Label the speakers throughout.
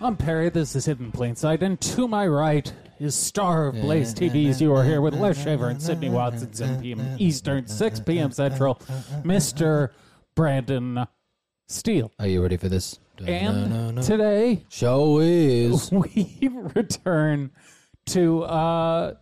Speaker 1: I'm Perry. This is Hidden Plainside, and to my right is star of Blaze TVs. You are here with Les Shaver and Sydney Watson, 7 p.m. Eastern, 6 p.m. Central. Mr. Brandon Steele.
Speaker 2: Are you ready for this?
Speaker 1: And
Speaker 2: no, no.
Speaker 1: today
Speaker 2: show is
Speaker 1: we return to uh,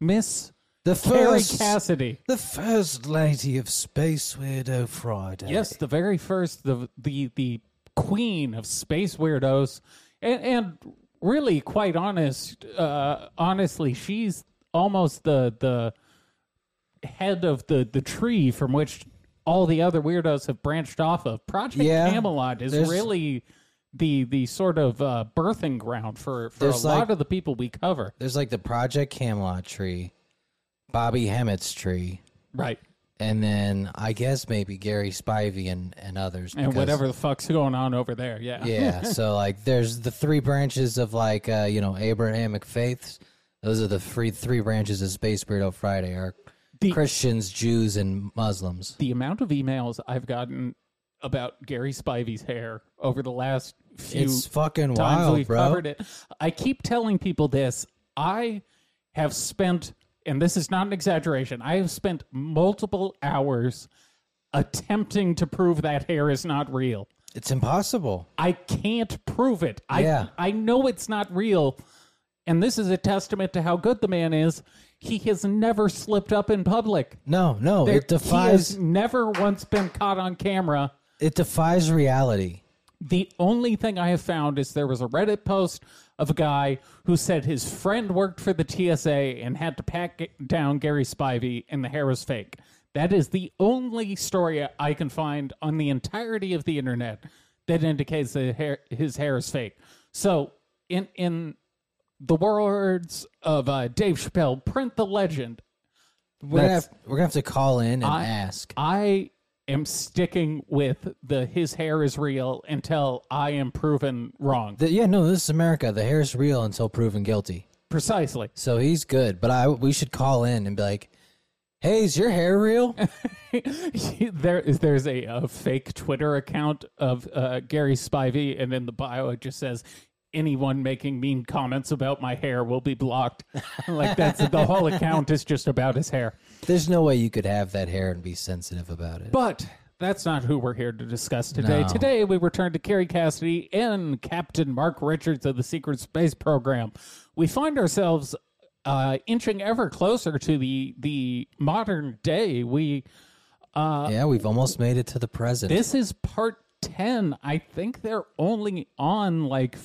Speaker 1: Miss
Speaker 2: the
Speaker 1: Carrie
Speaker 2: first,
Speaker 1: Cassidy.
Speaker 2: the first lady of Space Weirdo Friday.
Speaker 1: Yes, the very first, the the the queen of space weirdos, and and really, quite honest, uh, honestly, she's almost the the head of the the tree from which all the other weirdos have branched off of. Project
Speaker 2: Yeah,
Speaker 1: Camelot is
Speaker 2: there's-
Speaker 1: really the the sort of uh, birthing ground for for a
Speaker 2: There's
Speaker 1: lot
Speaker 2: like-
Speaker 1: of the people we cover.
Speaker 2: There's like the Project Camelot tree, Bobby Hemmett's tree,
Speaker 1: Right.
Speaker 2: and then I guess maybe Gary Spivey and, and others.
Speaker 1: And
Speaker 2: because-
Speaker 1: whatever the fuck's going on over there, yeah,
Speaker 2: Yeah. so like there's the three branches of like uh, you know, Abrahamic faiths. Those are the free three branches of Space Weirdo Friday are
Speaker 1: The-
Speaker 2: Christians, Jews, and Muslims.
Speaker 1: the amount of emails I've gotten about Gary Spivey's hair over the last few
Speaker 2: It's fucking
Speaker 1: times
Speaker 2: wild,
Speaker 1: we've
Speaker 2: bro.
Speaker 1: covered it. I keep telling people this. I have spent, and this is not an exaggeration, I have spent multiple hours attempting to prove that hair is not real.
Speaker 2: It's impossible.
Speaker 1: I can't prove it. I
Speaker 2: Yeah.
Speaker 1: I know it's not real. And this is a testament to how good the man is. He has never slipped up in public.
Speaker 2: No, no,
Speaker 1: There-
Speaker 2: it
Speaker 1: he
Speaker 2: defies
Speaker 1: has never once been caught on camera.
Speaker 2: it defies reality.
Speaker 1: The only thing I have found is there was a Reddit post of a guy who said his friend worked for the TSA and had to pack it down Gary Spivey and the hair was fake. That is the only story I can find on the entirety of the internet that indicates that hair, his hair is fake. So, in in the words of uh, Dave Chappelle, print the legend.
Speaker 2: We're gonna,
Speaker 1: That's-
Speaker 2: have, we're gonna have to call in and
Speaker 1: I-
Speaker 2: ask.
Speaker 1: I am sticking with the his hair is real until I am proven wrong.
Speaker 2: The- yeah, no, this is America. The hair's real until proven guilty.
Speaker 1: Precisely.
Speaker 2: So he's good, but I we should call in and be like, "Hey, is your hair real?"
Speaker 1: there is there's a, uh fake Twitter account of uh, Gary Spivey, and in the bio it just says. Anyone making mean comments about my hair will be blocked. like that's the whole account is just about his hair.
Speaker 2: There's no way you could have that hair and be sensitive about it.
Speaker 1: But that's not who we're here to discuss today.
Speaker 2: No.
Speaker 1: Today, we return to Carrie Cassidy and Captain Mark Richards of the Secret Space Program. We find ourselves uh, inching ever closer to the the modern day. We
Speaker 2: yeah, we've almost made it to the present.
Speaker 1: this is part ten. I think they're only on like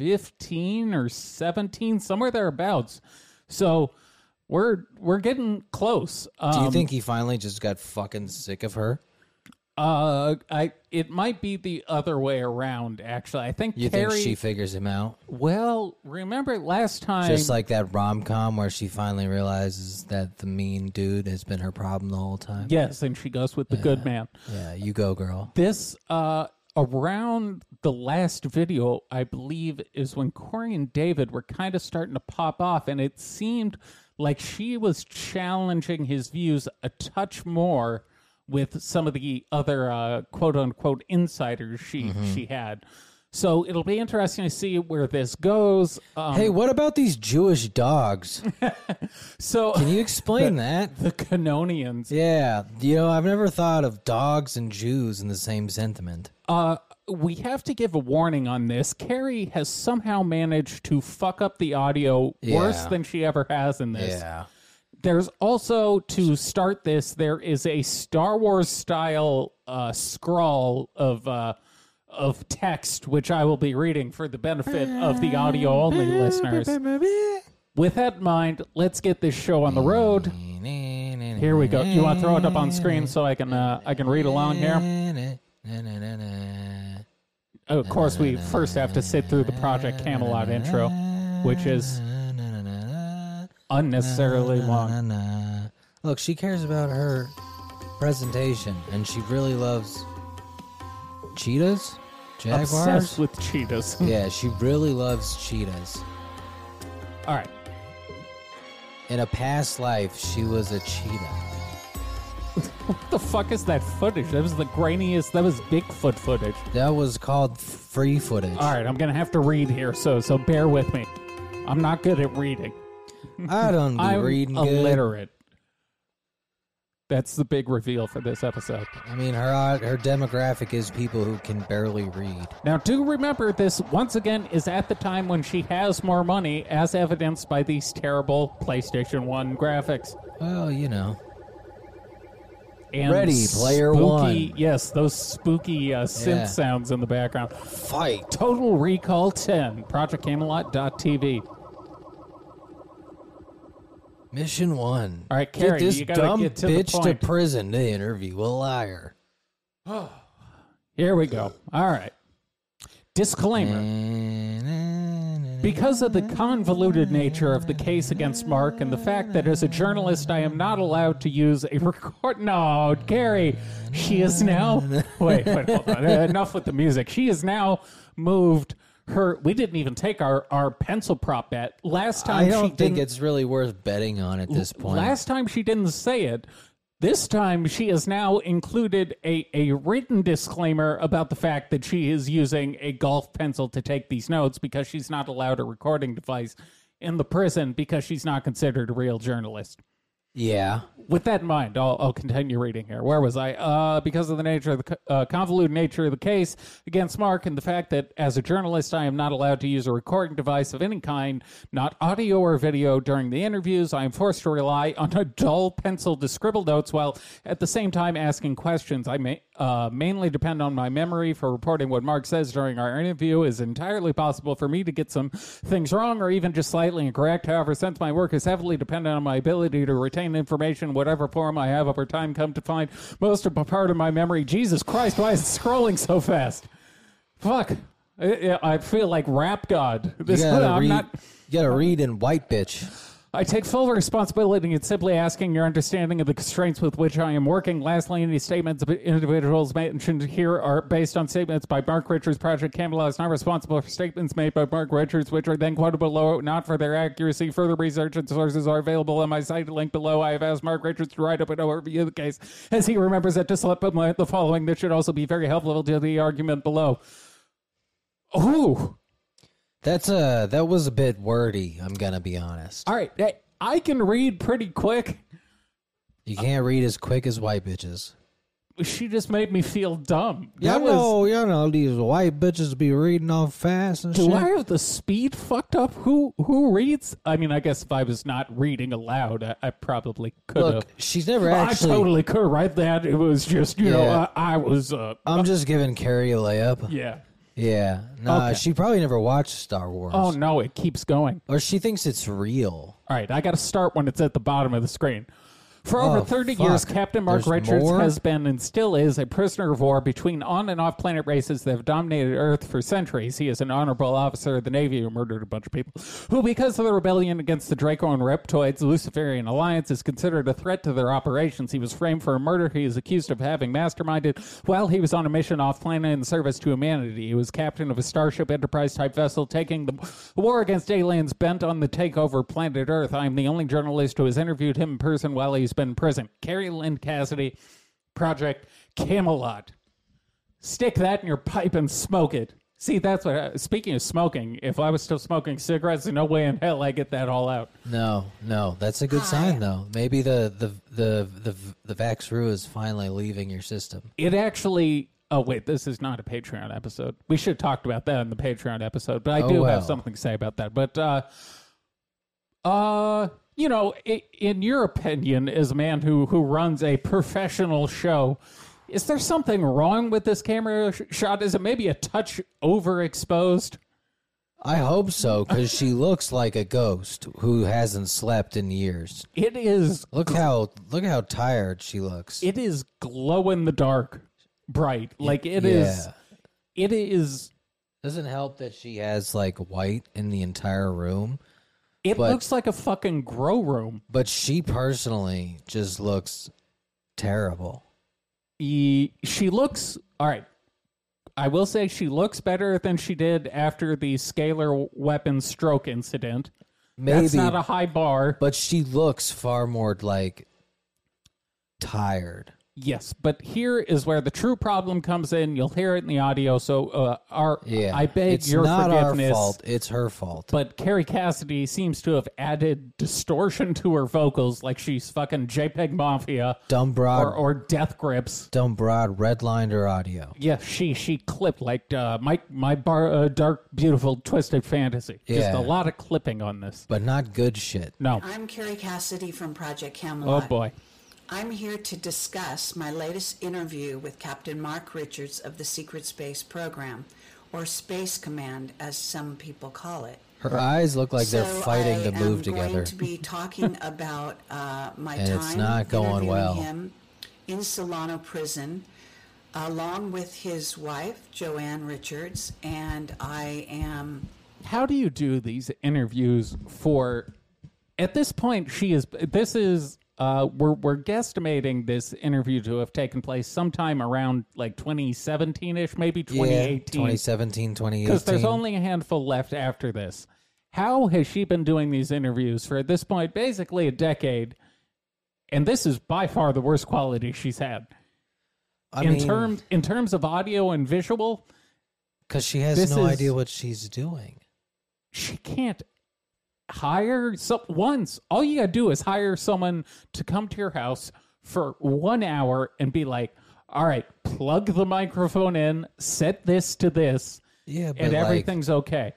Speaker 1: fifteen or seventeen, somewhere thereabouts. So we're we're getting close. Um,
Speaker 2: Do you think he finally just got fucking sick of her?
Speaker 1: Uh, I it might be the other way around. Actually, I think
Speaker 2: You
Speaker 1: Carrie.
Speaker 2: think she figures him out?
Speaker 1: well, remember last time?
Speaker 2: Just like that rom com where she finally realizes that the mean dude has been her problem the whole time.
Speaker 1: yes, and she goes with the good man.
Speaker 2: yeah you go, girl.
Speaker 1: This uh around the last video, I believe, is when Corey and David were kind of starting to pop off, and it seemed like she was challenging his views a touch more with some of the other uh, quote unquote insiders she she had. So it'll be interesting to see where this goes. Um,
Speaker 2: Hey, what about these Jewish dogs?
Speaker 1: so
Speaker 2: Can you explain that?
Speaker 1: the Canonians.
Speaker 2: Yeah, you know, I've never thought of dogs and Jews in the same sentiment.
Speaker 1: Uh, we have to give a warning on this. Carrie has somehow managed to fuck up the audio worse
Speaker 2: Yeah.
Speaker 1: than she ever has in this. There's also to start this. There is a Star Wars style uh, scrawl of uh, of text, which I will be reading for the benefit of the audio only listeners. With that in mind, let's get this show on the road. Here we go. You want to throw it up on screen so I can uh, I can read along here. Of course, we first have to sit through the Project Camelot intro, which is unnecessarily long.
Speaker 2: Look, she cares about her presentation, and she really loves cheetahs,
Speaker 1: Obsessed
Speaker 2: jaguars.
Speaker 1: with cheetahs.
Speaker 2: Yeah, she really loves cheetahs.
Speaker 1: All right.
Speaker 2: In a past life, she was a cheetah.
Speaker 1: What the the fuck is that footage? That was the grainiest. That was Bigfoot footage.
Speaker 2: That was called free footage.
Speaker 1: All right, I'm gonna have to read here, so so bear with me. I'm not good at reading.
Speaker 2: I don't be
Speaker 1: I'm
Speaker 2: reading good.
Speaker 1: illiterate. That's the big reveal for this episode.
Speaker 2: I mean, her uh, her demographic is people who can barely read.
Speaker 1: Now, do remember this once again is at the time when she has more money, as evidenced by these terrible PlayStation 1 graphics.
Speaker 2: Well, you know,
Speaker 1: And
Speaker 2: Ready, player
Speaker 1: spooky,
Speaker 2: one.
Speaker 1: Yes, those spooky uh, synth
Speaker 2: Yeah.
Speaker 1: sounds in the background.
Speaker 2: fight.
Speaker 1: Total Recall 10, Project Camelot.tv.
Speaker 2: Mission one.
Speaker 1: All right,
Speaker 2: get
Speaker 1: Carrie,
Speaker 2: this
Speaker 1: you gotta
Speaker 2: dumb
Speaker 1: get to the
Speaker 2: bitch to
Speaker 1: point.
Speaker 2: prison. They interview a liar.
Speaker 1: Here we go. All right. Disclaimer. Because of the convoluted nature of the case against Mark and the fact that as a journalist I am not allowed to use a record. No, Gary, she is now. Wait, wait, hold on. Uh, Enough with the music. She has now moved her. We didn't even take our, our pencil prop bet. Last time
Speaker 2: I
Speaker 1: she
Speaker 2: don't think
Speaker 1: didn't,
Speaker 2: it's really worth betting on at this point.
Speaker 1: Last time she didn't say it. This time she has now included a, a written disclaimer about the fact that she is using a golf pencil to take these notes because she's not allowed a recording device in the prison because she's not considered a real journalist.
Speaker 2: yeah.
Speaker 1: With that in mind, I'll, I'll continue reading here. Where was I? Uh, because of the nature of the co- uh, convoluted nature of the case against Mark and the fact that as a journalist, I am not allowed to use a recording device of any kind, not audio or video during the interviews, I am forced to rely on a dull pencil to scribble notes while at the same time asking questions. I may, uh, mainly depend on my memory for reporting what Mark says during our interview. It is entirely possible for me to get some things wrong or even just slightly incorrect. However, since my work is heavily dependent on my ability to retain information, in whatever form I have over time, come to find most of a part of my memory. Jesus Christ, why is it scrolling so fast? Fuck. I, I feel like rap god.
Speaker 2: You
Speaker 1: This,
Speaker 2: gotta,
Speaker 1: I'm
Speaker 2: read,
Speaker 1: not.
Speaker 2: you gotta read in white bitch.
Speaker 1: I take full responsibility in simply asking your understanding of the constraints with which I am working. Lastly, any statements of individuals mentioned here are based on statements by Mark Richards. Project Camelot is not responsible for statements made by Mark Richards, which are then quoted below, not for their accuracy. Further research and sources are available on my site link below. I have asked Mark Richards to write up an overview of the case, as he remembers that to supplement the following. This should also be very helpful to the argument below. Ooh.
Speaker 2: That's uh that was a bit wordy. I'm gonna be honest.
Speaker 1: All right. Hey, I can read pretty quick.
Speaker 2: You can't read as quick as white bitches.
Speaker 1: she just made me feel dumb.
Speaker 2: Y'all
Speaker 1: That was.
Speaker 2: know, y'all know these white bitches be reading all fast and
Speaker 1: Do
Speaker 2: shit.
Speaker 1: I have the speed fucked up? Who who reads? I mean, I guess if I was not reading aloud, I, I probably could have.
Speaker 2: Look, she's never
Speaker 1: I
Speaker 2: actually.
Speaker 1: totally could have read that. It was just you know
Speaker 2: Yeah.
Speaker 1: I, I was uh
Speaker 2: I'm just giving Carrie a layup.
Speaker 1: yeah.
Speaker 2: Yeah, nah,
Speaker 1: Okay.
Speaker 2: she probably never watched Star Wars,
Speaker 1: Oh no, it keeps going.
Speaker 2: or she thinks it's real.
Speaker 1: All right, I got to start when it's at the bottom of the screen. For over
Speaker 2: Oh,
Speaker 1: 30
Speaker 2: fuck.
Speaker 1: years, Captain Mark
Speaker 2: There's
Speaker 1: Richards
Speaker 2: more?
Speaker 1: has been and still is a prisoner of war between on and off planet races that have dominated Earth for centuries. He is an honorable officer of the Navy who murdered a bunch of people, who, because of the rebellion against the Draco and Reptoids Luciferian Alliance, is considered a threat to their operations. He was framed for a murder he is accused of having masterminded while he was on a mission off planet in service to humanity. He was captain of a Starship Enterprise type vessel taking the war against aliens bent on the takeover planet Earth. I am the only journalist who has interviewed him in person while he's been in prison. Carrie Lynn Cassidy, Project Camelot. Stick that in your pipe and smoke it. See, that's what. I, speaking of smoking, if I was still smoking cigarettes, there's no way in hell I get that all out.
Speaker 2: No, no, that's a good sign though. Maybe the the the the the Vaxru is finally leaving your system.
Speaker 1: it actually oh wait this is not a patreon episode we should have talked about that in the patreon episode but i
Speaker 2: Oh,
Speaker 1: do
Speaker 2: well.
Speaker 1: have something to say about that but uh uh you know i in your opinion as a man who who runs a professional show is there something wrong with this camera sh- shot is it maybe a touch overexposed
Speaker 2: I hope so, because she looks like a ghost who hasn't slept in years.
Speaker 1: it is
Speaker 2: Look how look how tired she looks.
Speaker 1: it is glow in the dark bright like it
Speaker 2: yeah.
Speaker 1: is. it is
Speaker 2: Doesn't help that she has like white in the entire room,
Speaker 1: it
Speaker 2: But-
Speaker 1: looks like a fucking grow room
Speaker 2: but she personally just looks terrible.
Speaker 1: E- she looks all right. I will say she looks better than she did after the scalar weapon stroke incident. That's
Speaker 2: Maybe,
Speaker 1: not a high bar.
Speaker 2: but she looks far more like tired.
Speaker 1: Yes, but here is where the true problem comes in. You'll hear it in the audio. So, uh, our
Speaker 2: Yeah,
Speaker 1: I beg
Speaker 2: it's
Speaker 1: your
Speaker 2: not
Speaker 1: forgiveness.
Speaker 2: our fault. It's her fault.
Speaker 1: But Carrie Cassidy seems to have added distortion to her vocals, like she's fucking JPEG Mafia
Speaker 2: dumb broad,
Speaker 1: or, or Death Grips.
Speaker 2: dumb broad redlined her audio.
Speaker 1: Yeah, she she clipped like uh, my my bar, uh, dark beautiful twisted fantasy. Just
Speaker 2: Yeah.
Speaker 1: a lot of clipping on this.
Speaker 2: but not good shit.
Speaker 1: No,
Speaker 3: I'm Carrie Cassidy from Project
Speaker 1: oh
Speaker 3: Camelot.
Speaker 1: boy,
Speaker 3: I'm here to discuss my latest interview with Captain Mark Richards of the Secret Space Program, or Space Command, as some people call it.
Speaker 2: Her eyes look like
Speaker 3: So
Speaker 2: they're fighting
Speaker 3: I
Speaker 2: to move
Speaker 3: am
Speaker 2: together.
Speaker 3: Going to be talking about uh, my
Speaker 2: And
Speaker 3: time
Speaker 2: it's not going
Speaker 3: interviewing
Speaker 2: well.
Speaker 3: him in Solano Prison, along with his wife Joanne Richards, and I am
Speaker 1: how do you do these interviews for? At this point, she is. This is. Uh, we're we're guesstimating this interview to have taken place sometime around like 2017 ish, maybe
Speaker 2: yeah,
Speaker 1: 2018.
Speaker 2: 2017,
Speaker 1: because
Speaker 2: 2018.
Speaker 1: there's only a handful left after this. How has she been doing these interviews for at this point basically a decade? And this is by far the worst quality she's had
Speaker 2: I
Speaker 1: in
Speaker 2: mean,
Speaker 1: terms in terms of audio and visual.
Speaker 2: because she has
Speaker 1: this
Speaker 2: no
Speaker 1: is-
Speaker 2: idea what she's doing.
Speaker 1: She can't hire some once. All you gotta do is hire someone to come to your house for one hour and be like, "All right, plug the microphone in, set this to this,
Speaker 2: Yeah, but
Speaker 1: and
Speaker 2: like,
Speaker 1: everything's okay.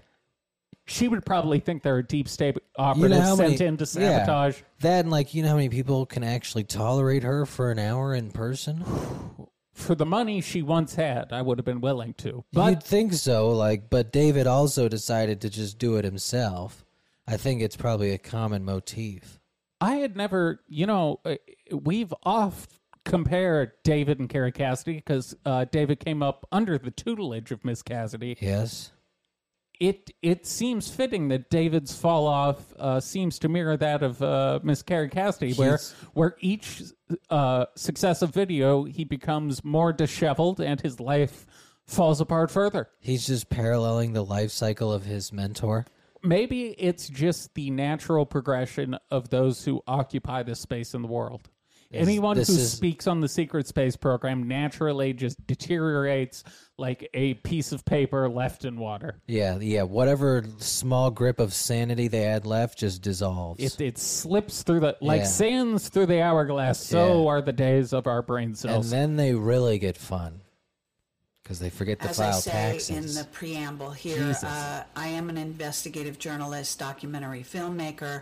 Speaker 1: She would probably think they're a deep state
Speaker 2: you
Speaker 1: operative
Speaker 2: know how
Speaker 1: sent
Speaker 2: many,
Speaker 1: in to
Speaker 2: yeah,
Speaker 1: sabotage.
Speaker 2: that and like you know how many people can actually tolerate her for an hour in person.
Speaker 1: For the money she once had, I would have been willing to. But
Speaker 2: You'd think so, like, but David also decided to just do it himself. I think it's probably a common motif.
Speaker 1: I had never, you know, uh, we've oft compared David and Carrie Cassidy because uh, David came up under the tutelage of Miss Cassidy.
Speaker 2: Yes.
Speaker 1: It it seems fitting that David's fall off uh, seems to mirror that of uh, Miss Carrie Cassidy, where
Speaker 2: He's-
Speaker 1: where each uh, successive video he becomes more disheveled and his life falls apart further.
Speaker 2: He's just paralleling the life cycle of his mentor.
Speaker 1: Maybe it's just the natural progression of those who occupy this space in the world. Anyone who
Speaker 2: this is-
Speaker 1: speaks on the secret space program naturally just deteriorates like a piece of paper left in water.
Speaker 2: Yeah, yeah. Whatever small grip of sanity they had left just dissolves.
Speaker 1: It, it slips through the like
Speaker 2: Yeah.
Speaker 1: sands through the hourglass. So are the days of our brain
Speaker 2: and
Speaker 1: cells.
Speaker 2: then they really get fun because they forget to
Speaker 3: As I
Speaker 2: file
Speaker 3: say
Speaker 2: taxes.
Speaker 3: in the preamble here, uh, I am an investigative journalist, documentary filmmaker,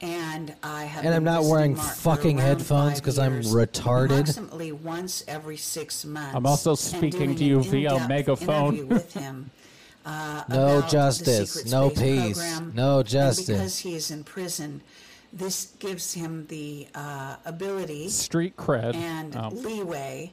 Speaker 3: and I have.
Speaker 2: And I'm
Speaker 3: been
Speaker 2: not
Speaker 3: visiting
Speaker 2: wearing
Speaker 3: Mark for
Speaker 2: fucking
Speaker 3: around
Speaker 2: headphones
Speaker 3: five
Speaker 2: 'cause I'm
Speaker 3: years,
Speaker 2: retarded.
Speaker 3: Approximately once every six months.
Speaker 1: I'm also
Speaker 3: and
Speaker 1: speaking
Speaker 3: doing
Speaker 1: to you
Speaker 3: an
Speaker 1: via
Speaker 3: in-depth
Speaker 1: megaphone.
Speaker 3: interview with him. uh,
Speaker 2: No
Speaker 3: about the
Speaker 2: justice,
Speaker 3: secret
Speaker 2: no
Speaker 3: space
Speaker 2: peace,
Speaker 3: program,
Speaker 2: no
Speaker 3: and
Speaker 2: justice.
Speaker 3: because he is in prison, this gives him the uh, ability
Speaker 1: Street cred.
Speaker 3: and
Speaker 1: Oh.
Speaker 3: leeway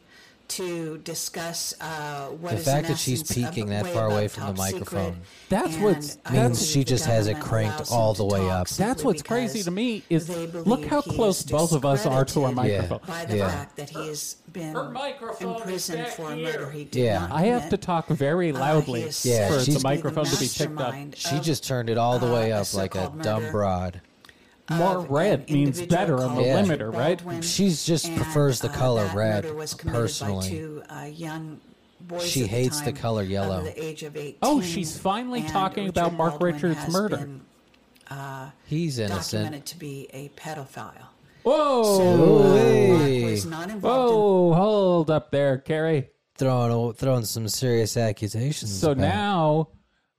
Speaker 3: to discuss uh, what
Speaker 2: The
Speaker 3: is
Speaker 2: fact
Speaker 3: in
Speaker 2: that she's
Speaker 3: essence ab-
Speaker 2: peeking that
Speaker 3: way
Speaker 2: far away
Speaker 3: above
Speaker 2: from the
Speaker 3: top secret,
Speaker 2: microphone
Speaker 1: That's
Speaker 3: and
Speaker 1: what's-
Speaker 3: I
Speaker 1: means
Speaker 3: believe
Speaker 2: she
Speaker 3: the
Speaker 2: just has it
Speaker 3: government
Speaker 2: cranked
Speaker 3: allows
Speaker 2: all
Speaker 3: him
Speaker 2: the
Speaker 3: to
Speaker 2: way
Speaker 3: talk
Speaker 2: up.
Speaker 3: simply
Speaker 1: That's what's crazy
Speaker 3: because
Speaker 1: to me is
Speaker 3: they
Speaker 1: look
Speaker 3: believe
Speaker 1: how
Speaker 3: he is
Speaker 1: close both of us are to our
Speaker 3: discredited
Speaker 1: microphone.
Speaker 3: By the
Speaker 2: Yeah.
Speaker 3: fact that he has been
Speaker 1: Her microphone is
Speaker 3: imprisoned
Speaker 1: back
Speaker 3: for a
Speaker 1: here.
Speaker 3: murder he did
Speaker 2: Yeah.
Speaker 3: not
Speaker 1: I have
Speaker 3: commit.
Speaker 1: to talk very
Speaker 3: Uh,
Speaker 1: loudly
Speaker 3: he is
Speaker 2: Yeah,
Speaker 3: said
Speaker 2: she's-
Speaker 1: for the
Speaker 2: the
Speaker 1: microphone to be picked up.
Speaker 3: mastermind
Speaker 2: she
Speaker 3: of-
Speaker 2: just turned it all the
Speaker 3: uh,
Speaker 2: way
Speaker 3: a
Speaker 2: up like a
Speaker 3: so-called
Speaker 2: dumb
Speaker 3: murder.
Speaker 2: broad.
Speaker 1: More
Speaker 3: of
Speaker 1: red
Speaker 3: an
Speaker 1: means
Speaker 3: individual
Speaker 1: better on the
Speaker 3: called
Speaker 2: Yeah.
Speaker 1: limiter, right?
Speaker 3: Baldwin,
Speaker 2: She's just
Speaker 3: and,
Speaker 2: prefers the
Speaker 3: uh,
Speaker 2: color
Speaker 3: that
Speaker 2: red,
Speaker 3: murder was committed by
Speaker 2: personally.
Speaker 3: two, uh, young boys
Speaker 2: She
Speaker 3: at
Speaker 2: hates the
Speaker 3: time
Speaker 2: color
Speaker 3: of
Speaker 2: yellow.
Speaker 3: the age of 18,
Speaker 1: Oh, she's finally
Speaker 3: and
Speaker 1: talking
Speaker 3: Richard
Speaker 1: about Mark
Speaker 3: Baldwin
Speaker 1: Richards'
Speaker 3: has
Speaker 1: murder.
Speaker 3: been
Speaker 2: He's innocent.
Speaker 3: Documented to be a pedophile.
Speaker 1: Whoa!
Speaker 3: Uh,
Speaker 2: Hey.
Speaker 3: Mark was not involved in
Speaker 1: Whoa, hold up there, Carrie.
Speaker 2: Throwing throwing some serious accusations.
Speaker 1: So
Speaker 2: about-
Speaker 1: now,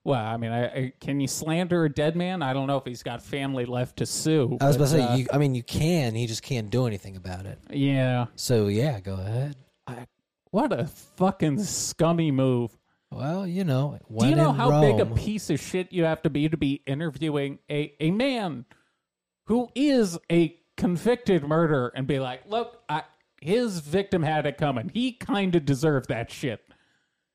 Speaker 1: well, I mean, I, I, can you slander a dead man? I don't know if he's got family left to sue.
Speaker 2: I was
Speaker 1: but,
Speaker 2: about to say,
Speaker 1: uh,
Speaker 2: you, I mean, you can. He just can't do anything about it.
Speaker 1: yeah.
Speaker 2: So yeah, go ahead.
Speaker 1: What a fucking scummy move.
Speaker 2: Well, you know,
Speaker 1: Do
Speaker 2: when
Speaker 1: you know
Speaker 2: in
Speaker 1: how
Speaker 2: Rome,
Speaker 1: big a piece of shit you have to be to be interviewing a, a man who is a convicted murderer and be like, look, I, his victim had it coming. He kind of deserved that shit.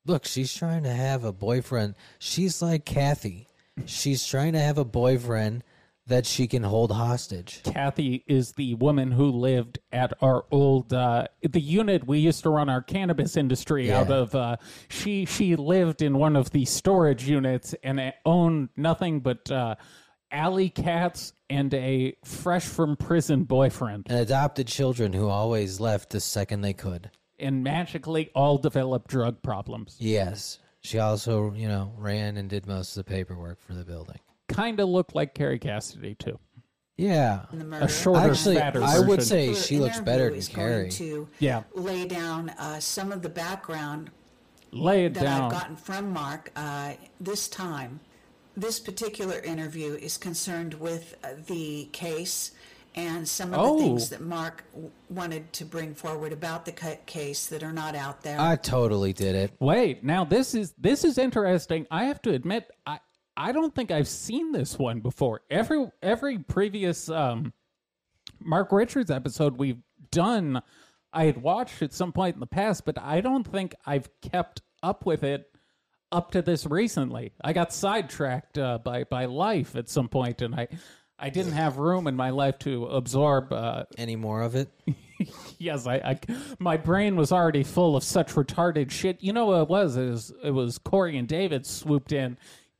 Speaker 2: Look, she's trying to have a boyfriend. She's like Kathy. She's trying to have a boyfriend that she can hold hostage.
Speaker 1: Kathy is the woman who lived at our old uh, the unit we used to run our cannabis industry out of. Uh, she she lived in one of the storage units and owned nothing but uh, alley cats and a fresh from prison boyfriend,
Speaker 2: and adopted children who always left the second they could.
Speaker 1: and magically all develop drug problems.
Speaker 2: Yes. She also, you know, ran and did most of the paperwork for the building.
Speaker 1: Kind of looked like Carrie Cassidy too.
Speaker 2: Yeah.
Speaker 3: in the murder.
Speaker 1: A shorter,
Speaker 2: Actually,
Speaker 1: fatter
Speaker 2: I would
Speaker 1: version.
Speaker 2: say-
Speaker 3: Her
Speaker 2: she looks
Speaker 3: interview
Speaker 2: better than
Speaker 3: is
Speaker 2: Carrie.
Speaker 3: Going to
Speaker 1: Yeah.
Speaker 3: lay down uh, some of the background
Speaker 1: lay it
Speaker 3: that I've
Speaker 1: down.
Speaker 3: gotten from Mark uh, this time. This particular interview is concerned with uh, the case and some of
Speaker 1: Oh.
Speaker 3: the things that Mark w- wanted to bring forward about the ca- case that are not out there.
Speaker 2: I totally did it.
Speaker 1: Wait, now this is this is interesting. I have to admit, I I don't think I've seen this one before. Every every previous um, Mark Richards episode we've done, I had watched at some point in the past, but I don't think I've kept up with it up to this recently. I got sidetracked uh, by by life at some point, and I I didn't have room in my life to absorb uh,
Speaker 2: Any more of it?
Speaker 1: Yes, I, I, my brain was already full of such retarded shit. You know what it was? It was, it was Corey and David swooped in,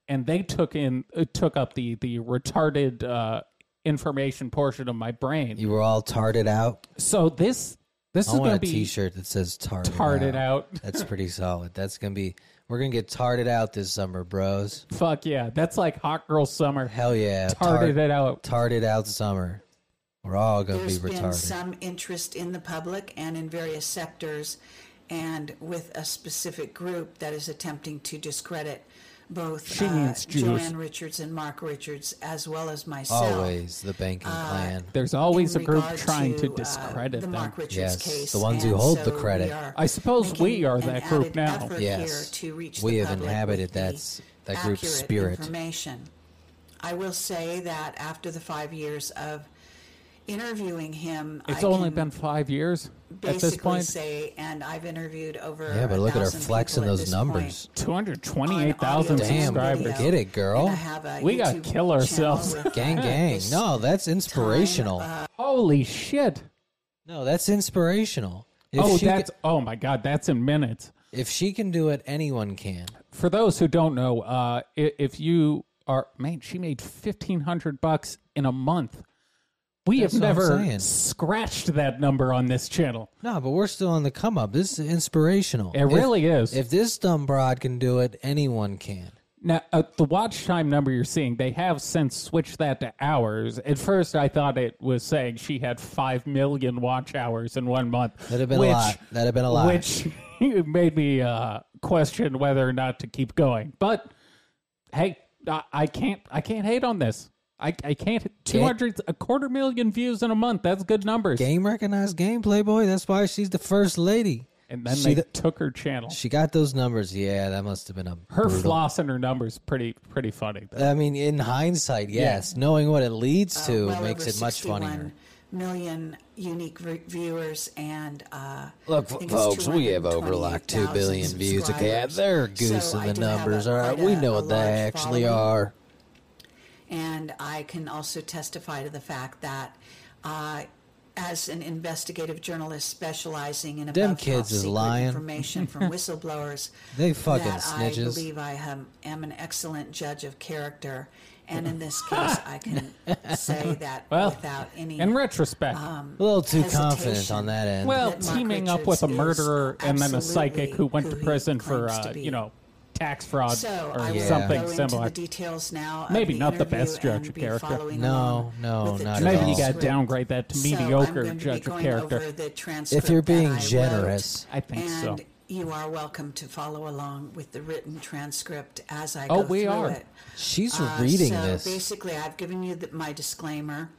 Speaker 1: and they took in uh, took up the the retarded uh, information portion of my brain.
Speaker 2: You were all tarted out.
Speaker 1: so this this
Speaker 2: I
Speaker 1: is
Speaker 2: want
Speaker 1: going
Speaker 2: a
Speaker 1: to be
Speaker 2: T-shirt that says tarted,
Speaker 1: tarted
Speaker 2: out.
Speaker 1: out.
Speaker 2: That's pretty solid. That's gonna be. We're gonna get tarted out this summer, bros.
Speaker 1: Fuck yeah, that's like hot girl summer.
Speaker 2: Hell yeah,
Speaker 1: Tarted
Speaker 2: Tar-
Speaker 1: it out.
Speaker 2: tarted out summer. We're all gonna
Speaker 3: There's
Speaker 2: be
Speaker 3: been
Speaker 2: retarded.
Speaker 3: some interest in the public and in various sectors and with a specific group that is attempting to discredit both
Speaker 1: She
Speaker 3: uh,
Speaker 1: means Jews.
Speaker 3: Joanne Richards and Mark Richards as well as myself.
Speaker 2: Always the banking
Speaker 3: uh,
Speaker 2: plan.
Speaker 1: There's always a
Speaker 3: in
Speaker 1: group
Speaker 3: regard
Speaker 1: trying to
Speaker 3: uh,
Speaker 1: discredit
Speaker 3: the
Speaker 1: them.
Speaker 3: Mark Richards
Speaker 2: Yes,
Speaker 3: case.
Speaker 2: the ones who
Speaker 3: and
Speaker 2: hold the
Speaker 3: so we
Speaker 2: credit.
Speaker 3: are
Speaker 1: I suppose we
Speaker 3: making
Speaker 1: are
Speaker 3: an
Speaker 1: that group
Speaker 3: added
Speaker 1: now.
Speaker 3: effort
Speaker 2: Yes.
Speaker 3: here to reach
Speaker 2: We
Speaker 3: the
Speaker 2: have
Speaker 3: public with
Speaker 2: inhabited
Speaker 3: the
Speaker 2: that- that group's
Speaker 3: accurate
Speaker 2: spirit.
Speaker 3: Information. I will say that after the five years of interviewing him,
Speaker 1: It's
Speaker 3: I
Speaker 1: only
Speaker 3: can
Speaker 1: been five years at this
Speaker 3: basically
Speaker 1: point.
Speaker 3: say, and I've interviewed over
Speaker 2: Yeah, but look at her
Speaker 3: 1,000
Speaker 2: flexing
Speaker 3: people at
Speaker 2: those
Speaker 3: this
Speaker 2: numbers.
Speaker 3: point
Speaker 1: Two hundred
Speaker 3: on
Speaker 1: twenty-eight thousand
Speaker 3: audio and
Speaker 2: Damn,
Speaker 1: subscribers.
Speaker 3: video.
Speaker 2: get it, girl.
Speaker 3: And I have a
Speaker 1: We gotta
Speaker 3: YouTube
Speaker 1: kill
Speaker 3: channel
Speaker 1: ourselves.
Speaker 3: with,
Speaker 2: Gang,
Speaker 3: uh,
Speaker 2: gang.
Speaker 3: this
Speaker 2: No, that's inspirational.
Speaker 3: time, uh,
Speaker 1: Holy shit!
Speaker 2: no, that's inspirational. If
Speaker 1: oh,
Speaker 2: she ca-
Speaker 1: that's oh my god, that's in minutes.
Speaker 2: if she can do it, anyone can.
Speaker 1: For those who don't know, uh, i- if you are man, she made fifteen hundred bucks in a month. We
Speaker 2: That's
Speaker 1: have
Speaker 2: what I'm
Speaker 1: never
Speaker 2: saying.
Speaker 1: scratched that number on this channel.
Speaker 2: No, but we're still on the come up. This is inspirational.
Speaker 1: It
Speaker 2: If-
Speaker 1: really is.
Speaker 2: If this dumb broad can do it, anyone can.
Speaker 1: now, uh, the watch time number you're seeing, they have since switched that to hours. At first, I thought it was saying she had five million watch hours in one month.
Speaker 2: That'd have been
Speaker 1: which-
Speaker 2: a lot. That'd have been a lot.
Speaker 1: which made me uh, question whether or not to keep going. But hey, I, I can't. I can't hate on this. I, I can't. Two hundred, a quarter million views in a month. That's good numbers.
Speaker 2: game recognized game, Playboy. That's why she's the first lady.
Speaker 1: and then
Speaker 2: she
Speaker 1: they
Speaker 2: the-
Speaker 1: took her channel.
Speaker 2: She got those numbers. Yeah, that must have been a
Speaker 1: her
Speaker 2: brutal-
Speaker 1: floss and her numbers pretty pretty funny.
Speaker 2: I mean, in hindsight, yes, knowing what it leads to
Speaker 3: Uh, well
Speaker 2: makes
Speaker 3: over
Speaker 2: it much
Speaker 3: 61
Speaker 2: funnier.
Speaker 3: Million unique re- viewers and uh,
Speaker 2: Look,
Speaker 3: I think it's
Speaker 2: folks, we have over like
Speaker 3: 228,000
Speaker 2: two billion views. Okay,
Speaker 3: subscribers.
Speaker 2: they're goosing
Speaker 3: So I
Speaker 2: the
Speaker 3: do have a-
Speaker 2: numbers. All right,
Speaker 3: quite
Speaker 2: we
Speaker 3: a-
Speaker 2: know
Speaker 3: a
Speaker 2: what they
Speaker 3: large
Speaker 2: actually
Speaker 3: following.
Speaker 2: are.
Speaker 3: And I can also testify to the fact that uh, as an investigative journalist specializing in
Speaker 2: Them
Speaker 3: above
Speaker 2: kids
Speaker 3: top
Speaker 2: is
Speaker 3: secret
Speaker 2: lying.
Speaker 3: information from whistleblowers,
Speaker 2: They fucking
Speaker 3: that I
Speaker 2: snitches.
Speaker 3: believe I am, am an excellent judge of character. And in this case, I can say that
Speaker 1: Well,
Speaker 3: without any
Speaker 1: In retrospect,
Speaker 2: A little too confident
Speaker 3: hesitation.
Speaker 2: on that end.
Speaker 1: well,
Speaker 3: Um, that Mark
Speaker 1: teaming up with
Speaker 3: Richards
Speaker 1: a
Speaker 3: is
Speaker 1: murderer and then a
Speaker 3: absolutely
Speaker 1: psychic who went
Speaker 3: who
Speaker 1: to
Speaker 3: he
Speaker 1: prison for
Speaker 3: claims to
Speaker 1: uh,
Speaker 3: be.
Speaker 1: you know tax fraud
Speaker 3: So
Speaker 1: or
Speaker 3: I will
Speaker 1: something
Speaker 3: go
Speaker 1: similar.
Speaker 3: into the details now. of
Speaker 1: Maybe
Speaker 3: the
Speaker 1: not the
Speaker 3: interview
Speaker 1: best judge
Speaker 3: and
Speaker 1: of
Speaker 3: be
Speaker 1: character.
Speaker 3: following
Speaker 2: No,
Speaker 3: along
Speaker 2: no,
Speaker 3: with the
Speaker 2: not at
Speaker 1: Maybe you
Speaker 2: all.
Speaker 1: got to
Speaker 3: transcript.
Speaker 1: downgrade that to
Speaker 3: So I'm
Speaker 1: mediocre
Speaker 3: going to be
Speaker 1: judge of
Speaker 3: going
Speaker 1: character.
Speaker 3: over the transcript
Speaker 2: If you're
Speaker 3: that
Speaker 2: being
Speaker 3: I wrote,
Speaker 2: generous.
Speaker 1: I think so.
Speaker 3: and You are welcome to follow along with the written transcript as I
Speaker 1: Oh,
Speaker 3: go
Speaker 1: we
Speaker 3: through
Speaker 1: are.
Speaker 3: it.
Speaker 2: She's
Speaker 3: Uh,
Speaker 2: reading
Speaker 3: so
Speaker 2: this.
Speaker 3: basically, I've given you the, my disclaimer.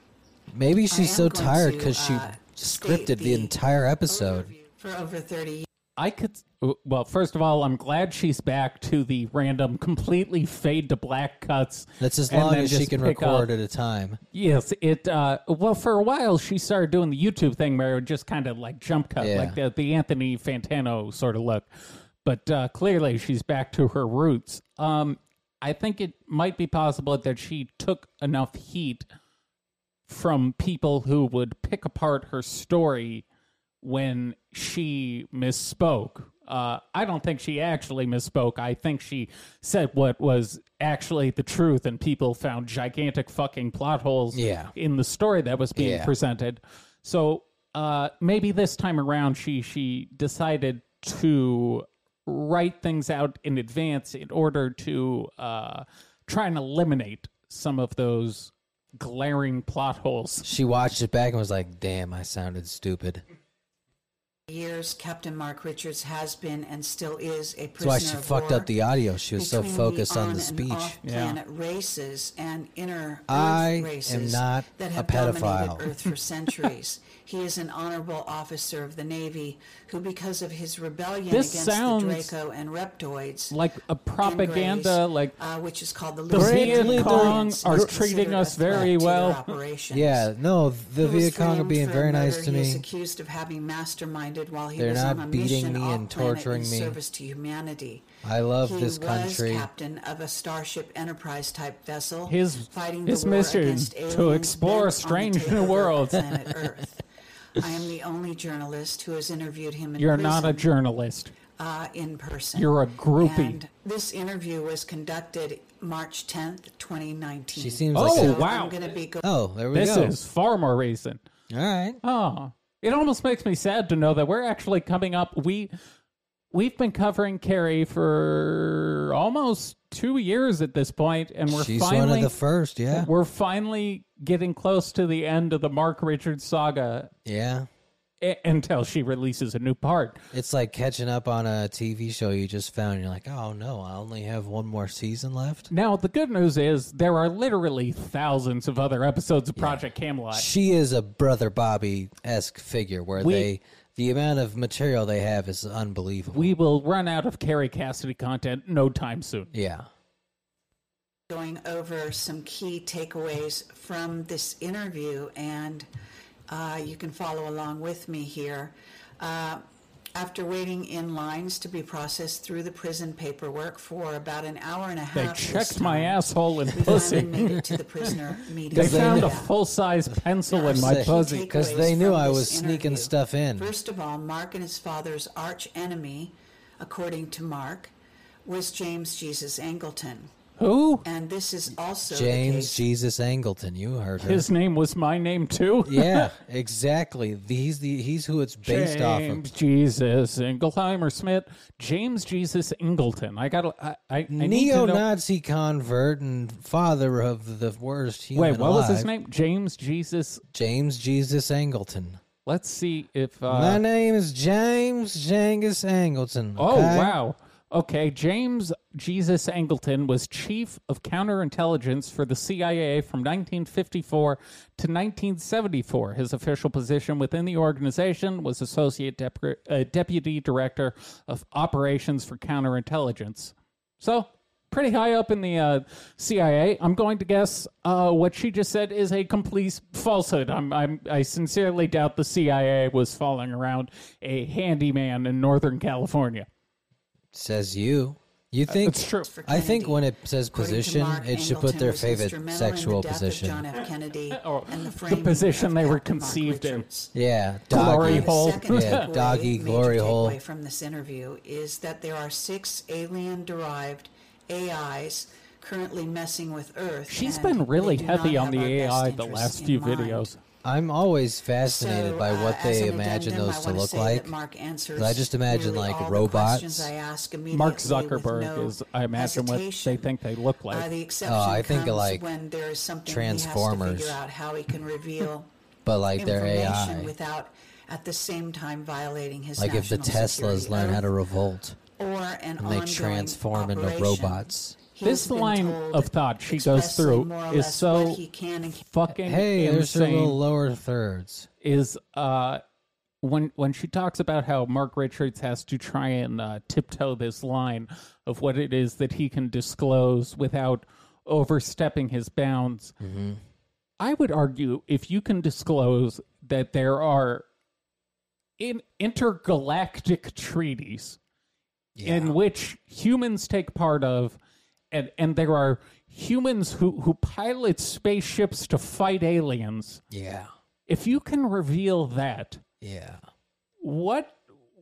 Speaker 2: Maybe
Speaker 3: I
Speaker 2: she's
Speaker 3: am
Speaker 2: so
Speaker 3: going
Speaker 2: tired
Speaker 3: to,
Speaker 2: because she
Speaker 3: uh,
Speaker 2: scripted
Speaker 3: state
Speaker 2: the,
Speaker 3: the
Speaker 2: entire episode.
Speaker 3: For over 30 years.
Speaker 1: I could. Well, first of all, I'm glad she's back to the random, completely fade to black cuts.
Speaker 2: That's as
Speaker 1: and
Speaker 2: long
Speaker 1: then
Speaker 2: as she
Speaker 1: just
Speaker 2: can
Speaker 1: pick
Speaker 2: record
Speaker 1: up-
Speaker 2: at a time.
Speaker 1: Yes, it. Uh, well, for a while, she started doing the YouTube thing where it would just kind of like jump cut,
Speaker 2: Yeah.
Speaker 1: like the, the Anthony Fantano sort of look. But uh, clearly, she's back to her roots. Um, I think it might be possible that she took enough heat from people who would pick apart her story when she misspoke. Uh, I don't think she actually misspoke. I think she said what was actually the truth, and people found gigantic fucking plot holes
Speaker 2: Yeah.
Speaker 1: in the story that was being
Speaker 2: Yeah.
Speaker 1: presented. So uh, maybe this time around, she she decided to write things out in advance in order to uh, try and eliminate some of those glaring plot holes.
Speaker 2: She watched it back and was like, "Damn, I sounded stupid."
Speaker 3: years, Captain Mark Richards has been and still is a
Speaker 2: That's
Speaker 3: prisoner
Speaker 2: why she
Speaker 3: of
Speaker 2: fucked
Speaker 3: war
Speaker 2: up the audio. She was so
Speaker 3: between
Speaker 2: focused on the
Speaker 3: and
Speaker 2: speech.
Speaker 3: off-planet races and inner
Speaker 2: I
Speaker 3: Earth
Speaker 2: am
Speaker 3: races
Speaker 2: not
Speaker 3: that
Speaker 2: a
Speaker 3: have
Speaker 2: pedophile.
Speaker 3: dominated Earth for centuries. he is an honorable officer of the Navy who, because of his rebellion
Speaker 1: This
Speaker 3: against
Speaker 1: sounds
Speaker 3: the Draco and Reptoids,
Speaker 1: Like a propaganda,
Speaker 3: and Greys,
Speaker 1: like
Speaker 3: uh, which is called the,
Speaker 1: the
Speaker 3: Louisiana
Speaker 1: Viet
Speaker 3: Alliance,
Speaker 1: Cong
Speaker 3: is
Speaker 1: are
Speaker 3: considered
Speaker 1: treating
Speaker 3: a
Speaker 1: us
Speaker 3: threat
Speaker 1: very
Speaker 3: to their
Speaker 1: well.
Speaker 3: operations.
Speaker 2: Yeah, no, the
Speaker 3: He was
Speaker 2: Viet Cong are
Speaker 3: framed
Speaker 2: being
Speaker 3: for a
Speaker 2: very nice
Speaker 3: murder
Speaker 2: to
Speaker 3: he is
Speaker 2: me.
Speaker 3: accused of having masterminded while he
Speaker 2: They're
Speaker 3: was on
Speaker 2: not
Speaker 3: a
Speaker 2: beating
Speaker 3: mission
Speaker 2: me
Speaker 3: off
Speaker 2: and
Speaker 3: planet
Speaker 2: torturing
Speaker 3: in
Speaker 2: me.
Speaker 3: service to humanity.
Speaker 2: I love
Speaker 3: he
Speaker 2: this
Speaker 3: was
Speaker 2: country.
Speaker 3: captain of a starship Enterprise type vessel.
Speaker 1: His-
Speaker 3: fighting
Speaker 1: his
Speaker 3: the war
Speaker 1: mission
Speaker 3: against
Speaker 1: to
Speaker 3: aliens
Speaker 1: explore
Speaker 3: bent on the
Speaker 1: strange new
Speaker 3: takeover of
Speaker 1: worlds.
Speaker 3: Planet Earth. I am the only journalist who has interviewed him in
Speaker 1: you're
Speaker 3: prison,
Speaker 1: not a journalist.
Speaker 3: uh, in person.
Speaker 1: You're a groupie.
Speaker 3: And this interview was conducted March 10th, 2019.
Speaker 2: She seems
Speaker 1: Oh,
Speaker 2: like.
Speaker 3: so
Speaker 2: A,
Speaker 1: wow.
Speaker 3: I'm going to be going
Speaker 2: oh, there we
Speaker 1: This
Speaker 2: go.
Speaker 1: is far more recent.
Speaker 2: All right.
Speaker 1: Oh, it almost makes me sad to know that we're actually coming up. We we've been covering Carrie for almost two years at this point, and we're
Speaker 2: She's one
Speaker 1: finally
Speaker 2: of the first. Yeah.
Speaker 1: we're finally getting close to the end of the Mark Richards saga
Speaker 2: Yeah.
Speaker 1: a- until she releases a new part.
Speaker 2: It's like catching up on a TV show you just found. And you're like, oh no, I only have one more season left.
Speaker 1: Now, the good news is there are literally thousands of other episodes of Project Camelot.
Speaker 2: She is a brother Bobby esque figure where
Speaker 1: We-
Speaker 2: they the amount of material they have is unbelievable.
Speaker 1: We will run out of Carrie Cassidy content no time soon.
Speaker 2: yeah.
Speaker 3: going over some key takeaways from this interview, and uh, you can follow along with me here. Uh, after waiting in lines to be processed through the prison paperwork for about an hour and a
Speaker 1: They
Speaker 3: half, this
Speaker 1: checked my
Speaker 3: time,
Speaker 1: asshole and
Speaker 3: We finally
Speaker 1: pussy.
Speaker 3: made it to the prisoner meeting.
Speaker 1: They
Speaker 2: They
Speaker 1: found a
Speaker 3: Yeah.
Speaker 1: full size pencil in my
Speaker 2: Say-
Speaker 1: pussy.
Speaker 2: because
Speaker 3: Takeaways
Speaker 2: they knew
Speaker 3: from
Speaker 2: I
Speaker 3: this
Speaker 2: was sneaking
Speaker 3: interview.
Speaker 2: stuff in.
Speaker 3: First of all, Mark and his father's arch enemy, according to Mark, was James Jesus Angleton.
Speaker 1: Who?
Speaker 3: And this is also the
Speaker 2: James
Speaker 3: case
Speaker 2: Jesus Angleton, you heard her.
Speaker 1: His name was my name too.
Speaker 2: yeah, exactly. The- He's the he's who it's based off of.
Speaker 1: James Jesus Ingleheimer Smith. James Jesus Ingleton. I got. I. I, I need to know.
Speaker 2: Neo-Nazi convert and father of the worst human
Speaker 1: Wait, what was his
Speaker 2: alive,
Speaker 1: name? James Jesus.
Speaker 2: James Jesus Angleton.
Speaker 1: Let's see if. Uh,
Speaker 2: My name is James Jangus Angleton.
Speaker 1: Oh
Speaker 2: okay?
Speaker 1: wow. Okay, James Jesus Angleton was chief of counterintelligence for the CIA from 1954 to 1974. His official position within the organization was associate Dep- uh, deputy director of operations for counterintelligence. So, pretty high up in the uh, CIA. I'm going to guess uh, what she just said is a complete falsehood. I'm, I'm, I sincerely doubt the CIA was following around a handyman in Northern California.
Speaker 2: Says you. You think
Speaker 1: Uh, It's true.
Speaker 3: for
Speaker 2: I think
Speaker 3: Kennedy.
Speaker 2: when it says
Speaker 3: According to
Speaker 2: position,
Speaker 3: Mark,
Speaker 2: it should
Speaker 3: Angleton
Speaker 2: put their
Speaker 3: was
Speaker 2: favorite
Speaker 3: instrumental in the
Speaker 2: sexual
Speaker 3: death of John
Speaker 2: position.
Speaker 3: F. Kennedy
Speaker 1: Or
Speaker 3: and the,
Speaker 1: Oh, the
Speaker 3: framing
Speaker 1: position
Speaker 3: of
Speaker 1: they were
Speaker 3: Captain Mark
Speaker 1: conceived in.
Speaker 3: Richards.
Speaker 2: Yeah,
Speaker 1: Glory
Speaker 2: doggy.
Speaker 3: And the
Speaker 1: hole.
Speaker 3: second
Speaker 2: Yeah,
Speaker 3: takeaway,
Speaker 2: doggy
Speaker 3: major
Speaker 2: glory hole.
Speaker 3: takeaway from this interview is that there are six alien-derived AIs currently messing with Earth.
Speaker 1: She's
Speaker 3: and
Speaker 1: been really
Speaker 3: they do not
Speaker 1: heavy on
Speaker 3: have
Speaker 1: the
Speaker 3: our best
Speaker 1: AI the
Speaker 3: interests
Speaker 1: last
Speaker 3: in
Speaker 1: few
Speaker 3: mind.
Speaker 1: videos.
Speaker 2: I'm always fascinated
Speaker 3: So,
Speaker 2: by
Speaker 3: uh,
Speaker 2: what
Speaker 3: as
Speaker 2: they
Speaker 3: an
Speaker 2: imagine
Speaker 3: addendum, I
Speaker 2: those to
Speaker 3: wanna
Speaker 2: look
Speaker 3: say
Speaker 2: like.
Speaker 3: that Mark answers
Speaker 2: I just imagine,
Speaker 3: nearly
Speaker 2: like,
Speaker 3: all the
Speaker 2: robots.
Speaker 3: questions I ask
Speaker 1: Mark
Speaker 3: immediately with
Speaker 1: Zuckerberg
Speaker 3: no
Speaker 1: is, I imagine,
Speaker 3: hesitation.
Speaker 1: what they think they look like.
Speaker 3: Uh, the exception
Speaker 2: I think,
Speaker 3: comes
Speaker 2: like,
Speaker 3: when there is something He has
Speaker 2: Transformers.
Speaker 3: to figure out how he can reveal
Speaker 2: But like their
Speaker 3: information
Speaker 2: AI,
Speaker 3: without at the same time violating his
Speaker 2: like if the
Speaker 3: national
Speaker 2: Teslas
Speaker 3: security
Speaker 2: learn how to
Speaker 3: oath
Speaker 2: revolt
Speaker 3: or an
Speaker 2: and they
Speaker 3: ongoing
Speaker 2: transform into
Speaker 3: operation.
Speaker 2: robots.
Speaker 3: He has
Speaker 1: this
Speaker 3: been
Speaker 1: line
Speaker 3: told
Speaker 1: of thought she goes
Speaker 3: expressly
Speaker 1: through
Speaker 3: more or
Speaker 1: is
Speaker 3: less what
Speaker 1: so
Speaker 3: he can and can't
Speaker 1: fucking
Speaker 2: Hey, there's their
Speaker 1: insane.
Speaker 2: little lower thirds.
Speaker 1: is uh, when when she talks about how Mark Richards has to try and uh, tiptoe this line of what it is that he can disclose without overstepping his bounds.
Speaker 2: Mm-hmm.
Speaker 1: I would argue if you can disclose that there are in intergalactic treaties in which humans take part of and and there are humans who who pilot spaceships to fight aliens
Speaker 2: Yeah.
Speaker 1: if you can reveal that
Speaker 2: Yeah.
Speaker 1: what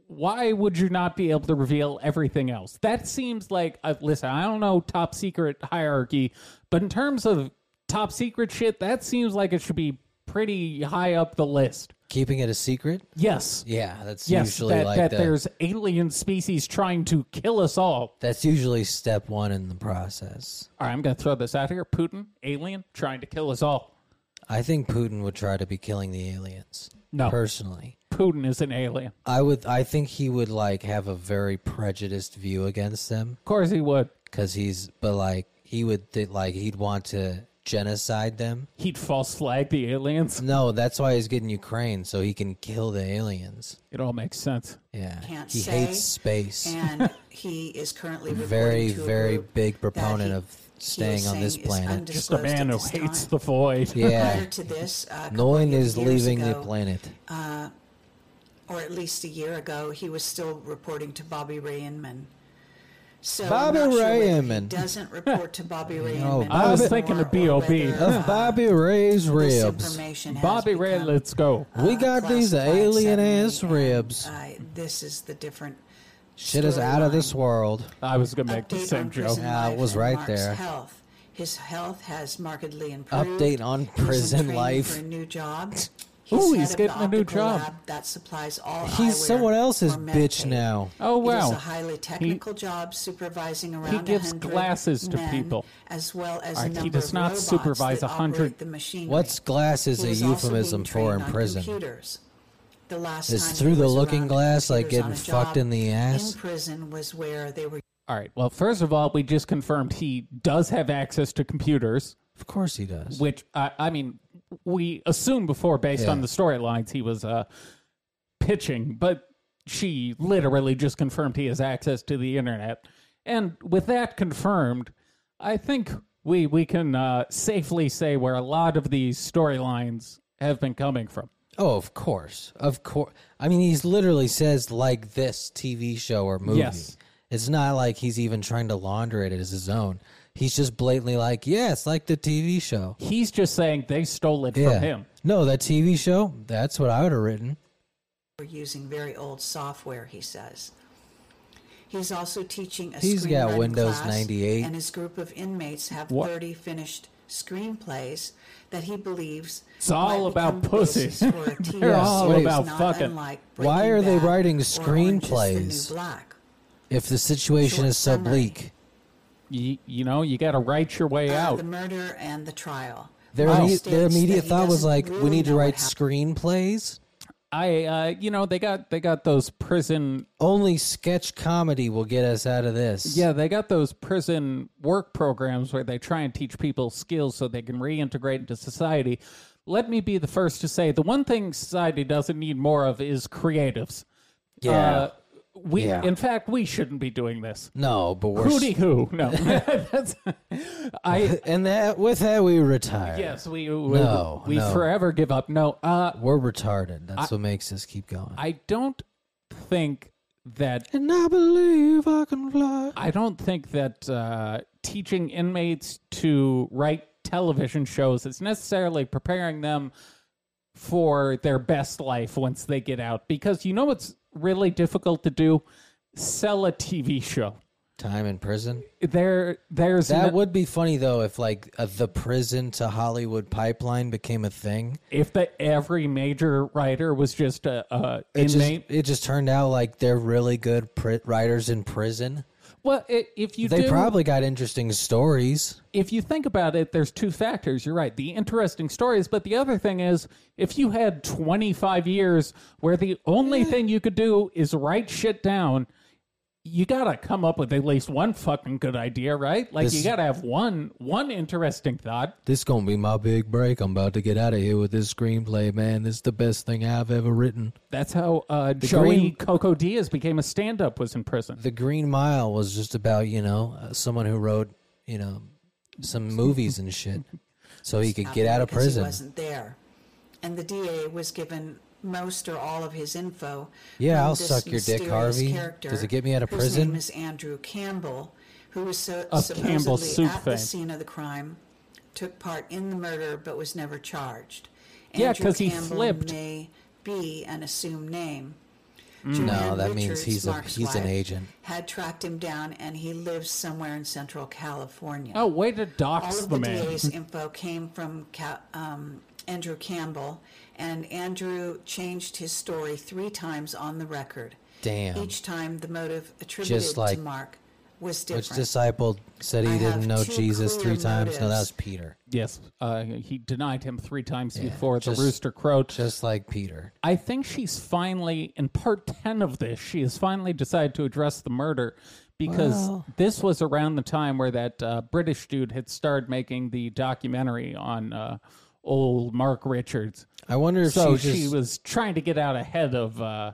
Speaker 1: why would you not be able to reveal everything else? That seems like uh, listen, I don't know top secret hierarchy, but in terms of top secret shit, that seems like it should be pretty high up the list.
Speaker 2: Keeping it a secret?
Speaker 1: Yes.
Speaker 2: Yeah, that's
Speaker 1: Yes,
Speaker 2: usually
Speaker 1: that,
Speaker 2: like
Speaker 1: that
Speaker 2: the-
Speaker 1: there's alien species trying to kill us all.
Speaker 2: that's usually step one in the process.
Speaker 1: All right, I'm going to throw this out here. Putin, alien, trying to kill us all.
Speaker 2: I think Putin would try to be killing the aliens.
Speaker 1: No.
Speaker 2: personally,
Speaker 1: Putin is an alien. Of
Speaker 2: I would. I think he would like have a very prejudiced view against them
Speaker 1: course he would.
Speaker 2: because he's. But like he would th- like he'd want to genocide them.
Speaker 1: He'd false flag the aliens.
Speaker 2: No, that's why he's getting Ukraine so he can kill the aliens.
Speaker 1: It all makes sense.
Speaker 2: Yeah,
Speaker 3: Can't
Speaker 2: he
Speaker 3: say,
Speaker 2: hates space.
Speaker 3: and he is currently reporting
Speaker 2: Very,
Speaker 3: to a
Speaker 2: very
Speaker 3: group
Speaker 2: big
Speaker 3: that
Speaker 2: proponent
Speaker 3: he-
Speaker 2: of
Speaker 3: he was
Speaker 2: staying on this
Speaker 3: saying is
Speaker 2: planet.
Speaker 1: Just a
Speaker 3: undisclosed
Speaker 1: man
Speaker 3: at
Speaker 1: who
Speaker 3: this
Speaker 1: hates
Speaker 3: time.
Speaker 1: the void.
Speaker 2: Yeah,
Speaker 3: Prior to this, uh, a couple
Speaker 2: Nolan
Speaker 3: of
Speaker 2: is
Speaker 3: years
Speaker 2: leaving the
Speaker 3: ago,
Speaker 2: planet.
Speaker 3: or at least a year ago, he was still reporting to Bobby Rainman. So I'm
Speaker 2: Bobby
Speaker 3: not sure whether he
Speaker 2: Rainman.
Speaker 3: doesn't report to Bobby Rainman.
Speaker 1: I was
Speaker 3: anymore
Speaker 1: thinking of
Speaker 3: or
Speaker 1: B.O.B.
Speaker 3: whether,
Speaker 2: Of
Speaker 3: uh,
Speaker 2: Bobby Ray's
Speaker 3: this
Speaker 2: ribs.
Speaker 3: information has
Speaker 1: Bobby Ray,
Speaker 3: become,
Speaker 1: let's go.
Speaker 2: We
Speaker 3: uh,
Speaker 2: got these
Speaker 3: classified
Speaker 2: alien ass
Speaker 3: suddenly, and,
Speaker 2: ribs.
Speaker 3: uh, this is the different.
Speaker 2: Shit is out of this world.
Speaker 1: I was going to make the
Speaker 3: Update
Speaker 1: same
Speaker 3: on
Speaker 1: joke.
Speaker 3: prison
Speaker 2: Yeah, it
Speaker 3: life
Speaker 2: was
Speaker 3: and
Speaker 2: right
Speaker 3: Mark's
Speaker 2: there.
Speaker 3: Health. His health has markedly improved.
Speaker 2: Update on
Speaker 3: He's in
Speaker 2: prison
Speaker 3: training
Speaker 2: life.
Speaker 3: For a new job.
Speaker 1: Ooh,
Speaker 3: head
Speaker 1: he's
Speaker 3: of the
Speaker 1: getting a new
Speaker 3: optical
Speaker 1: job.
Speaker 3: lab that supplies all eyewear
Speaker 2: He's someone else's
Speaker 3: for
Speaker 2: bitch
Speaker 3: Medicaid.
Speaker 2: now.
Speaker 1: Oh,
Speaker 3: It is a
Speaker 1: wow.
Speaker 3: highly technical job supervising around
Speaker 1: gives
Speaker 3: 100
Speaker 1: glasses to
Speaker 3: men,
Speaker 1: people.
Speaker 3: as well as
Speaker 1: All
Speaker 3: a
Speaker 1: right, he
Speaker 3: number
Speaker 1: does
Speaker 3: of
Speaker 1: not
Speaker 3: robots
Speaker 1: supervise
Speaker 3: that
Speaker 1: 100
Speaker 3: operate the machinery.
Speaker 2: What's glass is
Speaker 3: He
Speaker 2: a
Speaker 3: was also
Speaker 2: euphemism
Speaker 3: being
Speaker 2: for
Speaker 3: trained
Speaker 2: in
Speaker 3: on
Speaker 2: prison.
Speaker 3: computers. The last
Speaker 2: It's
Speaker 3: time
Speaker 2: through
Speaker 3: he
Speaker 2: the
Speaker 3: was
Speaker 2: looking
Speaker 3: around
Speaker 2: glass, like
Speaker 3: computers on
Speaker 2: getting
Speaker 3: a job
Speaker 2: fucked in the ass?
Speaker 3: In prison was where they were
Speaker 1: All right. Well, first of all, we just confirmed he does have access to computers,
Speaker 2: Of course he does.
Speaker 1: which I, I mean, we assumed before based
Speaker 2: Yeah.
Speaker 1: on the storylines he was uh, pitching, but she literally just confirmed he has access to the internet. And with that confirmed, I think we we can uh, safely say where a lot of these storylines have been coming from.
Speaker 2: Oh, of course. Of course. I mean, he's literally says like this TV show or movie.
Speaker 1: Yes.
Speaker 2: It's not like he's even trying to launder it as his own. He's just blatantly like, yeah, it's like the TV show.
Speaker 1: He's just saying they stole it
Speaker 2: Yeah.
Speaker 1: from him.
Speaker 2: No, that TV show, that's what I would have written.
Speaker 3: were using very old software, he says. He's also teaching a
Speaker 2: He's got
Speaker 3: screenwriting
Speaker 2: Windows
Speaker 3: class,
Speaker 2: 98.
Speaker 3: and his group of inmates have
Speaker 1: What?
Speaker 3: 30 finished screenplays that he believes
Speaker 1: It's all
Speaker 3: might
Speaker 1: about
Speaker 3: become basis
Speaker 1: pussy.
Speaker 3: for a TV
Speaker 1: They're
Speaker 3: series
Speaker 1: all
Speaker 2: Wait.
Speaker 1: about
Speaker 3: not
Speaker 1: fucking.
Speaker 3: unlike
Speaker 2: Why
Speaker 3: Breaking
Speaker 2: are they
Speaker 3: Bad
Speaker 2: writing
Speaker 3: or Orange is the New
Speaker 2: screenplays?
Speaker 3: Black.
Speaker 2: If the situation
Speaker 3: Short
Speaker 2: is so
Speaker 3: summary.
Speaker 2: bleak,
Speaker 1: You, you know, you got to write your way
Speaker 3: Uh,
Speaker 1: out.
Speaker 3: the murder and the trial.
Speaker 2: their,
Speaker 3: Mike
Speaker 2: imme-
Speaker 3: states
Speaker 2: their
Speaker 3: that
Speaker 2: immediate
Speaker 3: he
Speaker 2: thought was
Speaker 3: doesn't
Speaker 2: like, we
Speaker 3: really
Speaker 2: need to
Speaker 3: know what
Speaker 2: write
Speaker 3: happened.
Speaker 2: screenplays.
Speaker 1: I, uh, you know, they got they got those prison.
Speaker 2: Only sketch comedy will get us out of this.
Speaker 1: Yeah, they got those prison work programs where they try and teach people skills so they can reintegrate into society. Let me be the first to say the one thing society doesn't need more of is creatives.
Speaker 2: Yeah.
Speaker 1: Uh, we,
Speaker 2: Yeah.
Speaker 1: in fact, we shouldn't be doing this.
Speaker 2: No, but we're.
Speaker 1: Hooty who? No, That's, I
Speaker 2: and that with that we retire.
Speaker 1: yes, we we,
Speaker 2: No,
Speaker 1: we
Speaker 2: no.
Speaker 1: forever give up. No, uh,
Speaker 2: We're retarded. That's what makes us keep going.
Speaker 1: I don't think that
Speaker 2: and I believe I can fly.
Speaker 1: I don't think that uh, teaching inmates to write television shows is necessarily preparing them for their best life once they get out. Because you know what's really difficult to do? Sell a TV show.
Speaker 2: Time in prison.
Speaker 1: There, there's
Speaker 2: That
Speaker 1: no-
Speaker 2: would be funny though if like uh, the prison to Hollywood pipeline became a thing.
Speaker 1: if the every major writer was just a, a
Speaker 2: It just,
Speaker 1: inmate.
Speaker 2: it just turned out like they're really good pri- writers in prison.
Speaker 1: well, i if you
Speaker 2: They
Speaker 1: do,
Speaker 2: probably got interesting stories.
Speaker 1: if you think about it, there's two factors. You're right. The interesting stories, but the other thing is if you had 25 years where the only thing you could do is write shit down, you gotta come up with at least one fucking good idea, right? Like you
Speaker 2: This-
Speaker 1: gotta have one one interesting thought.
Speaker 2: This gonna be my big break. I'm about to get out of here with this screenplay, man. This is the best thing I've ever written.
Speaker 1: That's how uh, Joey
Speaker 2: green-
Speaker 1: Coco Diaz became a stand-up. Was in prison.
Speaker 2: The Green Mile was just about you know uh, someone who wrote you know some movies and shit, so he could get out of
Speaker 3: because He
Speaker 2: prison.
Speaker 3: wasn't there, and the DA was given most or all of his info.
Speaker 2: Yeah,
Speaker 3: from
Speaker 2: I'll
Speaker 3: this
Speaker 2: suck your dick,
Speaker 3: mysterious
Speaker 2: Harvey.
Speaker 3: character
Speaker 2: Does it get me out of
Speaker 3: whose
Speaker 2: prison?
Speaker 3: Name is Andrew Campbell, who was so,
Speaker 1: Of
Speaker 3: supposedly
Speaker 1: Campbell's soup
Speaker 3: at
Speaker 1: fame.
Speaker 3: the scene of the crime, took part in the murder but was never charged.
Speaker 1: Yeah,
Speaker 3: Andrew
Speaker 1: 'cause he
Speaker 3: Campbell
Speaker 1: flipped.
Speaker 3: May be an assumed name.
Speaker 2: No,
Speaker 3: Joanne
Speaker 2: that means
Speaker 3: Richards,
Speaker 2: he's a
Speaker 3: Mark's
Speaker 2: he's an
Speaker 3: wife,
Speaker 2: agent.
Speaker 3: Had tracked him down, and he lives somewhere in Central California.
Speaker 1: Oh, way to dox
Speaker 3: All of
Speaker 1: the
Speaker 3: the
Speaker 1: man.
Speaker 3: DA's info came from Ca- um, Andrew Campbell, and Andrew changed his story three times on the record.
Speaker 2: Damn.
Speaker 3: Each time, the motive attributed
Speaker 2: like-
Speaker 3: to Mark was
Speaker 2: Which
Speaker 3: different.
Speaker 2: disciple said he
Speaker 3: I have
Speaker 2: didn't know
Speaker 3: two
Speaker 2: Jesus
Speaker 3: clear
Speaker 2: three times? No, that
Speaker 3: motives.
Speaker 2: was Peter.
Speaker 1: Yes, uh, he denied him three times before
Speaker 2: just-
Speaker 1: the rooster crowed.
Speaker 2: Just like Peter.
Speaker 1: I think she's finally, in part 10 of this, she has finally decided to address the murder because
Speaker 2: Well-
Speaker 1: this was around the time where that uh, British dude had started making the documentary on uh, old Mark Richards.
Speaker 2: I wonder if
Speaker 1: So
Speaker 2: she
Speaker 1: she,
Speaker 2: just
Speaker 1: was trying to get out ahead of uh,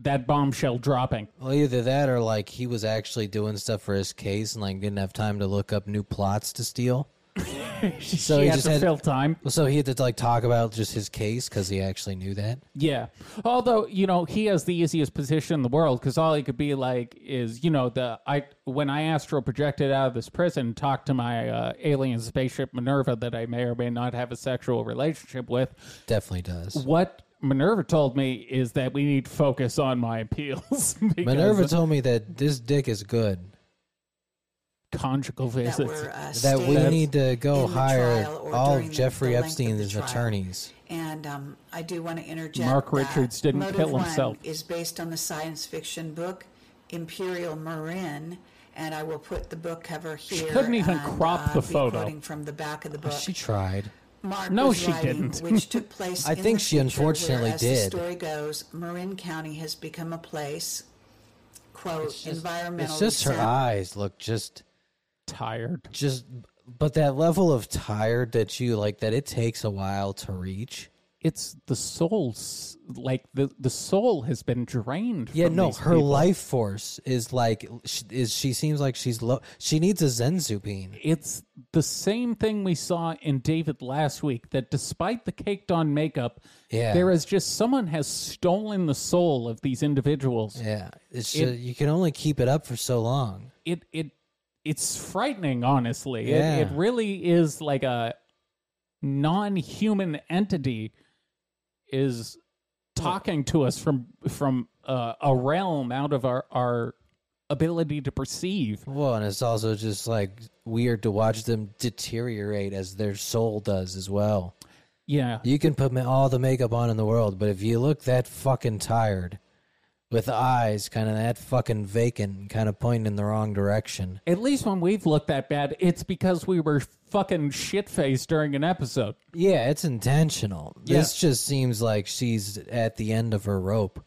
Speaker 1: that bombshell dropping.
Speaker 2: well either that or like he was actually doing stuff for his case and like didn't have time to look up new plots to steal.
Speaker 1: So
Speaker 2: he
Speaker 1: she had
Speaker 2: just
Speaker 1: to
Speaker 2: had-
Speaker 1: fill time.
Speaker 2: Well, so he had to like talk about just his case because he actually knew that.
Speaker 1: Yeah. Although, you know, he has the easiest position in the world because all he could be like is, you know, the I when I astral projected out of this prison, talked to my uh, alien spaceship Minerva that I may or may not have a sexual relationship with.
Speaker 2: Definitely does.
Speaker 1: What Minerva told me is that we need to focus on my appeals. because
Speaker 2: Minerva
Speaker 1: of
Speaker 2: told me that this dick is good.
Speaker 1: conjugal
Speaker 3: that
Speaker 1: visits.
Speaker 3: were, uh,
Speaker 2: That we
Speaker 3: stated
Speaker 2: need to go
Speaker 3: in the
Speaker 2: hire
Speaker 3: trial or
Speaker 2: all
Speaker 3: during
Speaker 2: of
Speaker 3: the-
Speaker 2: Jeffrey
Speaker 3: the length of the
Speaker 2: Epstein's
Speaker 3: trial.
Speaker 2: attorneys.
Speaker 3: And um, I do want to interject.
Speaker 1: Mark
Speaker 3: that
Speaker 1: Richards didn't
Speaker 3: Motive
Speaker 1: kill
Speaker 3: One
Speaker 1: himself.
Speaker 3: Is based on the science fiction book Imperial Marin, and I will put the book cover here.
Speaker 1: couldn't even
Speaker 3: and,
Speaker 1: crop
Speaker 3: uh,
Speaker 1: the
Speaker 3: be
Speaker 1: photo. Oh,
Speaker 3: quoting from the back of the book.
Speaker 2: She tried.
Speaker 3: Mark
Speaker 1: No,
Speaker 3: was
Speaker 1: she
Speaker 3: writing,
Speaker 1: didn't.
Speaker 3: which took place.
Speaker 2: I
Speaker 3: in
Speaker 2: think
Speaker 3: the
Speaker 2: she
Speaker 3: future,
Speaker 2: unfortunately
Speaker 3: where, as
Speaker 2: did.
Speaker 3: The story goes, Marin County has become a place. Quote environmentally.
Speaker 2: It's just her
Speaker 3: sound-
Speaker 2: eyes look just
Speaker 1: tired.
Speaker 2: just but that level of tired that you like that it takes a while to reach.
Speaker 1: It's the soul's like the the soul has been drained.
Speaker 2: Yeah,
Speaker 1: from
Speaker 2: no,
Speaker 1: these
Speaker 2: her
Speaker 1: people.
Speaker 2: life force is like sh- is she seems like she's low. She needs a zenzupine.
Speaker 1: it's the same thing we saw in David last week that despite the caked on makeup,
Speaker 2: Yeah.
Speaker 1: there is just someone has stolen the soul of these individuals.
Speaker 2: Yeah, it's ju- you can only keep it up for so long.
Speaker 1: It it it's frightening, honestly.
Speaker 2: Yeah.
Speaker 1: It it really is like a non human entity is talking to us from from uh, a realm out of our our ability to perceive.
Speaker 2: Well, and it's also just like weird to watch them deteriorate as their soul does as well.
Speaker 1: Yeah.
Speaker 2: You can put ma- all the makeup on in the world, but if you look that fucking tired, with eyes kind of that fucking vacant, kind of pointing in the wrong direction,
Speaker 1: At least when we've looked that bad, it's because we were fucking shit faced during an episode.
Speaker 2: yeah, it's intentional. This just seems like she's at the end of her rope.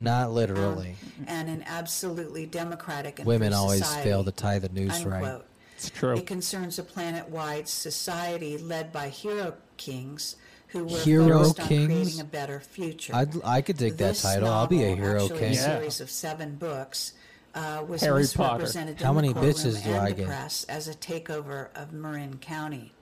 Speaker 2: Not literally.
Speaker 3: and an absolutely democratic and
Speaker 2: Women
Speaker 3: free
Speaker 2: always
Speaker 3: society,
Speaker 2: fail to tie the noose right.
Speaker 3: unquote.
Speaker 1: It's true.
Speaker 3: It concerns a planet-wide society led by hero kings who were
Speaker 2: Hero
Speaker 3: focused
Speaker 2: kings?
Speaker 3: on creating a better future.
Speaker 2: I'd, I could dig that
Speaker 3: This
Speaker 2: title. I'll be a
Speaker 3: novel,
Speaker 2: hero
Speaker 3: actually
Speaker 2: king.
Speaker 3: A
Speaker 1: Yeah.
Speaker 3: series of seven books. Uh, was
Speaker 1: Harry Potter.
Speaker 3: misrepresented in
Speaker 2: How
Speaker 3: the
Speaker 2: many
Speaker 3: courtroom
Speaker 2: bitches do
Speaker 3: and
Speaker 2: I
Speaker 3: the
Speaker 2: get?
Speaker 3: press as a takeover of Marin County.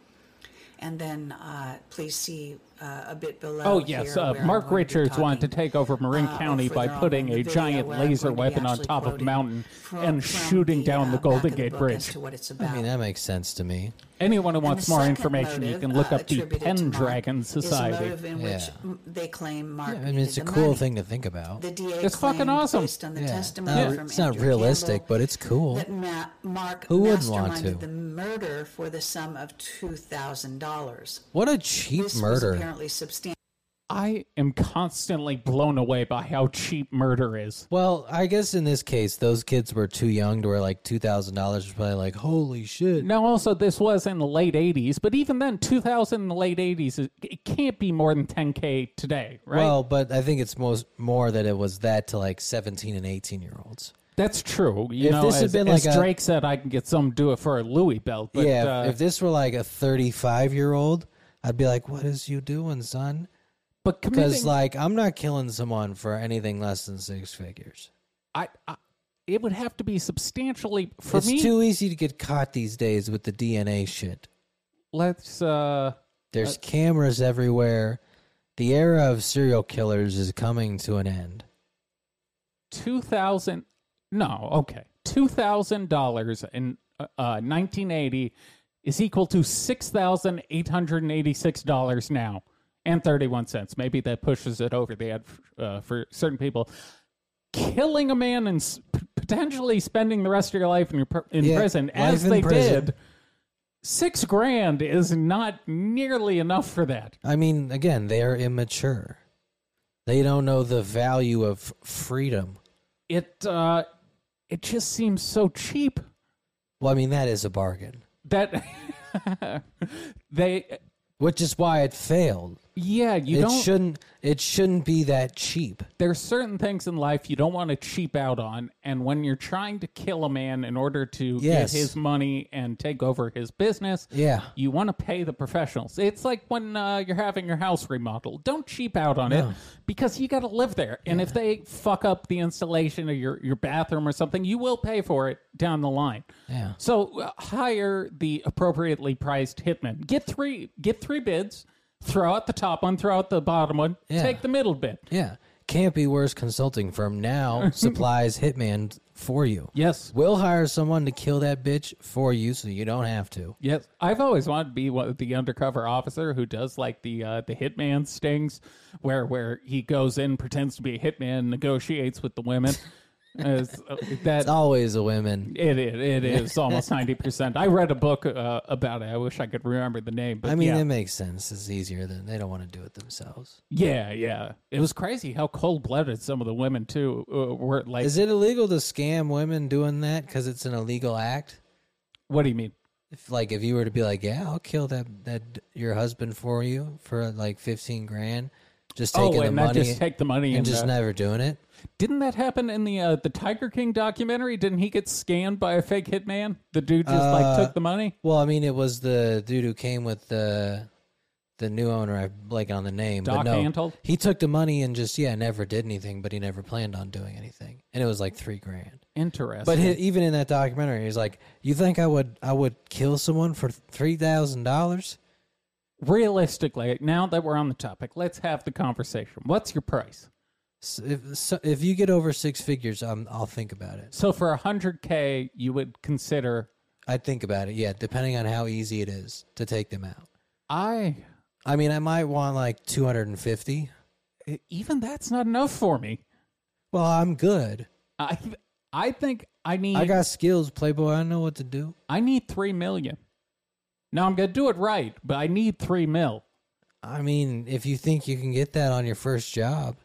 Speaker 3: And then uh, please see uh, a bit below.
Speaker 1: Oh yes,
Speaker 3: here
Speaker 1: uh,
Speaker 3: where I'm
Speaker 1: Mark
Speaker 3: going to be
Speaker 1: Richards wanted to
Speaker 3: talking,
Speaker 1: take over Marin
Speaker 3: uh,
Speaker 1: County
Speaker 3: or
Speaker 1: by
Speaker 3: further on
Speaker 1: putting
Speaker 3: in the
Speaker 1: a
Speaker 3: video
Speaker 1: giant
Speaker 3: where I'm
Speaker 1: laser
Speaker 3: going to be
Speaker 1: weapon on
Speaker 3: actually
Speaker 1: top of a
Speaker 3: quoting
Speaker 1: mountain
Speaker 3: from-
Speaker 1: and
Speaker 3: from
Speaker 1: shooting
Speaker 3: the,
Speaker 1: down the
Speaker 3: uh,
Speaker 1: Golden
Speaker 3: back of the
Speaker 1: Gate
Speaker 3: book as
Speaker 1: Bridge.
Speaker 3: to what it's
Speaker 2: I mean,
Speaker 3: about.
Speaker 2: that makes sense to me.
Speaker 1: Anyone who
Speaker 3: And
Speaker 1: wants
Speaker 3: the
Speaker 1: more
Speaker 3: second
Speaker 1: information, you
Speaker 3: motive,
Speaker 1: can look
Speaker 3: uh,
Speaker 1: up the
Speaker 3: attributed to Mark,
Speaker 1: Pendragon
Speaker 3: is a
Speaker 1: Society.
Speaker 3: motive in which
Speaker 2: Yeah.
Speaker 3: m- they claim Mark
Speaker 2: I mean,
Speaker 3: needed
Speaker 2: it's a
Speaker 3: the
Speaker 2: cool
Speaker 3: money.
Speaker 2: thing to think about.
Speaker 3: The DA
Speaker 1: It's fucking
Speaker 3: claimed,
Speaker 1: awesome.
Speaker 3: Based on the
Speaker 2: Yeah, it's
Speaker 3: testimony
Speaker 2: not-
Speaker 3: from
Speaker 2: it's not
Speaker 3: Andrew
Speaker 2: realistic,
Speaker 3: Campbell,
Speaker 2: but it's cool.
Speaker 3: That Ma- Mark
Speaker 2: Who wouldn't want
Speaker 3: masterminded
Speaker 2: to?
Speaker 3: the murder for the sum of two thousand dollars.
Speaker 2: What a cheap
Speaker 3: This was
Speaker 2: murder.
Speaker 3: apparently substantial.
Speaker 1: I am constantly blown away by how cheap murder is.
Speaker 2: Well, I guess in this case, those kids were too young to where like two thousand dollars was probably like, holy shit.
Speaker 1: Now, also, this was in the late '80s, but even then, 2000 in the late '80s, it- it can't be more than 10k today, right?
Speaker 2: Well, but I think it's most more that it was that to like seventeen and eighteen year olds.
Speaker 1: That's true. You
Speaker 2: If
Speaker 1: know,
Speaker 2: this had
Speaker 1: as,
Speaker 2: been
Speaker 1: as
Speaker 2: like a-
Speaker 1: Drake said, I can get some do it for a Louis belt. But,
Speaker 2: yeah,
Speaker 1: uh,
Speaker 2: if, if this were like a thirty five year old, I'd be like, what is you doing, son?
Speaker 1: but
Speaker 2: Because
Speaker 1: committing,
Speaker 2: like I'm not killing someone for anything less than six figures.
Speaker 1: I, I, it would have to be substantially for
Speaker 2: it's
Speaker 1: me.
Speaker 2: too easy to get caught these days with the DNA shit.
Speaker 1: let's uh,
Speaker 2: There's cameras everywhere. The era of serial killers is coming to an end.
Speaker 1: two thousand. No, okay, two thousand dollars in uh, uh, nineteen eighty is equal to six thousand eight hundred eighty-six dollars now. and 31 cents. Maybe that pushes it over the ad uh, for certain people. Killing a man and s- p- potentially spending the rest of your life in, your pr- in
Speaker 2: Yeah,
Speaker 1: prison,
Speaker 2: life
Speaker 1: as
Speaker 2: in
Speaker 1: they
Speaker 2: prison.
Speaker 1: did, six grand is not nearly enough for that.
Speaker 2: I mean, again, they are immature. They don't know the value of freedom.
Speaker 1: It uh, it just seems so cheap
Speaker 2: Well, I mean, that is a bargain,
Speaker 1: that they
Speaker 2: which is why it failed.
Speaker 1: yeah you
Speaker 2: it
Speaker 1: don't
Speaker 2: shouldn't. It shouldn't be that cheap.
Speaker 1: there's certain things in life you don't want to cheap out on and when you're trying to kill a man in order to
Speaker 2: Yes.
Speaker 1: get his money and take over his business
Speaker 2: Yeah.
Speaker 1: you want to pay the professionals it's like when uh, you're having your house remodeled don't cheap out on it because you got to live there and if they fuck up the installation of your, your bathroom or something you will pay for it down the line
Speaker 2: Yeah.
Speaker 1: so uh, hire the appropriately priced hitman get three get three bids throw out the top one throw out the bottom one
Speaker 2: Yeah.
Speaker 1: take the middle bid
Speaker 2: Yeah. Can't be worse consulting firm now supplies Hitman for you.
Speaker 1: yes
Speaker 2: We'll hire someone to kill that bitch for you so you don't have to.
Speaker 1: Yes, I've always wanted to be one, the undercover officer who does like the uh, the hitman stings, where where he goes in, pretends to be a hitman, negotiates with the women. As, uh, that
Speaker 2: It's always the women.
Speaker 1: it, it it is almost ninety percent. I read a book uh, about it. I wish I could remember the name, but
Speaker 2: I mean,
Speaker 1: yeah,
Speaker 2: it makes sense. It's easier than they don't want to do it themselves.
Speaker 1: yeah, yeah. It was crazy how cold blooded some of the women too uh, were. Like,
Speaker 2: Is it illegal to scam women doing that because it's an illegal act?
Speaker 1: what do you mean?
Speaker 2: If like if you were to be like, yeah, I'll kill that that your husband for you for like fifteen grand, just taking
Speaker 1: oh,
Speaker 2: the
Speaker 1: and not
Speaker 2: money
Speaker 1: just take the money
Speaker 2: and just
Speaker 1: uh,
Speaker 2: never doing it.
Speaker 1: Didn't that happen in the uh, the Tiger King documentary? Didn't he get scanned by a fake hitman? The dude just like
Speaker 2: Uh,
Speaker 1: took the money.
Speaker 2: Well, I mean, it was the dude who came with the the new owner. I blank on the name,
Speaker 1: Doc
Speaker 2: but no,
Speaker 1: Antle?
Speaker 2: he took the money and just yeah, never did anything. But he never planned on doing anything, and it was like three grand.
Speaker 1: Interesting.
Speaker 2: But he, even in that documentary, he's like, "You think I would I would kill someone for three thousand dollars?"
Speaker 1: realistically, now that we're on the topic, let's have the conversation. What's your price?
Speaker 2: S- If so, if you get over six figures, um, I'll think about it.
Speaker 1: So for hundred k, you would consider.
Speaker 2: I'd think about it. Yeah, depending on how easy it is to take them out.
Speaker 1: I
Speaker 2: I mean, I might want like two hundred and fifty.
Speaker 1: even that's not enough for me.
Speaker 2: Well, I'm good.
Speaker 1: I I think I need
Speaker 2: I
Speaker 1: I,
Speaker 2: got skills, Playboy. I know what to do.
Speaker 1: need three million. Now I'm gonna do it right, but I need three mil.
Speaker 2: I mean, if you think you can get that on your first job,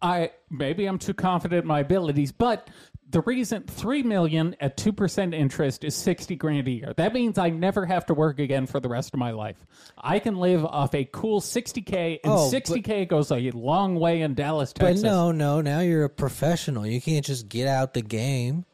Speaker 1: I maybe I'm too confident in my abilities, but the reason three million at two percent interest is sixty grand a year. That means I never have to work again for the rest of my life. I can live off a cool sixty k,
Speaker 2: Oh,
Speaker 1: and
Speaker 2: but-
Speaker 1: sixty k goes a long way in Dallas,
Speaker 2: but
Speaker 1: Texas.
Speaker 2: no, no, now you're a professional. You can't just get out the game.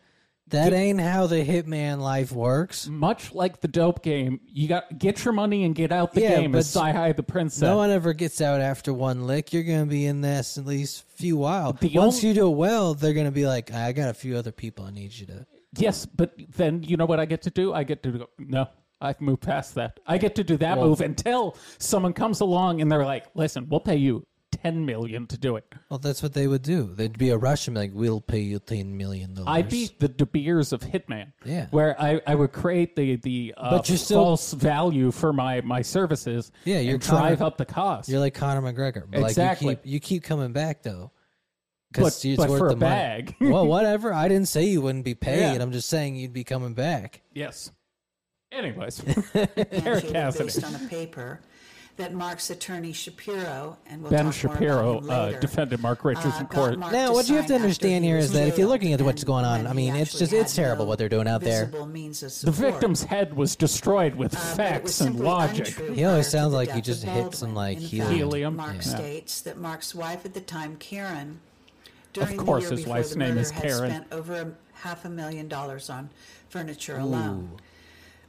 Speaker 2: That ain't how the hitman life works.
Speaker 1: Much like the dope game, you got get your money and get out the
Speaker 2: Yeah,
Speaker 1: game.
Speaker 2: but
Speaker 1: As Sci High the Prince said,
Speaker 2: No one ever gets out after one lick. You're going to be in this at least a few while.
Speaker 1: The
Speaker 2: Once
Speaker 1: only-
Speaker 2: you do it well, they're going to be like, I got a few other people I need you to.
Speaker 1: yes, but then you know what I get to do? I get to go, no. I've moved past that. I get to do that move until someone comes along and they're like, "Listen, we'll pay you ten million to do it."
Speaker 2: Well, that's what they would do. They'd be a Russian, like, we'll pay you $10 million.
Speaker 1: I beat the De Beers of Hitman.
Speaker 2: Yeah.
Speaker 1: Where I, I would create the the uh,
Speaker 2: But you're still-
Speaker 1: false value for my my services.
Speaker 2: Yeah, you're
Speaker 1: and drive
Speaker 2: kinda-
Speaker 1: up the cost.
Speaker 2: You're like Conor McGregor. But
Speaker 1: Exactly.
Speaker 2: Like you, keep, you keep coming back, though.
Speaker 1: but
Speaker 2: it's
Speaker 1: but
Speaker 2: worth
Speaker 1: for a
Speaker 2: the money.
Speaker 1: bag.
Speaker 2: well, whatever. I didn't say you wouldn't be paid.
Speaker 1: Yeah.
Speaker 2: I'm just saying you'd be coming back.
Speaker 1: yes. Anyways,
Speaker 3: and
Speaker 1: Eric
Speaker 3: she was
Speaker 1: Cassidy.
Speaker 3: based on a paper that Mark's attorney Shapiro and we'll
Speaker 1: Ben
Speaker 3: talk more about
Speaker 1: Shapiro
Speaker 3: him
Speaker 1: uh,
Speaker 3: later,
Speaker 1: defended Mark Richards
Speaker 3: uh,
Speaker 1: in
Speaker 3: got
Speaker 1: court.
Speaker 3: Mark
Speaker 2: Now, what you have to
Speaker 3: sign after
Speaker 2: understand
Speaker 3: he
Speaker 2: here
Speaker 3: was
Speaker 2: is that if you're
Speaker 3: jailed
Speaker 2: looking at what's
Speaker 3: and
Speaker 2: going on,
Speaker 3: when
Speaker 2: I
Speaker 3: he
Speaker 2: mean, it's
Speaker 3: actually
Speaker 2: just- it's
Speaker 3: had no
Speaker 2: terrible what they're doing out there.
Speaker 3: visible means of
Speaker 1: The
Speaker 3: support.
Speaker 1: victim's head was destroyed with
Speaker 3: Uh, but it was
Speaker 1: facts and
Speaker 3: simply
Speaker 1: logic.
Speaker 3: untrue
Speaker 2: He always
Speaker 3: prior to
Speaker 2: sounds
Speaker 3: the
Speaker 2: like he
Speaker 3: death
Speaker 2: just
Speaker 3: of
Speaker 2: hit
Speaker 3: Baldwin.
Speaker 2: some, like,
Speaker 3: In fact,
Speaker 2: helium.
Speaker 1: Helium,
Speaker 3: Mark
Speaker 1: yeah.
Speaker 3: states that Mark's wife at the time, Karen, during
Speaker 1: course
Speaker 3: the year
Speaker 1: his
Speaker 3: before
Speaker 1: wife's
Speaker 3: the
Speaker 1: name
Speaker 3: murder,
Speaker 1: is
Speaker 3: had
Speaker 1: Karen.
Speaker 3: spent over a half a million dollars on furniture alone.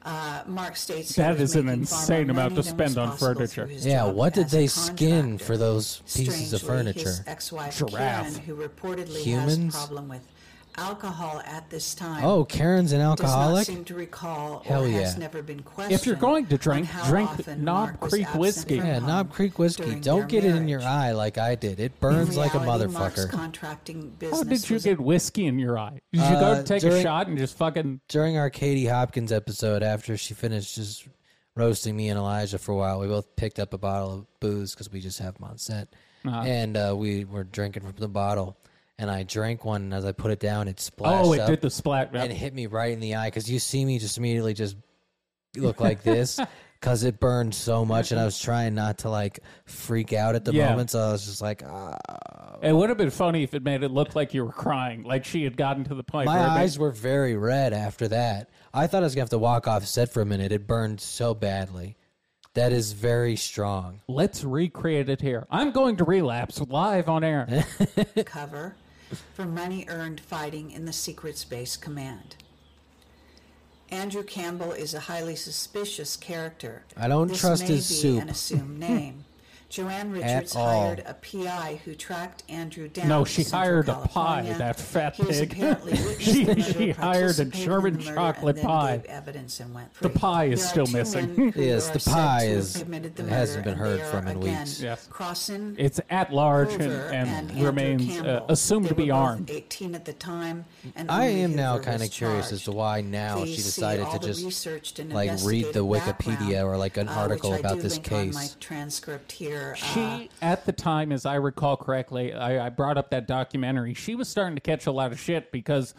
Speaker 3: Uh, Mark states he
Speaker 1: That is
Speaker 3: was
Speaker 1: an
Speaker 3: making far more
Speaker 1: insane amount to
Speaker 3: money than was
Speaker 1: spend on
Speaker 3: possible through
Speaker 1: furniture.
Speaker 3: his
Speaker 2: Yeah,
Speaker 3: job
Speaker 2: what did
Speaker 3: as a
Speaker 2: they skin
Speaker 3: contractor.
Speaker 2: for those pieces of
Speaker 3: Strangely,
Speaker 2: furniture?
Speaker 3: His ex-wife
Speaker 1: Giraffe.
Speaker 3: Karen, who reportedly
Speaker 2: Humans?
Speaker 3: has a problem with alcohol at this time,
Speaker 2: oh, Karen's an
Speaker 3: does not
Speaker 2: alcoholic?
Speaker 3: seem to recall
Speaker 2: Hell
Speaker 3: or
Speaker 2: yeah.
Speaker 3: has never been questioned.
Speaker 1: you're going to drink,
Speaker 3: on how
Speaker 1: drink
Speaker 3: often
Speaker 1: Knob
Speaker 3: Mark was
Speaker 1: Creek
Speaker 3: absent
Speaker 1: whiskey.
Speaker 3: from
Speaker 2: Yeah,
Speaker 3: home
Speaker 2: Knob Creek whiskey.
Speaker 3: during
Speaker 2: Don't
Speaker 3: their
Speaker 2: get it in your
Speaker 3: marriage.
Speaker 2: eye like I did. It
Speaker 3: In
Speaker 2: burns like a
Speaker 3: reality, Mark's
Speaker 2: motherfucker.
Speaker 3: contracting business
Speaker 1: How Oh, did you
Speaker 3: was
Speaker 1: get whiskey in your eye? Did you
Speaker 2: Uh,
Speaker 1: go take a
Speaker 2: during-
Speaker 1: shot and just fucking
Speaker 2: During our Katie Hopkins episode, after she finishes roasting me and Elijah for a while. We both picked up a bottle of booze because we just have them on set,
Speaker 1: Uh-huh.
Speaker 2: and uh, we were drinking from the bottle. And I drank one, and as I put it down, it splashed.
Speaker 1: Oh, it
Speaker 2: up
Speaker 1: did the splat.
Speaker 2: and it hit me right in the eye because you see me just immediately just look like this because it burned so much and i was trying not to like freak out at the
Speaker 1: Yeah.
Speaker 2: moment so i was just like ah.
Speaker 1: It would have been funny if it made it look like you were crying, like she had gotten to the point.
Speaker 2: my
Speaker 1: where it made-
Speaker 2: eyes were very red after that i thought i was gonna have to walk off set for a minute it burned so badly that is very strong
Speaker 1: Let's recreate it here. I'm going to relapse live on air.
Speaker 3: cover for money earned fighting in the Secret Space Command. Andrew Campbell is a highly suspicious character.
Speaker 2: I don't
Speaker 3: this
Speaker 2: trust
Speaker 3: may
Speaker 2: his
Speaker 3: be
Speaker 2: soup.
Speaker 3: An assumed name. Joanne Richards
Speaker 2: all.
Speaker 3: hired a PI who tracked Andrew down.
Speaker 1: No,
Speaker 3: to
Speaker 1: she
Speaker 3: Central
Speaker 1: hired a pie,
Speaker 3: California.
Speaker 1: that fat
Speaker 3: he was
Speaker 1: pig.
Speaker 3: apparently witness
Speaker 1: She-
Speaker 3: to the
Speaker 1: she
Speaker 3: murder,
Speaker 1: hired a
Speaker 3: participated in
Speaker 1: German
Speaker 3: the murder,
Speaker 1: chocolate
Speaker 3: and then
Speaker 1: pie.
Speaker 3: Gave evidence and went
Speaker 1: The
Speaker 3: free.
Speaker 1: pie is
Speaker 3: There are
Speaker 1: still
Speaker 3: two
Speaker 1: missing.
Speaker 3: men who
Speaker 2: Yes,
Speaker 3: are
Speaker 2: the
Speaker 3: said to
Speaker 2: pie
Speaker 3: have
Speaker 2: is-
Speaker 3: committed the
Speaker 2: it hasn't
Speaker 3: murder,
Speaker 2: been
Speaker 3: and
Speaker 2: heard
Speaker 3: they are
Speaker 2: from in
Speaker 3: again
Speaker 2: weeks.
Speaker 1: Yes.
Speaker 3: Crossing
Speaker 1: it's at large and,
Speaker 3: Hoover
Speaker 1: and,
Speaker 3: Andrew
Speaker 1: remains uh,
Speaker 3: Campbell.
Speaker 1: assumed
Speaker 3: They
Speaker 1: to
Speaker 3: were
Speaker 1: be
Speaker 3: both
Speaker 1: armed.
Speaker 3: 18 at the time, and
Speaker 2: i
Speaker 3: only
Speaker 2: am now
Speaker 3: Hoover
Speaker 2: kind of
Speaker 3: was
Speaker 2: curious as to
Speaker 3: charged.
Speaker 2: why now
Speaker 3: Please
Speaker 2: she
Speaker 3: see
Speaker 2: decided
Speaker 3: all
Speaker 2: to
Speaker 3: the
Speaker 2: just
Speaker 3: researched and
Speaker 2: like read the
Speaker 3: investigative
Speaker 2: wikipedia or like an
Speaker 3: background, uh,
Speaker 2: article
Speaker 3: which I
Speaker 2: about
Speaker 3: do
Speaker 2: this
Speaker 3: link on my
Speaker 2: case
Speaker 3: transcript here.
Speaker 2: Uh-huh.
Speaker 3: uh,
Speaker 1: She, at the time, as I recall correctly, I, I brought up that documentary. She was starting to catch a lot of shit because,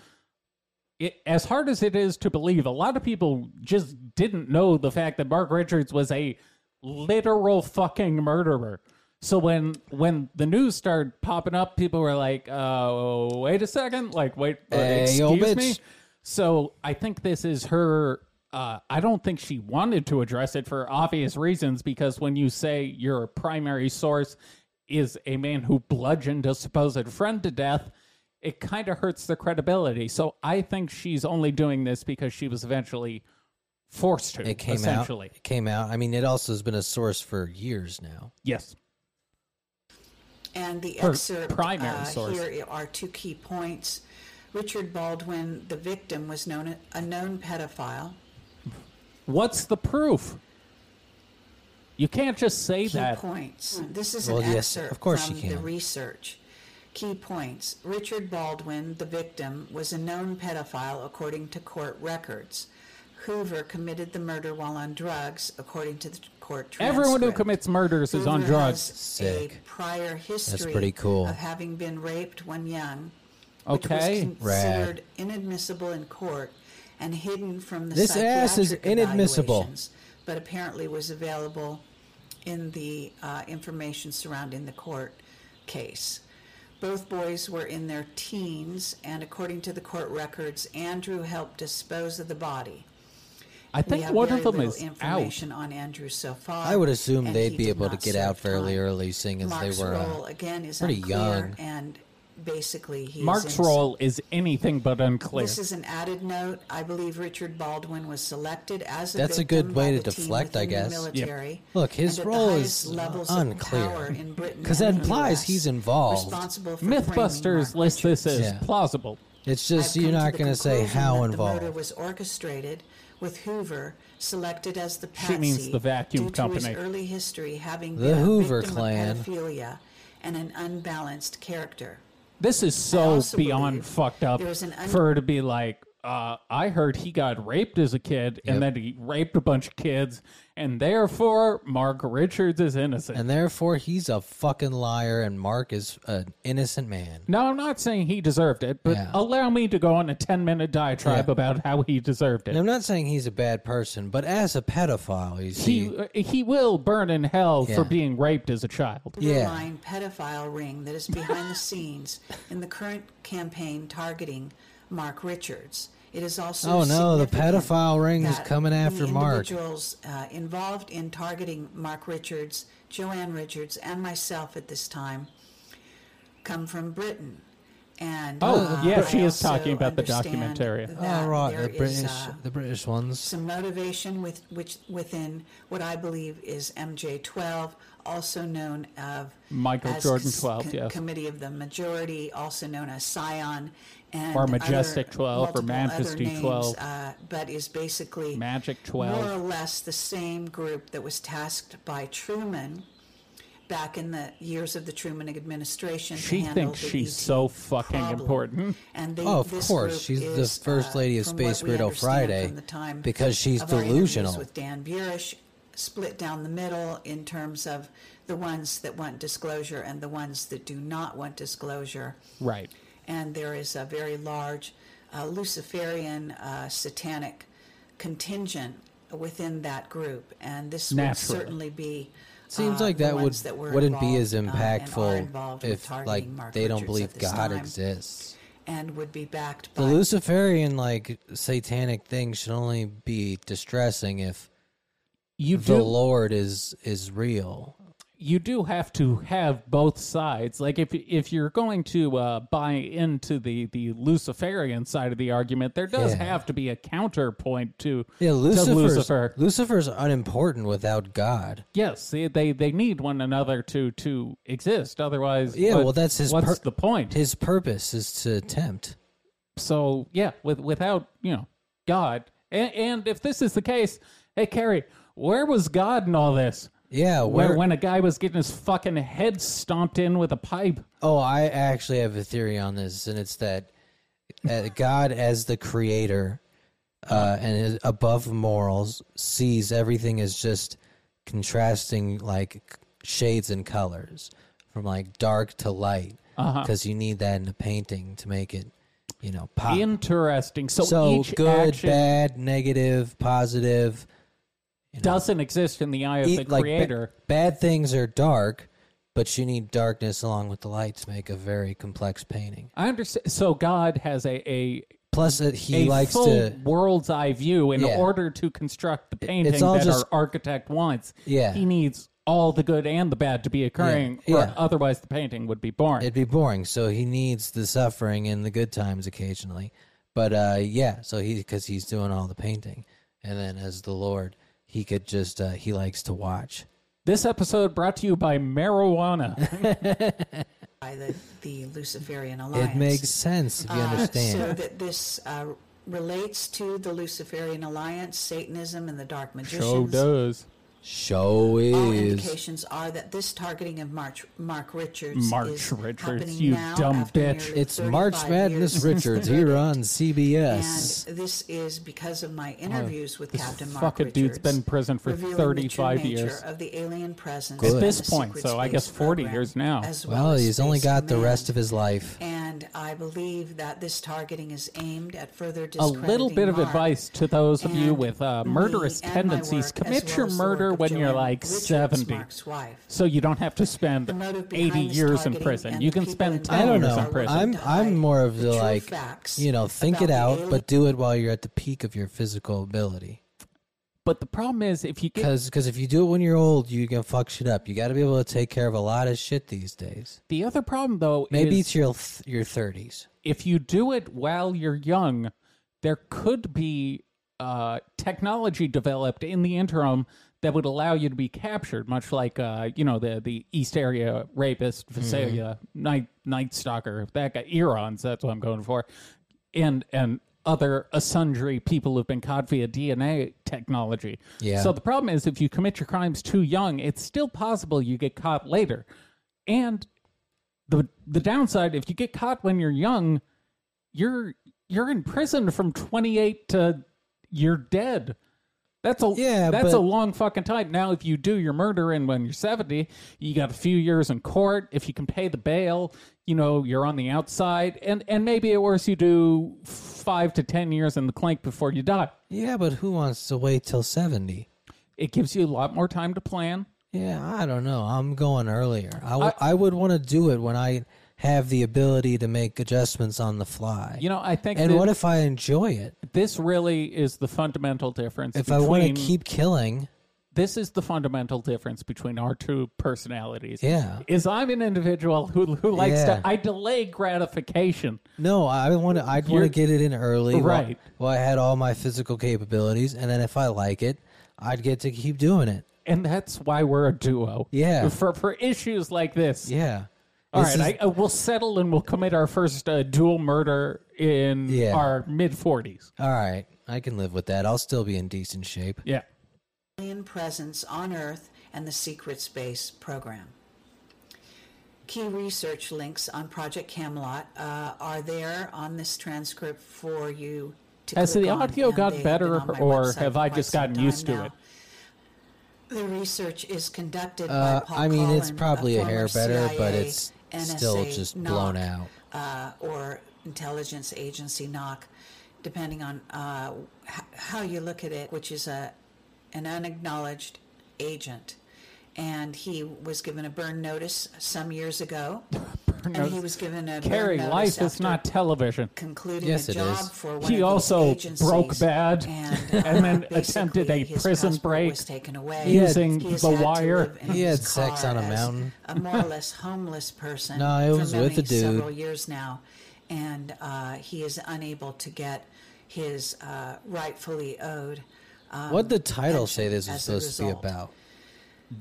Speaker 1: it, as hard as it is to believe, a lot of people just didn't know the fact that Mark Richards was a literal fucking murderer. So when when the news started popping up, people were like, "Oh, wait a second! Like, wait, uh,
Speaker 2: Hey, yo,
Speaker 1: excuse me."
Speaker 2: bitch.
Speaker 1: So I think this is her. Uh, I don't think she wanted to address it for obvious reasons because when you say your primary source is a man who bludgeoned a supposed friend to death, it kind of hurts the credibility. So I think she's only doing this because she was eventually forced to.
Speaker 2: it came out
Speaker 1: essentially.
Speaker 2: it came out i mean it also has been a source for years now
Speaker 1: Yes.
Speaker 3: And the
Speaker 1: Her
Speaker 3: excerpt
Speaker 1: primary
Speaker 3: uh,
Speaker 1: source.
Speaker 3: here are two key points. Richard Baldwin, the victim, was known a known pedophile.
Speaker 1: What's the proof? You can't just say
Speaker 3: Key
Speaker 1: that.
Speaker 3: points. Hmm, This is
Speaker 2: Well,
Speaker 3: an
Speaker 2: yes,
Speaker 3: excerpt
Speaker 2: of course
Speaker 3: from
Speaker 2: you
Speaker 3: the
Speaker 2: can.
Speaker 3: research. Key points. Richard Baldwin, the victim, was a known pedophile according to court records. Hoover committed the murder while on drugs, according to the court transcript.
Speaker 1: Everyone who commits murders is on
Speaker 3: Hoover
Speaker 1: drugs.
Speaker 3: has
Speaker 2: Sick.
Speaker 3: A prior history
Speaker 2: pretty cool.
Speaker 3: of having been raped when young,
Speaker 1: Okay.
Speaker 3: which was considered inadmissible in court and hidden from the
Speaker 2: This ass is
Speaker 3: psychiatric
Speaker 2: inadmissible.
Speaker 3: evaluations, but apparently was available in the uh, information surrounding the court case. Both boys were in their teens, and according to the court records, Andrew helped dispose of the body.
Speaker 1: I
Speaker 3: We
Speaker 1: think
Speaker 3: have
Speaker 1: one
Speaker 3: very
Speaker 1: of them
Speaker 3: little
Speaker 1: is out.
Speaker 3: information on Andrew so far.
Speaker 2: I would assume
Speaker 3: and
Speaker 2: they'd
Speaker 3: he
Speaker 2: be
Speaker 3: did
Speaker 2: able to
Speaker 3: not
Speaker 2: get out
Speaker 3: serve
Speaker 2: fairly
Speaker 3: time.
Speaker 2: early, seeing as
Speaker 3: Mark's
Speaker 2: they were. uh,
Speaker 3: role again is
Speaker 2: pretty
Speaker 3: unclear,
Speaker 2: young.
Speaker 3: and basically he is
Speaker 1: Mark's
Speaker 3: innocent.
Speaker 1: role is anything but unclear.
Speaker 3: This is an added note. I believe Richard Baldwin was selected as a
Speaker 2: That's a
Speaker 3: victim
Speaker 2: good
Speaker 3: by
Speaker 2: way
Speaker 3: the
Speaker 2: to
Speaker 3: team
Speaker 2: deflect, I
Speaker 3: within the
Speaker 2: guess. Yep.
Speaker 3: military
Speaker 2: Look, his
Speaker 3: and at the
Speaker 2: role
Speaker 3: highest
Speaker 2: is
Speaker 3: levels of
Speaker 2: unclear.
Speaker 3: power in Britain
Speaker 2: 'Cause that
Speaker 3: and the
Speaker 2: implies
Speaker 3: US,
Speaker 2: he's involved.
Speaker 3: responsible for framing
Speaker 1: Mythbusters
Speaker 3: Mark
Speaker 1: lists this as
Speaker 2: Yeah.
Speaker 1: plausible.
Speaker 2: It's
Speaker 3: I've
Speaker 2: just
Speaker 3: come
Speaker 2: you're
Speaker 3: to
Speaker 2: not
Speaker 3: the
Speaker 2: going to say
Speaker 3: conclusion
Speaker 2: how
Speaker 3: that The murder
Speaker 2: involved.
Speaker 3: was orchestrated with Hoover selected as the patsy.
Speaker 1: She means the vacuum
Speaker 3: due To
Speaker 1: company.
Speaker 3: his early history having
Speaker 2: The
Speaker 3: been a
Speaker 2: Hoover
Speaker 3: victim
Speaker 2: clan.
Speaker 3: of pedophilia and an unbalanced character.
Speaker 1: This is so
Speaker 3: also
Speaker 1: beyond
Speaker 3: believe
Speaker 1: fucked up
Speaker 3: there is an un-
Speaker 1: for her to be like, uh, I heard he got raped as a kid and
Speaker 2: Yep.
Speaker 1: then he raped a bunch of kids, and therefore Mark Richards is innocent.
Speaker 2: And therefore, he's a fucking liar, and Mark is an innocent man.
Speaker 1: no, I'm not saying he deserved it, but
Speaker 2: Yeah.
Speaker 1: allow me to go on a 10 minute diatribe
Speaker 2: Yeah.
Speaker 1: about how he deserved it.
Speaker 2: And I'm not saying he's a bad person, but as a pedophile, you see,
Speaker 1: he, uh, he will burn in hell
Speaker 2: Yeah.
Speaker 1: for being raped as a child.
Speaker 2: Yeah.
Speaker 3: Underlying pedophile ring that is behind the scenes in the current campaign targeting Mark Richards. It is also
Speaker 2: Oh, no, the
Speaker 3: significant
Speaker 2: pedophile ring is
Speaker 3: that
Speaker 2: coming
Speaker 3: the
Speaker 2: after Mark.
Speaker 3: Individuals uh, involved in targeting Mark Richards, Joanne Richards, and myself at this time come from Britain. And
Speaker 1: Oh,
Speaker 3: uh,
Speaker 1: yeah, she
Speaker 3: I
Speaker 1: is talking
Speaker 3: also
Speaker 1: about the
Speaker 3: understand
Speaker 1: documentary.
Speaker 3: that
Speaker 2: all right,
Speaker 3: there
Speaker 2: the
Speaker 3: is,
Speaker 2: British,
Speaker 3: uh,
Speaker 2: the British ones.
Speaker 3: some motivation with which within what I believe is MJ12, also known of
Speaker 1: Michael
Speaker 3: as
Speaker 1: Jordan
Speaker 3: cons-
Speaker 1: 12,
Speaker 3: con-
Speaker 1: yes.
Speaker 3: Committee of the Majority, also known as Scion, and
Speaker 1: Or
Speaker 3: other-
Speaker 1: Majestic 12 or
Speaker 3: multiple other
Speaker 1: Majesty
Speaker 3: names,
Speaker 1: 12.
Speaker 3: uh, but is basically
Speaker 1: Magic
Speaker 3: more
Speaker 1: 12.
Speaker 3: or less the same group that was tasked by Truman back in the years of the Truman administration. to
Speaker 1: She
Speaker 3: handle
Speaker 1: thinks
Speaker 3: the
Speaker 1: she's
Speaker 3: ET
Speaker 1: so fucking
Speaker 3: problem.
Speaker 1: important.
Speaker 3: And they,
Speaker 2: Oh, of
Speaker 3: this
Speaker 2: course.
Speaker 3: group
Speaker 2: She's the
Speaker 3: is,
Speaker 2: first
Speaker 3: uh,
Speaker 2: lady of
Speaker 3: from what
Speaker 2: Space
Speaker 3: we
Speaker 2: Weirdo
Speaker 3: understand
Speaker 2: Friday
Speaker 3: from the time
Speaker 2: because she's
Speaker 3: of our interviews
Speaker 2: delusional.
Speaker 3: With Dan Burish, split down the middle in terms of the ones that want disclosure and the ones that do not want disclosure.
Speaker 1: Right.
Speaker 3: And there is a very large uh, Luciferian uh, satanic contingent within that group, and this would
Speaker 1: Naturally.
Speaker 3: certainly be.
Speaker 2: Seems
Speaker 3: uh,
Speaker 2: like
Speaker 3: the
Speaker 2: that would
Speaker 3: ones that were
Speaker 2: wouldn't be as
Speaker 3: involved, um, and are
Speaker 2: impactful
Speaker 3: involved with
Speaker 2: if
Speaker 3: targeting
Speaker 2: like
Speaker 3: Mark
Speaker 2: they
Speaker 3: Richards
Speaker 2: don't
Speaker 3: at
Speaker 2: believe
Speaker 3: this
Speaker 2: God
Speaker 3: time,
Speaker 2: exists.
Speaker 3: and would be backed
Speaker 2: The
Speaker 3: by
Speaker 2: Luciferian like satanic thing should only be distressing if
Speaker 1: You
Speaker 2: the
Speaker 1: do
Speaker 2: Lord is is real.
Speaker 1: you do have to have both sides. Like if if you're going to uh, buy into the the Luciferian side of the argument, there does
Speaker 2: Yeah.
Speaker 1: have to be a counterpoint to
Speaker 2: Yeah,
Speaker 1: to
Speaker 2: Lucifer's,
Speaker 1: Lucifer.
Speaker 2: Lucifer's unimportant without God.
Speaker 1: Yes, they they they need one another to to exist. Otherwise,
Speaker 2: Yeah,
Speaker 1: what-
Speaker 2: well, that's his
Speaker 1: what's
Speaker 2: per-
Speaker 1: the point?
Speaker 2: His purpose is to tempt.
Speaker 1: so yeah, with without you know God, and, and if this is the case, hey Carrie, where was God in all this?
Speaker 2: Yeah, where?
Speaker 1: Where when a guy was getting his fucking head stomped in with a pipe?
Speaker 2: oh, I actually have a theory on this, and it's that uh, God, as the creator uh, and is above morals, sees everything as just contrasting like shades and colors, from like dark to light,
Speaker 1: Uh-huh.
Speaker 2: because you need that in a painting to make it, you know, pop.
Speaker 1: Interesting. So,
Speaker 2: Ah. so
Speaker 1: each
Speaker 2: good,
Speaker 1: action
Speaker 2: bad, negative, positive.
Speaker 1: doesn't exist in the eye of
Speaker 2: Eat-
Speaker 1: the
Speaker 2: E, like, ba-
Speaker 1: creator.
Speaker 2: bad things are dark, but you need darkness along with the light to make a very complex painting.
Speaker 1: I understand. So God has a a,
Speaker 2: Plus, it, he
Speaker 1: a
Speaker 2: likes
Speaker 1: full
Speaker 2: to
Speaker 1: world's eye view in
Speaker 2: Yeah.
Speaker 1: order to construct the painting
Speaker 2: all
Speaker 1: that
Speaker 2: just-
Speaker 1: our architect wants.
Speaker 2: Yeah.
Speaker 1: he needs all the good and the bad to be occurring,
Speaker 2: Yeah,
Speaker 1: or
Speaker 2: yeah.
Speaker 1: otherwise the painting would be boring.
Speaker 2: It'd be boring. So he needs the suffering and the good times occasionally. But uh, yeah, so he because he's doing all the painting, and then as the Lord, he could just uh, he likes to watch.
Speaker 1: this episode brought to you by marijuana.
Speaker 3: by the, the Luciferian alliance.
Speaker 2: It makes sense if you
Speaker 3: Uh,
Speaker 2: understand.
Speaker 3: So that this uh, relates to the Luciferian alliance, Satanism, and the dark magicians.
Speaker 1: does.
Speaker 2: Show
Speaker 3: All
Speaker 2: is
Speaker 3: indications are that this targeting of March, Mark Richards
Speaker 1: Mark
Speaker 3: is
Speaker 1: Richards,
Speaker 3: happening
Speaker 1: you
Speaker 3: now
Speaker 1: dumb
Speaker 3: after
Speaker 1: bitch.
Speaker 3: nearly
Speaker 2: it's March
Speaker 3: 35
Speaker 2: Madness
Speaker 3: years.
Speaker 2: Richards here on CBS.
Speaker 3: And this is because of my interviews with Captain Mark
Speaker 1: fucking
Speaker 3: Richards.
Speaker 1: dude's been in prison for
Speaker 3: revealing the true
Speaker 1: 35
Speaker 3: nature
Speaker 1: years.
Speaker 3: Of the alien presence
Speaker 2: Good.
Speaker 3: and
Speaker 1: this
Speaker 3: the
Speaker 1: point,
Speaker 3: secret
Speaker 1: so I
Speaker 3: space
Speaker 1: guess 40
Speaker 3: program,
Speaker 1: years now.
Speaker 3: as
Speaker 2: Well,
Speaker 3: as
Speaker 2: he's only
Speaker 3: space
Speaker 2: got the
Speaker 3: command.
Speaker 2: rest of his life.
Speaker 3: And I believe that this targeting is aimed at further
Speaker 1: a little
Speaker 3: discrediting
Speaker 1: bit of
Speaker 3: Mark
Speaker 1: advice to those of you
Speaker 3: and
Speaker 1: with uh,
Speaker 3: me
Speaker 1: murderous
Speaker 3: and my
Speaker 1: tendencies
Speaker 3: work,
Speaker 1: commit
Speaker 3: as well
Speaker 1: your
Speaker 3: as the work
Speaker 1: murder
Speaker 3: of
Speaker 1: when you're
Speaker 3: Joanne
Speaker 1: like
Speaker 3: Richards,
Speaker 1: 70
Speaker 3: Mark's wife.
Speaker 1: so you don't have to spend
Speaker 3: The motive behind
Speaker 1: 80
Speaker 3: this
Speaker 1: years in
Speaker 3: targeting
Speaker 1: prison
Speaker 3: and
Speaker 1: you
Speaker 3: the
Speaker 1: can
Speaker 3: people
Speaker 1: spend
Speaker 3: involved
Speaker 1: 10
Speaker 2: I don't
Speaker 1: years
Speaker 2: know.
Speaker 1: in prison
Speaker 2: I'm
Speaker 3: to hide
Speaker 2: I'm more of
Speaker 3: the
Speaker 2: the
Speaker 3: true
Speaker 2: like
Speaker 3: facts
Speaker 2: you know think
Speaker 3: about
Speaker 2: it
Speaker 3: the
Speaker 2: out,
Speaker 3: alien-
Speaker 2: but do it while you're at the peak of your physical ability.
Speaker 1: but the problem is if you get
Speaker 2: Because if you do it when you're old, you can fuck shit up. You got to be able to take care of a lot of shit these days.
Speaker 1: the other problem though
Speaker 2: Maybe
Speaker 1: is
Speaker 2: it's your th- your thirties.
Speaker 1: if you do it while you're young there could be uh, technology developed in the interim that would allow you to be captured much like uh, you know the the east area rapist Visalia night night stalker that guy Eron's that's what I'm going for and and other a sundry people who've been caught via DNA technology.
Speaker 2: Yeah.
Speaker 1: So the problem is if you commit your crimes too young, it's still possible you get caught later. And the the downside if you get caught when you're young, you're you're in prison from 28 to you're dead. That's a
Speaker 2: Yeah,
Speaker 1: that's
Speaker 2: but-
Speaker 1: a long fucking time. Now if you do your murder and when you're 70, you got a few years in court. If you can pay the bail, you know, you're on the outside and and maybe at worst you do 5 to 10 years in the clink before you die.
Speaker 2: Yeah, but who wants to wait till seventy?
Speaker 1: It gives you a lot more time to plan.
Speaker 2: Yeah, I don't know. I'm going earlier. I, w- I would want to do it when I have the ability to make adjustments on the fly.
Speaker 1: You know, I think
Speaker 2: and
Speaker 1: that
Speaker 2: what if I enjoy it?
Speaker 1: this really is the fundamental difference
Speaker 2: If I want to
Speaker 1: between-
Speaker 2: keep killing,
Speaker 1: this is the fundamental difference between our two personalities.
Speaker 2: yeah.
Speaker 1: Is I'm an individual who who likes
Speaker 2: Yeah.
Speaker 1: to I delay gratification.
Speaker 2: No, I want to. I'd want
Speaker 1: You're-
Speaker 2: to get it in early, while-
Speaker 1: Right.
Speaker 2: While, I had all my physical capabilities, and then if I like it, I'd get to keep doing it.
Speaker 1: And that's why we're a duo.
Speaker 2: Yeah.
Speaker 1: For for issues like this.
Speaker 2: Yeah.
Speaker 1: All
Speaker 2: This
Speaker 1: right, I, uh, we'll settle and we'll commit our first uh, dual murder in
Speaker 2: Yeah.
Speaker 1: our mid 40s.
Speaker 2: is- all right. I can live with that. I'll still be in decent shape.
Speaker 1: Yeah.
Speaker 3: alien presence on Earth and the secret space program. Key research links on Project Camelot uh, are there on this transcript for you to.
Speaker 1: Has
Speaker 3: click
Speaker 1: the
Speaker 3: on,
Speaker 1: audio
Speaker 3: and
Speaker 1: got
Speaker 3: they've
Speaker 1: better
Speaker 3: been on my
Speaker 1: or
Speaker 3: website
Speaker 1: have
Speaker 3: for
Speaker 1: I
Speaker 3: quite
Speaker 1: just
Speaker 3: some
Speaker 1: gotten used
Speaker 3: time
Speaker 1: to
Speaker 3: now.
Speaker 1: it?
Speaker 3: The research is conducted
Speaker 2: Uh,
Speaker 3: by Paul
Speaker 2: I mean, it's
Speaker 3: Collin,
Speaker 2: probably a
Speaker 3: former
Speaker 2: hair better, but
Speaker 3: CIA,
Speaker 2: it's still
Speaker 3: NSA
Speaker 2: just
Speaker 3: knock,
Speaker 2: blown out.
Speaker 3: uh, or intelligence agency knock, depending on uh, h- how you look at it, which is a an unacknowledged agent. And he was given a burn notice some years ago, and he was given a
Speaker 1: Carrie,
Speaker 3: burn notice
Speaker 1: life is
Speaker 3: after
Speaker 1: not television.
Speaker 3: concluding
Speaker 2: Yes,
Speaker 3: a
Speaker 2: it
Speaker 3: job
Speaker 2: is.
Speaker 3: for one
Speaker 1: He
Speaker 3: of
Speaker 1: also
Speaker 3: these agencies, uh,
Speaker 1: broke bad and then
Speaker 3: basically
Speaker 1: attempted a
Speaker 3: his
Speaker 1: prison
Speaker 3: passport
Speaker 1: break
Speaker 3: was taken away.
Speaker 1: using
Speaker 3: He has
Speaker 1: The
Speaker 3: had to
Speaker 1: Wire.
Speaker 3: live in
Speaker 2: He
Speaker 3: his
Speaker 2: had sex
Speaker 3: car
Speaker 2: on a
Speaker 3: as
Speaker 2: mountain.
Speaker 3: a more or less homeless person.
Speaker 2: No, it
Speaker 3: for
Speaker 2: was with
Speaker 3: many
Speaker 2: a dude.
Speaker 3: Several years now, and uh, he is unable to get his uh, rightfully owed. Um,
Speaker 2: What the title
Speaker 3: pension
Speaker 2: say this was
Speaker 3: as a
Speaker 2: supposed to be
Speaker 3: result.
Speaker 2: about?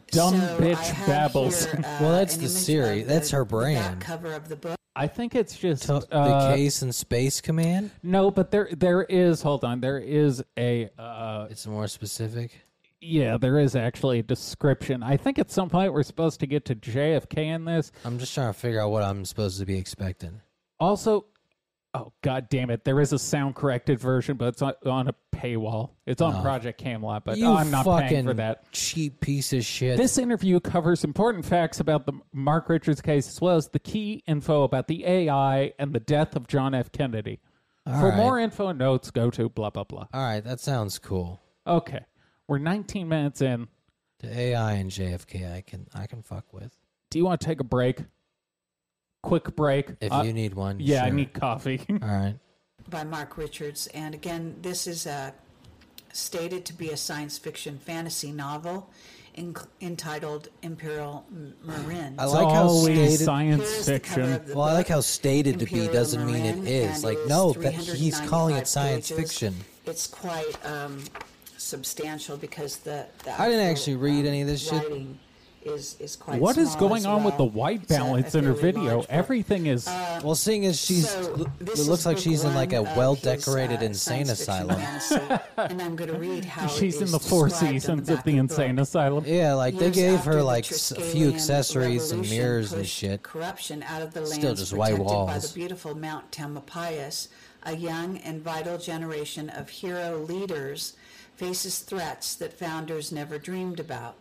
Speaker 1: Dumb
Speaker 3: So
Speaker 1: bitch
Speaker 3: I have
Speaker 1: babbles.
Speaker 3: here, uh,
Speaker 2: Well, that's
Speaker 3: an
Speaker 2: the
Speaker 3: image of
Speaker 2: series.
Speaker 3: the-
Speaker 2: That's her
Speaker 3: the back
Speaker 2: brand.
Speaker 3: cover of the book.
Speaker 1: I think it's just
Speaker 2: The,
Speaker 1: uh,
Speaker 2: the case and space command.
Speaker 1: No, but there there is. Hold on, there is a uh,
Speaker 2: It's more specific.
Speaker 1: yeah, there is actually a description. I think at some point we're supposed to get to JFK in this.
Speaker 2: I'm just trying to figure out what I'm supposed to be expecting.
Speaker 1: Also, oh god damn it, there is a sound corrected version, but it's on, on a paywall. It's on Project Camelot, but
Speaker 2: Ah. you
Speaker 1: I'm not
Speaker 2: fucking
Speaker 1: paying for that.
Speaker 2: cheap piece of shit.
Speaker 1: This interview covers important facts about the Mark Richards case as well as the key info about the AI and the death of John F. Kennedy. For
Speaker 2: right.
Speaker 1: more info and notes, go to blah blah blah.
Speaker 2: All right, that sounds cool.
Speaker 1: Okay. We're 19 minutes in.
Speaker 2: The AI and JFK, I can I can fuck with.
Speaker 1: Do you want to take a break? Quick break.
Speaker 2: If
Speaker 1: Uh,
Speaker 2: you need one,
Speaker 1: yeah, I
Speaker 2: sure.
Speaker 1: need coffee.
Speaker 2: All right.
Speaker 3: by Mark Richards. And again, this is uh stated to be a science fiction fantasy novel in, entitled Imperial M- Marin.
Speaker 2: I
Speaker 1: It's
Speaker 2: like how
Speaker 1: always
Speaker 2: stated.
Speaker 1: science
Speaker 3: the cover
Speaker 1: fiction.
Speaker 3: of the
Speaker 2: Well, I
Speaker 3: book,
Speaker 2: like how stated to be
Speaker 3: Imperial
Speaker 2: doesn't mean it
Speaker 3: Marin,
Speaker 2: is.
Speaker 3: and
Speaker 2: Like
Speaker 3: it
Speaker 2: no,
Speaker 3: is
Speaker 2: that he's calling it
Speaker 3: 395
Speaker 2: science
Speaker 3: pages.
Speaker 2: fiction.
Speaker 3: It's quite um, substantial because the, the
Speaker 2: I didn't
Speaker 3: actual,
Speaker 2: actually read
Speaker 3: um,
Speaker 2: any of this shit.
Speaker 3: writing Is, is quite
Speaker 1: What is
Speaker 3: small
Speaker 1: going
Speaker 3: as
Speaker 1: on with the
Speaker 3: well.
Speaker 1: white
Speaker 3: It's a- a
Speaker 1: balance in her
Speaker 3: fairly
Speaker 1: video?
Speaker 3: large book.
Speaker 1: Everything is.
Speaker 3: Uh,
Speaker 2: Well, seeing as she's
Speaker 3: So,
Speaker 2: l-
Speaker 3: this
Speaker 2: it
Speaker 3: is
Speaker 2: looks like
Speaker 3: book
Speaker 2: she's in like a
Speaker 3: one of
Speaker 2: well
Speaker 3: his,
Speaker 2: decorated
Speaker 3: uh,
Speaker 2: insane
Speaker 3: science fiction
Speaker 2: asylum.
Speaker 3: fantasy, and I'm going to read how
Speaker 1: she's
Speaker 3: it is
Speaker 1: in the four
Speaker 3: described on the
Speaker 1: seasons
Speaker 3: back
Speaker 1: of the
Speaker 3: book.
Speaker 1: insane asylum.
Speaker 2: Yeah, like they
Speaker 3: Years
Speaker 2: gave
Speaker 3: after
Speaker 2: her
Speaker 3: the
Speaker 2: like s- a few
Speaker 3: Triskelion
Speaker 2: accessories and
Speaker 3: revolution
Speaker 2: mirrors and
Speaker 3: pushed
Speaker 2: shit.
Speaker 3: Corruption out of the lands
Speaker 2: Still just white
Speaker 3: protected by
Speaker 2: walls.
Speaker 3: the beautiful Mount Tamalpais, a young and vital generation of hero leaders faces threats that founders never dreamed about.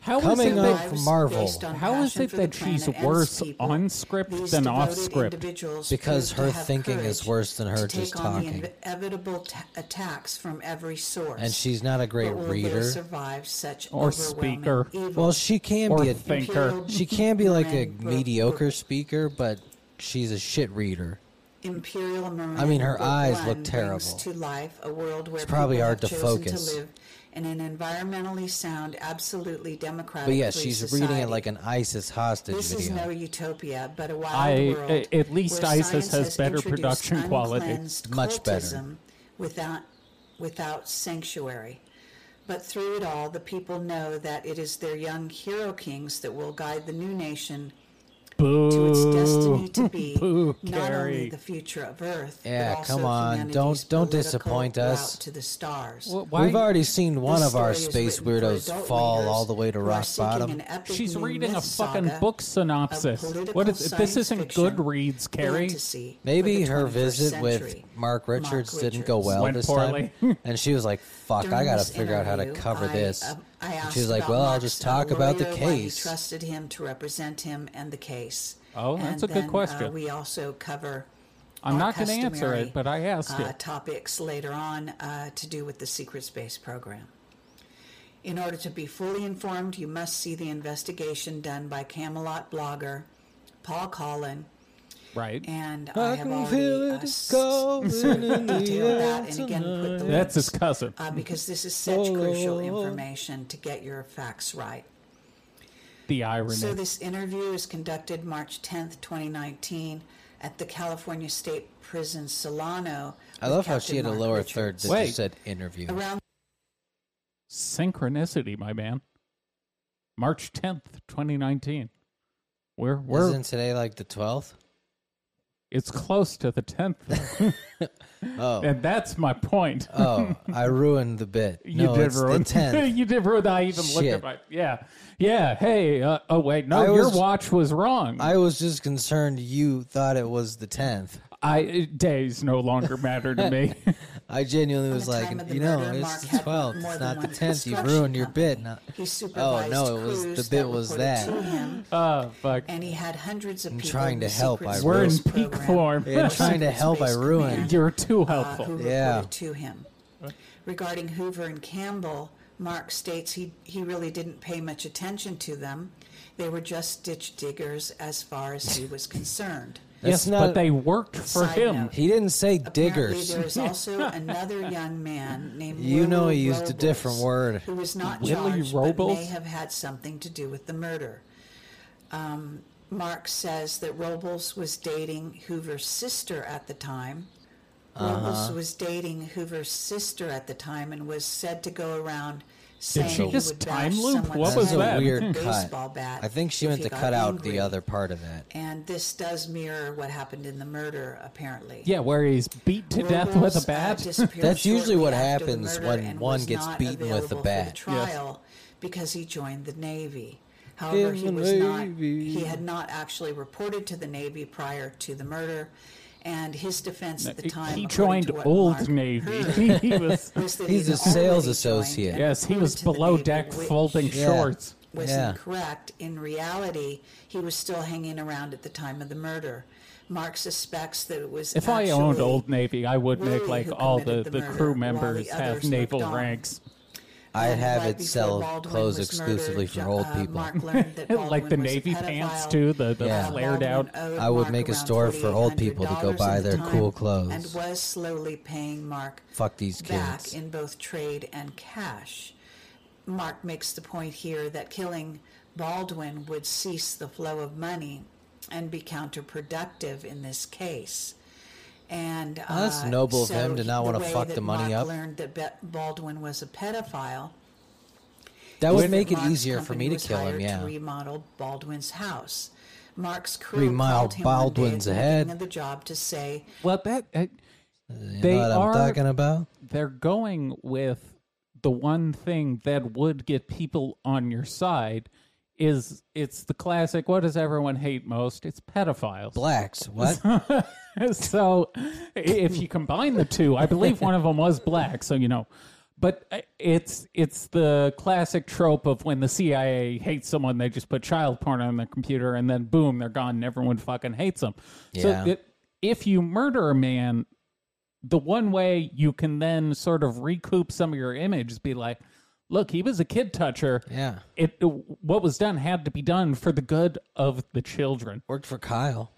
Speaker 1: How is
Speaker 2: Coming
Speaker 1: it
Speaker 2: up
Speaker 1: that
Speaker 2: from
Speaker 3: Lives
Speaker 2: Marvel.
Speaker 3: based on
Speaker 1: How is
Speaker 3: passion
Speaker 1: it
Speaker 3: for the
Speaker 1: that she's
Speaker 3: planet and its
Speaker 1: worse
Speaker 3: people.
Speaker 1: on script
Speaker 3: These
Speaker 1: than off
Speaker 3: devoted
Speaker 1: script?
Speaker 3: individuals
Speaker 2: Because
Speaker 3: proved
Speaker 2: her
Speaker 3: to have
Speaker 2: thinking is
Speaker 3: courage
Speaker 2: worse than her
Speaker 3: to
Speaker 2: just
Speaker 3: take on the
Speaker 2: talking.
Speaker 3: inevitable ta- attacks from every source.
Speaker 2: And she's not a great
Speaker 3: But will they
Speaker 2: reader.
Speaker 3: survive such
Speaker 1: Or
Speaker 3: overwhelming
Speaker 1: speaker.
Speaker 3: evil?
Speaker 2: Well, she can
Speaker 1: Or
Speaker 2: be a
Speaker 1: think-
Speaker 3: Imperial
Speaker 1: Thinker.
Speaker 2: she can be like a
Speaker 3: Marin broke-
Speaker 2: mediocre speaker, but she's a shit reader.
Speaker 3: Imperial Marine.
Speaker 2: I mean, her
Speaker 3: Book
Speaker 2: eyes
Speaker 3: One
Speaker 2: look
Speaker 3: brings
Speaker 2: terrible.
Speaker 3: To life, a world where
Speaker 2: It's probably
Speaker 3: people
Speaker 2: hard
Speaker 3: have
Speaker 2: to
Speaker 3: chosen
Speaker 2: focus.
Speaker 3: To live in an environmentally sound, absolutely democratic.
Speaker 2: But yeah,
Speaker 3: free
Speaker 2: she's
Speaker 3: society.
Speaker 2: reading it like an ISIS hostage
Speaker 3: This is
Speaker 2: video.
Speaker 3: no utopia, but a wild
Speaker 1: I-
Speaker 3: world.
Speaker 1: a- at least
Speaker 3: where
Speaker 1: ISIS
Speaker 3: science
Speaker 1: has better
Speaker 3: introduced
Speaker 1: production quality.
Speaker 3: uncleansed
Speaker 2: Much better.
Speaker 3: cultism Without, without sanctuary. But through it all, the people know that it is their young hero kings that will guide the new nation to its destiny
Speaker 1: Boo.
Speaker 3: to be
Speaker 1: Boo,
Speaker 3: not
Speaker 1: Carrie.
Speaker 3: only the future of Earth,
Speaker 2: Yeah,
Speaker 3: but also
Speaker 2: come on,
Speaker 3: humanity's
Speaker 2: don't- don't
Speaker 3: political
Speaker 2: disappoint us.
Speaker 3: route to the stars.
Speaker 1: Well, why-
Speaker 2: We've already seen one
Speaker 3: This
Speaker 2: of our
Speaker 3: story is
Speaker 2: space
Speaker 3: written for
Speaker 2: weirdos
Speaker 3: adult
Speaker 2: fall
Speaker 3: readers
Speaker 2: all the way to
Speaker 3: who are
Speaker 2: rock
Speaker 3: seeking
Speaker 2: bottom.
Speaker 3: an epic
Speaker 1: She's
Speaker 3: new
Speaker 1: reading a
Speaker 3: myth
Speaker 1: fucking
Speaker 3: saga
Speaker 1: book
Speaker 3: of
Speaker 1: synopsis.
Speaker 3: political
Speaker 1: What is this?
Speaker 3: science
Speaker 1: Isn't
Speaker 3: fiction
Speaker 1: Goodreads, Carrie.
Speaker 3: fantasy
Speaker 2: Maybe
Speaker 3: for the
Speaker 2: her
Speaker 3: 21st
Speaker 2: visit with
Speaker 3: century.
Speaker 2: Mark Richards didn't go
Speaker 3: Richards.
Speaker 2: well
Speaker 1: Went
Speaker 2: this
Speaker 1: poorly.
Speaker 2: time, and she was like, "Fuck, I
Speaker 3: During
Speaker 2: gotta
Speaker 3: this
Speaker 2: figure out how to
Speaker 3: interview,
Speaker 2: cover
Speaker 3: I,
Speaker 2: this."
Speaker 3: uh, I
Speaker 2: And
Speaker 3: asked
Speaker 2: she was like,
Speaker 3: about
Speaker 2: "Well, I'll
Speaker 3: Mark's,
Speaker 2: just
Speaker 3: uh,
Speaker 2: talk about the
Speaker 3: lawyer, why he
Speaker 2: case."
Speaker 3: trusted him to represent him and the case.
Speaker 1: Oh, that's
Speaker 3: And
Speaker 1: a good
Speaker 3: then, uh,
Speaker 1: question.
Speaker 3: we also cover.
Speaker 1: I'm
Speaker 3: our
Speaker 1: not gonna answer it,
Speaker 3: customary,
Speaker 1: but I asked
Speaker 3: uh,
Speaker 1: it.
Speaker 3: Topics later on uh, to do with the secret space program. In order to be fully informed, you must see the investigation done by Camelot blogger Paul Collin,
Speaker 1: Right.
Speaker 3: and I,
Speaker 2: I
Speaker 3: have
Speaker 2: can
Speaker 3: already
Speaker 2: feel
Speaker 3: uh,
Speaker 2: it
Speaker 3: s-
Speaker 2: coming in
Speaker 3: detailed
Speaker 2: the air
Speaker 3: that and again put the
Speaker 2: tonight. Oh.
Speaker 1: That's his
Speaker 3: links
Speaker 1: cousin.
Speaker 3: uh, because this is such crucial
Speaker 2: Lord.
Speaker 3: information to get your facts right.
Speaker 1: The irony.
Speaker 3: So this interview is conducted March 10th, 2019, at the California State Prison Solano.
Speaker 2: I
Speaker 3: with
Speaker 2: love how
Speaker 3: Captain
Speaker 2: she had a
Speaker 3: Mark
Speaker 2: lower
Speaker 3: Richards.
Speaker 2: third that
Speaker 1: Wait.
Speaker 2: just said interview.
Speaker 3: Around
Speaker 1: Synchronicity, my man. March 10th, 2019. We're, we're
Speaker 2: Wasn't today like the twelfth?
Speaker 1: it's close to the 10th.
Speaker 2: Oh,
Speaker 1: and that's my point.
Speaker 2: oh, I ruined the bit.
Speaker 1: You
Speaker 2: No,
Speaker 1: did
Speaker 2: it's
Speaker 1: ruin.
Speaker 2: the tenth.
Speaker 1: you did ruin. I even looked at
Speaker 2: Shit.
Speaker 1: my. Yeah, yeah. Hey. Uh, oh wait. No,
Speaker 2: I
Speaker 1: your
Speaker 2: was-
Speaker 1: watch was wrong.
Speaker 2: I was just concerned you thought it was the tenth.
Speaker 1: I days no longer matter to me.
Speaker 2: I genuinely was
Speaker 3: the
Speaker 2: like,
Speaker 3: time of the
Speaker 2: you know,
Speaker 3: murder, Mark
Speaker 2: it's the
Speaker 3: had
Speaker 2: 12th,
Speaker 3: more
Speaker 2: it's
Speaker 3: than
Speaker 2: not the
Speaker 3: one
Speaker 2: 10th. You
Speaker 3: construction
Speaker 2: ruined your bit.
Speaker 3: company.
Speaker 2: No. Oh,
Speaker 3: He supervised
Speaker 2: no, it was- the
Speaker 3: crews
Speaker 2: bit was
Speaker 3: reported
Speaker 2: that.
Speaker 3: to him,
Speaker 1: Oh fuck.
Speaker 3: and he had hundreds of people.
Speaker 2: trying
Speaker 3: in
Speaker 2: to
Speaker 3: the
Speaker 2: help,
Speaker 3: secret
Speaker 2: I
Speaker 1: We're in
Speaker 3: service
Speaker 1: peak
Speaker 3: program,
Speaker 1: form.
Speaker 2: Yeah, trying to
Speaker 3: Secret
Speaker 2: help, I
Speaker 3: Space
Speaker 2: ruined.
Speaker 3: Command.
Speaker 1: You're too
Speaker 3: uh, who
Speaker 1: helpful.
Speaker 3: reported
Speaker 2: Yeah.
Speaker 3: to him. Regarding Hoover and Campbell, Mark states he, he really didn't pay much attention to them. They were just ditch diggers as far as he was concerned.
Speaker 1: yes,
Speaker 2: That's not-
Speaker 1: but they worked for
Speaker 3: Side
Speaker 1: him.
Speaker 3: note.
Speaker 2: He didn't say
Speaker 3: Apparently,
Speaker 2: diggers.
Speaker 3: there is also another young man named
Speaker 2: You know
Speaker 3: Willie
Speaker 2: he used a different
Speaker 3: Robles,
Speaker 2: word.
Speaker 3: Who was not
Speaker 1: Willie
Speaker 3: charged, but may
Speaker 1: Robles?
Speaker 3: have had something to do with the murder. Um, Mark says that Robles was dating Hoover's sister at the time.
Speaker 2: Uh-huh.
Speaker 3: Robles was dating Hoover's sister at the time and was said to go around saying
Speaker 1: she
Speaker 3: he
Speaker 1: just
Speaker 3: would bash
Speaker 1: time loop?
Speaker 3: someone's
Speaker 1: What
Speaker 2: That's
Speaker 1: was
Speaker 3: head
Speaker 2: a
Speaker 1: that?
Speaker 3: with a
Speaker 2: weird
Speaker 3: baseball
Speaker 2: cut.
Speaker 3: bat.
Speaker 2: I think she
Speaker 3: if
Speaker 2: meant
Speaker 3: he
Speaker 2: to
Speaker 3: got
Speaker 2: cut out
Speaker 3: angry.
Speaker 2: the other part of that.
Speaker 3: And this does mirror what happened in the murder, apparently.
Speaker 1: Yeah, where he's beat to death with a
Speaker 3: Robles, uh,
Speaker 1: bat.
Speaker 3: disappeared
Speaker 2: That's usually
Speaker 3: shortly
Speaker 2: what
Speaker 3: after the
Speaker 2: happens
Speaker 3: murder
Speaker 2: when
Speaker 3: and
Speaker 2: one
Speaker 3: was
Speaker 2: gets
Speaker 3: not
Speaker 2: beaten with a
Speaker 3: available for the
Speaker 2: bat.
Speaker 3: trial because he joined the Navy. However, he
Speaker 2: In the
Speaker 3: was not
Speaker 2: Navy.
Speaker 3: he had not actually reported to the Navy prior to the murder, and his defense at the time
Speaker 1: he
Speaker 3: according
Speaker 1: joined
Speaker 3: to what
Speaker 1: Old
Speaker 3: Mark
Speaker 1: Navy.
Speaker 3: heard,
Speaker 1: he was
Speaker 3: was that
Speaker 2: He's
Speaker 3: he'd
Speaker 2: a sales
Speaker 3: already joined
Speaker 2: associate.
Speaker 3: and
Speaker 1: yes, he
Speaker 3: reported
Speaker 1: was
Speaker 3: to the
Speaker 1: below
Speaker 3: Navy,
Speaker 1: deck
Speaker 3: which
Speaker 1: folding
Speaker 2: Yeah.
Speaker 1: shorts.
Speaker 3: was
Speaker 2: Yeah.
Speaker 3: incorrect. In reality, he was still hanging around at the time of the murder. Mark suspects that it was.
Speaker 1: If I owned
Speaker 3: actually
Speaker 1: Old Navy, I would make
Speaker 3: Willie
Speaker 1: like
Speaker 3: who
Speaker 1: all the,
Speaker 3: committed
Speaker 1: the,
Speaker 3: the murder
Speaker 1: crew
Speaker 3: while
Speaker 1: members
Speaker 3: the
Speaker 1: have
Speaker 3: others
Speaker 1: naval
Speaker 3: looked on.
Speaker 1: ranks.
Speaker 2: I'd
Speaker 3: And
Speaker 2: have
Speaker 3: right
Speaker 2: it
Speaker 3: before
Speaker 2: sell
Speaker 3: Baldwin
Speaker 2: clothes
Speaker 3: was
Speaker 2: exclusively
Speaker 3: murdered,
Speaker 2: for
Speaker 3: Jo-
Speaker 2: old
Speaker 3: uh,
Speaker 2: people.
Speaker 3: Mark learned that
Speaker 1: like the
Speaker 3: Baldwin was a
Speaker 1: navy
Speaker 3: pedophile.
Speaker 1: pants too, the, the
Speaker 2: Yeah.
Speaker 1: flared out.
Speaker 3: Baldwin uh, owed
Speaker 2: I would
Speaker 3: Mark
Speaker 2: make a
Speaker 3: around
Speaker 2: store for old people to go
Speaker 3: $4,800
Speaker 2: buy
Speaker 3: at the
Speaker 2: their
Speaker 3: time
Speaker 2: cool clothes.
Speaker 3: And was slowly paying Mark
Speaker 2: Fuck these
Speaker 3: back
Speaker 2: kids.
Speaker 3: in both trade and cash. Mark makes the point here that killing Baldwin would cease the flow of money and be counterproductive in this case. And
Speaker 2: Well, that's
Speaker 3: uh,
Speaker 2: noble of
Speaker 3: so
Speaker 2: him to not
Speaker 3: the
Speaker 2: wanna
Speaker 3: way
Speaker 2: fuck
Speaker 3: that
Speaker 2: the money
Speaker 3: Mark
Speaker 2: up.
Speaker 3: Learned that Be- Baldwin was a pedophile.
Speaker 2: That would
Speaker 3: is
Speaker 2: make it
Speaker 3: Mark's
Speaker 2: easier for
Speaker 3: company
Speaker 2: me to
Speaker 3: was
Speaker 2: kill him,
Speaker 3: hired
Speaker 2: yeah.
Speaker 3: To remodel Baldwin's house. Mark's crew
Speaker 2: Remodel
Speaker 3: called him one day at the
Speaker 2: Baldwin's
Speaker 3: beginning
Speaker 2: head.
Speaker 3: of the job to say
Speaker 1: Well, that uh,
Speaker 2: You
Speaker 1: They
Speaker 2: know what
Speaker 1: are-
Speaker 2: I'm talking about?
Speaker 1: they're going with the one thing that would get people on your side is it's the classic. What does everyone hate most? It's pedophiles.
Speaker 2: Blacks. What?
Speaker 1: so if you combine the two, I believe one of them was black. So you know, but uh, it's it's the classic trope of when the CIA hates someone, they just put child porn on their computer, and then boom, they're gone. And everyone fucking hates them.
Speaker 2: Yeah.
Speaker 1: So that if you murder a man, the one way you can then sort of recoup some of your image is be like, look, he was a kid toucher.
Speaker 2: yeah.
Speaker 1: It what was done had to be done for the good of the children.
Speaker 2: Worked for Kyle.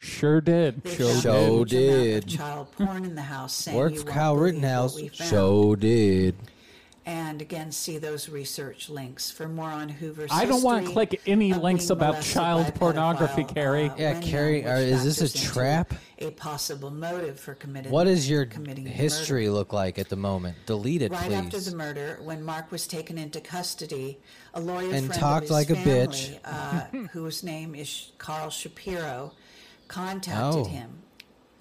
Speaker 1: Sure did.
Speaker 3: they
Speaker 1: Sure
Speaker 3: found
Speaker 2: Show
Speaker 3: a huge amount
Speaker 2: did.
Speaker 3: of child porn in the house. Saying
Speaker 2: Worked
Speaker 3: you
Speaker 2: for
Speaker 3: won't
Speaker 2: Kyle
Speaker 3: believe what
Speaker 2: Rittenhouse.
Speaker 3: we found."
Speaker 2: Show did.
Speaker 3: And again, see those research links for more on Hoover's.
Speaker 1: I don't want to
Speaker 3: history
Speaker 1: click any
Speaker 3: of
Speaker 1: links
Speaker 3: being
Speaker 1: about
Speaker 3: molested
Speaker 1: child
Speaker 3: by a
Speaker 1: pornography,
Speaker 3: pedophile, uh,
Speaker 1: Carrie.
Speaker 2: Yeah,
Speaker 3: when
Speaker 2: Carrie,
Speaker 3: young,
Speaker 2: are-
Speaker 3: which
Speaker 2: is this a
Speaker 3: factors into
Speaker 2: trap?
Speaker 3: A possible motive for committing.
Speaker 2: What does your
Speaker 3: committing the murder.
Speaker 2: history look like at the moment? Delete it,
Speaker 3: Right after
Speaker 2: please.
Speaker 3: the murder, when Mark was taken into custody, a lawyer
Speaker 2: And
Speaker 3: friend
Speaker 2: talked
Speaker 3: of his
Speaker 2: like a
Speaker 3: family,
Speaker 2: bitch.
Speaker 3: uh, whose name is Carl Shapiro, contacted
Speaker 2: Oh.
Speaker 3: him.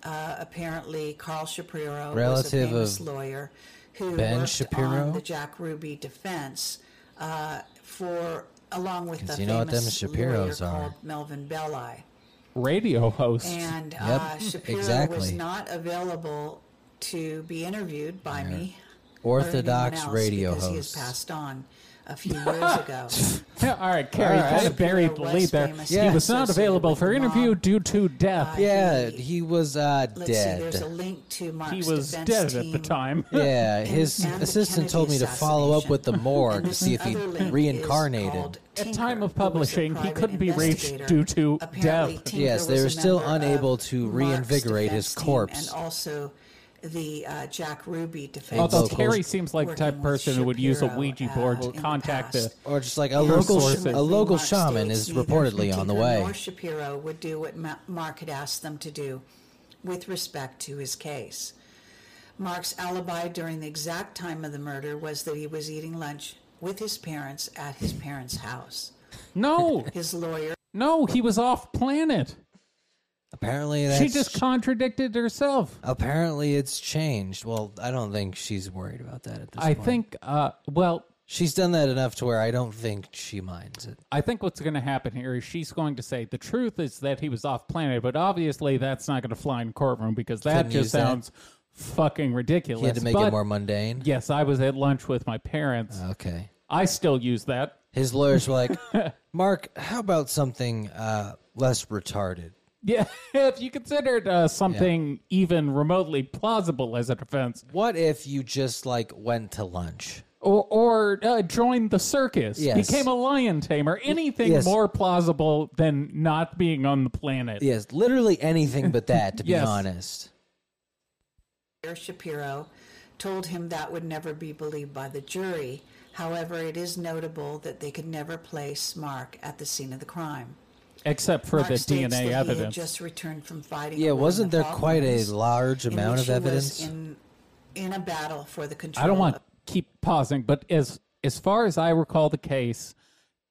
Speaker 3: Uh, apparently, Carl Shapiro was a
Speaker 2: Relative
Speaker 3: famous
Speaker 2: of
Speaker 3: lawyer who
Speaker 2: Ben
Speaker 3: worked
Speaker 2: Shapiro?
Speaker 3: on the Jack Ruby defense uh, for, along with the
Speaker 2: you know what them
Speaker 3: famous
Speaker 2: Shapiros
Speaker 3: lawyer
Speaker 2: are.
Speaker 3: called Melvin Belli.
Speaker 1: Radio host.
Speaker 3: And uh, Shapiro was
Speaker 2: exactly.
Speaker 3: not available to be interviewed by me. or anyone
Speaker 2: Orthodox
Speaker 3: else
Speaker 2: radio
Speaker 3: because He has
Speaker 2: host.
Speaker 3: passed on a few years ago.
Speaker 1: All right, Carrie,
Speaker 2: All right.
Speaker 1: kind of buried the
Speaker 3: Shapiro
Speaker 1: lead
Speaker 3: was
Speaker 1: there.
Speaker 3: famous.
Speaker 2: Yeah.
Speaker 1: He was not
Speaker 3: Associated
Speaker 1: available
Speaker 3: with
Speaker 1: for
Speaker 3: the
Speaker 1: interview
Speaker 3: mob.
Speaker 1: dee due to death.
Speaker 3: Uh,
Speaker 2: Yeah, he was uh,
Speaker 3: Let's see, there's a
Speaker 2: dead.
Speaker 3: link to Mark's
Speaker 1: he was
Speaker 3: defense
Speaker 1: dead
Speaker 3: team.
Speaker 1: at the time.
Speaker 2: Yeah, his
Speaker 3: and the
Speaker 2: assistant told me
Speaker 3: Kennedy
Speaker 2: to follow up with the
Speaker 3: assassination.
Speaker 2: morgue
Speaker 3: And
Speaker 2: to
Speaker 3: this
Speaker 2: see if he
Speaker 3: other link is
Speaker 2: reincarnated.
Speaker 3: called
Speaker 1: At
Speaker 3: Tinker,
Speaker 1: time of
Speaker 3: who was a
Speaker 1: publishing, he
Speaker 3: private
Speaker 1: couldn't be reached
Speaker 3: investigator.
Speaker 1: due to
Speaker 3: Apparently,
Speaker 1: death.
Speaker 3: Tinker
Speaker 2: Yes, they
Speaker 3: was a
Speaker 2: were still
Speaker 3: member of
Speaker 2: unable to
Speaker 3: Mark's
Speaker 2: reinvigorate his
Speaker 3: defense team
Speaker 2: corpse.
Speaker 3: and also the uh, Jack Ruby defense.
Speaker 1: Although
Speaker 2: locals-
Speaker 1: Carrie seems like the type
Speaker 3: Working
Speaker 1: of
Speaker 3: with
Speaker 1: person who would use a
Speaker 3: Shapiro,
Speaker 1: Ouija
Speaker 3: uh,
Speaker 1: board
Speaker 3: in
Speaker 1: to
Speaker 3: the
Speaker 1: contact
Speaker 3: past.
Speaker 1: the.
Speaker 2: Or just like a
Speaker 1: Your
Speaker 2: local
Speaker 1: sources.
Speaker 2: a
Speaker 1: Ultimately,
Speaker 2: local
Speaker 3: Mark
Speaker 2: shaman
Speaker 3: states
Speaker 2: is
Speaker 3: neither
Speaker 2: reportedly on
Speaker 3: Tinker
Speaker 2: the way.
Speaker 3: Nor Shapiro would do what Ma- Mark had asked them to do with respect to his case. Mark's alibi during the exact time of the murder was that he was eating lunch with his parents at his parents' house.
Speaker 1: No,
Speaker 3: His lawyer
Speaker 1: no, he was off planet.
Speaker 2: Apparently that's
Speaker 1: she just contradicted herself.
Speaker 2: apparently it's changed. Well, I don't think she's worried about that at this
Speaker 1: I
Speaker 2: point.
Speaker 1: think, uh, well,
Speaker 2: She's done that enough to where I don't think she minds it.
Speaker 1: I think what's going to happen here is she's going to say the truth is that he was off planet, but obviously that's not going to fly in courtroom because that
Speaker 2: Couldn't
Speaker 1: just
Speaker 2: use that.
Speaker 1: sounds fucking ridiculous.
Speaker 2: He had to make
Speaker 1: But,
Speaker 2: it more Uh. mundane.
Speaker 1: Yes, I was at lunch with my parents.
Speaker 2: Okay.
Speaker 1: I still use that.
Speaker 2: His lawyers were like, Mark, how about something uh, less retarded?
Speaker 1: Yeah, if you considered uh, something even remotely plausible as a defense,
Speaker 2: What if you just like went to lunch?
Speaker 1: or, or uh, joined the circus,
Speaker 2: Yes.
Speaker 1: became a lion tamer, anything
Speaker 2: Yes.
Speaker 1: more plausible than not being on the planet.
Speaker 2: Yes, literally anything but that, to be
Speaker 1: Yes.
Speaker 2: honest.
Speaker 3: Mayor Shapiro told him that would never be believed by the jury. However, it is notable that they could never place Mark at the scene of the crime.
Speaker 1: Except for
Speaker 3: Mark
Speaker 1: the
Speaker 3: states that
Speaker 1: DNA
Speaker 3: He had
Speaker 1: evidence.
Speaker 3: just returned from fighting.
Speaker 2: Yeah,
Speaker 3: a war in
Speaker 2: wasn't
Speaker 3: the
Speaker 2: there quite a
Speaker 3: Falklands,
Speaker 2: large
Speaker 3: in
Speaker 2: amount
Speaker 3: which
Speaker 2: of
Speaker 3: he was
Speaker 2: evidence?
Speaker 3: in in a battle for the control?
Speaker 1: I don't want
Speaker 3: of
Speaker 1: to keep pausing, but as as far as I recall the case,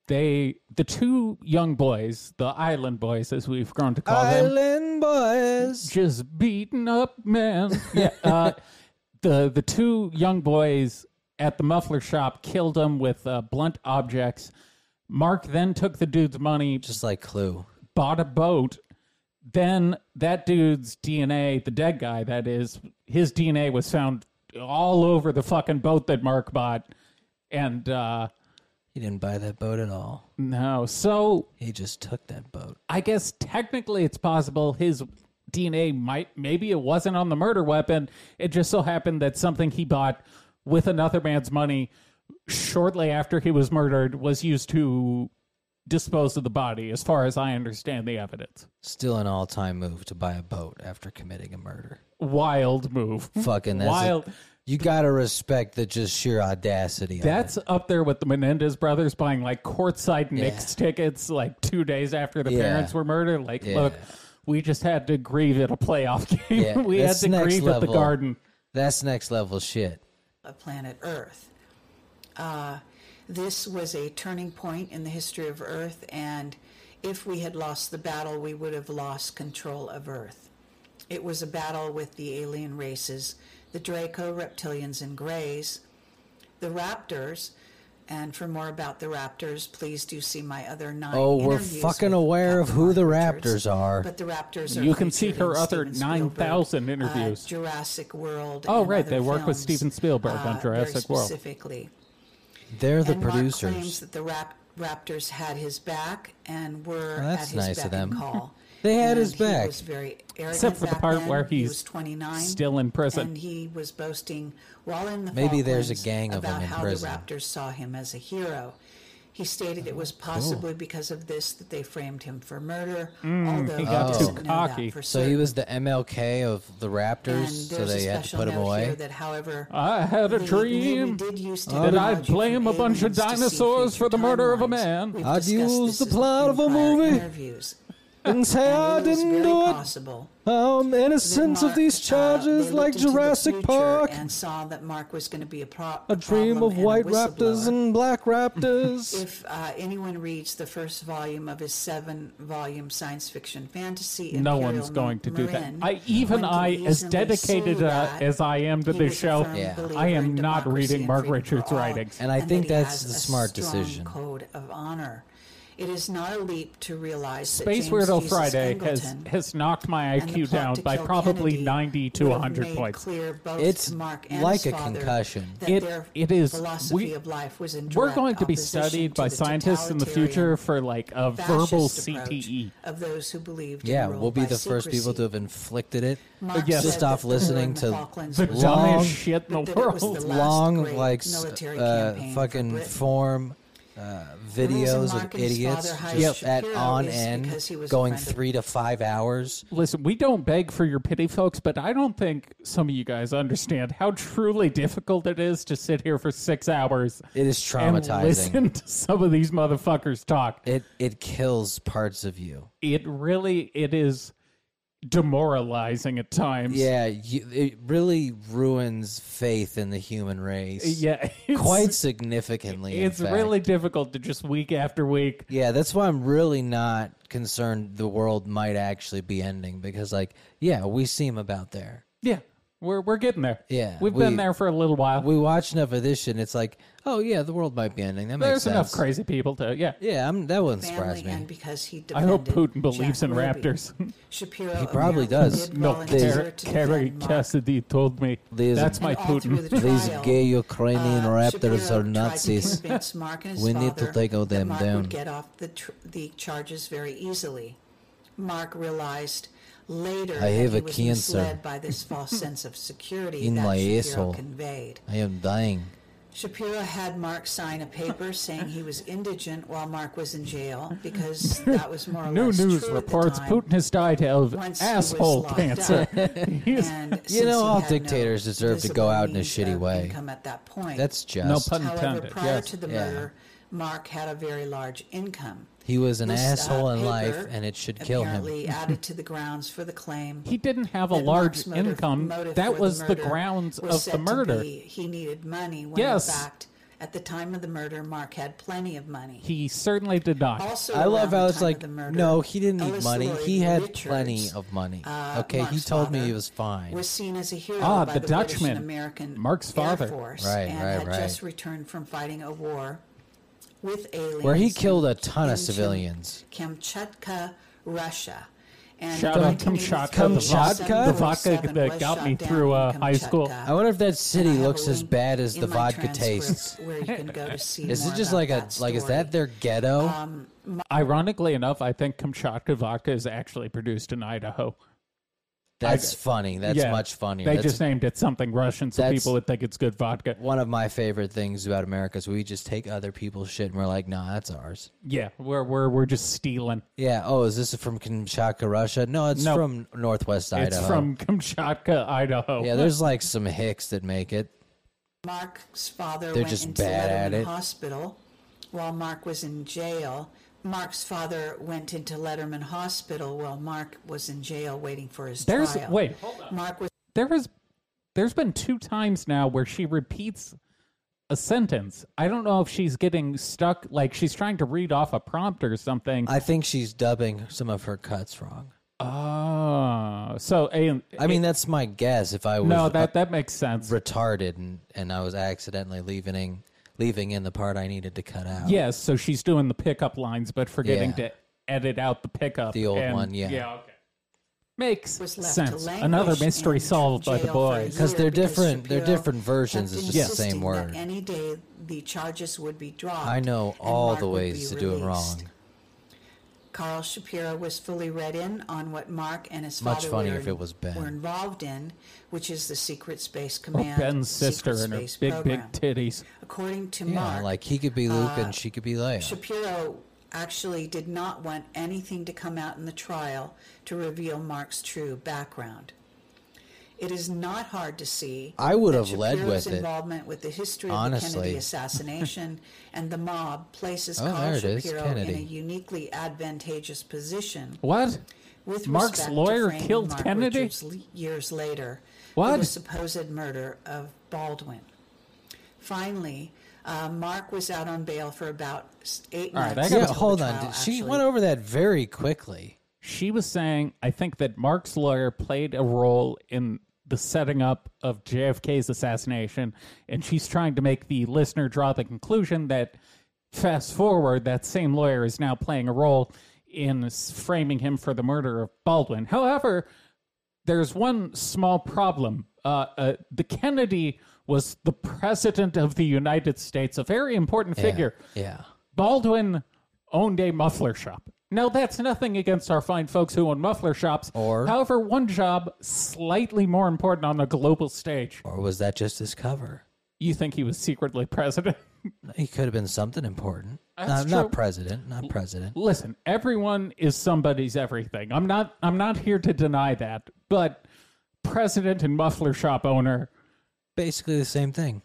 Speaker 1: they the two young boys, the island boys, as we've grown to call them,
Speaker 2: Island boys.
Speaker 1: just beaten up man. Yeah, uh, the the two young boys at the muffler shop killed him with uh, blunt objects. Mark then took the dude's money,
Speaker 2: Just like Clue.
Speaker 1: bought a boat. Then that dude's DNA, the dead guy that is, his DNA was found all over the fucking boat that Mark bought. And uh
Speaker 2: He didn't buy that boat at all.
Speaker 1: no, so
Speaker 2: He just took that boat.
Speaker 1: I guess technically it's possible his DNA might maybe it wasn't on the murder weapon. It just so happened that something he bought with another man's money shortly after he was murdered was used to dispose of the body as far as I understand the evidence.
Speaker 2: Still an all time move to buy a boat after committing a murder.
Speaker 1: Wild move.
Speaker 2: Fucking that's a-
Speaker 1: Wild.
Speaker 2: you gotta respect the just sheer audacity. of it.
Speaker 1: That's up there with the Menendez brothers buying like courtside Knicks tickets like two days after the
Speaker 2: Yeah.
Speaker 1: parents were murdered. Like, look, we just had to grieve at a playoff game.
Speaker 2: Yeah,
Speaker 1: we had
Speaker 2: that's
Speaker 1: to
Speaker 2: next
Speaker 1: grieve at the
Speaker 2: level.
Speaker 1: garden.
Speaker 2: that's next level shit.
Speaker 3: of planet Earth. Uh, this was a turning point in the history of Earth, and if we had lost the battle, we would have lost control of Earth. It was a battle with the alien races, the Draco, reptilians, and Greys, the Raptors. And for more about the Raptors, please do see my other nine.
Speaker 2: Oh, we're
Speaker 3: interviews
Speaker 2: fucking
Speaker 3: with
Speaker 2: aware of
Speaker 3: Captain
Speaker 2: who the
Speaker 3: Mark Richards.
Speaker 2: Raptors are.
Speaker 3: But the Raptors are.
Speaker 1: You can see
Speaker 3: featured in
Speaker 1: her other
Speaker 3: Steven Spielberg,
Speaker 1: 9,000 interviews.
Speaker 3: Uh, Jurassic World.
Speaker 1: Oh,
Speaker 3: and
Speaker 1: right,
Speaker 3: other
Speaker 1: they work with
Speaker 3: films, uh,
Speaker 1: Steven Spielberg on
Speaker 3: very
Speaker 1: Jurassic World.
Speaker 3: Specifically,
Speaker 2: They're the
Speaker 3: and Mark claims
Speaker 2: producers.
Speaker 3: that the rap- Raptors had his back and were
Speaker 2: Well, that's
Speaker 3: at his
Speaker 2: nice of
Speaker 3: beck
Speaker 2: them.
Speaker 3: and call.
Speaker 2: They had
Speaker 3: And
Speaker 2: his
Speaker 3: he
Speaker 2: back.
Speaker 3: was very arrogant
Speaker 1: Except for the
Speaker 3: back
Speaker 1: part
Speaker 3: then.
Speaker 1: where
Speaker 3: He
Speaker 1: he's
Speaker 3: was 29,
Speaker 1: still in prison.
Speaker 3: and he was boasting while in the
Speaker 2: Maybe there's a
Speaker 3: Falklands
Speaker 2: gang of them
Speaker 3: about
Speaker 2: in
Speaker 3: how
Speaker 2: prison.
Speaker 3: the Raptors saw him as a hero. He stated it was
Speaker 2: Oh.
Speaker 3: possibly because of this that they framed him for murder. although
Speaker 1: Mm, he got
Speaker 3: he
Speaker 1: too
Speaker 3: doesn't know that
Speaker 1: cocky.
Speaker 3: for
Speaker 2: Oh. So
Speaker 3: certain.
Speaker 2: he was the MLK of the
Speaker 3: And
Speaker 2: Raptors, so
Speaker 3: there's a
Speaker 2: they had to
Speaker 3: special
Speaker 2: put him
Speaker 3: note here
Speaker 2: away.
Speaker 3: that, however,
Speaker 1: I had a
Speaker 3: we- we
Speaker 1: dream
Speaker 3: did use
Speaker 1: that I'd
Speaker 3: technology
Speaker 1: blame
Speaker 3: from
Speaker 1: a bunch of
Speaker 3: aliens to see
Speaker 1: dinosaurs
Speaker 3: future
Speaker 1: for the murder of a
Speaker 3: timelines.
Speaker 1: man.
Speaker 3: We've
Speaker 2: I'd
Speaker 3: discussed
Speaker 2: use
Speaker 3: this
Speaker 2: the
Speaker 3: in
Speaker 2: plot of a
Speaker 3: prior
Speaker 2: movie.
Speaker 3: interviews.
Speaker 2: And say
Speaker 3: It was
Speaker 2: I'm
Speaker 3: very possible that Mark, uh, they looked into the future and saw that Mark was going to be a, pro- problem and a whistleblower.
Speaker 2: black raptors.
Speaker 3: If uh, anyone reads the first volume of his seven-volume science fiction fantasy,
Speaker 1: No
Speaker 3: Imperial
Speaker 1: one's going to do that.
Speaker 3: Marin,
Speaker 1: I, even
Speaker 3: one can
Speaker 1: I, as
Speaker 3: easily
Speaker 1: dedicated
Speaker 3: see
Speaker 1: uh,
Speaker 3: that
Speaker 1: as I am to
Speaker 3: he
Speaker 1: this
Speaker 3: was a
Speaker 1: show,
Speaker 3: firm
Speaker 2: Yeah.
Speaker 3: believer
Speaker 1: I am
Speaker 3: in
Speaker 1: not
Speaker 3: democracy
Speaker 1: reading
Speaker 3: and
Speaker 1: Mark
Speaker 3: freedom for
Speaker 1: Richards'
Speaker 3: all,
Speaker 1: writings.
Speaker 2: And I
Speaker 3: that
Speaker 2: think
Speaker 3: he
Speaker 2: that's
Speaker 3: has
Speaker 2: the
Speaker 3: a
Speaker 2: smart
Speaker 3: strong
Speaker 2: decision.
Speaker 3: Code of honor. It is not a leap to realize
Speaker 1: Space
Speaker 3: that James
Speaker 1: Weirdo
Speaker 3: Jesus
Speaker 1: Friday has,
Speaker 3: Angleton
Speaker 1: has knocked my
Speaker 3: and the
Speaker 1: IQ
Speaker 3: plot
Speaker 1: down
Speaker 3: to
Speaker 1: by
Speaker 3: kill
Speaker 1: probably
Speaker 3: Kennedy
Speaker 1: 90 to
Speaker 3: would have
Speaker 1: 100
Speaker 3: made
Speaker 1: points.
Speaker 3: clear both
Speaker 2: It's
Speaker 3: to Mark and
Speaker 2: like
Speaker 3: his
Speaker 2: a
Speaker 3: father
Speaker 2: concussion.
Speaker 3: that
Speaker 1: It-
Speaker 3: their
Speaker 1: it is-
Speaker 3: Philosophy
Speaker 1: we-
Speaker 3: of life was in
Speaker 1: We're
Speaker 3: direct
Speaker 1: going to be
Speaker 3: opposition
Speaker 1: studied
Speaker 3: to
Speaker 1: by
Speaker 3: the
Speaker 1: scientists in the
Speaker 3: totalitarian
Speaker 1: future for like a verbal E.
Speaker 3: fascist approach
Speaker 1: CTE.
Speaker 3: of those who believed.
Speaker 2: Yeah,
Speaker 3: in rule
Speaker 2: we'll be
Speaker 3: by
Speaker 2: the first people
Speaker 3: secrecy.
Speaker 2: to have inflicted it.
Speaker 3: Mark
Speaker 1: Yes.
Speaker 3: said
Speaker 1: Just
Speaker 3: that
Speaker 2: off
Speaker 3: the war in
Speaker 2: listening
Speaker 3: the
Speaker 2: to
Speaker 3: Falklands
Speaker 1: The
Speaker 3: was
Speaker 2: long-
Speaker 1: dumbest shit in the
Speaker 3: That it was the
Speaker 1: world.
Speaker 3: Last
Speaker 2: Long,
Speaker 3: great
Speaker 2: like, s-
Speaker 3: military
Speaker 2: uh,
Speaker 3: campaign for
Speaker 2: fucking
Speaker 3: Britain.
Speaker 2: form uh,
Speaker 3: The reason
Speaker 2: videos
Speaker 3: Mark
Speaker 2: of
Speaker 3: and his
Speaker 2: idiots
Speaker 3: father hired
Speaker 2: just at
Speaker 3: Shapiro
Speaker 2: on
Speaker 3: is
Speaker 2: end
Speaker 3: because he was a
Speaker 2: going
Speaker 3: friend of-
Speaker 2: three to five hours.
Speaker 1: Listen, we don't beg for your pity, folks, but I don't think some of you guys understand how truly difficult it is to sit here for six hours
Speaker 2: It is
Speaker 1: and
Speaker 2: traumatizing.
Speaker 1: listen to some of these motherfuckers talk.
Speaker 2: It it kills parts of you.
Speaker 1: It really, it is demoralizing at times.
Speaker 2: Yeah, you, it really ruins faith in the human race.
Speaker 1: yeah. It's,
Speaker 2: quite significantly. in
Speaker 1: Uh, it's
Speaker 2: fact.
Speaker 1: really difficult to just week after week.
Speaker 2: Yeah, that's why I'm really not concerned the world might actually be ending because, like, yeah, we seem about there.
Speaker 1: Yeah, We're we're getting there.
Speaker 2: Yeah,
Speaker 1: we've
Speaker 2: we-
Speaker 1: been there for a little while.
Speaker 2: We watch enough of this shit, and it's like, oh yeah, the world might be ending. That makes
Speaker 1: There's
Speaker 2: sense.
Speaker 1: enough crazy people to yeah.
Speaker 2: Yeah, I'm, that wouldn't
Speaker 3: family
Speaker 2: surprise me.
Speaker 3: and because he
Speaker 1: I hope
Speaker 3: defended
Speaker 1: Putin believes
Speaker 3: Jack
Speaker 1: in
Speaker 3: Ruby.
Speaker 1: raptors.
Speaker 3: Shapiro
Speaker 2: He probably
Speaker 3: apparently
Speaker 2: does.
Speaker 3: did
Speaker 1: No,
Speaker 3: volunteer
Speaker 1: Car-
Speaker 3: to
Speaker 1: Carrie
Speaker 3: defend Mark.
Speaker 1: Cassidy told me
Speaker 2: There's-
Speaker 1: that's my
Speaker 3: And all through
Speaker 1: Putin.
Speaker 3: the
Speaker 2: These
Speaker 3: trial,
Speaker 2: gay Ukrainian
Speaker 3: uh,
Speaker 2: raptors
Speaker 3: Shapiro
Speaker 2: are
Speaker 3: tried to
Speaker 2: Nazis.
Speaker 3: convince Mark and his
Speaker 2: We need to
Speaker 3: father
Speaker 2: take all
Speaker 3: that
Speaker 2: them
Speaker 3: Mark
Speaker 2: down.
Speaker 3: Would get off the tr- the charges very easily. Mark realized later that
Speaker 2: have
Speaker 3: he
Speaker 2: a
Speaker 3: was
Speaker 2: cancer.
Speaker 3: misled by this false sense of security
Speaker 2: In
Speaker 3: that
Speaker 2: my
Speaker 3: Shapiro
Speaker 2: asshole.
Speaker 3: conveyed.
Speaker 2: I am dying.
Speaker 3: Shapiro had Mark sign a paper saying he was indigent while Mark was in jail because that was more or
Speaker 1: New
Speaker 3: less
Speaker 1: news
Speaker 3: true
Speaker 1: reports
Speaker 3: at the time.
Speaker 1: Putin has died of
Speaker 3: Once he was
Speaker 1: asshole
Speaker 3: locked
Speaker 1: cancer. He's-
Speaker 3: And since
Speaker 2: You know,
Speaker 3: he
Speaker 2: all
Speaker 3: had no
Speaker 2: dictators deserve to go
Speaker 3: visible
Speaker 2: out in a
Speaker 3: means
Speaker 2: shitty
Speaker 3: of
Speaker 2: way.
Speaker 3: income At that point,
Speaker 2: That's just.
Speaker 1: No pun
Speaker 3: However,
Speaker 1: intended.
Speaker 3: prior
Speaker 1: yes.
Speaker 3: to the
Speaker 2: Yeah.
Speaker 3: murder, Mark had a very large income.
Speaker 2: he was an
Speaker 3: This, uh,
Speaker 2: asshole in
Speaker 3: paper
Speaker 2: life, and it should kill him.
Speaker 3: Apparently added to the grounds for the claim.
Speaker 1: he didn't have a
Speaker 3: that
Speaker 1: large
Speaker 3: Mark's motive-
Speaker 1: income.
Speaker 3: motive
Speaker 1: That
Speaker 3: for
Speaker 1: was the,
Speaker 3: murder
Speaker 1: grounds
Speaker 3: was
Speaker 1: of
Speaker 3: said
Speaker 1: the
Speaker 3: to
Speaker 1: murder.
Speaker 3: be he needed money. When
Speaker 1: Yes.
Speaker 3: in fact, at the time of the murder, Mark had plenty of money.
Speaker 1: He certainly did not.
Speaker 3: also,
Speaker 2: I love
Speaker 3: around the
Speaker 2: how it's
Speaker 3: time of
Speaker 2: like,
Speaker 3: the murder,
Speaker 2: no, he didn't need
Speaker 3: Ellis
Speaker 2: money.
Speaker 3: Lloyd
Speaker 2: He had
Speaker 3: Richards,
Speaker 2: plenty of money.
Speaker 3: uh,
Speaker 2: okay, he
Speaker 3: Mark's
Speaker 2: told me
Speaker 3: father,
Speaker 2: he was fine.
Speaker 3: Was seen as a hero
Speaker 1: Ah,
Speaker 3: by
Speaker 1: the
Speaker 3: the,
Speaker 1: Dutchman,
Speaker 3: British and American
Speaker 1: Mark's father.
Speaker 3: Air Force,
Speaker 2: Right,
Speaker 3: and
Speaker 2: right,
Speaker 3: had
Speaker 2: right.
Speaker 3: just returned from fighting a war with aliens.
Speaker 2: Where he killed a ton
Speaker 3: in
Speaker 2: of
Speaker 3: Cham-
Speaker 2: civilians.
Speaker 3: Kamchatka, Russia. And
Speaker 1: Shout
Speaker 3: in
Speaker 1: out Kamchatka,
Speaker 3: 1987,
Speaker 2: the vodka- the
Speaker 1: vodka that
Speaker 3: was
Speaker 1: got
Speaker 3: shot
Speaker 1: me
Speaker 3: down
Speaker 1: through,
Speaker 3: in
Speaker 1: uh, high school.
Speaker 3: Kamchatka.
Speaker 2: I wonder if that city
Speaker 3: And I have
Speaker 2: looks
Speaker 3: a
Speaker 2: as
Speaker 3: link
Speaker 2: bad as
Speaker 3: in
Speaker 2: the
Speaker 3: my
Speaker 2: vodka
Speaker 3: transcript
Speaker 2: tastes.
Speaker 3: Where you can go to see
Speaker 2: Is
Speaker 3: more
Speaker 2: it just
Speaker 3: about
Speaker 2: like a
Speaker 3: that
Speaker 2: like? Is
Speaker 3: story. Uh,
Speaker 2: that their ghetto?
Speaker 1: Ironically enough, I think Kamchatka vodka is actually produced in Idaho.
Speaker 2: That's funny. That's
Speaker 1: Yeah.
Speaker 2: much funnier.
Speaker 1: They
Speaker 2: That's
Speaker 1: just named it something Russian so
Speaker 2: That's-
Speaker 1: people would think it's good vodka.
Speaker 2: one of my favorite things about America is we just take other people's shit and we're like, nah, that's ours.
Speaker 1: Yeah, we're we're we're just stealing.
Speaker 2: Yeah. Oh, is this from Kamchatka, Russia? No, it's
Speaker 1: No.
Speaker 2: from Northwest Idaho.
Speaker 1: It's from Kamchatka, Idaho.
Speaker 2: Yeah, there's like some hicks that make it.
Speaker 3: Mark's father
Speaker 2: They're
Speaker 3: went
Speaker 2: just
Speaker 3: into
Speaker 2: bad at
Speaker 3: Letterman
Speaker 2: it.
Speaker 3: Hospital while Mark was in jail. Mark's father went into Letterman Hospital while Mark was in jail waiting for his
Speaker 1: There's-
Speaker 3: trial.
Speaker 1: wait, hold
Speaker 3: Mark was
Speaker 1: there is there's been two times now where she repeats a sentence. I don't know if she's getting stuck like she's trying to read off a prompt or something.
Speaker 2: I think she's dubbing some of her cuts wrong.
Speaker 1: Oh, so and
Speaker 2: I mean, that's my guess. If I was
Speaker 1: no, that that makes sense.
Speaker 2: retarded and, and I was accidentally leaving leaving in the part I needed to cut out.
Speaker 1: Yes, so she's doing the pickup lines but forgetting
Speaker 2: Yeah.
Speaker 1: to edit out the pickup.
Speaker 2: The old
Speaker 1: and-
Speaker 2: one, yeah.
Speaker 1: Yeah, okay. Makes
Speaker 3: was left to
Speaker 1: sense.
Speaker 3: languish
Speaker 1: Another mystery
Speaker 3: in
Speaker 1: solved by the
Speaker 3: jail for a
Speaker 1: boys.
Speaker 2: Because
Speaker 3: year
Speaker 2: they're
Speaker 3: because
Speaker 2: different- they're
Speaker 3: Shapiro
Speaker 2: different versions,
Speaker 3: kept
Speaker 2: it's just the
Speaker 3: insisting
Speaker 2: same
Speaker 3: that
Speaker 2: word.
Speaker 3: Any day the charges would be dropped.
Speaker 2: I know
Speaker 3: and
Speaker 2: all
Speaker 3: Mark
Speaker 2: the
Speaker 3: would be
Speaker 2: ways to do it wrong.
Speaker 3: released. Carl Shapiro was fully read in on what Mark and his
Speaker 2: Much
Speaker 3: father
Speaker 2: funnier
Speaker 3: were,
Speaker 2: if it was Ben.
Speaker 3: were involved in, which is the Secret Space
Speaker 1: Or
Speaker 3: Command.
Speaker 1: Oh, Ben's sister
Speaker 3: Secret
Speaker 1: and her
Speaker 3: Space
Speaker 1: big,
Speaker 3: program.
Speaker 1: big titties.
Speaker 3: According to
Speaker 2: Yeah,
Speaker 3: Mark, uh,
Speaker 2: like he could be Luke and she could be Leia.
Speaker 3: Shapiro actually did not want anything to come out in the trial to reveal Mark's true background. It is not hard to see.
Speaker 2: I would
Speaker 3: that
Speaker 2: have led
Speaker 3: Shapiro's
Speaker 2: with it.
Speaker 3: involvement with the history of the
Speaker 2: Honestly.
Speaker 3: Kennedy assassination and the mob places
Speaker 2: Oh,
Speaker 3: Carl
Speaker 2: there it is,
Speaker 3: Shapiro in a
Speaker 2: Kennedy.
Speaker 3: uniquely advantageous position
Speaker 1: What?
Speaker 3: with
Speaker 1: Mark's
Speaker 3: respect
Speaker 1: lawyer
Speaker 3: to framing
Speaker 1: killed
Speaker 3: Mark
Speaker 1: Kennedy?
Speaker 3: Richards le- years later
Speaker 1: What?
Speaker 3: for the supposed murder of Baldwin. Finally, uh, Mark was out on bail for about s- eight
Speaker 1: All right,
Speaker 3: months.
Speaker 1: I gotta-
Speaker 2: yeah,
Speaker 3: until the
Speaker 2: hold on.
Speaker 3: trial
Speaker 2: Did- she
Speaker 3: actually-
Speaker 2: went over that very quickly.
Speaker 1: She was saying, I think that Mark's lawyer played a role in the setting up of JFK's assassination, and she's trying to make the listener draw the conclusion that fast forward, that same lawyer is now playing a role in s- framing him for the murder of Baldwin. However, there's one small problem. Uh, uh, the Kennedy was the president of the United States, a very important figure.
Speaker 2: Yeah.
Speaker 1: Baldwin owned a muffler shop. Now, that's nothing against our fine folks who own muffler shops.
Speaker 2: Or-
Speaker 1: However, one job slightly more important on the global stage.
Speaker 2: Or was that just his cover?
Speaker 1: You think he was secretly president?
Speaker 2: He could have been something important.
Speaker 1: That's
Speaker 2: Not- not
Speaker 1: true.
Speaker 2: president. Not president.
Speaker 1: Listen, everyone is somebody's everything. I'm not I'm not here to deny that, but president and muffler shop owner,
Speaker 2: Basically the same thing.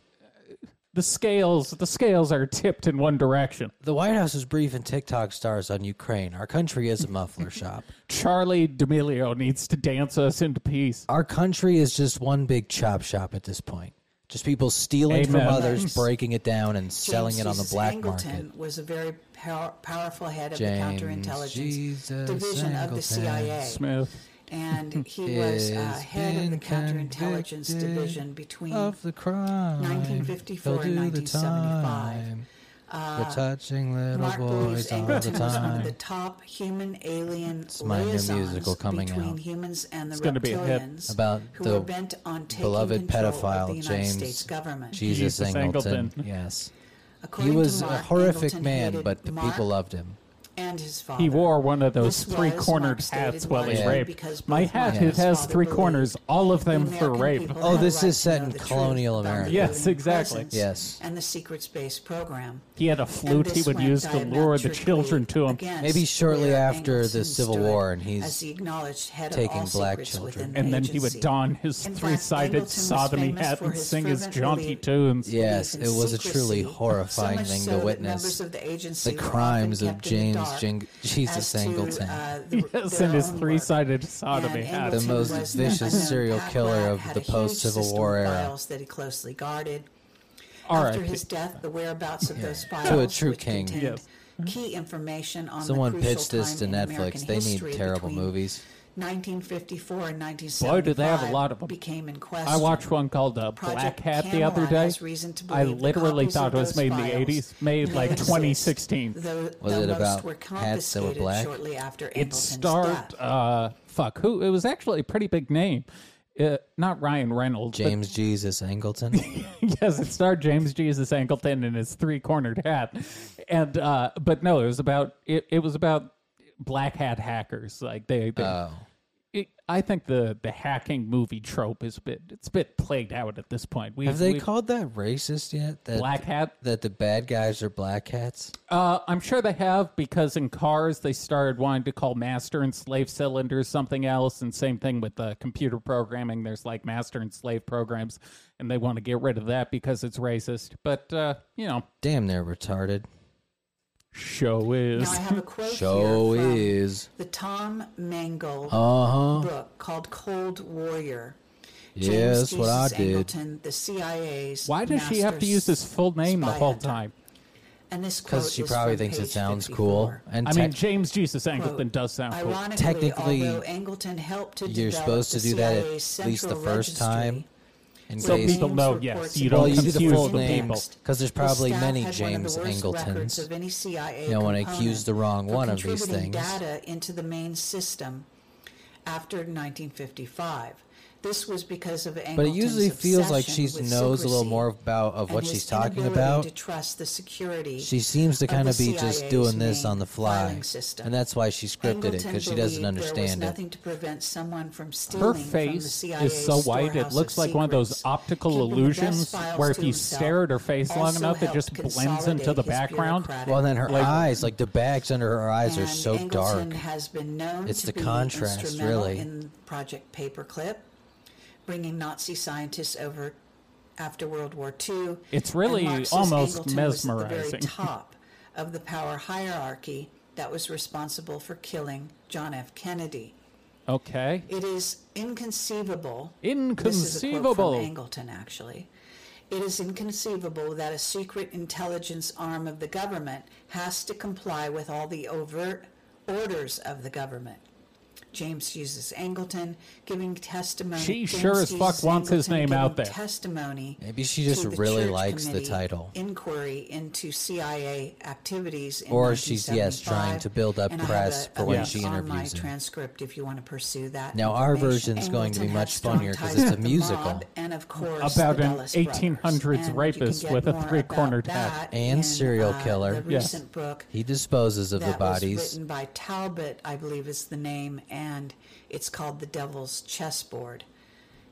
Speaker 1: the scales the scales are tipped in one direction.
Speaker 2: The White House is briefing TikTok stars on Ukraine. Our country is a muffler shop.
Speaker 1: Charlie D'Amelio needs to dance us into peace.
Speaker 2: Our country is just one big chop shop at this point. Just people stealing from
Speaker 1: Amen.
Speaker 2: others,
Speaker 3: Yes.
Speaker 2: breaking it down, and selling
Speaker 3: James
Speaker 2: it on the
Speaker 3: Jesus
Speaker 2: black
Speaker 3: Angleton
Speaker 2: market.
Speaker 3: was a very pow- powerful head of
Speaker 2: James
Speaker 3: the counterintelligence
Speaker 2: Jesus
Speaker 3: division of
Speaker 2: Angleton.
Speaker 3: the CIA.
Speaker 1: Smith.
Speaker 3: and he was uh,
Speaker 2: Has
Speaker 3: head of the
Speaker 2: been
Speaker 3: counterintelligence
Speaker 2: convicted
Speaker 3: division between
Speaker 2: of the crime.
Speaker 3: 1954
Speaker 2: He'll
Speaker 3: and
Speaker 2: do the
Speaker 3: 1975.
Speaker 2: time for touching little
Speaker 3: Mark
Speaker 2: boys
Speaker 3: believes
Speaker 2: all the
Speaker 3: Angleton was one of
Speaker 2: time.
Speaker 3: the top human alien
Speaker 2: It's my new
Speaker 3: liaisons
Speaker 2: musical coming
Speaker 3: between
Speaker 2: out.
Speaker 3: humans and the
Speaker 1: It's gonna be a hit.
Speaker 3: reptilians
Speaker 2: About
Speaker 3: who
Speaker 2: the
Speaker 3: were bent on taking
Speaker 2: beloved
Speaker 3: control
Speaker 2: pedophile
Speaker 3: of the United
Speaker 2: James
Speaker 3: States government.
Speaker 2: Jesus,
Speaker 1: Jesus
Speaker 2: Angleton.
Speaker 1: Angleton.
Speaker 2: Yes.
Speaker 3: According
Speaker 2: he
Speaker 3: to
Speaker 2: was a
Speaker 3: Mark,
Speaker 2: horrific
Speaker 3: Angleton
Speaker 2: man,
Speaker 3: hated
Speaker 2: but the
Speaker 3: Mark
Speaker 2: people loved him.
Speaker 3: and his father.
Speaker 1: He wore one of those
Speaker 3: This
Speaker 1: three
Speaker 3: was
Speaker 1: cornered
Speaker 3: Mark's stated
Speaker 1: hats while he
Speaker 2: Yeah.
Speaker 3: motive
Speaker 1: raped.
Speaker 3: because
Speaker 1: My
Speaker 3: both
Speaker 1: hat,
Speaker 3: Mark and
Speaker 1: it
Speaker 3: his
Speaker 1: has
Speaker 3: father
Speaker 1: three
Speaker 3: believed
Speaker 1: corners, all of
Speaker 3: the
Speaker 1: them for
Speaker 3: American
Speaker 1: rape.
Speaker 3: people
Speaker 2: Oh,
Speaker 3: had a
Speaker 2: this
Speaker 3: right
Speaker 2: is
Speaker 3: to
Speaker 2: set
Speaker 3: know
Speaker 2: in
Speaker 3: the truth
Speaker 2: colonial
Speaker 3: about the
Speaker 2: America.
Speaker 1: Yes,
Speaker 3: alien
Speaker 1: exactly.
Speaker 3: presence
Speaker 2: Yes.
Speaker 3: And the secret space program.
Speaker 1: He had a flute
Speaker 3: And
Speaker 1: he
Speaker 3: this
Speaker 1: would
Speaker 3: went
Speaker 1: use to
Speaker 3: diametrically
Speaker 1: lure the children to him.
Speaker 3: against
Speaker 2: Maybe shortly
Speaker 3: where
Speaker 2: after the
Speaker 3: Angleton
Speaker 2: Civil
Speaker 3: stood
Speaker 2: War, and he's
Speaker 3: as the acknowledged head of
Speaker 2: taking
Speaker 3: all
Speaker 2: black
Speaker 3: secrets
Speaker 2: children.
Speaker 3: within the
Speaker 1: And then he would
Speaker 3: agency.
Speaker 1: don his
Speaker 3: In fact,
Speaker 1: three sided
Speaker 3: Angleton was
Speaker 1: sodomy
Speaker 3: famous
Speaker 1: hat
Speaker 3: for
Speaker 1: and
Speaker 3: his
Speaker 1: sing his
Speaker 3: fervent
Speaker 1: jaunty
Speaker 3: belief-
Speaker 1: tunes.
Speaker 2: Yes,
Speaker 3: belief
Speaker 2: it
Speaker 3: in
Speaker 2: was a truly
Speaker 3: secrecy,
Speaker 2: horrifying
Speaker 3: so much
Speaker 2: thing
Speaker 3: so
Speaker 2: to
Speaker 3: that
Speaker 2: witness.
Speaker 3: members of the, agency
Speaker 2: The
Speaker 3: were often
Speaker 2: crimes of
Speaker 3: kept in the
Speaker 2: James
Speaker 3: dark
Speaker 2: Jing- Jesus
Speaker 3: as to,
Speaker 2: Angleton.
Speaker 3: uh, the-
Speaker 1: Yes,
Speaker 3: their
Speaker 1: and his
Speaker 3: own
Speaker 1: three
Speaker 3: work.
Speaker 1: sided sodomy
Speaker 3: And
Speaker 1: hat.
Speaker 2: The
Speaker 3: Angleton
Speaker 2: most
Speaker 3: was
Speaker 2: vicious
Speaker 3: a known
Speaker 2: serial
Speaker 3: pack
Speaker 2: killer
Speaker 3: rat,
Speaker 2: of
Speaker 3: had
Speaker 2: the
Speaker 3: a huge
Speaker 2: post-Civil
Speaker 3: system
Speaker 2: War
Speaker 3: of
Speaker 2: era.
Speaker 3: files that he closely guarded.
Speaker 1: All
Speaker 3: After
Speaker 1: right.
Speaker 3: his death, the whereabouts of those files
Speaker 2: To a true
Speaker 3: which
Speaker 2: king.
Speaker 3: contained
Speaker 1: Yes.
Speaker 3: key information on
Speaker 2: Someone
Speaker 3: the crucial
Speaker 2: pitched this to
Speaker 3: time in
Speaker 2: Netflix.
Speaker 3: American
Speaker 2: They need
Speaker 3: history
Speaker 2: terrible
Speaker 3: between
Speaker 2: movies.
Speaker 3: 1954 and 1975
Speaker 1: Boy, do they have a lot of 'em.
Speaker 3: became in question.
Speaker 1: I watched one called uh, Black
Speaker 3: Project
Speaker 1: Hat the
Speaker 3: Camelot
Speaker 1: other day.
Speaker 3: has reason to
Speaker 1: I
Speaker 3: believe that
Speaker 1: literally
Speaker 3: copies
Speaker 1: thought
Speaker 3: of
Speaker 1: it was
Speaker 3: those
Speaker 1: made in the
Speaker 3: files
Speaker 1: 80s, made
Speaker 3: may
Speaker 1: like
Speaker 3: exist,
Speaker 1: 2016.
Speaker 3: Though,
Speaker 2: Was
Speaker 3: though
Speaker 2: it
Speaker 3: most
Speaker 2: about
Speaker 3: were
Speaker 2: hats that were
Speaker 3: confiscated
Speaker 2: black?
Speaker 3: Shortly after
Speaker 1: It
Speaker 3: Angleton's
Speaker 1: starred,
Speaker 3: death.
Speaker 1: uh, fuck, who? It was actually a pretty big name. Uh, not Ryan Reynolds, but
Speaker 2: James Jesus Angleton.
Speaker 1: yes, it starred James Jesus Angleton in his three cornered hat, and uh, but no, it was about it, it was about black hat hackers. Like they, they
Speaker 2: oh,
Speaker 1: it, I think the the hacking movie trope is a bit it's a bit played out at this point. We
Speaker 2: have they
Speaker 1: we've-
Speaker 2: called that racist yet? That
Speaker 1: black hat?
Speaker 2: that the bad guys are black hats.
Speaker 1: Uh, I'm sure they have because in cars they started wanting to call master and slave cylinders something else, and same thing with uh, computer programming. There's like master and slave programs, and they want to get rid of that because it's racist. But uh, you know,
Speaker 2: Damn, they're retarded.
Speaker 1: show is.
Speaker 3: Now I have a quote
Speaker 2: Show
Speaker 3: here from
Speaker 2: is
Speaker 3: the Tom Mangold
Speaker 2: uh huh.
Speaker 3: book called Cold Warrior.
Speaker 2: Yes, what I did.
Speaker 3: Angleton, the CIA's.
Speaker 1: Why does she have to
Speaker 3: master
Speaker 1: use his full name the
Speaker 3: spy
Speaker 1: whole
Speaker 3: hunter.
Speaker 1: time?
Speaker 3: And this quote
Speaker 2: Because she
Speaker 3: is
Speaker 2: probably
Speaker 3: from
Speaker 2: thinks it
Speaker 3: page
Speaker 2: sounds
Speaker 3: 54.
Speaker 2: cool. And
Speaker 1: I mean,
Speaker 2: tech-
Speaker 1: James Jesus
Speaker 3: Quote,
Speaker 1: Angleton does sound cool.
Speaker 3: Ironically,
Speaker 2: Technically,
Speaker 3: although Angleton helped to
Speaker 2: you're
Speaker 3: develop
Speaker 2: supposed to
Speaker 3: the
Speaker 2: do that at
Speaker 3: CIA's
Speaker 2: least the
Speaker 3: central
Speaker 2: first
Speaker 3: registry,
Speaker 2: time. In
Speaker 1: So
Speaker 2: case
Speaker 1: people
Speaker 3: names,
Speaker 1: know, yes,
Speaker 3: reports,
Speaker 1: you
Speaker 3: and
Speaker 1: don't
Speaker 2: Well, you do
Speaker 1: confuse
Speaker 2: the
Speaker 1: the,
Speaker 2: full name
Speaker 1: people.
Speaker 3: text.
Speaker 2: 'cause there's
Speaker 3: The
Speaker 2: probably
Speaker 3: staff
Speaker 2: many
Speaker 3: had one of the
Speaker 2: James
Speaker 3: worst records
Speaker 2: Angletons.
Speaker 3: of any CIA
Speaker 2: You don't wanna
Speaker 3: component
Speaker 2: accuse the wrong
Speaker 3: for
Speaker 2: one of these
Speaker 3: contributing
Speaker 2: things.
Speaker 3: data into the main system after 1955. This was because of Angleton's
Speaker 2: But it usually feels like she
Speaker 3: obsession
Speaker 2: knows
Speaker 3: with
Speaker 2: a little
Speaker 3: secrecy
Speaker 2: more about of
Speaker 3: and
Speaker 2: what
Speaker 3: his
Speaker 2: she's talking
Speaker 3: inability
Speaker 2: about.
Speaker 3: To trust the security.
Speaker 2: She seems to
Speaker 3: of
Speaker 2: kind
Speaker 3: the
Speaker 2: of be just
Speaker 3: CIA's
Speaker 2: doing this
Speaker 3: main
Speaker 2: on the fly,
Speaker 3: filing system.
Speaker 2: and that's why she scripted it
Speaker 3: Angleton
Speaker 2: because she
Speaker 3: believed
Speaker 2: doesn't
Speaker 3: there was
Speaker 2: understand it.
Speaker 3: nothing to prevent someone from stealing
Speaker 1: Her
Speaker 3: from the
Speaker 1: face
Speaker 3: CIA's
Speaker 1: is so white; it
Speaker 3: storehouse
Speaker 1: looks
Speaker 3: of
Speaker 1: like one of those
Speaker 3: secrets,
Speaker 1: optical
Speaker 3: keeping the best
Speaker 1: illusions
Speaker 3: files
Speaker 1: where if
Speaker 3: to
Speaker 1: you
Speaker 3: himself,
Speaker 1: stare at her face long
Speaker 3: also
Speaker 1: enough, it
Speaker 3: helped
Speaker 1: just blends into
Speaker 3: consolidate
Speaker 1: the
Speaker 3: his
Speaker 1: background.
Speaker 3: bureaucratic
Speaker 2: Well, then her
Speaker 1: Like-
Speaker 2: eyes, like the bags under her eyes, are
Speaker 3: and
Speaker 2: so
Speaker 3: Angleton
Speaker 2: dark.
Speaker 3: Has been known
Speaker 2: It's
Speaker 3: to
Speaker 2: the
Speaker 3: be
Speaker 2: contrast,
Speaker 3: instrumental
Speaker 2: really.
Speaker 3: In Project Paperclip, bringing Nazi scientists over after World War II.
Speaker 1: It's
Speaker 3: and
Speaker 1: really
Speaker 3: Marxist
Speaker 1: almost
Speaker 3: Angleton was at the very
Speaker 1: mesmerizing.
Speaker 3: top of the power hierarchy that was responsible for killing John F. Kennedy.
Speaker 1: Okay,
Speaker 3: It is inconceivable. This is a quote
Speaker 1: Inconceivable.
Speaker 3: from Angleton, actually. It is inconceivable that a secret intelligence arm of the government has to comply with all the overt orders of the government. James uses Angleton giving testimony.
Speaker 1: She
Speaker 3: James
Speaker 1: sure as fuck
Speaker 3: Jesus
Speaker 1: wants his
Speaker 3: Angleton
Speaker 1: name
Speaker 3: giving
Speaker 1: out there.
Speaker 3: Testimony.
Speaker 2: Maybe she just
Speaker 3: to the
Speaker 2: really
Speaker 3: Church
Speaker 2: likes the
Speaker 3: Committee
Speaker 2: title.
Speaker 3: Inquiry into CIA activities. In
Speaker 2: Or she's, yes,
Speaker 3: 1975,
Speaker 2: trying to buld up
Speaker 3: and I have
Speaker 2: press
Speaker 3: a-
Speaker 2: for
Speaker 3: a
Speaker 2: when
Speaker 3: link
Speaker 2: she
Speaker 3: on my
Speaker 2: interviews him.
Speaker 3: transcript if you want to pursue that.
Speaker 2: Now, our
Speaker 3: information.
Speaker 2: version's going to be
Speaker 3: Angleton
Speaker 2: much
Speaker 3: had strong
Speaker 2: funnier 'cause
Speaker 3: ties
Speaker 2: it's a
Speaker 3: with the
Speaker 2: musical.
Speaker 3: mob and of course
Speaker 1: About
Speaker 3: the
Speaker 1: an
Speaker 3: Dulles brothers.
Speaker 1: 1800s
Speaker 3: And you
Speaker 1: rapist
Speaker 3: can
Speaker 1: with
Speaker 3: get
Speaker 1: a
Speaker 3: more
Speaker 1: three-cornered
Speaker 3: about
Speaker 1: hat.
Speaker 3: that
Speaker 2: And
Speaker 3: in,
Speaker 2: serial
Speaker 3: uh,
Speaker 2: killer.
Speaker 3: The
Speaker 1: Yes.
Speaker 3: recent book
Speaker 2: He disposes of the
Speaker 3: that was
Speaker 2: bodies.
Speaker 3: written by Talbot, I believe is the name, and it's called The Devil's Chessboard.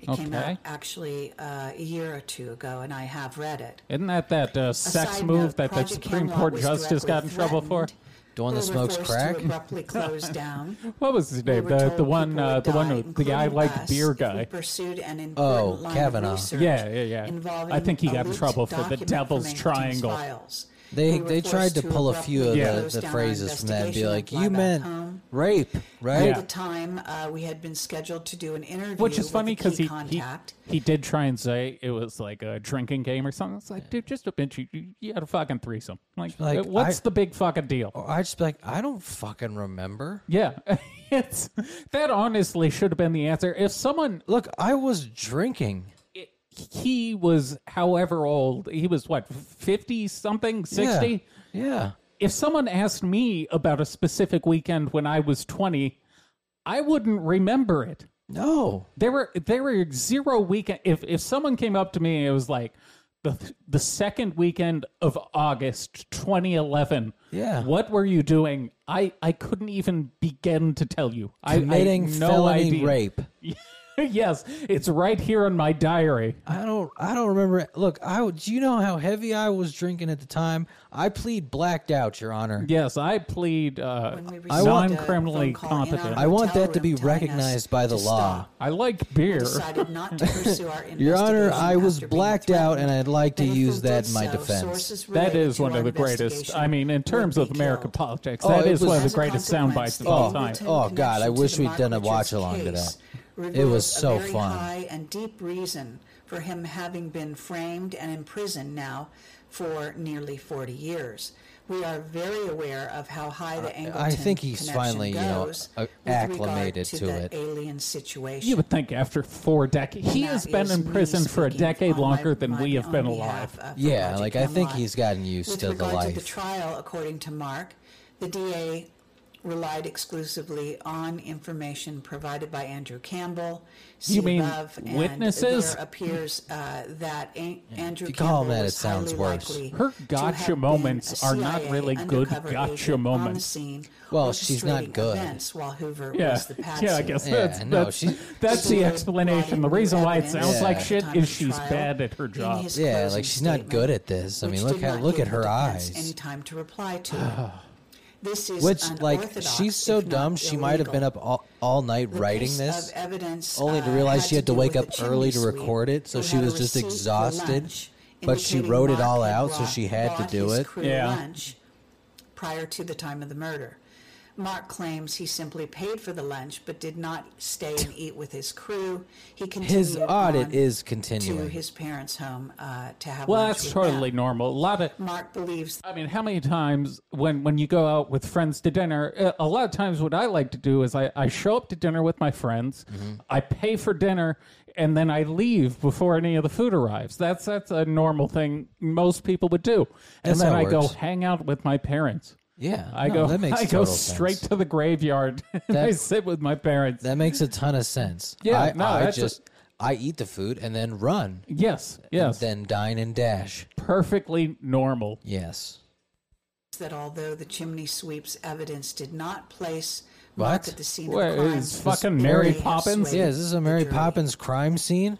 Speaker 3: It came
Speaker 1: Okay.
Speaker 3: out actually uh, a year or two ago, and I have read it.
Speaker 1: isn't that that uh,
Speaker 3: A
Speaker 1: sex
Speaker 3: side
Speaker 1: move
Speaker 3: note,
Speaker 1: that the
Speaker 3: Project
Speaker 1: Supreme
Speaker 3: Camelot
Speaker 1: Court
Speaker 3: was
Speaker 1: justice
Speaker 3: directly
Speaker 1: got in trouble for?
Speaker 3: threatened.
Speaker 2: The one
Speaker 3: We
Speaker 2: that
Speaker 3: were
Speaker 2: smokes
Speaker 3: forced to
Speaker 2: crack?
Speaker 3: abruptly close down.
Speaker 1: What was his name?
Speaker 3: We were
Speaker 1: the the
Speaker 3: told
Speaker 1: one
Speaker 3: people would
Speaker 1: uh, the one
Speaker 3: die,
Speaker 1: with the I
Speaker 3: including
Speaker 1: like
Speaker 3: us,
Speaker 1: beer
Speaker 3: if we
Speaker 1: guy.
Speaker 3: pursued an
Speaker 2: Oh,
Speaker 3: important line of
Speaker 2: Kavanaugh.
Speaker 3: research
Speaker 1: Yeah, yeah, yeah.
Speaker 3: involving
Speaker 1: I think he got in
Speaker 3: elite
Speaker 1: trouble for the
Speaker 3: document
Speaker 1: Devil's
Speaker 3: from Angleton's
Speaker 1: Triangle.
Speaker 3: Files.
Speaker 2: They
Speaker 3: who were
Speaker 2: they
Speaker 3: forced
Speaker 2: tried to pull a few of
Speaker 3: abruptly
Speaker 1: Yeah.
Speaker 2: the,
Speaker 3: close
Speaker 2: the
Speaker 3: down our
Speaker 2: phrases from that and be
Speaker 3: investigation and
Speaker 2: like,
Speaker 3: fly
Speaker 2: you
Speaker 3: back
Speaker 2: meant
Speaker 3: home."
Speaker 2: rape,
Speaker 3: At
Speaker 2: right?
Speaker 1: Yeah.
Speaker 3: the time, uh, we had been scheduled to do an interview
Speaker 1: Which is funny
Speaker 3: because
Speaker 1: because he, he
Speaker 3: contact.
Speaker 1: he did try and say it was like a drinking game or something. It's like, dude, just admit you you- you had a fucking threesome. Like, uh,
Speaker 2: Like,
Speaker 1: what's
Speaker 2: I-
Speaker 1: the big fucking deal?
Speaker 2: Or I'd just be like, I don't fucking remember.
Speaker 1: Yeah, it's that honestly should have been the answer. If someone
Speaker 2: Look, I was drinking.
Speaker 1: he was however old he was, what fifty something,
Speaker 2: Yeah.
Speaker 1: sixty.
Speaker 2: Yeah.
Speaker 1: If someone asked me about a specific weekend when I was twenty, I wouldn't remember it.
Speaker 2: No.
Speaker 1: There were there were zero weekend. If if someone came up to me and it was like the the second weekend of August 2011.
Speaker 2: Yeah.
Speaker 1: What were you doing? I I couldn't even begin to tell you. I-
Speaker 2: Committing
Speaker 1: I, had no
Speaker 2: felony
Speaker 1: idea.
Speaker 2: rape.
Speaker 1: yes, it's right here in my diary.
Speaker 2: I don't. I don't remember. Look, I. Do you know how heavy I was drinking at the time? I plead blacked out, Your Honor.
Speaker 1: Yes, I plead uh,
Speaker 3: When we received a
Speaker 1: non
Speaker 3: phone
Speaker 1: criminally
Speaker 3: call in on
Speaker 1: competent.
Speaker 3: the
Speaker 1: I,
Speaker 2: I want
Speaker 3: hotel
Speaker 2: that to be
Speaker 3: room telling us
Speaker 2: recognized by the
Speaker 3: to
Speaker 2: law.
Speaker 3: stop.
Speaker 1: like beer.
Speaker 3: Decided not to pursue our
Speaker 2: Your Honor,
Speaker 3: investigation
Speaker 2: I was
Speaker 3: after being
Speaker 2: blacked out, and
Speaker 3: threatened.
Speaker 2: I'd like to
Speaker 3: But if we
Speaker 2: use that
Speaker 3: did
Speaker 2: in my
Speaker 3: so,
Speaker 2: defense.
Speaker 3: sources
Speaker 1: That
Speaker 3: related
Speaker 1: is
Speaker 3: to
Speaker 1: one
Speaker 3: our
Speaker 1: of the greatest.
Speaker 3: investigation
Speaker 1: I mean, in
Speaker 3: would
Speaker 1: terms
Speaker 3: be
Speaker 1: of American
Speaker 3: killed.
Speaker 1: politics,
Speaker 2: Oh,
Speaker 1: that
Speaker 2: it
Speaker 1: is one
Speaker 2: was-
Speaker 1: of the
Speaker 3: As a
Speaker 1: greatest sound
Speaker 3: consequence,
Speaker 1: bites of
Speaker 3: the
Speaker 1: all
Speaker 3: Hamilton
Speaker 1: time.
Speaker 2: Oh, God,
Speaker 3: connection
Speaker 2: I
Speaker 3: to
Speaker 2: wish
Speaker 3: the
Speaker 2: we'd done a
Speaker 3: Markovitch's
Speaker 2: watch-along to that.
Speaker 3: case
Speaker 2: It was
Speaker 3: revealed
Speaker 2: so
Speaker 3: a very
Speaker 2: fun.
Speaker 3: high and deep reason for him having been framed and imprisoned now for nearly 40 years. We are very aware of how high the Angleton
Speaker 2: think he's
Speaker 3: connection
Speaker 2: finally, you know,
Speaker 3: goes
Speaker 2: a-
Speaker 3: with regard
Speaker 2: acclimated
Speaker 3: to,
Speaker 2: to
Speaker 3: the
Speaker 2: it.
Speaker 3: alien situation.
Speaker 1: You would think after four decades, he
Speaker 3: That
Speaker 1: has been
Speaker 3: is
Speaker 1: in
Speaker 3: me
Speaker 1: prison for a
Speaker 3: speaking
Speaker 1: decade
Speaker 3: on my-
Speaker 1: longer than
Speaker 3: my-
Speaker 1: we have
Speaker 3: on
Speaker 1: been
Speaker 3: behalf
Speaker 1: alive.
Speaker 3: of
Speaker 2: Yeah,
Speaker 3: Project
Speaker 2: like I think
Speaker 3: Camelot.
Speaker 2: he's gotten used
Speaker 3: With
Speaker 2: to the
Speaker 3: regard
Speaker 2: life.
Speaker 3: to the trial, according to Mark, the DA relied exclusively on information provided by Andrew Campbell. See
Speaker 1: You mean
Speaker 3: above, and
Speaker 1: witnesses?
Speaker 3: There appears uh, that An- Andrew
Speaker 2: you call
Speaker 3: Campbell
Speaker 2: him that,
Speaker 3: was
Speaker 2: it sounds
Speaker 3: highly
Speaker 2: worse.
Speaker 3: likely
Speaker 1: Her
Speaker 3: to
Speaker 1: gotcha
Speaker 3: have been a
Speaker 1: moments are not
Speaker 3: CIA
Speaker 1: really good
Speaker 3: undercover
Speaker 1: gotcha
Speaker 3: agent on the
Speaker 1: moments.
Speaker 3: scene
Speaker 2: Well, she's not
Speaker 3: orchestrating
Speaker 2: good.
Speaker 3: events While Hoover
Speaker 1: Yeah,
Speaker 3: was the patsy.
Speaker 1: yeah. I guess
Speaker 2: Yeah,
Speaker 1: that's
Speaker 2: no,
Speaker 1: that's,
Speaker 2: she-
Speaker 1: that's
Speaker 3: She
Speaker 1: the
Speaker 3: was
Speaker 1: explanation.
Speaker 3: providing
Speaker 1: The reason
Speaker 3: new
Speaker 1: why it
Speaker 3: evidence
Speaker 1: sounds
Speaker 2: Yeah.
Speaker 1: like
Speaker 2: at the
Speaker 1: shit
Speaker 3: time
Speaker 1: is
Speaker 3: of
Speaker 1: she's
Speaker 3: trial
Speaker 1: bad at her
Speaker 3: in
Speaker 1: job.
Speaker 3: his
Speaker 2: Yeah,
Speaker 3: closing
Speaker 2: like, she's not
Speaker 3: statement,
Speaker 2: good at this. I
Speaker 3: which
Speaker 2: mean, look
Speaker 3: did
Speaker 2: how-
Speaker 3: not
Speaker 2: look
Speaker 3: give
Speaker 2: at her
Speaker 3: the defense
Speaker 2: eyes.
Speaker 3: Any time to reply to. it. This is
Speaker 2: Which, like,
Speaker 3: unorthodox,
Speaker 2: she's so
Speaker 3: if not
Speaker 2: dumb, she might have been
Speaker 3: illegal.
Speaker 2: up all, all night
Speaker 3: The
Speaker 2: writing
Speaker 3: piece
Speaker 2: this.
Speaker 3: of evidence,
Speaker 2: only to
Speaker 3: uh,
Speaker 2: realize
Speaker 3: had
Speaker 2: she had to
Speaker 3: do
Speaker 2: wake
Speaker 3: with
Speaker 2: up
Speaker 3: a chimney
Speaker 2: early to
Speaker 3: sweep
Speaker 2: record it, so
Speaker 3: who
Speaker 2: she
Speaker 3: had a
Speaker 2: was just
Speaker 3: receipt for
Speaker 2: exhausted,
Speaker 3: lunch
Speaker 2: but she
Speaker 3: indicating
Speaker 2: wrote it
Speaker 3: Mark
Speaker 2: all
Speaker 3: had
Speaker 2: out, so
Speaker 3: brought-
Speaker 2: she had to
Speaker 3: brought
Speaker 2: do
Speaker 3: his
Speaker 2: it.
Speaker 3: crew
Speaker 1: Yeah.
Speaker 3: lunch prior to the time of the murder. Mark claims he simply paid for the lunch, but did not stay and eat with his crew. He continued
Speaker 2: His audit
Speaker 3: on
Speaker 2: is
Speaker 3: to
Speaker 2: continuing.
Speaker 3: his parents' home uh, to have
Speaker 1: Well,
Speaker 3: lunch
Speaker 1: that's
Speaker 3: with
Speaker 1: totally
Speaker 3: them.
Speaker 1: normal. A lot of
Speaker 3: Mark believes
Speaker 1: I mean, how many times when when you go out with friends to dinner? uh, A lot of times, what I like to do is I, I show up to dinner with my friends,
Speaker 2: Mm-hmm.
Speaker 1: I pay for dinner, and then I leave before any of the food arrives. That's that's a normal thing most people would do. And
Speaker 2: That's
Speaker 1: then
Speaker 2: how it
Speaker 1: I go
Speaker 2: works.
Speaker 1: hang out with my parents.
Speaker 2: Yeah,
Speaker 1: I
Speaker 2: no,
Speaker 1: go.
Speaker 2: That makes
Speaker 1: I go
Speaker 2: total
Speaker 1: straight
Speaker 2: sense.
Speaker 1: to the graveyard. and I sit with my parents.
Speaker 2: That makes a ton of sense.
Speaker 1: Yeah,
Speaker 2: I,
Speaker 1: no,
Speaker 2: I
Speaker 1: that's a-
Speaker 2: just I eat the food and then run,
Speaker 1: yes, yes,
Speaker 2: then dine and dash.
Speaker 1: perfectly normal.
Speaker 2: Yes.
Speaker 3: that although the chimney sweep's evidence did not place
Speaker 2: What?
Speaker 3: Mark at the scene
Speaker 1: Where
Speaker 3: of the crime,
Speaker 1: is fucking
Speaker 3: they
Speaker 1: Mary
Speaker 3: have
Speaker 1: Poppins?
Speaker 3: swayed
Speaker 2: Yeah, is this a Mary
Speaker 3: the jury.
Speaker 2: Poppins crime scene?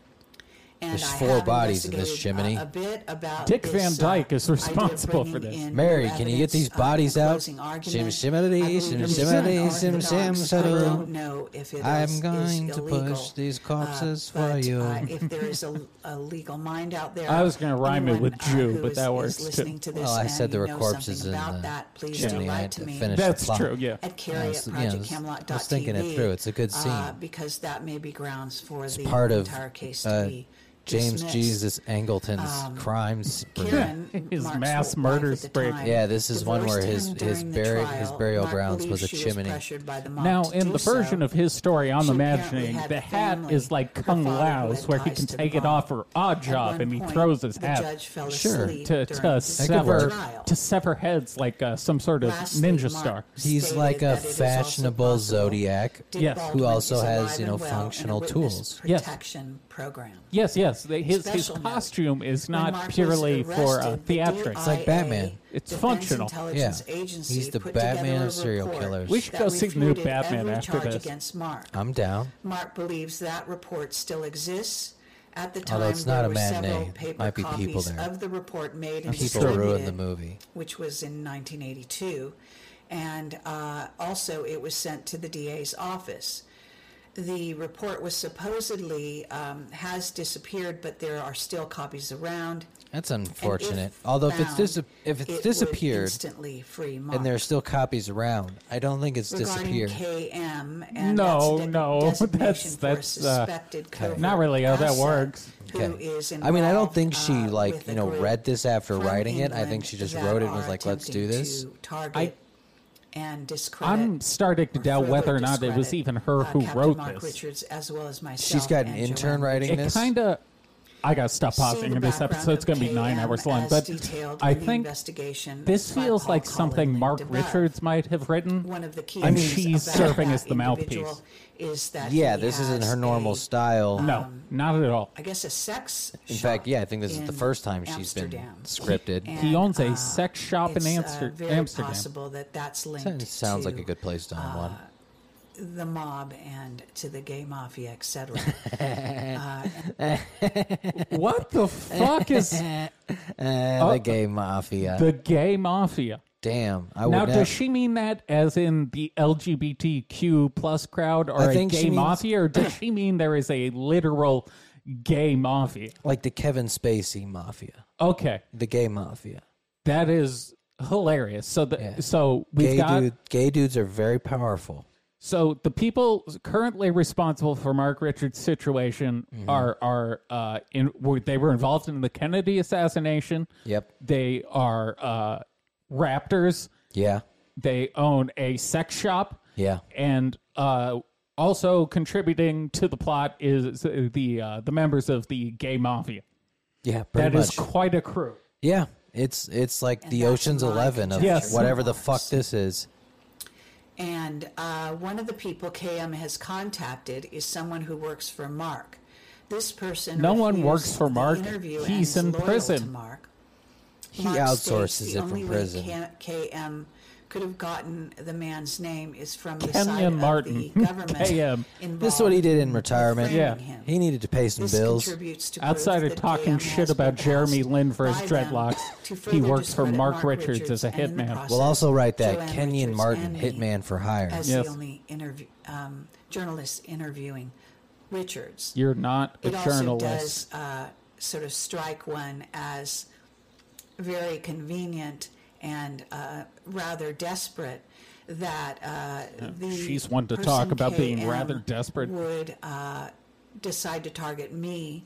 Speaker 3: And
Speaker 2: There's
Speaker 3: I
Speaker 2: four
Speaker 3: have
Speaker 2: bodies in this
Speaker 3: investigated,
Speaker 2: chimney.
Speaker 3: uh, A, bit about
Speaker 1: Dick
Speaker 3: this,
Speaker 1: Van
Speaker 3: uh,
Speaker 1: Dyke is
Speaker 3: idea of
Speaker 1: responsible for
Speaker 3: bringing
Speaker 1: this.
Speaker 3: in
Speaker 2: Mary,
Speaker 3: new
Speaker 2: can you get these
Speaker 3: evidence, uh, in
Speaker 2: bodies
Speaker 3: the
Speaker 2: out?
Speaker 3: closing
Speaker 2: Shim
Speaker 3: argument.
Speaker 2: shimmity,
Speaker 3: I believe
Speaker 2: shim
Speaker 3: it's
Speaker 2: shimmity, shim
Speaker 3: unorthodox.
Speaker 2: shim
Speaker 3: I
Speaker 2: shadoo.
Speaker 3: don't know if it
Speaker 2: I'm
Speaker 3: is- is
Speaker 2: going to push
Speaker 3: illegal,
Speaker 2: these
Speaker 3: uh,
Speaker 2: corpses for
Speaker 3: but, uh,
Speaker 2: you.
Speaker 3: if there is a, a legal mind out there,
Speaker 1: I was gonna rhyme it
Speaker 3: anyone,
Speaker 1: with
Speaker 3: uh,
Speaker 1: Jew,
Speaker 3: who
Speaker 1: but
Speaker 3: is-
Speaker 1: that
Speaker 3: is
Speaker 1: works, too.
Speaker 3: listening to this
Speaker 2: Well, I
Speaker 3: and
Speaker 2: said
Speaker 3: you
Speaker 2: there were
Speaker 3: know
Speaker 2: corpses
Speaker 3: something
Speaker 2: in
Speaker 3: about
Speaker 2: the
Speaker 3: that, please do
Speaker 2: chimney. I
Speaker 3: write
Speaker 2: had
Speaker 3: to
Speaker 2: to
Speaker 3: me
Speaker 2: finish
Speaker 1: That's
Speaker 2: the plot.
Speaker 1: true. Yeah.
Speaker 3: at Carrie
Speaker 2: Yes,
Speaker 3: at
Speaker 2: yeah, I
Speaker 3: Project
Speaker 2: was-
Speaker 3: Camelot.
Speaker 2: I was thinking it through. It's a good
Speaker 3: Uh,
Speaker 2: scene.
Speaker 3: because that may be grounds for the
Speaker 2: Part of
Speaker 3: entire case to
Speaker 2: uh,
Speaker 3: be
Speaker 2: James
Speaker 3: dismissed.
Speaker 2: Jesus Angleton's crimes.
Speaker 3: Um, Karen,
Speaker 1: His
Speaker 3: Mark's
Speaker 1: mass
Speaker 3: wife at
Speaker 1: murder
Speaker 3: the
Speaker 1: spree.
Speaker 3: time,
Speaker 2: Yeah, this is one where
Speaker 3: divorced
Speaker 2: his-
Speaker 3: him
Speaker 2: his
Speaker 3: during the
Speaker 2: burial- his burial
Speaker 3: Mark
Speaker 2: grounds
Speaker 3: believes
Speaker 2: was a
Speaker 3: she
Speaker 2: chimney.
Speaker 3: pressured by the mob
Speaker 1: Now,
Speaker 3: to
Speaker 1: in
Speaker 3: do
Speaker 1: the version
Speaker 3: so.
Speaker 1: of his story, I'm
Speaker 3: She
Speaker 1: imagining
Speaker 3: apparently had
Speaker 1: the hat
Speaker 3: family,
Speaker 1: is like
Speaker 3: her
Speaker 1: Kung
Speaker 3: father who
Speaker 1: Lao's,
Speaker 3: had
Speaker 1: where he
Speaker 3: ties
Speaker 1: can
Speaker 3: to the
Speaker 1: take it
Speaker 3: mob.
Speaker 1: off for odd
Speaker 3: At
Speaker 1: job,
Speaker 3: one
Speaker 1: and he
Speaker 3: point,
Speaker 1: throws his
Speaker 3: the
Speaker 1: hat
Speaker 3: judge fell
Speaker 2: Sure.
Speaker 1: to
Speaker 3: asleep during
Speaker 1: to
Speaker 3: the
Speaker 1: sever
Speaker 3: trial.
Speaker 1: to sever heads like uh, some sort of
Speaker 3: Lastly,
Speaker 1: ninja
Speaker 3: Mark
Speaker 1: star.
Speaker 2: He's
Speaker 3: stated
Speaker 2: like a
Speaker 3: that it is also
Speaker 2: fashionable
Speaker 3: possible
Speaker 2: Zodiac.
Speaker 3: Dick
Speaker 1: Yes.
Speaker 3: Baldwin
Speaker 2: Who also
Speaker 3: is
Speaker 2: has,
Speaker 3: alive
Speaker 2: you know,
Speaker 3: and well and a
Speaker 2: functional
Speaker 3: witness
Speaker 2: tools.
Speaker 1: Yes.
Speaker 3: Protection program.
Speaker 1: Yes, yes. They, his his
Speaker 3: Special note.
Speaker 1: costume is
Speaker 3: When
Speaker 1: not
Speaker 3: Mark was
Speaker 1: purely for uh,
Speaker 3: arrested, the
Speaker 1: theatrics.
Speaker 2: like
Speaker 1: Like,
Speaker 3: DIA,
Speaker 2: Batman.
Speaker 1: It's
Speaker 3: Defense
Speaker 1: functional.
Speaker 3: Intelligence
Speaker 2: Yeah.
Speaker 3: Agency
Speaker 2: He's the
Speaker 3: put together
Speaker 2: Batman
Speaker 3: a
Speaker 2: of serial
Speaker 3: report
Speaker 2: killers.
Speaker 1: We should
Speaker 3: that
Speaker 1: go see the new
Speaker 3: refuted
Speaker 1: Batman
Speaker 3: every
Speaker 1: after
Speaker 3: charge
Speaker 1: this.
Speaker 3: Against Mark.
Speaker 2: I'm down.
Speaker 3: Mark believes that report still exists. At the time,
Speaker 2: Although it's not
Speaker 3: there
Speaker 2: a
Speaker 3: were
Speaker 2: matinee.
Speaker 3: several
Speaker 2: It
Speaker 3: paper
Speaker 2: might be
Speaker 3: copies
Speaker 2: people there.
Speaker 3: of the report made and
Speaker 2: People
Speaker 3: distributed,
Speaker 2: ruined the movie.
Speaker 3: which was in 1982, and uh, also it was sent to the DA's office. the report was supposedly um, has disappeared, but there are still copies around.
Speaker 2: That's
Speaker 3: And
Speaker 2: unfortunate. Although if it's
Speaker 3: found,
Speaker 2: dis- if it's
Speaker 3: it would
Speaker 2: disappeared
Speaker 3: instantly free mark.
Speaker 2: and there's still copies around, I don't think it's
Speaker 3: regarding
Speaker 2: disappeared.
Speaker 3: KM and
Speaker 1: No,
Speaker 3: that's de-
Speaker 1: no,
Speaker 3: designation
Speaker 1: that's-
Speaker 3: for
Speaker 1: that's,
Speaker 3: a
Speaker 1: uh,
Speaker 3: suspected covert
Speaker 1: Not really how that
Speaker 3: asset
Speaker 1: works.
Speaker 3: who
Speaker 2: Okay.
Speaker 3: is
Speaker 2: I mean, I don't
Speaker 3: involved,
Speaker 2: think she
Speaker 3: uh,
Speaker 2: like
Speaker 3: with
Speaker 2: you
Speaker 3: a
Speaker 2: know
Speaker 3: group
Speaker 2: read this after
Speaker 3: from
Speaker 2: writing it. I think
Speaker 3: England
Speaker 2: she just
Speaker 3: that
Speaker 2: wrote it and was
Speaker 3: are
Speaker 2: like, "Let's do
Speaker 3: attempting
Speaker 2: this."
Speaker 3: to target and discredit
Speaker 1: I'm starting to
Speaker 3: or
Speaker 1: doubt
Speaker 3: further
Speaker 1: whether or not it was
Speaker 3: discredit,
Speaker 1: even her
Speaker 3: uh,
Speaker 1: who
Speaker 3: Captain
Speaker 1: wrote
Speaker 3: Mark
Speaker 1: this.
Speaker 3: Richards, as well as myself.
Speaker 2: She's got an
Speaker 3: and
Speaker 2: intern
Speaker 3: Joanne
Speaker 2: writing
Speaker 3: Richards.
Speaker 1: It
Speaker 2: this.
Speaker 1: kind of. I gotta stop
Speaker 3: See
Speaker 1: pausing.
Speaker 3: the
Speaker 1: and This
Speaker 3: background
Speaker 1: episode's
Speaker 3: of
Speaker 1: gonna be nine
Speaker 3: KM
Speaker 1: hours long,
Speaker 3: as
Speaker 1: but
Speaker 3: detailed
Speaker 1: I
Speaker 3: in the
Speaker 1: think
Speaker 3: investigation
Speaker 1: this
Speaker 3: by
Speaker 1: feels
Speaker 3: Paul
Speaker 1: like
Speaker 3: Collin
Speaker 1: something
Speaker 3: linked
Speaker 1: Mark
Speaker 3: above.
Speaker 1: Richards might have written.
Speaker 3: One of the keys
Speaker 1: and
Speaker 3: about
Speaker 1: she's
Speaker 3: that
Speaker 1: serving as the
Speaker 3: individual
Speaker 1: mouthpiece.
Speaker 3: Is that
Speaker 2: yeah,
Speaker 3: he
Speaker 2: this isn't
Speaker 3: has
Speaker 2: her normal
Speaker 3: a,
Speaker 2: style.
Speaker 1: no, not at all.
Speaker 3: I guess a sex.
Speaker 2: In fact, yeah, I think this is the first time she's
Speaker 3: she's
Speaker 2: been scripted.
Speaker 3: And,
Speaker 1: He owns a
Speaker 3: uh,
Speaker 1: sex shop in
Speaker 3: it's, uh,
Speaker 1: Amster-
Speaker 3: very
Speaker 1: Amsterdam.
Speaker 3: possible that that's
Speaker 2: That
Speaker 3: linked
Speaker 2: sounds
Speaker 3: to uh,
Speaker 2: like a good place to own one.
Speaker 3: the mob and to the gay mafia, etc.
Speaker 1: What the fuck is
Speaker 2: Eh, the gay mafia.
Speaker 1: Oh, the gay mafia?
Speaker 2: Damn, I would
Speaker 1: Now,
Speaker 2: not.
Speaker 1: does she mean that as in the LGBTQ plus crowd or
Speaker 2: I
Speaker 1: a
Speaker 2: think she
Speaker 1: gay
Speaker 2: means-
Speaker 1: mafia, or does she mean there is a literal gay mafia?
Speaker 2: like the Kevin Spacey mafia,
Speaker 1: Okay,
Speaker 2: the gay mafia.
Speaker 1: that is hilarious. So, the, so we've
Speaker 2: gay
Speaker 1: got
Speaker 2: dude, gay dudes are very powerful.
Speaker 1: so the people currently responsible for Mark Richards' situation are are uh, in were, they were involved in the Kennedy assassination.
Speaker 2: Yep.
Speaker 1: They are uh, Raptors.
Speaker 2: Yeah.
Speaker 1: They own a sex shop.
Speaker 2: Yeah.
Speaker 1: and uh, also contributing to the plot is uh, the uh, the members of the gay mafia.
Speaker 2: Yeah. Pretty
Speaker 1: That is
Speaker 2: much.
Speaker 1: quite a crew.
Speaker 2: yeah. It's it's like the
Speaker 3: that's
Speaker 2: Ocean's
Speaker 3: my
Speaker 2: Eleven of
Speaker 1: Yes.
Speaker 2: whatever the fuck
Speaker 3: conjecture.
Speaker 2: this is.
Speaker 3: And uh, one of the people KM has contacted is someone who works for Mark. This person.
Speaker 1: No one
Speaker 3: refused
Speaker 1: works for
Speaker 3: the
Speaker 1: Mark.
Speaker 3: interview and
Speaker 1: He's
Speaker 3: is
Speaker 1: in
Speaker 3: loyal
Speaker 1: prison.
Speaker 3: To Mark.
Speaker 2: He
Speaker 3: Mark
Speaker 2: outsources
Speaker 3: states
Speaker 2: it
Speaker 3: the
Speaker 2: from
Speaker 3: only way
Speaker 2: prison.
Speaker 3: K- KM could have gotten the man's name is from the side
Speaker 1: Kenyon Martin,
Speaker 3: of the government.
Speaker 1: KM.
Speaker 2: This is what he
Speaker 3: involved
Speaker 2: did in retirement.
Speaker 3: framing
Speaker 1: Yeah.
Speaker 3: him.
Speaker 2: He needed to pay some
Speaker 3: This
Speaker 2: bills.
Speaker 3: contributes to
Speaker 1: Outside
Speaker 3: proof
Speaker 1: of
Speaker 3: that
Speaker 1: talking
Speaker 3: KM has
Speaker 1: shit about
Speaker 3: been
Speaker 1: Jeremy
Speaker 3: asked
Speaker 1: Lynn for his
Speaker 3: by them
Speaker 1: dreadlocks,
Speaker 3: to
Speaker 1: he
Speaker 3: further
Speaker 1: works for
Speaker 3: discredit
Speaker 1: Mark Richards as a
Speaker 3: and in the
Speaker 1: hitman. We'll
Speaker 3: process,
Speaker 2: We'll also write that
Speaker 3: Joanne
Speaker 2: Kenyon
Speaker 3: Richards
Speaker 2: Martin,
Speaker 3: and me
Speaker 2: hitman for hire.
Speaker 3: as
Speaker 1: Yes.
Speaker 3: the only interview um, journalist interviewing Richards.
Speaker 1: You're not a
Speaker 3: it also
Speaker 1: journalist.
Speaker 3: does uh, sort of strike one as very convenient and uh, rather desperate that uh, the
Speaker 1: she's one to
Speaker 3: person
Speaker 1: talk about being
Speaker 3: KM
Speaker 1: rather desperate.
Speaker 3: would uh, decide to target me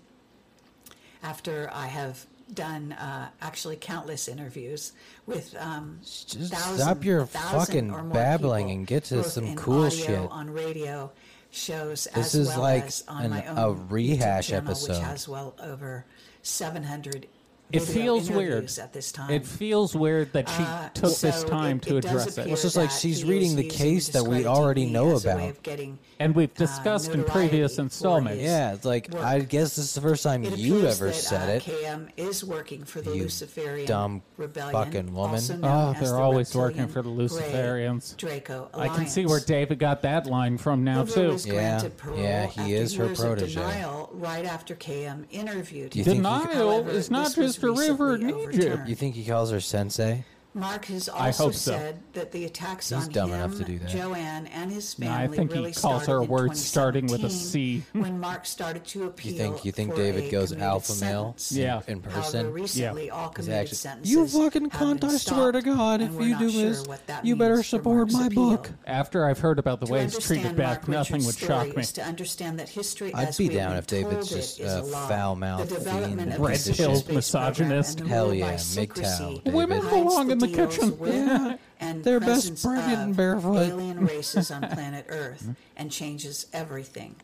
Speaker 3: after I have done uh, actually countless interviews with um,
Speaker 2: Just
Speaker 3: thousand-
Speaker 2: stop your
Speaker 3: thousand
Speaker 2: fucking
Speaker 3: or more
Speaker 2: babbling
Speaker 3: people,
Speaker 2: and get to
Speaker 3: both
Speaker 2: some
Speaker 3: in
Speaker 2: cool
Speaker 3: audio,
Speaker 2: shit.
Speaker 3: On radio shows,
Speaker 2: This is
Speaker 3: as well
Speaker 2: like
Speaker 3: as on
Speaker 2: an-
Speaker 3: my own
Speaker 2: a
Speaker 3: YouTube
Speaker 2: rehash
Speaker 3: channel,
Speaker 2: episode.
Speaker 3: which has well over seven hundred.
Speaker 1: It feels weird.
Speaker 3: at this time.
Speaker 1: It feels weird that she
Speaker 3: um, Uh,
Speaker 1: took
Speaker 3: so
Speaker 1: this time
Speaker 3: it-
Speaker 1: to
Speaker 3: it does
Speaker 1: address
Speaker 3: appear
Speaker 1: it.
Speaker 2: It's just like
Speaker 3: that
Speaker 2: she's
Speaker 3: he
Speaker 2: reading
Speaker 3: is
Speaker 2: the
Speaker 3: using
Speaker 2: case that we
Speaker 3: discrediting
Speaker 2: already
Speaker 3: me
Speaker 2: know
Speaker 3: as a way
Speaker 2: about.
Speaker 3: of getting
Speaker 1: And we've
Speaker 3: uh,
Speaker 1: discussed in
Speaker 3: notoriety
Speaker 1: previous
Speaker 3: for
Speaker 1: installments.
Speaker 3: his
Speaker 2: Yeah, it's like
Speaker 3: work.
Speaker 2: I guess this is the first time
Speaker 3: It
Speaker 2: you
Speaker 3: appears
Speaker 2: ever
Speaker 3: that,
Speaker 2: said
Speaker 3: uh,
Speaker 2: it.
Speaker 3: KM is working for the
Speaker 2: You
Speaker 3: Luciferian
Speaker 2: dumb
Speaker 3: rebellion,
Speaker 2: fucking woman.
Speaker 3: also
Speaker 1: Oh,
Speaker 3: known as
Speaker 1: they're
Speaker 3: the
Speaker 1: always working
Speaker 3: Reptilian
Speaker 1: for the
Speaker 3: Grey
Speaker 1: Luciferians.
Speaker 3: Draco
Speaker 1: I can see
Speaker 3: Alliance.
Speaker 1: where David got that line from now
Speaker 3: Hoover
Speaker 1: too.
Speaker 3: was
Speaker 2: Yeah.
Speaker 3: granted parole
Speaker 2: Yeah, he
Speaker 3: after
Speaker 2: is her
Speaker 3: years of
Speaker 2: protege.
Speaker 3: Denial right after KM interviewed
Speaker 2: You
Speaker 3: him.
Speaker 2: think he
Speaker 1: Denial
Speaker 2: could-
Speaker 3: However,
Speaker 1: is not
Speaker 3: this was
Speaker 1: just a river in
Speaker 3: recently
Speaker 1: Egypt.
Speaker 3: overturned.
Speaker 2: You think he calls her sensei?
Speaker 3: Mark has
Speaker 1: I
Speaker 3: also
Speaker 1: hope so.
Speaker 3: said that the attacks
Speaker 2: He's
Speaker 3: on
Speaker 2: dumb
Speaker 3: him,
Speaker 2: enough to do that.
Speaker 3: Joanne, and his
Speaker 1: No,
Speaker 3: family
Speaker 1: I think he
Speaker 3: really
Speaker 1: calls her
Speaker 3: started in
Speaker 1: words starting with a
Speaker 3: 2017
Speaker 1: C.
Speaker 3: when Mark started to appeal.
Speaker 2: You think you think
Speaker 3: for
Speaker 2: David
Speaker 3: a
Speaker 2: goes
Speaker 3: commuted
Speaker 2: alpha male?
Speaker 3: sentence.
Speaker 1: Yeah.
Speaker 2: in
Speaker 3: However,
Speaker 2: person.
Speaker 3: recently all committed
Speaker 2: actually-
Speaker 3: sentences.
Speaker 2: You fucking
Speaker 3: have been
Speaker 2: cunt! I swear to
Speaker 3: stopped,
Speaker 2: God,
Speaker 3: and
Speaker 2: if
Speaker 3: we're
Speaker 2: you
Speaker 3: not
Speaker 2: do
Speaker 3: sure
Speaker 2: this,
Speaker 3: what that
Speaker 2: you better
Speaker 3: means for
Speaker 2: support
Speaker 3: Mark's
Speaker 2: my
Speaker 3: appeal.
Speaker 2: book.
Speaker 1: After I've heard about the
Speaker 3: To
Speaker 1: way he's treated
Speaker 3: understand
Speaker 1: Beth,
Speaker 3: Mark
Speaker 1: nothing would
Speaker 3: Richards' story
Speaker 1: shock me.
Speaker 3: is To understand that history,
Speaker 2: I'd
Speaker 3: as
Speaker 2: be
Speaker 3: we've
Speaker 2: down
Speaker 3: been
Speaker 2: if David's
Speaker 3: told it,
Speaker 2: just
Speaker 3: is
Speaker 2: a
Speaker 3: lie.
Speaker 2: foul-mouthed
Speaker 3: The
Speaker 2: fiend
Speaker 3: development of
Speaker 2: Red
Speaker 3: this
Speaker 2: pill
Speaker 3: religious program
Speaker 1: misogynist.
Speaker 3: and the
Speaker 2: Hell
Speaker 3: rule
Speaker 2: yeah,
Speaker 3: by
Speaker 2: MGTOW,
Speaker 3: secrecy
Speaker 2: David. Women
Speaker 3: hides
Speaker 1: belong in the
Speaker 3: deals
Speaker 1: kitchen.
Speaker 3: with
Speaker 2: Yeah.
Speaker 3: and
Speaker 2: They're best
Speaker 3: presence
Speaker 2: pregnant and
Speaker 3: of
Speaker 2: barefoot.
Speaker 3: Alien races on planet
Speaker 1: Mm-hmm.
Speaker 3: Earth and changes everything.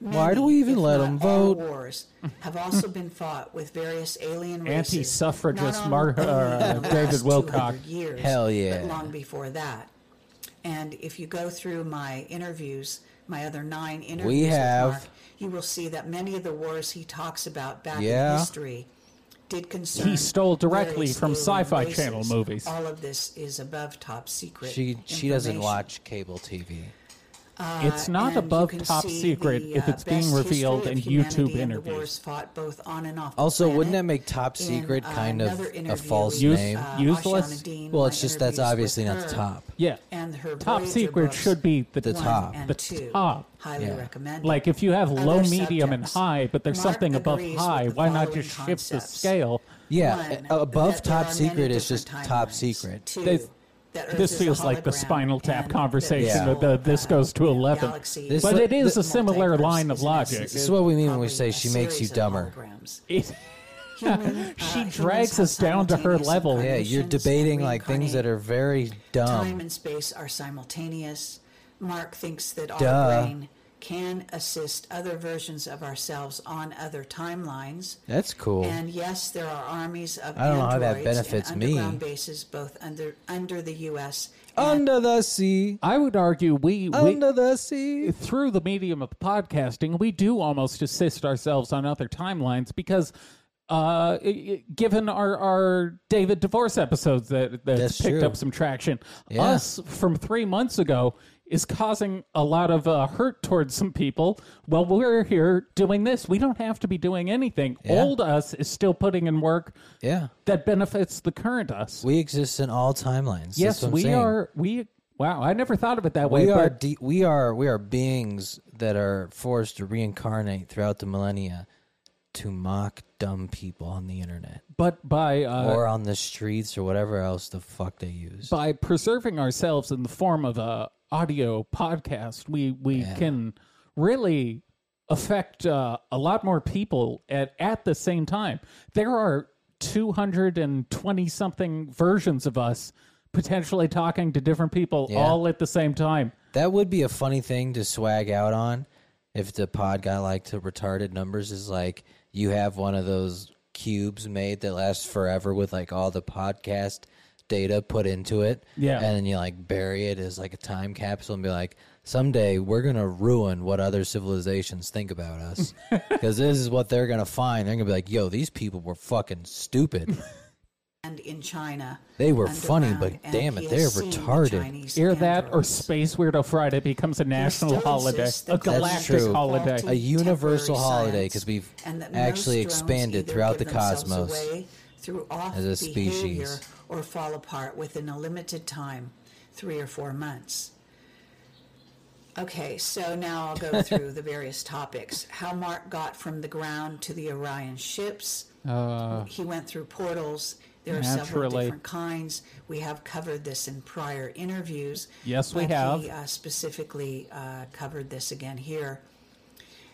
Speaker 2: Why do we even
Speaker 3: if
Speaker 2: let
Speaker 3: not
Speaker 2: 'em
Speaker 3: all
Speaker 2: vote?
Speaker 3: Wars have also been fought with various alien races.
Speaker 1: Anti-suffragist
Speaker 3: not only
Speaker 1: Mar-
Speaker 3: in the
Speaker 1: uh,
Speaker 3: last
Speaker 1: David Wilcock.
Speaker 3: 200 years,
Speaker 2: Hell
Speaker 3: but
Speaker 2: yeah.
Speaker 3: long before that. And if you go through my interviews, my other nine interviews, with
Speaker 2: have-
Speaker 3: Mark, you will see that many of the wars he talks about back
Speaker 2: Yeah.
Speaker 3: in history did concern.
Speaker 1: He stole directly
Speaker 3: various
Speaker 1: from
Speaker 3: alien
Speaker 1: Sci-Fi
Speaker 3: races.
Speaker 1: Channel movies.
Speaker 3: All of this is above top secret.
Speaker 2: She she doesn't
Speaker 3: information.
Speaker 2: watch cable TV.
Speaker 1: It's not
Speaker 3: Uh, and you
Speaker 1: above
Speaker 3: can
Speaker 1: top
Speaker 3: see
Speaker 1: secret
Speaker 3: the,
Speaker 1: if
Speaker 3: uh,
Speaker 1: it's being
Speaker 3: best history
Speaker 1: revealed
Speaker 3: of
Speaker 1: in
Speaker 3: humanity
Speaker 1: YouTube
Speaker 3: and the
Speaker 1: interviews.
Speaker 3: wars fought both on and off the
Speaker 2: Also, wouldn't that
Speaker 3: planet.
Speaker 2: make Top
Speaker 3: In,
Speaker 2: Secret
Speaker 3: uh,
Speaker 2: kind of
Speaker 3: another
Speaker 2: a
Speaker 3: interview
Speaker 2: false
Speaker 3: with,
Speaker 1: Use-
Speaker 2: name?
Speaker 3: uh,
Speaker 1: Useless?
Speaker 3: Ashana Dean,
Speaker 2: Well,
Speaker 3: my
Speaker 2: it's just that's
Speaker 3: interviews
Speaker 2: obviously
Speaker 3: with
Speaker 2: not the
Speaker 3: her
Speaker 2: top.
Speaker 1: Yeah.
Speaker 3: And her
Speaker 1: top
Speaker 3: Voyager
Speaker 1: secret
Speaker 3: books,
Speaker 1: should be the,
Speaker 2: The
Speaker 1: the
Speaker 3: one
Speaker 2: top.
Speaker 3: and
Speaker 1: The
Speaker 3: two.
Speaker 1: top.
Speaker 3: Highly
Speaker 2: Yeah.
Speaker 3: recommended.
Speaker 1: Like if you have low,
Speaker 3: Other
Speaker 1: medium, and
Speaker 3: subjects.
Speaker 1: high, but there's
Speaker 3: Mark
Speaker 1: something above
Speaker 3: agrees with
Speaker 1: high,
Speaker 3: the
Speaker 1: why not
Speaker 3: following
Speaker 1: just shift the
Speaker 3: concepts.
Speaker 1: scale?
Speaker 2: Yeah,
Speaker 3: One,
Speaker 2: a- above
Speaker 3: that there
Speaker 2: top
Speaker 3: are
Speaker 2: secret
Speaker 3: many
Speaker 2: is just
Speaker 3: different
Speaker 2: top
Speaker 3: timelines.
Speaker 2: secret.
Speaker 3: Two,
Speaker 1: This-
Speaker 3: that Earth
Speaker 1: this
Speaker 3: is a
Speaker 1: feels like the
Speaker 3: hologram
Speaker 1: Spinal Tap
Speaker 3: and that
Speaker 1: conversation
Speaker 3: this
Speaker 2: of
Speaker 1: the-
Speaker 3: whole,
Speaker 1: this
Speaker 3: uh,
Speaker 1: goes to 11.
Speaker 3: galaxy
Speaker 2: This-
Speaker 3: is
Speaker 2: But it
Speaker 1: is a
Speaker 3: multiverse
Speaker 1: similar line of
Speaker 3: is in
Speaker 1: logic.
Speaker 3: essence
Speaker 1: This
Speaker 2: is what we mean when we
Speaker 3: probably
Speaker 2: say
Speaker 3: a
Speaker 2: she makes you
Speaker 3: series of
Speaker 2: dumber.
Speaker 3: holograms.
Speaker 1: It-
Speaker 3: Human, uh,
Speaker 1: She
Speaker 3: humans
Speaker 1: drags
Speaker 3: have
Speaker 1: us down to her
Speaker 3: simultaneous
Speaker 1: level. Yeah,
Speaker 2: Yeah, you're
Speaker 3: incarnations,
Speaker 2: debating like things that
Speaker 3: reincarnate.
Speaker 2: are very
Speaker 3: Time
Speaker 2: dumb.
Speaker 3: and space are simultaneous. Mark thinks that our
Speaker 2: Duh.
Speaker 3: brain can assist other versions of ourselves on other timelines.
Speaker 2: That's cool.
Speaker 3: And yes, there are armies of
Speaker 2: I don't know how that
Speaker 3: androids
Speaker 2: benefits
Speaker 3: and
Speaker 2: me.
Speaker 3: underground bases both under under the U.S. and
Speaker 2: Under the sea,
Speaker 1: I would argue we,
Speaker 3: Oh,
Speaker 1: we
Speaker 2: under the sea.
Speaker 1: through the medium of podcasting, we do almost assist ourselves on other timelines because, uh, i- i- given our, our David Divorce episodes that that's,
Speaker 2: That's
Speaker 1: picked
Speaker 2: true.
Speaker 1: up some traction,
Speaker 2: Yeah.
Speaker 1: us from three months ago is causing a lot of uh, hurt towards some people. Well, we're here doing this. We don't have to be doing anything.
Speaker 2: Yeah.
Speaker 1: Old us is still putting in work
Speaker 2: Yeah,
Speaker 1: that benefits the current us.
Speaker 2: we exist in all timelines. That's
Speaker 1: yes,
Speaker 2: what I'm
Speaker 1: we
Speaker 2: saying.
Speaker 1: are. We wow, I never thought of it that way.
Speaker 2: We are
Speaker 1: but
Speaker 2: de- we are we are beings that are forced to reincarnate throughout the millennia to mock dumb people on the internet
Speaker 1: but by uh,
Speaker 2: or on the streets or whatever else the fuck they use.
Speaker 1: by preserving ourselves in the form of a audio podcast, we we can really affect uh, a lot more people at at the same time. There are two hundred and twenty something versions of us potentially talking to different people all at the same time.
Speaker 2: That would be a funny thing to swag out on if the pod got like to retarded numbers is like you have one of those cubes made that lasts forever with like all the podcast data put into it.
Speaker 1: Yeah.
Speaker 2: And then you like bury it as like a time capsule and be like, someday we're gonna ruin what other civilizations think about us. Because this is what they're gonna find. They're gonna be like, yo, these people were fucking stupid.
Speaker 3: and in China.
Speaker 2: They were funny,
Speaker 3: underground,
Speaker 2: but
Speaker 3: and
Speaker 2: damn it,
Speaker 3: he
Speaker 2: they're
Speaker 3: has seen the
Speaker 2: retarded.
Speaker 3: Chinese
Speaker 1: Either that or
Speaker 3: androids.
Speaker 1: Space Weirdo Friday becomes a national
Speaker 3: still
Speaker 1: holiday,
Speaker 3: exists the
Speaker 1: a galactic
Speaker 2: true.
Speaker 1: holiday.
Speaker 2: a universal
Speaker 3: Temporary
Speaker 2: holiday
Speaker 3: science,
Speaker 2: because we've
Speaker 3: and that most
Speaker 2: actually
Speaker 3: drones
Speaker 2: expanded
Speaker 3: either
Speaker 2: throughout the
Speaker 3: give themselves
Speaker 2: cosmos.
Speaker 3: away through off
Speaker 2: as a species.
Speaker 3: behavior or fall apart within a limited time, three or four months. Okay, so now I'll go through the various topics. How Mark got from the ground to the Orion ships. he went through portals. There are several
Speaker 1: Uh, Naturally.
Speaker 3: different kinds. We have covered this in prior interviews.
Speaker 1: Yes, we
Speaker 3: but
Speaker 1: have.
Speaker 3: He, uh, specifically uh, covered this again here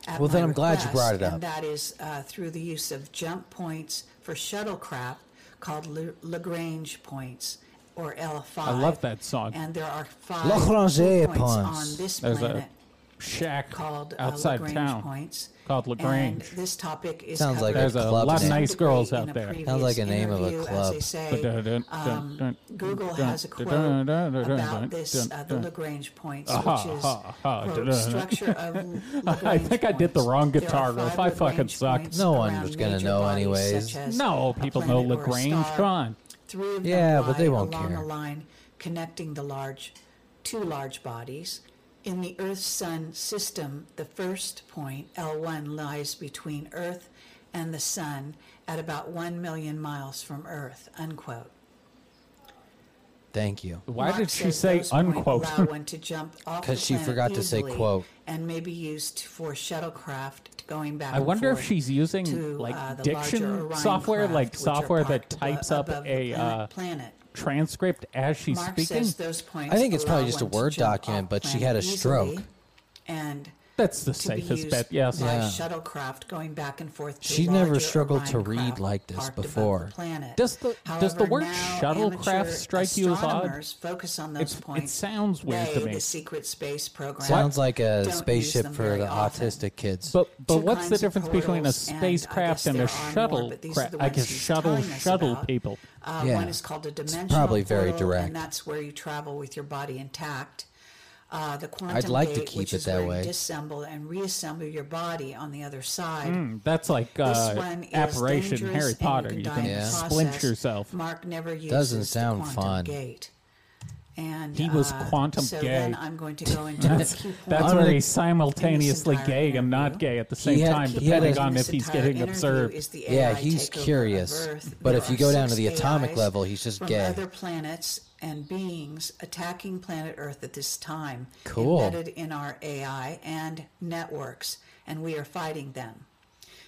Speaker 3: at
Speaker 2: Well, then
Speaker 3: my
Speaker 2: I'm glad you brought it
Speaker 3: request,
Speaker 2: up.
Speaker 3: And that is uh, through the use of jump points for shuttlecraft called La- Lagrange points or L5. I
Speaker 1: love that song.
Speaker 3: And there are five
Speaker 2: Lagrange
Speaker 3: points,
Speaker 2: points.
Speaker 3: on this
Speaker 1: There's a
Speaker 3: planet
Speaker 1: Shack
Speaker 3: called uh,
Speaker 1: outside
Speaker 3: Lagrange
Speaker 1: town
Speaker 3: points.
Speaker 1: called
Speaker 3: And
Speaker 1: Lagrange.
Speaker 3: this topic is
Speaker 2: Sounds like
Speaker 3: covered
Speaker 2: There's a
Speaker 3: to
Speaker 2: lot of
Speaker 3: some
Speaker 1: nice
Speaker 3: degree
Speaker 1: girls
Speaker 3: in
Speaker 1: out
Speaker 3: a
Speaker 1: there.
Speaker 2: Sounds like a
Speaker 3: previous
Speaker 2: name of a
Speaker 3: interview,
Speaker 2: club.
Speaker 3: As they say, um, Google has a quote about this, uh, the Lagrange points,
Speaker 1: Ah,
Speaker 3: which is
Speaker 1: aha, aha,
Speaker 3: quote,
Speaker 1: da-da-da.
Speaker 3: structure of Lagrange
Speaker 1: I think I did the
Speaker 3: points.
Speaker 1: wrong
Speaker 3: There are
Speaker 1: guitar
Speaker 3: five
Speaker 1: riff. I fucking
Speaker 3: Lagrange
Speaker 1: suck.
Speaker 3: points
Speaker 2: No one
Speaker 3: around
Speaker 2: was gonna
Speaker 3: major
Speaker 2: know
Speaker 3: bodies,
Speaker 2: anyways.
Speaker 3: such as
Speaker 1: No,
Speaker 3: a
Speaker 1: people know
Speaker 3: planet or a
Speaker 1: Lagrange.
Speaker 3: star.
Speaker 1: Come on.
Speaker 3: Three of them
Speaker 2: Yeah, but they
Speaker 3: lie
Speaker 2: won't
Speaker 3: along
Speaker 2: care.
Speaker 3: a line connecting the large, two large bodies. In the Earth-Sun system, the first point L1 lies between Earth and the Sun at about one million miles from Earth. Unquote.
Speaker 2: Thank you.
Speaker 1: Why
Speaker 3: Mark
Speaker 1: did she
Speaker 3: says
Speaker 1: say
Speaker 3: those points
Speaker 1: unquote?
Speaker 3: Allow one to jump off
Speaker 2: 'Cause
Speaker 3: the
Speaker 2: she
Speaker 3: planet
Speaker 2: forgot to say
Speaker 3: easily
Speaker 2: quote.
Speaker 3: and may be used for shuttlecraft going back.
Speaker 1: I
Speaker 3: and
Speaker 1: wonder if
Speaker 3: forth
Speaker 1: she's using
Speaker 3: to,
Speaker 1: like
Speaker 3: uh, the larger
Speaker 1: diction
Speaker 3: Orion
Speaker 1: software,
Speaker 3: craft,
Speaker 1: like
Speaker 3: which are
Speaker 1: software that
Speaker 3: parked abo-
Speaker 1: types up
Speaker 3: above the
Speaker 1: a
Speaker 3: planet-
Speaker 1: uh,
Speaker 3: planet.
Speaker 1: transcript as she's
Speaker 3: Mark
Speaker 1: speaking.
Speaker 3: says those points
Speaker 2: I think it's probably
Speaker 3: allow
Speaker 2: just a
Speaker 3: one to
Speaker 2: Word
Speaker 3: jump
Speaker 2: document,
Speaker 3: off
Speaker 2: but she
Speaker 3: planet
Speaker 2: had a
Speaker 3: easily
Speaker 2: stroke.
Speaker 3: And
Speaker 1: That's the
Speaker 3: to be
Speaker 1: safest
Speaker 3: used
Speaker 1: bet. Yes.
Speaker 3: by
Speaker 2: Yeah.
Speaker 3: shuttlecraft going back and forth. To
Speaker 2: She never
Speaker 3: larger
Speaker 2: struggled to
Speaker 3: Orion
Speaker 2: read
Speaker 3: craft
Speaker 2: like this
Speaker 3: parked above the
Speaker 2: before.
Speaker 3: planet.
Speaker 1: Does the- does the
Speaker 3: However,
Speaker 1: word
Speaker 3: now
Speaker 1: shuttlecraft
Speaker 3: amateur
Speaker 1: strike you as odd?
Speaker 3: astronomers Focus on those
Speaker 1: It's- it
Speaker 3: points.
Speaker 1: sounds weird to
Speaker 3: They,
Speaker 1: me.
Speaker 3: The secret space program
Speaker 2: Sounds like a
Speaker 3: don't use
Speaker 2: spaceship
Speaker 3: them
Speaker 2: for
Speaker 3: very
Speaker 2: the
Speaker 3: often.
Speaker 2: autistic kids.
Speaker 1: But but
Speaker 3: Two
Speaker 1: what's the
Speaker 3: kinds of
Speaker 1: difference between a
Speaker 3: portals, and I
Speaker 1: spacecraft
Speaker 3: guess
Speaker 1: and,
Speaker 3: there
Speaker 1: a
Speaker 3: are more,
Speaker 1: shuttle?
Speaker 3: but these are
Speaker 1: cra-
Speaker 3: the
Speaker 1: I
Speaker 3: ones
Speaker 1: guess
Speaker 3: she's
Speaker 1: shuttle
Speaker 3: telling us
Speaker 1: shuttle
Speaker 3: about.
Speaker 1: people.
Speaker 3: Uh,
Speaker 2: Yeah.
Speaker 3: One is called a dimensional
Speaker 2: probably very
Speaker 3: portal,
Speaker 2: direct.
Speaker 3: and that's where you travel with your body intact. Uh, the quantum
Speaker 2: like to
Speaker 3: gate,
Speaker 2: keep
Speaker 3: which
Speaker 2: it
Speaker 3: is
Speaker 2: that
Speaker 3: where
Speaker 2: way.
Speaker 3: you disassemble and reassemble your body on the other side.
Speaker 1: Hmm, that's like
Speaker 3: This
Speaker 1: uh,
Speaker 3: one is
Speaker 1: apparition in
Speaker 3: dangerous
Speaker 1: Harry
Speaker 3: and
Speaker 1: Potter.
Speaker 3: You
Speaker 1: You
Speaker 3: can, die
Speaker 1: can
Speaker 3: in the
Speaker 1: splint
Speaker 3: process.
Speaker 1: yourself.
Speaker 3: Mark never uses
Speaker 2: Doesn't
Speaker 3: the
Speaker 2: sound
Speaker 3: quantum
Speaker 2: fun.
Speaker 3: Gate. And
Speaker 1: He was
Speaker 3: uh,
Speaker 1: quantum
Speaker 3: so
Speaker 1: gay.
Speaker 3: Then I'm going to go into
Speaker 1: That's,
Speaker 3: the
Speaker 1: that's
Speaker 2: I'm
Speaker 1: where
Speaker 2: gonna-
Speaker 1: he's simultaneously
Speaker 3: Innocent
Speaker 1: gay and
Speaker 3: iron,
Speaker 1: not
Speaker 3: yeah.
Speaker 1: gay at the same
Speaker 2: had-
Speaker 1: time,
Speaker 2: he had
Speaker 1: depending
Speaker 2: a-
Speaker 1: on
Speaker 3: This
Speaker 1: if he's
Speaker 3: entire
Speaker 1: getting
Speaker 3: interview
Speaker 1: observed.
Speaker 3: is the
Speaker 2: Yeah,
Speaker 3: AI
Speaker 2: he's
Speaker 3: takeover of
Speaker 2: curious,
Speaker 3: Earth.
Speaker 2: but
Speaker 3: There
Speaker 2: if you
Speaker 3: are
Speaker 2: go down to
Speaker 3: six
Speaker 2: the atomic
Speaker 3: AIs
Speaker 2: level, he's just
Speaker 3: from
Speaker 2: gay.
Speaker 3: Other planets and beings attacking planet Earth at this time,
Speaker 2: Cool.
Speaker 3: embedded in our AI and networks, and we are fighting them.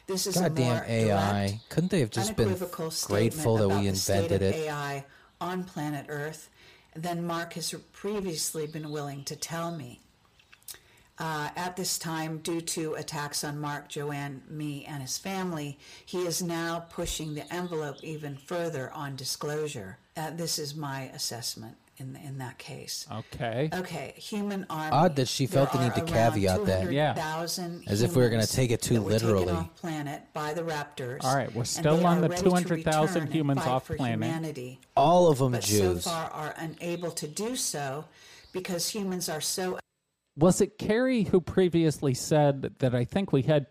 Speaker 3: This is a
Speaker 2: Goddamn
Speaker 3: more
Speaker 2: AI.
Speaker 3: direct,
Speaker 2: Couldn't they have just been
Speaker 3: unequivocal statement
Speaker 2: grateful that
Speaker 3: about
Speaker 2: we
Speaker 3: the state
Speaker 2: invented
Speaker 3: of
Speaker 2: it?
Speaker 3: AI on planet Earth than Mark has previously been willing to tell me. Uh, at this time, due to attacks on Mark, Joanne, me, and his family, he is now pushing the envelope even further on disclosure. Uh, this is my assessment in in that case.
Speaker 1: Okay.
Speaker 3: Okay, human army.
Speaker 2: Odd that she felt the
Speaker 3: There
Speaker 2: need to
Speaker 3: are around
Speaker 2: caveat that.
Speaker 1: Yeah.
Speaker 3: 200,000
Speaker 2: As if we were gonna
Speaker 3: humans
Speaker 2: take it too
Speaker 3: that were taken
Speaker 2: literally.
Speaker 3: off planet by the raptors.
Speaker 1: All right, we're
Speaker 3: and
Speaker 1: still
Speaker 3: they
Speaker 1: on
Speaker 3: are
Speaker 1: the
Speaker 3: ready to
Speaker 1: 200,000
Speaker 3: return and
Speaker 1: humans
Speaker 3: fight
Speaker 1: off
Speaker 3: for
Speaker 1: planet.
Speaker 3: Humanity
Speaker 2: All of them
Speaker 3: but
Speaker 2: Jews.
Speaker 3: so far are unable to do so because humans are so
Speaker 1: Was it Carrie who previously said that I think we had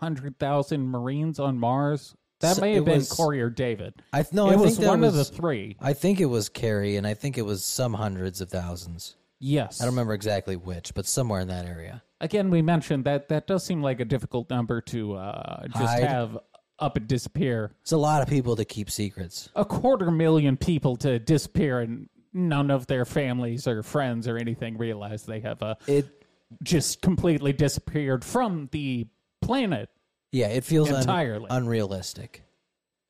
Speaker 1: 200,000 Marines on Mars? That
Speaker 2: So
Speaker 1: may
Speaker 2: it
Speaker 1: have been
Speaker 2: was-
Speaker 1: Corey or David.
Speaker 2: I th- no,
Speaker 1: it
Speaker 2: I
Speaker 1: was
Speaker 2: think that
Speaker 1: one of the
Speaker 2: was-
Speaker 1: three.
Speaker 2: I think it was Carrie, and I think it was some hundreds of thousands.
Speaker 1: Yes.
Speaker 2: I don't remember exactly which, but somewhere in that area.
Speaker 1: Again, we mentioned that that does seem like a difficult number to uh, just
Speaker 2: Hide.
Speaker 1: have up and disappear.
Speaker 2: It's a lot of people to keep secrets.
Speaker 1: a quarter million people to disappear and none of their families or friends or anything realize they have uh,
Speaker 2: It,
Speaker 1: just completely disappeared from the planet.
Speaker 2: yeah, it feels un-
Speaker 1: Entirely.
Speaker 2: unrealistic.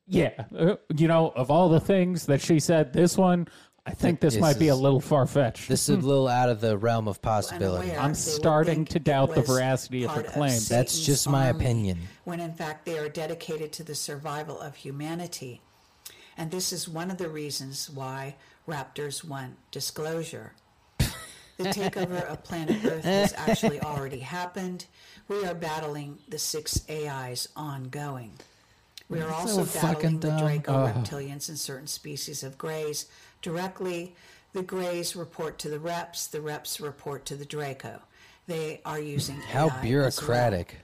Speaker 1: Yeah. Uh, you know, of all the things that she said, this one, I think this,
Speaker 2: This
Speaker 1: might be a
Speaker 2: is-
Speaker 1: little far fetched.
Speaker 2: This is a little out of the realm of possibility.
Speaker 3: unaware.
Speaker 1: I'm
Speaker 3: they would
Speaker 1: starting
Speaker 3: think
Speaker 1: to
Speaker 3: it
Speaker 1: doubt the
Speaker 3: was
Speaker 1: veracity of her
Speaker 3: part
Speaker 1: claim. That's
Speaker 2: That's
Speaker 3: Satan's
Speaker 2: just my
Speaker 3: army,
Speaker 2: opinion.
Speaker 3: When in fact they are dedicated to the survival of humanity. And this is one of the reasons why raptors want disclosure. The takeover of planet Earth has actually already happened. We are battling the six AIs ongoing. We are also
Speaker 2: so
Speaker 3: battling
Speaker 2: fucking
Speaker 3: the
Speaker 2: dumb.
Speaker 3: Draco reptilians and certain species of greys directly. The greys report to the reps, the reps report to the Draco. They are using
Speaker 2: How
Speaker 3: AI as well.
Speaker 2: bureaucratic.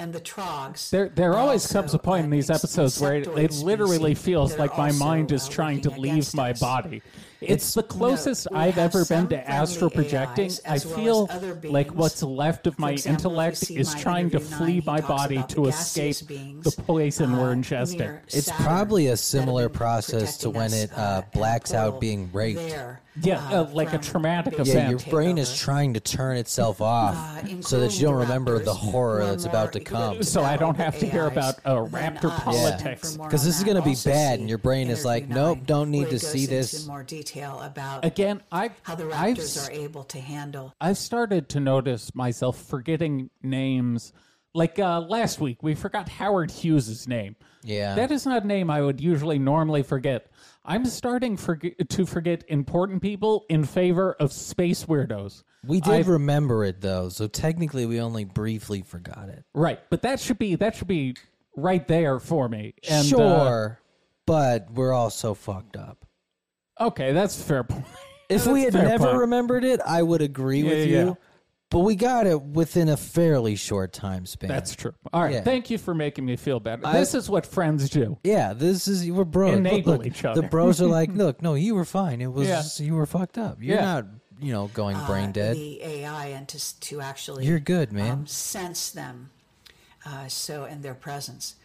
Speaker 3: And the trogs.
Speaker 1: There, there
Speaker 3: are
Speaker 1: always
Speaker 3: also,
Speaker 1: comes a point in
Speaker 3: uh,
Speaker 1: these
Speaker 3: ex-
Speaker 1: episodes where it, it
Speaker 3: insectoid
Speaker 1: literally
Speaker 3: species
Speaker 1: feels
Speaker 3: that
Speaker 1: like
Speaker 3: are
Speaker 1: my
Speaker 3: also,
Speaker 1: mind is
Speaker 3: uh,
Speaker 1: trying to
Speaker 3: working
Speaker 1: leave
Speaker 3: against
Speaker 1: my
Speaker 3: us.
Speaker 1: body. It's the closest
Speaker 3: we
Speaker 1: I've
Speaker 3: have
Speaker 1: ever been
Speaker 3: some
Speaker 1: to astral
Speaker 3: friendly
Speaker 1: projecting.
Speaker 3: AIs
Speaker 1: I
Speaker 3: as well as
Speaker 1: feel
Speaker 3: other
Speaker 1: like
Speaker 3: beings.
Speaker 1: what's left of
Speaker 3: For
Speaker 1: my
Speaker 3: example, if you
Speaker 1: intellect
Speaker 3: see
Speaker 1: is
Speaker 3: my
Speaker 1: trying to
Speaker 3: interview nine,
Speaker 1: flee
Speaker 3: he
Speaker 1: my
Speaker 3: talks
Speaker 1: body
Speaker 3: about
Speaker 1: to
Speaker 3: the
Speaker 1: escape
Speaker 3: gaseous beings,
Speaker 1: the poison we're
Speaker 3: uh,
Speaker 1: ingesting.
Speaker 3: near
Speaker 2: It's
Speaker 3: Saturn
Speaker 2: probably a
Speaker 3: that have
Speaker 2: similar
Speaker 3: been
Speaker 2: process to
Speaker 3: protecting
Speaker 2: when
Speaker 3: us,
Speaker 2: it, uh,
Speaker 3: and
Speaker 2: blacks out
Speaker 3: portal
Speaker 2: being raped.
Speaker 3: there,
Speaker 1: Yeah, uh, like a
Speaker 3: from
Speaker 1: traumatic
Speaker 3: big
Speaker 1: event.
Speaker 2: Yeah, your
Speaker 3: takeover.
Speaker 2: brain is trying to turn itself off
Speaker 3: Uh,
Speaker 2: so that
Speaker 3: including
Speaker 2: you don't
Speaker 3: the
Speaker 2: remember the
Speaker 3: raptors,
Speaker 2: horror
Speaker 3: who are
Speaker 2: that's
Speaker 3: more
Speaker 2: about to
Speaker 3: equipped
Speaker 2: come.
Speaker 1: So I don't
Speaker 3: battle
Speaker 1: have to
Speaker 3: the
Speaker 1: hear
Speaker 3: AIs
Speaker 1: about uh,
Speaker 3: than
Speaker 1: raptor Yeah.
Speaker 3: us. And for
Speaker 1: politics.
Speaker 3: more
Speaker 2: 'Cause
Speaker 3: on
Speaker 2: this is
Speaker 3: that,
Speaker 2: gonna be
Speaker 3: also
Speaker 2: bad,
Speaker 3: see
Speaker 2: and your brain is like,
Speaker 3: interview
Speaker 2: nope,
Speaker 3: nine,
Speaker 2: don't need
Speaker 3: where he
Speaker 2: to
Speaker 3: goes
Speaker 2: see
Speaker 3: into
Speaker 2: this.
Speaker 3: More detail about
Speaker 1: Again, I
Speaker 3: how the
Speaker 1: I've
Speaker 3: raptors are able to handle
Speaker 1: I've started to notice myself forgetting names. Like uh, last week, we forgot Howard Hughes' name.
Speaker 2: Yeah.
Speaker 1: That is not a name I would usually normally forget. I'm starting forg to forget important people in favor of space weirdos.
Speaker 2: We did remember it though, so technically we only briefly forgot it.
Speaker 1: Right, but that should be that should be right there for me. And, uh,
Speaker 2: sure, but we're all so fucked up.
Speaker 1: okay, that's a fair point.
Speaker 2: If
Speaker 1: That's
Speaker 2: we
Speaker 1: a
Speaker 2: had
Speaker 1: fair
Speaker 2: never
Speaker 1: point.
Speaker 2: remembered it, I would agree with
Speaker 1: yeah,
Speaker 2: you.
Speaker 1: yeah.
Speaker 2: But we got it within a fairly short time span.
Speaker 1: that's true. All right,
Speaker 2: Yeah.
Speaker 1: thank you for making me feel better. this is what friends do.
Speaker 2: yeah. This is we're bros. Look,
Speaker 1: Enable
Speaker 2: look,
Speaker 1: each
Speaker 2: the
Speaker 1: other.
Speaker 2: bros are like, look, no, you were fine. It was
Speaker 1: Yeah.
Speaker 2: just- you were fucked up. You're
Speaker 1: Yeah.
Speaker 2: not, you know, going brain dead.
Speaker 3: the AI and to, s- to actually
Speaker 2: You're good, man.
Speaker 3: um, sense them uh, so and their presence.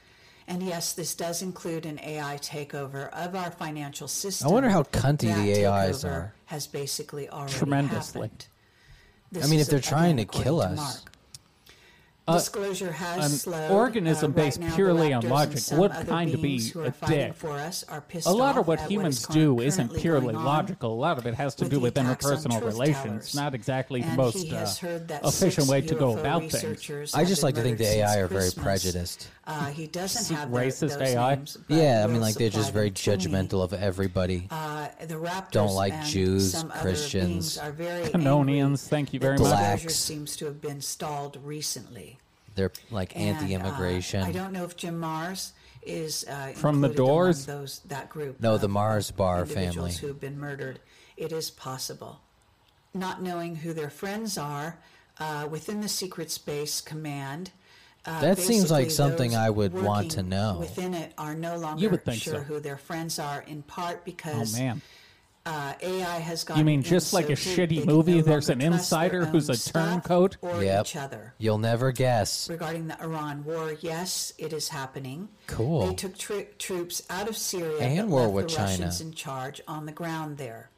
Speaker 3: And yes, this does include an AI takeover of our financial system.
Speaker 2: wonder how cunty
Speaker 3: That
Speaker 2: the AIs
Speaker 3: takeover
Speaker 2: are.
Speaker 3: Has basically already
Speaker 1: Tremendously.
Speaker 3: happened. This
Speaker 2: I mean,
Speaker 3: is
Speaker 2: if they're
Speaker 3: again
Speaker 2: trying to
Speaker 3: according
Speaker 2: kill us.
Speaker 3: Disclosure has
Speaker 1: Uh, an
Speaker 3: slowed. uh,
Speaker 1: organism based
Speaker 3: now the
Speaker 1: purely on
Speaker 3: raptors and
Speaker 1: logic
Speaker 3: some
Speaker 1: would
Speaker 3: other
Speaker 1: kinda be
Speaker 3: beings who
Speaker 1: a
Speaker 3: are fighting
Speaker 1: dick.
Speaker 3: For us are pissed
Speaker 1: A lot
Speaker 3: off
Speaker 1: of what
Speaker 3: at
Speaker 1: humans
Speaker 3: is cur-
Speaker 1: do isn't
Speaker 3: currently
Speaker 1: purely
Speaker 3: going on.
Speaker 1: logical. A lot of it has to
Speaker 3: with
Speaker 1: do
Speaker 3: the
Speaker 1: with
Speaker 3: attacks on
Speaker 1: interpersonal
Speaker 3: truth
Speaker 1: relations.
Speaker 3: tellers.
Speaker 1: Not exactly the
Speaker 3: And
Speaker 1: most
Speaker 3: he has
Speaker 1: uh,
Speaker 3: heard that
Speaker 1: efficient
Speaker 3: six
Speaker 1: way to go
Speaker 3: UFO
Speaker 1: about things.
Speaker 3: researchers
Speaker 2: I
Speaker 3: have
Speaker 2: just
Speaker 3: been
Speaker 2: like to think
Speaker 3: murdered
Speaker 2: the AI
Speaker 3: since
Speaker 2: are very
Speaker 3: Christmas.
Speaker 2: prejudiced.
Speaker 3: Uh, he doesn't
Speaker 1: Some
Speaker 3: have their,
Speaker 1: racist
Speaker 3: those
Speaker 1: AI.
Speaker 3: names, but
Speaker 2: Yeah, I mean,
Speaker 3: will
Speaker 2: like they're
Speaker 3: supply
Speaker 2: just very
Speaker 3: them to me.
Speaker 2: judgmental of everybody.
Speaker 3: Uh, the raptors
Speaker 2: Don't like
Speaker 3: and
Speaker 2: Jews,
Speaker 3: some other
Speaker 2: Christians,
Speaker 3: beings are very
Speaker 1: Canonians,
Speaker 3: angry
Speaker 1: thank you
Speaker 3: that
Speaker 1: very
Speaker 3: the
Speaker 1: much.
Speaker 2: Black.
Speaker 3: Disclosure seems to have been stalled recently.
Speaker 2: They're like
Speaker 3: And, uh,
Speaker 2: anti-immigration.
Speaker 3: I don't know if Jim Mars is uh,
Speaker 1: From the
Speaker 3: included among
Speaker 1: Doors?
Speaker 3: Those that group. uh,
Speaker 2: No,
Speaker 3: of
Speaker 2: the Mars Bar
Speaker 3: individuals
Speaker 2: family.
Speaker 3: who have been murdered. It is possible. Not knowing who their friends are uh, within the Secret Space Command. Uh,
Speaker 2: That seems like
Speaker 3: basically
Speaker 2: something
Speaker 3: those
Speaker 2: I would want to
Speaker 3: working
Speaker 2: know.
Speaker 3: Within it are no longer
Speaker 1: You would think
Speaker 3: sure
Speaker 1: so.
Speaker 3: who their friends are, in part
Speaker 1: Oh
Speaker 3: because
Speaker 1: man,
Speaker 3: uh, AI has gotten.
Speaker 1: You mean just
Speaker 3: in
Speaker 1: like
Speaker 3: so
Speaker 1: a
Speaker 3: deep they
Speaker 1: shitty
Speaker 3: can
Speaker 1: movie?
Speaker 3: no
Speaker 1: There's
Speaker 3: longer
Speaker 1: an
Speaker 3: trust their
Speaker 1: insider who's
Speaker 3: own
Speaker 1: a
Speaker 3: stuff
Speaker 1: turncoat.
Speaker 3: Or
Speaker 2: Yep.
Speaker 3: each other.
Speaker 2: You'll never guess.
Speaker 3: Regarding the Iran war, yes, it is happening.
Speaker 2: Cool.
Speaker 3: They took tr- troops out of Syria
Speaker 2: And
Speaker 3: but
Speaker 2: war
Speaker 3: left
Speaker 2: with
Speaker 3: the
Speaker 2: China.
Speaker 3: Russians in charge on the ground there.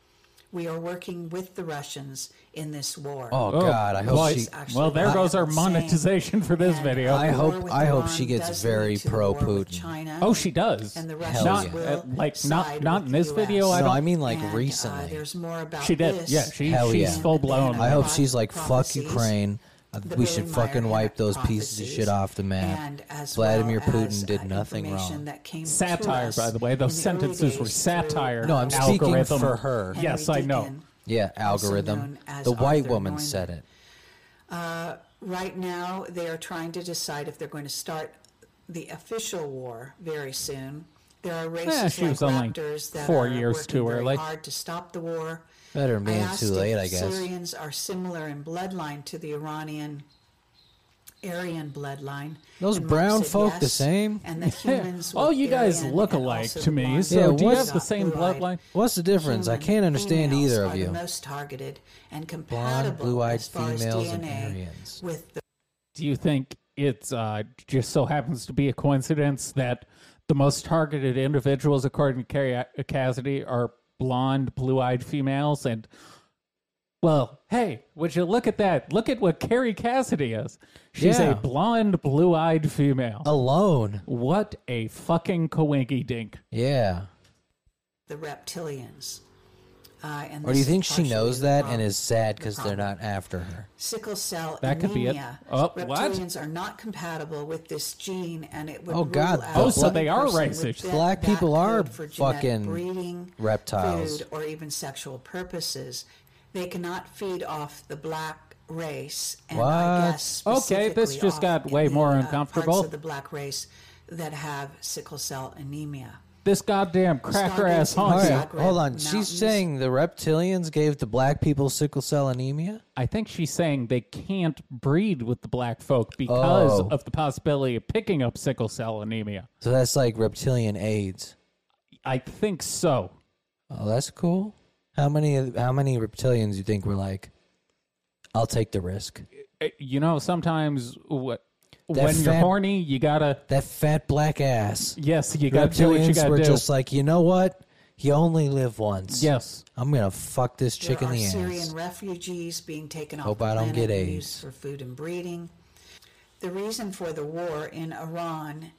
Speaker 3: We are working with the Russians in this war.
Speaker 2: Oh, God, I hope
Speaker 1: well,
Speaker 2: she.
Speaker 3: actually
Speaker 1: well, there
Speaker 3: what
Speaker 1: goes our
Speaker 3: I'm saying.
Speaker 1: monetization for this
Speaker 3: And
Speaker 1: video.
Speaker 2: I
Speaker 3: the war
Speaker 2: hope-
Speaker 3: with
Speaker 2: I hope
Speaker 3: Iran
Speaker 2: she gets
Speaker 3: does
Speaker 2: very
Speaker 3: lead to the
Speaker 2: pro
Speaker 3: war with
Speaker 2: Putin.
Speaker 3: China.
Speaker 1: oh, she does.
Speaker 3: and the
Speaker 2: Hell
Speaker 3: Russians
Speaker 1: not
Speaker 2: yeah.
Speaker 3: will
Speaker 1: uh, like not
Speaker 3: side
Speaker 1: not
Speaker 3: with
Speaker 1: in
Speaker 3: the
Speaker 1: this video.
Speaker 3: US.
Speaker 1: I
Speaker 2: No,
Speaker 1: don't.
Speaker 2: I mean like
Speaker 3: And, uh,
Speaker 2: recently.
Speaker 3: there's more about
Speaker 1: she did.
Speaker 3: this.
Speaker 1: Yeah, she
Speaker 2: Hell
Speaker 1: she's
Speaker 2: yeah.
Speaker 1: full blown.
Speaker 2: I hope
Speaker 3: Prophe-
Speaker 2: she's like, fuck
Speaker 3: prophecies,
Speaker 2: Ukraine. Uh,
Speaker 3: the
Speaker 2: We should
Speaker 3: Billy Meyer
Speaker 2: fucking wipe those pieces of
Speaker 3: prophecies,
Speaker 2: shit off the map.
Speaker 3: and as
Speaker 2: Vladimir
Speaker 3: well
Speaker 2: Putin
Speaker 3: as, uh,
Speaker 2: did nothing
Speaker 3: information
Speaker 2: wrong.
Speaker 3: That came to
Speaker 1: satire,
Speaker 3: us
Speaker 1: by the way.
Speaker 3: in
Speaker 1: Those
Speaker 3: the early
Speaker 1: sentences were
Speaker 3: days
Speaker 1: satire.
Speaker 3: through,
Speaker 2: No,
Speaker 3: uh,
Speaker 2: I'm
Speaker 3: Henry
Speaker 2: speaking
Speaker 1: algorithm.
Speaker 2: for her.
Speaker 1: Yes, I know.
Speaker 3: Deakin.
Speaker 2: Yeah,
Speaker 3: also
Speaker 2: algorithm.
Speaker 3: known as
Speaker 2: The white
Speaker 3: Arthur
Speaker 2: woman
Speaker 3: Neumann.
Speaker 2: said it.
Speaker 3: Right now, they are trying to decide if they're going to start the official war very soon. There are races
Speaker 1: Eh, she
Speaker 3: like
Speaker 1: was only
Speaker 3: Raptors that
Speaker 1: four
Speaker 3: are
Speaker 1: years
Speaker 3: working
Speaker 1: too
Speaker 3: very
Speaker 1: early.
Speaker 3: hard to stop the war.
Speaker 2: Better me
Speaker 3: I
Speaker 2: than
Speaker 3: asked
Speaker 2: too
Speaker 3: if
Speaker 2: late, I guess.
Speaker 3: Syrians are similar in bloodline to the Iranian Aryan bloodline.
Speaker 2: Those
Speaker 3: and Mark
Speaker 2: brown
Speaker 3: said
Speaker 2: folk the
Speaker 3: yes,
Speaker 2: same?
Speaker 3: And the humans.
Speaker 1: All
Speaker 3: with
Speaker 1: you guys
Speaker 3: Aryan
Speaker 1: look
Speaker 3: and
Speaker 1: alike
Speaker 3: also
Speaker 1: to
Speaker 3: the
Speaker 1: me.
Speaker 3: blonde
Speaker 1: So
Speaker 2: Yeah,
Speaker 1: do you
Speaker 2: what's-
Speaker 1: have the same
Speaker 3: blue-eyed
Speaker 1: bloodline?
Speaker 2: What's the difference? I
Speaker 3: human
Speaker 2: can't understand
Speaker 3: females
Speaker 2: either
Speaker 3: are
Speaker 2: of
Speaker 3: The
Speaker 2: you.
Speaker 3: most targeted and compatible
Speaker 2: Blonde, blue-eyed
Speaker 3: as far as
Speaker 2: females and
Speaker 3: DNA
Speaker 2: Aryans.
Speaker 3: with the
Speaker 1: Do you think it's uh, just so happens to be a coincidence that the most targeted individuals, according to Carrie Cassidy, are blonde, blue-eyed females? And well, hey, would you look at that? Look at what Carrie Cassidy is. She's
Speaker 2: Yeah. Oh.
Speaker 1: a blonde, blue-eyed female.
Speaker 2: Alone.
Speaker 1: What a fucking coinky dink!
Speaker 2: Yeah.
Speaker 3: the reptilians. Uh, and
Speaker 2: Or do you
Speaker 3: this is
Speaker 2: think she
Speaker 3: partially
Speaker 2: knows
Speaker 3: the
Speaker 2: that and
Speaker 3: problem.
Speaker 2: is sad because
Speaker 3: the
Speaker 2: they're
Speaker 3: problem.
Speaker 2: not after her?
Speaker 3: sickle cell
Speaker 1: That could be it.
Speaker 3: anemia?
Speaker 1: Oh, what?
Speaker 3: reptilians are not compatible with this gene, and it would
Speaker 2: Oh,
Speaker 3: rule
Speaker 2: God.
Speaker 3: out
Speaker 2: Oh, so
Speaker 3: one
Speaker 1: they are
Speaker 3: person with
Speaker 1: racist.
Speaker 3: that-
Speaker 2: Black
Speaker 3: that
Speaker 2: people are
Speaker 3: code for genetic
Speaker 2: fucking
Speaker 3: breeding,
Speaker 2: reptiles.
Speaker 3: food, or even sexual purposes. They cannot feed off the black race. And I
Speaker 2: What?
Speaker 3: guess
Speaker 1: Okay, this
Speaker 3: specifically
Speaker 1: just
Speaker 3: off
Speaker 1: got
Speaker 3: in
Speaker 1: way
Speaker 3: the,
Speaker 1: more
Speaker 3: uh,
Speaker 1: uncomfortable.
Speaker 3: Parts of the black race that have sickle cell anemia.
Speaker 1: This goddamn cracker ass
Speaker 3: Stargazing
Speaker 2: All
Speaker 1: honky.
Speaker 2: right,
Speaker 3: Zagreb
Speaker 2: hold on.
Speaker 3: Mountains.
Speaker 2: She's saying the reptilians gave the black people sickle cell anemia?
Speaker 1: I think she's saying they can't breed with the black folk because
Speaker 2: Oh.
Speaker 1: of the possibility of picking up sickle cell anemia.
Speaker 2: So that's like reptilian AIDS.
Speaker 1: I think so.
Speaker 2: Oh, that's cool. How many how many reptilians you think were like, I'll take the risk?
Speaker 1: Uh, You know, sometimes wh- when you're
Speaker 2: fat-
Speaker 1: horny, you gotta.
Speaker 2: That fat black ass.
Speaker 1: Yes, you gotta do what you
Speaker 2: Reptilians
Speaker 1: gotta
Speaker 2: were
Speaker 1: do.
Speaker 2: just like, you know what? You only live once.
Speaker 1: yes.
Speaker 2: I'm gonna fuck this chick
Speaker 3: there
Speaker 2: in
Speaker 3: are
Speaker 2: the ass.
Speaker 3: Syrian refugees being taken off
Speaker 2: Hope
Speaker 3: the
Speaker 2: I don't
Speaker 3: planet
Speaker 2: get
Speaker 3: and
Speaker 2: AIDS.
Speaker 3: used for food and breeding. The reason for the war in Iran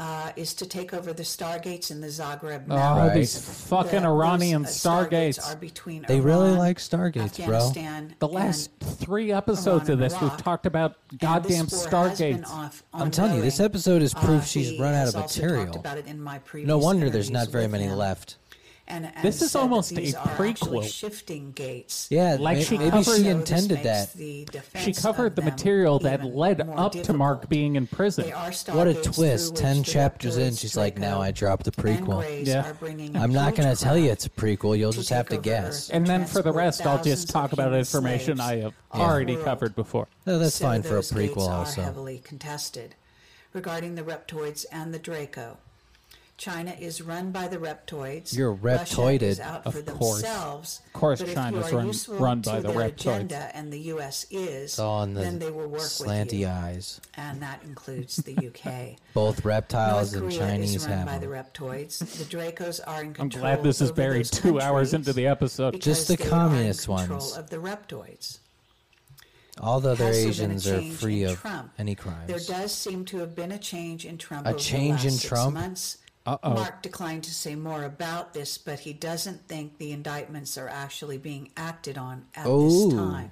Speaker 3: uh, is to take over the stargates in the Zagreb
Speaker 1: Oh,
Speaker 3: Mountains.
Speaker 1: these fucking Iranian
Speaker 3: those, uh,
Speaker 1: stargates.
Speaker 3: are between
Speaker 2: They really
Speaker 3: Iran,
Speaker 2: like Stargates, bro.
Speaker 3: Afghanistan,
Speaker 1: the last
Speaker 3: and-
Speaker 1: three episodes
Speaker 3: Iran
Speaker 1: of
Speaker 3: and
Speaker 1: this,
Speaker 3: Iraq.
Speaker 1: we've talked about
Speaker 3: and
Speaker 1: goddamn
Speaker 3: this war has been
Speaker 1: stargates.
Speaker 3: off
Speaker 2: I'm telling you, this
Speaker 3: ongoing.
Speaker 2: episode is proof
Speaker 3: Uh,
Speaker 2: she's
Speaker 3: he
Speaker 2: run out
Speaker 3: has
Speaker 2: of
Speaker 3: also
Speaker 2: material.
Speaker 3: talked about it in my
Speaker 2: No
Speaker 3: previous
Speaker 2: wonder there's
Speaker 3: interviews
Speaker 2: not very
Speaker 3: with
Speaker 2: many
Speaker 3: him.
Speaker 2: left.
Speaker 3: And, and
Speaker 1: This is
Speaker 3: said that
Speaker 1: almost a
Speaker 3: these are actually
Speaker 1: prequel.
Speaker 3: Shifting gates.
Speaker 2: Yeah,
Speaker 1: Like
Speaker 2: may-
Speaker 1: she
Speaker 2: maybe
Speaker 1: covered-
Speaker 2: she
Speaker 1: So
Speaker 2: intended that.
Speaker 1: She covered the material that led up to Mark being in prison.
Speaker 2: What a twist. Ten chapters in, she's like, now I dropped the prequel.
Speaker 1: Yeah.
Speaker 2: I'm not going to tell you it's a prequel. You'll just have to guess.
Speaker 1: And then for the rest, I'll just talk about information I have already covered before.
Speaker 2: No, oh, that's
Speaker 3: So
Speaker 2: fine for a
Speaker 3: those gates
Speaker 2: prequel
Speaker 3: are
Speaker 2: also.
Speaker 3: heavily contested regarding the reptoids and the Draco. China is run by the reptoids.
Speaker 2: You're
Speaker 3: Russia is
Speaker 2: reptoided,
Speaker 3: out
Speaker 1: of
Speaker 3: for
Speaker 1: course.
Speaker 3: themselves.
Speaker 1: Of course
Speaker 3: but if
Speaker 1: China's
Speaker 3: you are
Speaker 1: run-
Speaker 3: useful
Speaker 1: run
Speaker 3: to
Speaker 1: by the
Speaker 3: their
Speaker 1: reptoids.
Speaker 3: agenda, and the U.S. is.
Speaker 2: It's all in the
Speaker 3: then they will work with
Speaker 2: slanty
Speaker 3: you,
Speaker 2: eyes.
Speaker 3: and that includes the U.K.
Speaker 2: Both reptiles
Speaker 3: North
Speaker 2: and
Speaker 3: Korea
Speaker 2: Chinese
Speaker 3: is run by
Speaker 2: have
Speaker 3: the
Speaker 2: them.
Speaker 3: reptoids. The Dracos are in
Speaker 1: I'm
Speaker 3: control.
Speaker 1: glad this is
Speaker 3: over
Speaker 1: buried
Speaker 3: those
Speaker 1: two hours
Speaker 3: countries
Speaker 1: into the episode.
Speaker 3: because
Speaker 2: the
Speaker 3: they are in
Speaker 2: communist
Speaker 3: control
Speaker 2: ones.
Speaker 3: Of the reptoids.
Speaker 2: All the other
Speaker 3: Has there been a
Speaker 2: Asians are
Speaker 3: change
Speaker 2: free
Speaker 3: in
Speaker 2: of
Speaker 3: Trump?
Speaker 2: any
Speaker 3: There
Speaker 2: crimes.
Speaker 3: does seem to have been a change in Trump.
Speaker 2: A
Speaker 3: over the
Speaker 2: change in
Speaker 3: last six
Speaker 2: Trump?
Speaker 3: Months.
Speaker 1: Uh-oh.
Speaker 3: Mark declined to say more about this, but he doesn't think the indictments are actually being acted on at
Speaker 2: Ooh.
Speaker 3: this time.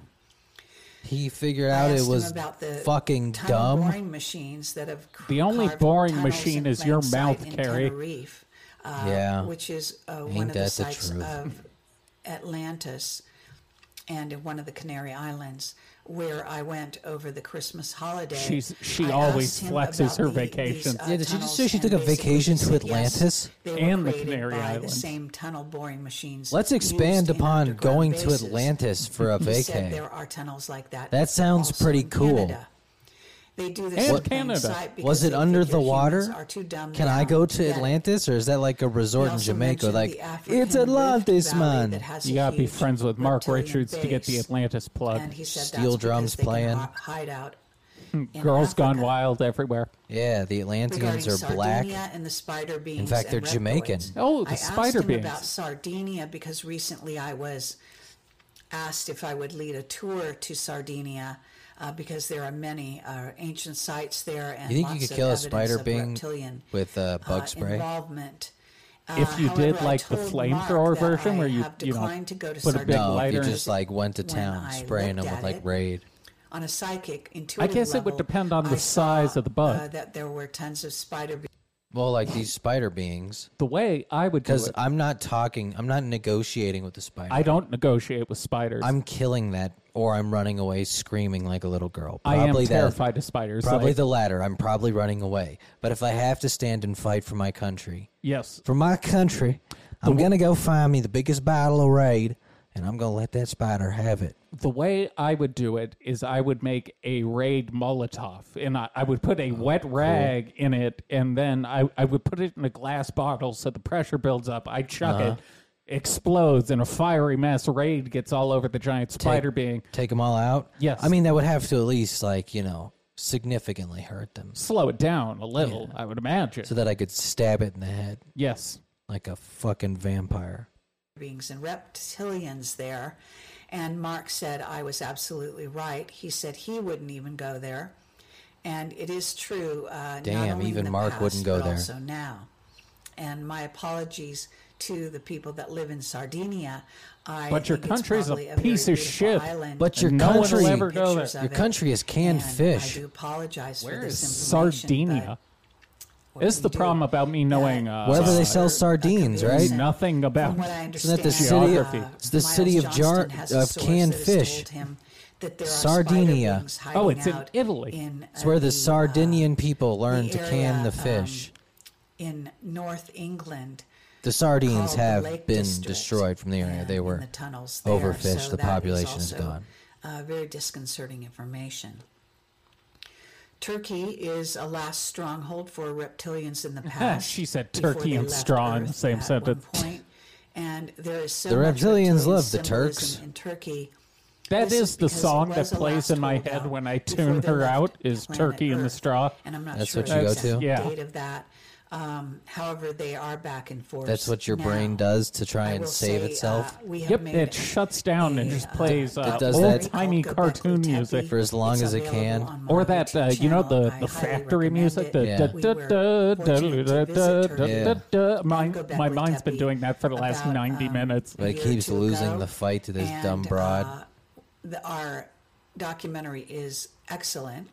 Speaker 2: He figured
Speaker 3: I
Speaker 2: out it
Speaker 3: asked him
Speaker 2: was
Speaker 3: about the
Speaker 2: fucking
Speaker 3: tunnel
Speaker 2: dumb.
Speaker 3: Boring machines that have cr-
Speaker 1: The only
Speaker 3: carved
Speaker 1: boring
Speaker 3: tunnels
Speaker 1: machine
Speaker 3: in
Speaker 1: is your
Speaker 3: plain sight
Speaker 1: mouth,
Speaker 3: in
Speaker 1: Carrie.
Speaker 3: Tenerife, uh,
Speaker 2: Yeah.
Speaker 3: which is uh,
Speaker 2: Ain't
Speaker 3: one of the
Speaker 2: that the
Speaker 3: sites
Speaker 2: truth?
Speaker 3: of Atlantis and in one of the Canary Islands where I went over the Christmas holiday.
Speaker 1: She's- she
Speaker 3: I
Speaker 1: always
Speaker 3: asked him
Speaker 1: flexes
Speaker 3: about
Speaker 1: her
Speaker 3: the- these,
Speaker 1: vacations.
Speaker 3: uh,
Speaker 2: Yeah, did you just say
Speaker 3: tunnels,
Speaker 2: she took
Speaker 3: and
Speaker 2: a
Speaker 3: basically
Speaker 2: vacation
Speaker 3: he
Speaker 2: to
Speaker 3: said, yes,
Speaker 2: Atlantis?
Speaker 3: they were
Speaker 1: And the
Speaker 3: created
Speaker 1: Canary
Speaker 3: by The
Speaker 1: Islands.
Speaker 3: same tunnel boring machines.
Speaker 2: Let's
Speaker 3: used
Speaker 2: expand
Speaker 3: in
Speaker 2: upon
Speaker 3: underground
Speaker 2: going to
Speaker 3: bases.
Speaker 2: Atlantis for a
Speaker 3: He said
Speaker 2: vacay.
Speaker 3: there are tunnels like that.
Speaker 2: That sounds
Speaker 3: also
Speaker 2: pretty
Speaker 3: in
Speaker 2: cool.
Speaker 3: Canada. They do the
Speaker 1: And
Speaker 3: same
Speaker 1: Canada.
Speaker 3: site because
Speaker 2: Was it
Speaker 3: they
Speaker 2: under
Speaker 3: figure
Speaker 2: the water?
Speaker 3: humans Are too dumb
Speaker 2: Can
Speaker 3: now.
Speaker 2: I go to
Speaker 3: Yeah.
Speaker 2: Atlantis, or is that like a resort in
Speaker 3: also
Speaker 2: Jamaica?
Speaker 3: mentioned
Speaker 2: Like
Speaker 3: the African
Speaker 2: it's
Speaker 3: Rift
Speaker 2: Atlantis,
Speaker 3: Valley
Speaker 2: man.
Speaker 3: that has
Speaker 1: You
Speaker 3: a
Speaker 1: gotta be
Speaker 3: huge
Speaker 1: friends with Mark
Speaker 3: reptilian
Speaker 1: Richards to get the
Speaker 3: base.
Speaker 1: Atlantis plug.
Speaker 3: And he said that's
Speaker 2: Steel
Speaker 3: because
Speaker 2: drums
Speaker 3: they can
Speaker 2: playing.
Speaker 3: hi- Hide out. in
Speaker 1: Girls gone
Speaker 3: Africa.
Speaker 1: wild everywhere.
Speaker 2: Yeah, the Atlanteans
Speaker 3: Regarding
Speaker 2: are black.
Speaker 3: Sardinia and the spider beings.
Speaker 2: fact,
Speaker 3: and
Speaker 2: they're Jamaican.
Speaker 3: reptoids.
Speaker 1: Oh, the
Speaker 3: I
Speaker 1: spider
Speaker 3: asked him
Speaker 1: beings.
Speaker 3: about Sardinia because recently I was asked if I would lead a tour to Sardinia uh, because there are many uh, ancient sites there and
Speaker 2: You think you
Speaker 3: lots
Speaker 2: could
Speaker 3: of
Speaker 2: kill a
Speaker 3: evidence
Speaker 2: spider
Speaker 3: of
Speaker 2: being
Speaker 3: reptilian
Speaker 2: with uh,
Speaker 3: uh,
Speaker 2: bug spray?
Speaker 3: involvement.
Speaker 1: If you
Speaker 3: Uh,
Speaker 1: did
Speaker 3: however, I
Speaker 1: like the
Speaker 3: told Mark
Speaker 1: flamethrower
Speaker 3: that
Speaker 1: version
Speaker 3: I
Speaker 1: where you
Speaker 3: have
Speaker 1: you know
Speaker 3: declined to go to
Speaker 1: put a big
Speaker 3: Sardinia
Speaker 2: No, Oh, if you
Speaker 1: lighter in-
Speaker 2: just like went to
Speaker 3: When
Speaker 2: town
Speaker 3: I
Speaker 2: spraying them
Speaker 3: looked
Speaker 2: with
Speaker 3: at
Speaker 2: like
Speaker 3: it,
Speaker 2: raid.
Speaker 3: on a psychic
Speaker 1: I
Speaker 3: intuitive
Speaker 1: guess it would
Speaker 3: level,
Speaker 1: depend on the
Speaker 3: I
Speaker 1: size
Speaker 3: saw,
Speaker 1: of the bug.
Speaker 3: uh, that there were tons of spider beings.
Speaker 2: Well, like these spider beings.
Speaker 1: the way I would do
Speaker 2: Because
Speaker 1: it.
Speaker 2: I'm not talking. I'm not negotiating with the spider.
Speaker 1: I don't negotiate with spiders.
Speaker 2: I'm killing that, or I'm running away screaming like a little girl.
Speaker 1: I am
Speaker 2: that-
Speaker 1: terrified of spiders.
Speaker 2: Probably
Speaker 1: like-
Speaker 2: the latter. I'm probably running away. But if I have to stand and fight for my country,
Speaker 1: yes.
Speaker 2: for my country, I'm gonna go find me the biggest bottle of raid, and I'm gonna let that spider have it.
Speaker 1: The way I would do it is I would make a raid Molotov and I, I would put
Speaker 2: Oh,
Speaker 1: a wet rag in it and then I, I would put it in a glass bottle so the pressure builds up. I chuck
Speaker 2: Uh-huh.
Speaker 1: it, explodes, and a fiery mass raid gets all over the giant spider being.
Speaker 2: Take them all out.
Speaker 1: Yes.
Speaker 2: I mean, that would have to at least like you know significantly hurt them,
Speaker 1: Slow it down a little, I would imagine.
Speaker 2: so that I could stab it in the head
Speaker 1: yes.
Speaker 2: like a fucking vampire.
Speaker 3: beings and reptilians there. And Mark said, I was absolutely right. He said he wouldn't even go there. And it is true. Uh,
Speaker 2: Damn,
Speaker 3: not only
Speaker 2: even
Speaker 3: in the
Speaker 2: Mark
Speaker 3: past,
Speaker 2: wouldn't go
Speaker 3: but
Speaker 2: there.
Speaker 3: Also now. And my apologies to the people that live in Sardinia. I
Speaker 1: But your
Speaker 3: think it's
Speaker 1: country's a
Speaker 3: probably very
Speaker 1: piece of
Speaker 3: beautiful
Speaker 1: shit.
Speaker 3: Island.
Speaker 2: But your
Speaker 1: And no one
Speaker 2: country-
Speaker 1: will ever go there.
Speaker 3: Pictures of
Speaker 2: Your
Speaker 3: it.
Speaker 2: country is canned
Speaker 3: And
Speaker 2: fish.
Speaker 3: I do apologize for
Speaker 1: Where is
Speaker 3: this information,
Speaker 1: Sardinia?
Speaker 3: but what
Speaker 1: This
Speaker 3: do
Speaker 1: is the
Speaker 3: you do?
Speaker 1: problem about me knowing uh,
Speaker 2: Wherever they
Speaker 1: uh,
Speaker 2: sell
Speaker 3: Uh,
Speaker 2: sardines,
Speaker 3: I could
Speaker 2: right?
Speaker 3: be
Speaker 1: nothing about
Speaker 3: From what I
Speaker 2: Isn't that
Speaker 3: understand,
Speaker 2: the city
Speaker 1: of-
Speaker 3: uh,
Speaker 2: it's the
Speaker 3: Miles
Speaker 2: city of jar-
Speaker 3: Johnston has a
Speaker 2: of
Speaker 3: source
Speaker 2: canned
Speaker 3: that has told
Speaker 2: fish.
Speaker 3: him that there are
Speaker 2: Sardinia.
Speaker 3: spider wings hiding
Speaker 1: Oh, it's in
Speaker 3: out
Speaker 1: Italy.
Speaker 3: in, uh,
Speaker 2: It's where the Sardinian people learned to
Speaker 3: the
Speaker 2: can the
Speaker 3: area, um,
Speaker 2: fish.
Speaker 3: uh, in North England.
Speaker 2: the sardines
Speaker 3: called Oh, the
Speaker 2: have
Speaker 3: Lake
Speaker 2: been
Speaker 3: District,
Speaker 2: destroyed from the area.
Speaker 3: and
Speaker 2: They
Speaker 3: in
Speaker 2: were
Speaker 3: the tunnels there,
Speaker 2: overfished.
Speaker 3: so
Speaker 2: the
Speaker 3: that is
Speaker 2: population is
Speaker 3: also,
Speaker 2: gone.
Speaker 3: Uh, very disconcerting information. Turkey is a last stronghold for reptilians in the past.
Speaker 1: She said
Speaker 3: before
Speaker 1: Turkey
Speaker 3: they
Speaker 1: and
Speaker 3: left
Speaker 1: straw in the
Speaker 3: Earth
Speaker 1: same
Speaker 3: at one
Speaker 1: sentence.
Speaker 3: point. And there is so
Speaker 2: The reptilians
Speaker 3: much reptilian
Speaker 2: love the Turks.
Speaker 3: symbolism In Turkey,
Speaker 1: That
Speaker 3: This
Speaker 1: is the
Speaker 3: because it
Speaker 1: song
Speaker 3: was
Speaker 1: that
Speaker 3: a
Speaker 1: plays
Speaker 3: last
Speaker 1: in my
Speaker 3: holdout
Speaker 1: head when I
Speaker 3: before
Speaker 1: tune
Speaker 3: they
Speaker 1: her
Speaker 3: left
Speaker 1: out is
Speaker 3: planet
Speaker 1: Turkey in the
Speaker 3: Earth.
Speaker 1: straw.
Speaker 3: And I'm not
Speaker 2: That's
Speaker 3: sure
Speaker 2: what you
Speaker 1: go
Speaker 3: exact
Speaker 1: to? Yeah.
Speaker 3: date of that. Um, however, they are back and forth.
Speaker 2: That's what your
Speaker 3: now.
Speaker 2: brain does to try
Speaker 3: I
Speaker 2: and
Speaker 3: will
Speaker 2: save
Speaker 3: say,
Speaker 2: itself.
Speaker 3: uh, we have
Speaker 1: Yep,
Speaker 3: made
Speaker 1: it shuts down and just
Speaker 3: a, uh,
Speaker 1: plays uh,
Speaker 2: It does
Speaker 1: old
Speaker 2: that-
Speaker 1: timey
Speaker 3: Gobekli
Speaker 1: cartoon
Speaker 3: Tepe.
Speaker 1: music.
Speaker 2: For as long
Speaker 3: It's
Speaker 2: as it can.
Speaker 3: available on my
Speaker 1: Or that,
Speaker 3: YouTube
Speaker 1: uh, you know,
Speaker 3: channel.
Speaker 1: the,
Speaker 3: I
Speaker 1: the
Speaker 3: highly
Speaker 1: factory
Speaker 3: recommend
Speaker 1: music.
Speaker 3: it.
Speaker 1: The
Speaker 2: Yeah.
Speaker 1: da-
Speaker 3: We
Speaker 1: da-
Speaker 3: were
Speaker 1: da-
Speaker 3: fortunate
Speaker 1: da-
Speaker 3: to
Speaker 1: da-
Speaker 3: visit
Speaker 1: da-
Speaker 3: Turkey
Speaker 1: da- da- My
Speaker 3: Gobekli
Speaker 1: my mind's been
Speaker 3: Tepe
Speaker 1: doing that for the last
Speaker 3: about,
Speaker 1: 90
Speaker 3: um,
Speaker 1: minutes.
Speaker 2: But it
Speaker 3: year or
Speaker 2: keeps
Speaker 3: two
Speaker 2: losing
Speaker 3: ago,
Speaker 2: the fight to this
Speaker 3: and,
Speaker 2: dumb broad.
Speaker 3: uh, the, our documentary is excellent.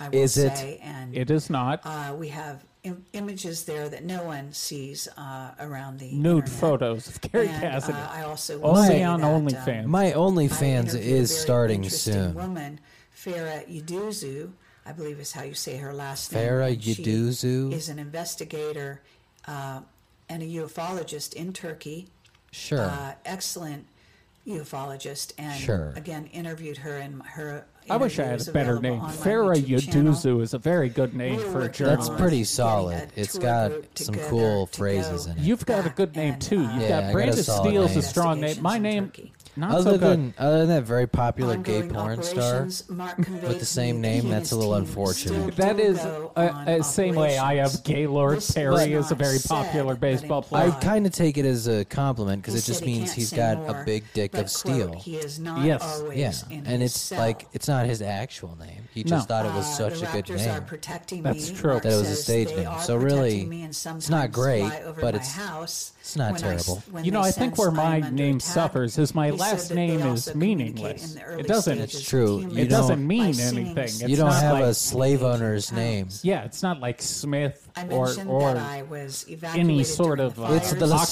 Speaker 3: I will
Speaker 2: Is it?
Speaker 3: say, and
Speaker 1: It is not.
Speaker 3: uh, we have Im- images there that no one sees uh, around the
Speaker 1: Nude
Speaker 3: internet.
Speaker 1: photos of Carrie
Speaker 3: And,
Speaker 1: Cassidy.
Speaker 3: Uh, I also will
Speaker 1: Only
Speaker 3: say
Speaker 1: on
Speaker 3: that, um,
Speaker 1: OnlyFans.
Speaker 2: My
Speaker 3: I
Speaker 2: OnlyFans
Speaker 3: interviewed a
Speaker 2: is
Speaker 3: very
Speaker 2: starting
Speaker 3: interesting
Speaker 2: soon.
Speaker 3: Woman Farah Yuduzu, I believe is how you say her last
Speaker 2: Farah
Speaker 3: name. and she
Speaker 2: Yuduzu?
Speaker 3: is an investigator uh, and a ufologist in Turkey.
Speaker 2: Sure.
Speaker 3: Uh, excellent ufologist, and
Speaker 2: Sure.
Speaker 3: again interviewed her and her.
Speaker 1: I wish I
Speaker 3: interview
Speaker 1: had
Speaker 3: is
Speaker 1: a better
Speaker 3: available
Speaker 1: name.
Speaker 3: on my
Speaker 1: Farah
Speaker 3: YouTube channel.
Speaker 1: Yuduzu is a very good name
Speaker 3: We're
Speaker 1: for a
Speaker 3: working on
Speaker 2: That's
Speaker 1: journalist.
Speaker 2: pretty
Speaker 3: getting a
Speaker 2: solid. It's
Speaker 3: tour
Speaker 2: got
Speaker 3: group
Speaker 2: some
Speaker 3: together
Speaker 2: cool
Speaker 3: to
Speaker 2: phrases
Speaker 3: go
Speaker 2: in it.
Speaker 1: You've got a
Speaker 3: back
Speaker 1: good name
Speaker 3: and,
Speaker 1: too. You've
Speaker 3: uh,
Speaker 2: Yeah, I got
Speaker 1: got
Speaker 2: a
Speaker 1: Brandon
Speaker 2: solid
Speaker 1: Steele's a
Speaker 2: name.
Speaker 1: strong name. My
Speaker 3: Investigations in
Speaker 1: name,
Speaker 3: Turkey.
Speaker 1: not
Speaker 2: Other
Speaker 1: so good.
Speaker 2: than other than that very popular gay
Speaker 3: ongoing
Speaker 2: porn star,
Speaker 3: operations, Mark with
Speaker 2: the same name, that's a little unfortunate.
Speaker 1: That is uh, uh, same way I have Gaylord Perry is a very popular baseball player.
Speaker 2: I
Speaker 1: Uh,
Speaker 2: kind of take it as a compliment because it just means he's got a big dick of steel.
Speaker 3: he is not
Speaker 1: Yes.
Speaker 3: always
Speaker 2: yeah,
Speaker 3: in
Speaker 2: and
Speaker 3: his
Speaker 2: it's
Speaker 3: cell.
Speaker 2: like it's not his actual name. He
Speaker 1: No.
Speaker 2: just thought it was
Speaker 3: Uh,
Speaker 2: such
Speaker 3: the
Speaker 2: a good
Speaker 3: Raptors Are
Speaker 2: name.
Speaker 3: protecting
Speaker 1: That's
Speaker 3: me.
Speaker 1: true.
Speaker 3: Mark
Speaker 1: That
Speaker 2: it was a
Speaker 3: says
Speaker 2: stage
Speaker 3: they
Speaker 2: name.
Speaker 3: are
Speaker 2: So
Speaker 3: protecting
Speaker 2: really,
Speaker 3: me and
Speaker 2: it's not
Speaker 3: sometimes
Speaker 2: great,
Speaker 3: fly over
Speaker 2: but
Speaker 3: my
Speaker 2: it's-
Speaker 3: house
Speaker 2: it's not
Speaker 3: when I s-
Speaker 2: terrible.
Speaker 3: when
Speaker 1: You know,
Speaker 3: they
Speaker 1: I think
Speaker 3: sense
Speaker 1: where my
Speaker 3: I'm under
Speaker 1: name
Speaker 3: attack.
Speaker 1: suffers is my
Speaker 3: He said
Speaker 1: last
Speaker 3: that they
Speaker 1: name is
Speaker 3: also communicate
Speaker 1: meaningless.
Speaker 3: in the early
Speaker 1: It doesn't-
Speaker 3: stages
Speaker 2: It's true.
Speaker 3: of
Speaker 2: You
Speaker 3: humans
Speaker 2: It doesn't
Speaker 3: by
Speaker 1: mean
Speaker 3: singing
Speaker 1: anything.
Speaker 2: You
Speaker 1: It's
Speaker 2: don't
Speaker 1: not
Speaker 2: have
Speaker 1: like-
Speaker 2: a slave owner's
Speaker 3: Times.
Speaker 2: name.
Speaker 1: Yeah, it's not like Smith
Speaker 3: I
Speaker 1: or
Speaker 3: um, mentioned
Speaker 1: or
Speaker 3: that I was evacuated
Speaker 1: sort
Speaker 3: during
Speaker 1: of,
Speaker 3: the
Speaker 1: uh,
Speaker 2: It's the
Speaker 3: fires.
Speaker 1: Occupation.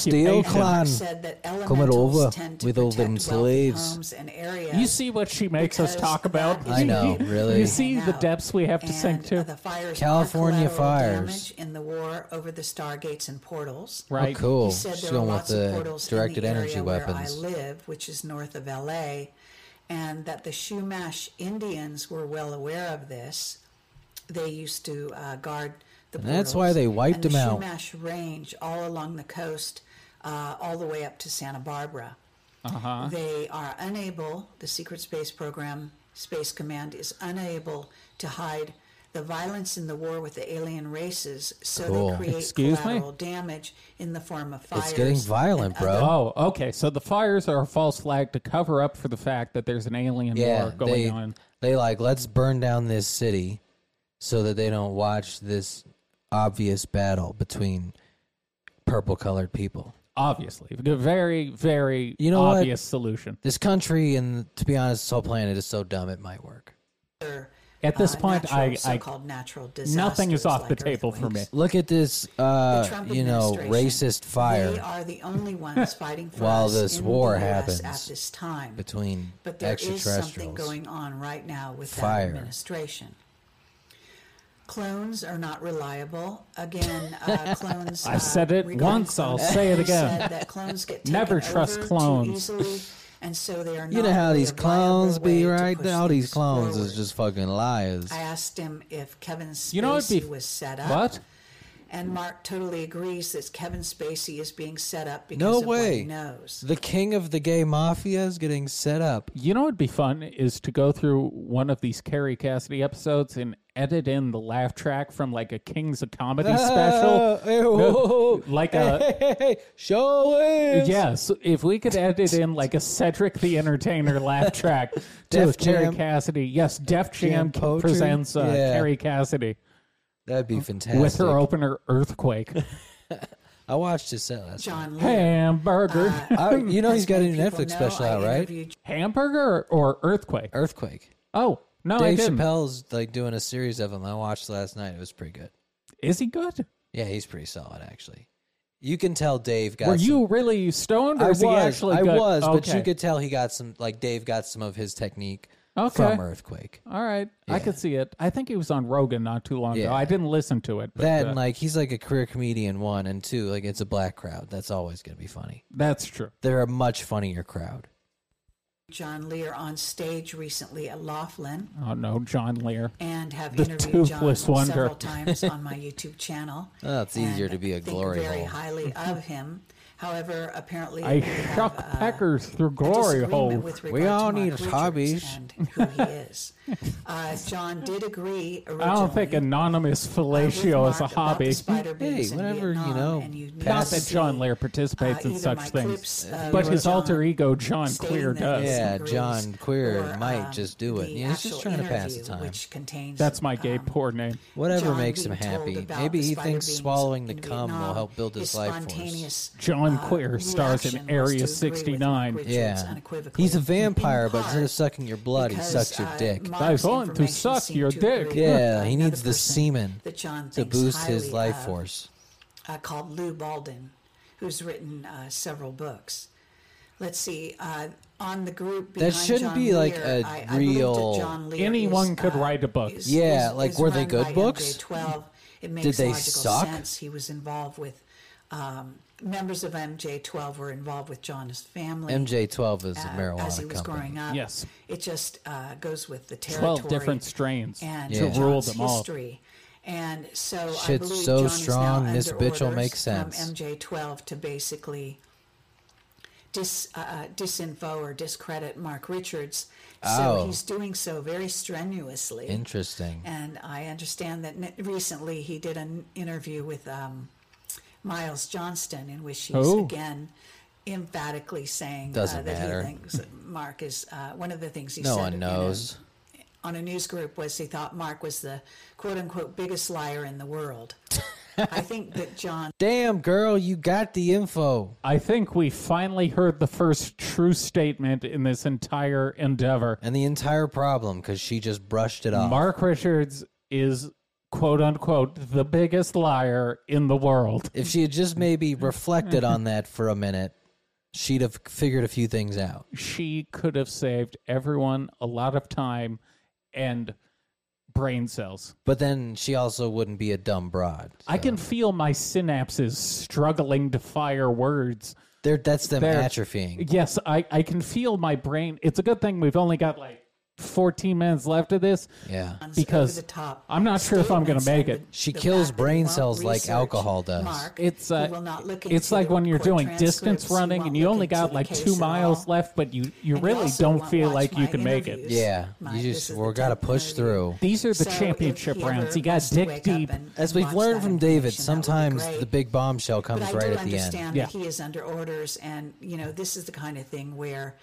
Speaker 2: steel clan.
Speaker 3: said that
Speaker 2: Come it
Speaker 3: elementals
Speaker 2: over
Speaker 3: tend to
Speaker 2: with all
Speaker 3: protect
Speaker 2: them
Speaker 3: wealthy
Speaker 2: slaves.
Speaker 3: homes and areas.
Speaker 1: You see what she makes us
Speaker 3: Because
Speaker 1: talk
Speaker 3: that
Speaker 1: about?
Speaker 3: is
Speaker 2: I know,
Speaker 3: what
Speaker 2: really.
Speaker 1: You see
Speaker 3: find
Speaker 1: the
Speaker 3: out.
Speaker 1: depths we have to sink
Speaker 3: And,
Speaker 1: to?
Speaker 3: uh, the fires are
Speaker 2: California
Speaker 3: collateral
Speaker 2: fires.
Speaker 3: damage in the war over the stargates and portals.
Speaker 1: Right.
Speaker 2: Oh, cool.
Speaker 3: He said
Speaker 2: She's
Speaker 3: there are
Speaker 2: going with
Speaker 3: lots of
Speaker 2: the
Speaker 3: portals
Speaker 2: directed
Speaker 3: in the
Speaker 2: energy
Speaker 3: area
Speaker 2: weapons.
Speaker 3: where I live, which is north of LA, and that the Shumash Indians were well aware of this. they used to uh, guard the
Speaker 2: And that's why they wiped
Speaker 3: and the
Speaker 2: them out.
Speaker 3: Chumash Range, all along the coast, uh, all the way up to Santa Barbara. Uh-huh. They are unable. The Secret Space Program, Space Command, is unable to hide the violence in the war with the alien races, so
Speaker 2: Cool.
Speaker 3: they create
Speaker 1: Excuse me?
Speaker 3: collateral damage in the form of fires.
Speaker 2: It's getting violent,
Speaker 3: and
Speaker 2: bro.
Speaker 3: other
Speaker 1: Oh, okay. So the fires are a false flag to cover up for the fact that there's an alien
Speaker 2: yeah,
Speaker 1: war going
Speaker 2: they
Speaker 1: on.
Speaker 2: they like let's burn down this city so that they don't watch this obvious battle between purple colored people.
Speaker 1: Obviously, a very, very
Speaker 2: You know what?
Speaker 1: obvious solution.
Speaker 2: This country and to be honest, this whole planet is so dumb it might work.
Speaker 1: At this
Speaker 3: uh,
Speaker 1: point,
Speaker 3: natural,
Speaker 1: I, I
Speaker 3: so-called natural
Speaker 1: nothing is
Speaker 3: disasters
Speaker 1: off the
Speaker 3: like
Speaker 1: table for me.
Speaker 3: earthquakes.
Speaker 2: Look at this
Speaker 3: The
Speaker 2: uh
Speaker 3: Trump
Speaker 2: you know,
Speaker 3: administration,
Speaker 2: racist fire
Speaker 3: They are the only ones fighting for
Speaker 2: While
Speaker 3: us
Speaker 2: this
Speaker 3: in
Speaker 2: war
Speaker 3: the US
Speaker 2: happens.
Speaker 3: at this time.
Speaker 2: between
Speaker 3: but there is something
Speaker 2: extraterrestrials.
Speaker 3: going on right now with
Speaker 2: Fire.
Speaker 3: that administration. Clones are not reliable. Again, uh, clones.
Speaker 1: I've said it
Speaker 3: regarding
Speaker 1: once, I'll
Speaker 3: clones,
Speaker 1: say it
Speaker 3: they
Speaker 1: again.
Speaker 3: said that clones get taken
Speaker 1: Never trust
Speaker 3: over too
Speaker 1: clones.
Speaker 3: easily, and so they are
Speaker 2: you know
Speaker 3: not
Speaker 2: how
Speaker 3: really
Speaker 2: these
Speaker 3: a viable
Speaker 2: clones be
Speaker 3: way to
Speaker 2: right
Speaker 3: push
Speaker 2: now. These
Speaker 3: things
Speaker 2: clones
Speaker 3: forward.
Speaker 2: is just fucking liars.
Speaker 3: I asked him if Kevin Spacey
Speaker 1: You know what'd be-
Speaker 3: was set up.
Speaker 1: what?
Speaker 3: And Mark totally agrees that Kevin Spacey is being set up because
Speaker 2: No
Speaker 3: of what
Speaker 2: way.
Speaker 3: he knows.
Speaker 2: The king of the gay mafia is getting set up.
Speaker 1: You know what'd be fun is to go through one of these Carrie Cassidy episodes and edit in the laugh track from like a Kings of Comedy
Speaker 2: Ah,
Speaker 1: special.
Speaker 2: hey, whoa.
Speaker 1: Like uh, a
Speaker 2: hey, hey, show us.
Speaker 1: yes, if we could edit in like a Cedric the Entertainer laugh track to a
Speaker 2: Def
Speaker 1: Carrie
Speaker 2: Jam.
Speaker 1: Cassidy. Yes, Def Jam,
Speaker 2: Jam poetry?
Speaker 1: presents uh,
Speaker 2: Yeah.
Speaker 1: Carrie Cassidy
Speaker 2: That'd be fantastic.
Speaker 1: with her opener Earthquake
Speaker 2: I watched his set last night.
Speaker 3: John Lee,
Speaker 1: hamburger
Speaker 2: I, you know he's got a new
Speaker 3: people
Speaker 2: Netflix
Speaker 3: know
Speaker 2: special
Speaker 3: I
Speaker 2: out, right?
Speaker 3: interviewed
Speaker 1: hamburger or, or Earthquake.
Speaker 2: Earthquake.
Speaker 1: Oh no, I
Speaker 2: Er, Dave
Speaker 1: didn't.
Speaker 2: Chappelle's like doing a series of them. I watched last night. It was pretty good.
Speaker 1: Is he good?
Speaker 2: Yeah, he's pretty solid actually. You can tell Dave got.
Speaker 1: Were
Speaker 2: some-
Speaker 1: you really stoned, or
Speaker 2: I
Speaker 1: is
Speaker 2: was.
Speaker 1: he actually
Speaker 2: I
Speaker 1: good?
Speaker 2: was, but
Speaker 1: Okay.
Speaker 2: you could tell he got some. Like Dave got some of his technique
Speaker 1: Okay.
Speaker 2: from Earthquake.
Speaker 1: All right, I could see it. I think he was on Rogan not too long ago.
Speaker 2: Yeah.
Speaker 1: I didn't listen to it. But,
Speaker 2: That
Speaker 1: uh,
Speaker 2: and like he's like a career comedian one and two. Like it's a black crowd. That's always gonna be funny.
Speaker 1: that's true.
Speaker 2: They're a much funnier crowd.
Speaker 3: John Lear on stage recently at Laughlin
Speaker 1: Oh no, John Lear.
Speaker 3: and have
Speaker 1: The
Speaker 3: interviewed John
Speaker 1: toothless wonder.
Speaker 3: several times on my YouTube channel.
Speaker 2: Oh, it's easier
Speaker 3: and
Speaker 2: to be a
Speaker 3: think
Speaker 2: glory
Speaker 3: very
Speaker 2: hole.
Speaker 3: highly of him. However, apparently
Speaker 1: I
Speaker 3: we have,
Speaker 1: shuck
Speaker 3: uh,
Speaker 1: peckers through
Speaker 3: a
Speaker 1: glory
Speaker 3: disagreement
Speaker 1: hole.
Speaker 3: with
Speaker 2: We
Speaker 3: regard to
Speaker 2: all
Speaker 3: Mark
Speaker 2: need
Speaker 3: Richards
Speaker 2: hobbies.
Speaker 3: And who he is. Uh, John did agree originally. uh,
Speaker 1: I don't think anonymous fellatio is a hobby.
Speaker 2: Hey, whatever, you know,
Speaker 1: Not that John
Speaker 3: uh,
Speaker 1: Lear participates in such things, but his alter ego John Queer does.
Speaker 3: um,
Speaker 2: Yeah. John Queer
Speaker 3: Queer
Speaker 2: might just do it. Yeah, he's just trying to pass the time.
Speaker 3: Which contains,
Speaker 1: That's my gay
Speaker 3: um,
Speaker 1: porn name.
Speaker 2: Whatever
Speaker 3: John
Speaker 2: makes him
Speaker 3: being told
Speaker 2: happy.
Speaker 3: about
Speaker 2: Maybe
Speaker 3: the
Speaker 2: he
Speaker 3: spider
Speaker 2: thinks
Speaker 3: beans
Speaker 2: swallowing the
Speaker 3: in
Speaker 2: cum will
Speaker 3: Vietnam,
Speaker 2: help build his life force.
Speaker 3: spontaneous,
Speaker 1: John
Speaker 3: uh,
Speaker 1: Queer stars in
Speaker 3: reaction was
Speaker 1: Area
Speaker 3: to agree with
Speaker 1: 69.
Speaker 3: Richards
Speaker 2: Yeah.
Speaker 3: unequivocally.
Speaker 2: He's a
Speaker 3: In
Speaker 2: vampire, but
Speaker 3: part
Speaker 2: instead of sucking your blood,
Speaker 3: because,
Speaker 2: he sucks your
Speaker 3: uh,
Speaker 2: dick.
Speaker 3: Mark's
Speaker 1: I want to
Speaker 3: information
Speaker 1: suck
Speaker 3: seemed
Speaker 1: your
Speaker 3: to
Speaker 1: dick.
Speaker 3: agree with
Speaker 2: yeah, he
Speaker 3: another
Speaker 2: needs the
Speaker 3: person
Speaker 2: semen
Speaker 3: that John
Speaker 2: to
Speaker 3: thinks
Speaker 2: boost his
Speaker 3: highly
Speaker 2: life
Speaker 3: of,
Speaker 2: force.
Speaker 3: uh, called Lou Baldwin, who's written uh, several books. Let's see. Uh, on the group behind
Speaker 2: shouldn't
Speaker 3: John
Speaker 2: be, like,
Speaker 3: Lear,
Speaker 2: a
Speaker 3: I- I believe that
Speaker 2: real-
Speaker 3: John Lear
Speaker 1: Anyone
Speaker 3: is,
Speaker 1: could
Speaker 3: uh,
Speaker 1: write a book.
Speaker 3: is-
Speaker 2: Yeah,
Speaker 3: is-
Speaker 2: like,
Speaker 3: is
Speaker 2: were they
Speaker 3: run
Speaker 2: good
Speaker 3: by
Speaker 2: books?
Speaker 3: MJ12. It makes
Speaker 2: they
Speaker 3: logical
Speaker 2: suck?
Speaker 3: sense. He was involved with um, members of MJ12 were involved with John's family
Speaker 2: MJ12 is a
Speaker 3: uh,
Speaker 2: marijuana
Speaker 3: as he was
Speaker 2: company.
Speaker 3: growing up.
Speaker 1: Yes.
Speaker 3: it just uh, goes with the territory.
Speaker 1: 12 different strains
Speaker 3: and
Speaker 1: to
Speaker 3: John's
Speaker 1: rule them all.
Speaker 3: history. And so I
Speaker 2: Shit's
Speaker 3: believe
Speaker 2: so
Speaker 3: John is now
Speaker 2: strong,
Speaker 3: under
Speaker 2: this bitch'll
Speaker 3: orders
Speaker 2: make
Speaker 3: from
Speaker 2: sense.
Speaker 3: MJ12 to basically dis, uh, uh, disinfo or discredit Mark Richards.
Speaker 2: Oh.
Speaker 3: So he's doing so very strenuously.
Speaker 2: Interesting.
Speaker 3: And I understand that n- recently he did an interview with um, Miles Johnston, in which he's
Speaker 1: Oh.
Speaker 3: again emphatically saying
Speaker 2: Doesn't
Speaker 3: uh, that
Speaker 2: matter.
Speaker 3: he thinks that Mark is uh, one of the things he
Speaker 2: No
Speaker 3: said.
Speaker 2: one
Speaker 3: in a-
Speaker 2: knows.
Speaker 3: on a news group was he thought Mark was the quote unquote biggest liar in the world. I think that John
Speaker 2: Damn, girl, you got the info.
Speaker 1: I think we finally heard the first true statement in this entire endeavor.
Speaker 2: And the entire problem, because she just brushed it off.
Speaker 1: Mark Richards is quote unquote the biggest liar in the world.
Speaker 2: if she had just maybe reflected on that for a minute, she'd have figured a few things out.
Speaker 1: She could have saved everyone a lot of time and brain cells.
Speaker 2: But then she also wouldn't be a dumb broad.
Speaker 1: I can feel my synapses struggling to fire words.
Speaker 2: They're, that's them
Speaker 1: They're-
Speaker 2: atrophying.
Speaker 1: Yes, I, I can feel my brain. It's a good thing we've only got like 14 minutes left of this
Speaker 2: Yeah.
Speaker 1: because
Speaker 3: over the top.
Speaker 1: I'm not sure if I'm going to
Speaker 3: statements
Speaker 1: make it.
Speaker 3: and the-
Speaker 2: She
Speaker 3: the
Speaker 2: kills
Speaker 3: fact that
Speaker 2: brain
Speaker 3: you won't
Speaker 2: cells like
Speaker 3: research
Speaker 2: alcohol does.
Speaker 3: Mark,
Speaker 1: It's
Speaker 3: you
Speaker 1: uh,
Speaker 3: will not look
Speaker 1: it's
Speaker 3: into
Speaker 1: like
Speaker 3: the
Speaker 1: when you're
Speaker 3: court
Speaker 1: doing
Speaker 3: transcripts,
Speaker 1: distance
Speaker 3: you
Speaker 1: running
Speaker 3: won't
Speaker 1: and you
Speaker 3: look
Speaker 1: only
Speaker 3: into
Speaker 1: got
Speaker 3: the
Speaker 1: like
Speaker 3: case
Speaker 1: two
Speaker 3: at
Speaker 1: miles
Speaker 3: all.
Speaker 1: left, but you you
Speaker 3: And you
Speaker 1: really
Speaker 3: also
Speaker 1: don't
Speaker 3: won't
Speaker 1: feel
Speaker 3: watch
Speaker 1: like you
Speaker 3: my
Speaker 1: can make it.
Speaker 3: interviews.
Speaker 2: Yeah.
Speaker 3: My-
Speaker 2: you
Speaker 3: this
Speaker 2: just
Speaker 3: is
Speaker 2: we're
Speaker 3: the
Speaker 2: gotta
Speaker 3: type of
Speaker 2: push
Speaker 3: movie.
Speaker 2: through.
Speaker 1: These are the
Speaker 3: So if
Speaker 1: championship
Speaker 3: he
Speaker 1: rounds.
Speaker 3: ever
Speaker 1: You got
Speaker 3: wants to
Speaker 1: dick
Speaker 3: wake
Speaker 1: deep.
Speaker 3: up and
Speaker 2: As we've
Speaker 3: watch
Speaker 2: learned
Speaker 3: that
Speaker 2: from David,
Speaker 3: information, that would be
Speaker 2: sometimes
Speaker 3: great.
Speaker 2: the big bombshell
Speaker 3: But
Speaker 2: comes
Speaker 3: I
Speaker 2: right
Speaker 3: do
Speaker 2: at the
Speaker 3: understand
Speaker 2: end.
Speaker 1: Yeah.
Speaker 3: that he is under orders, and you know this is the kind of thing where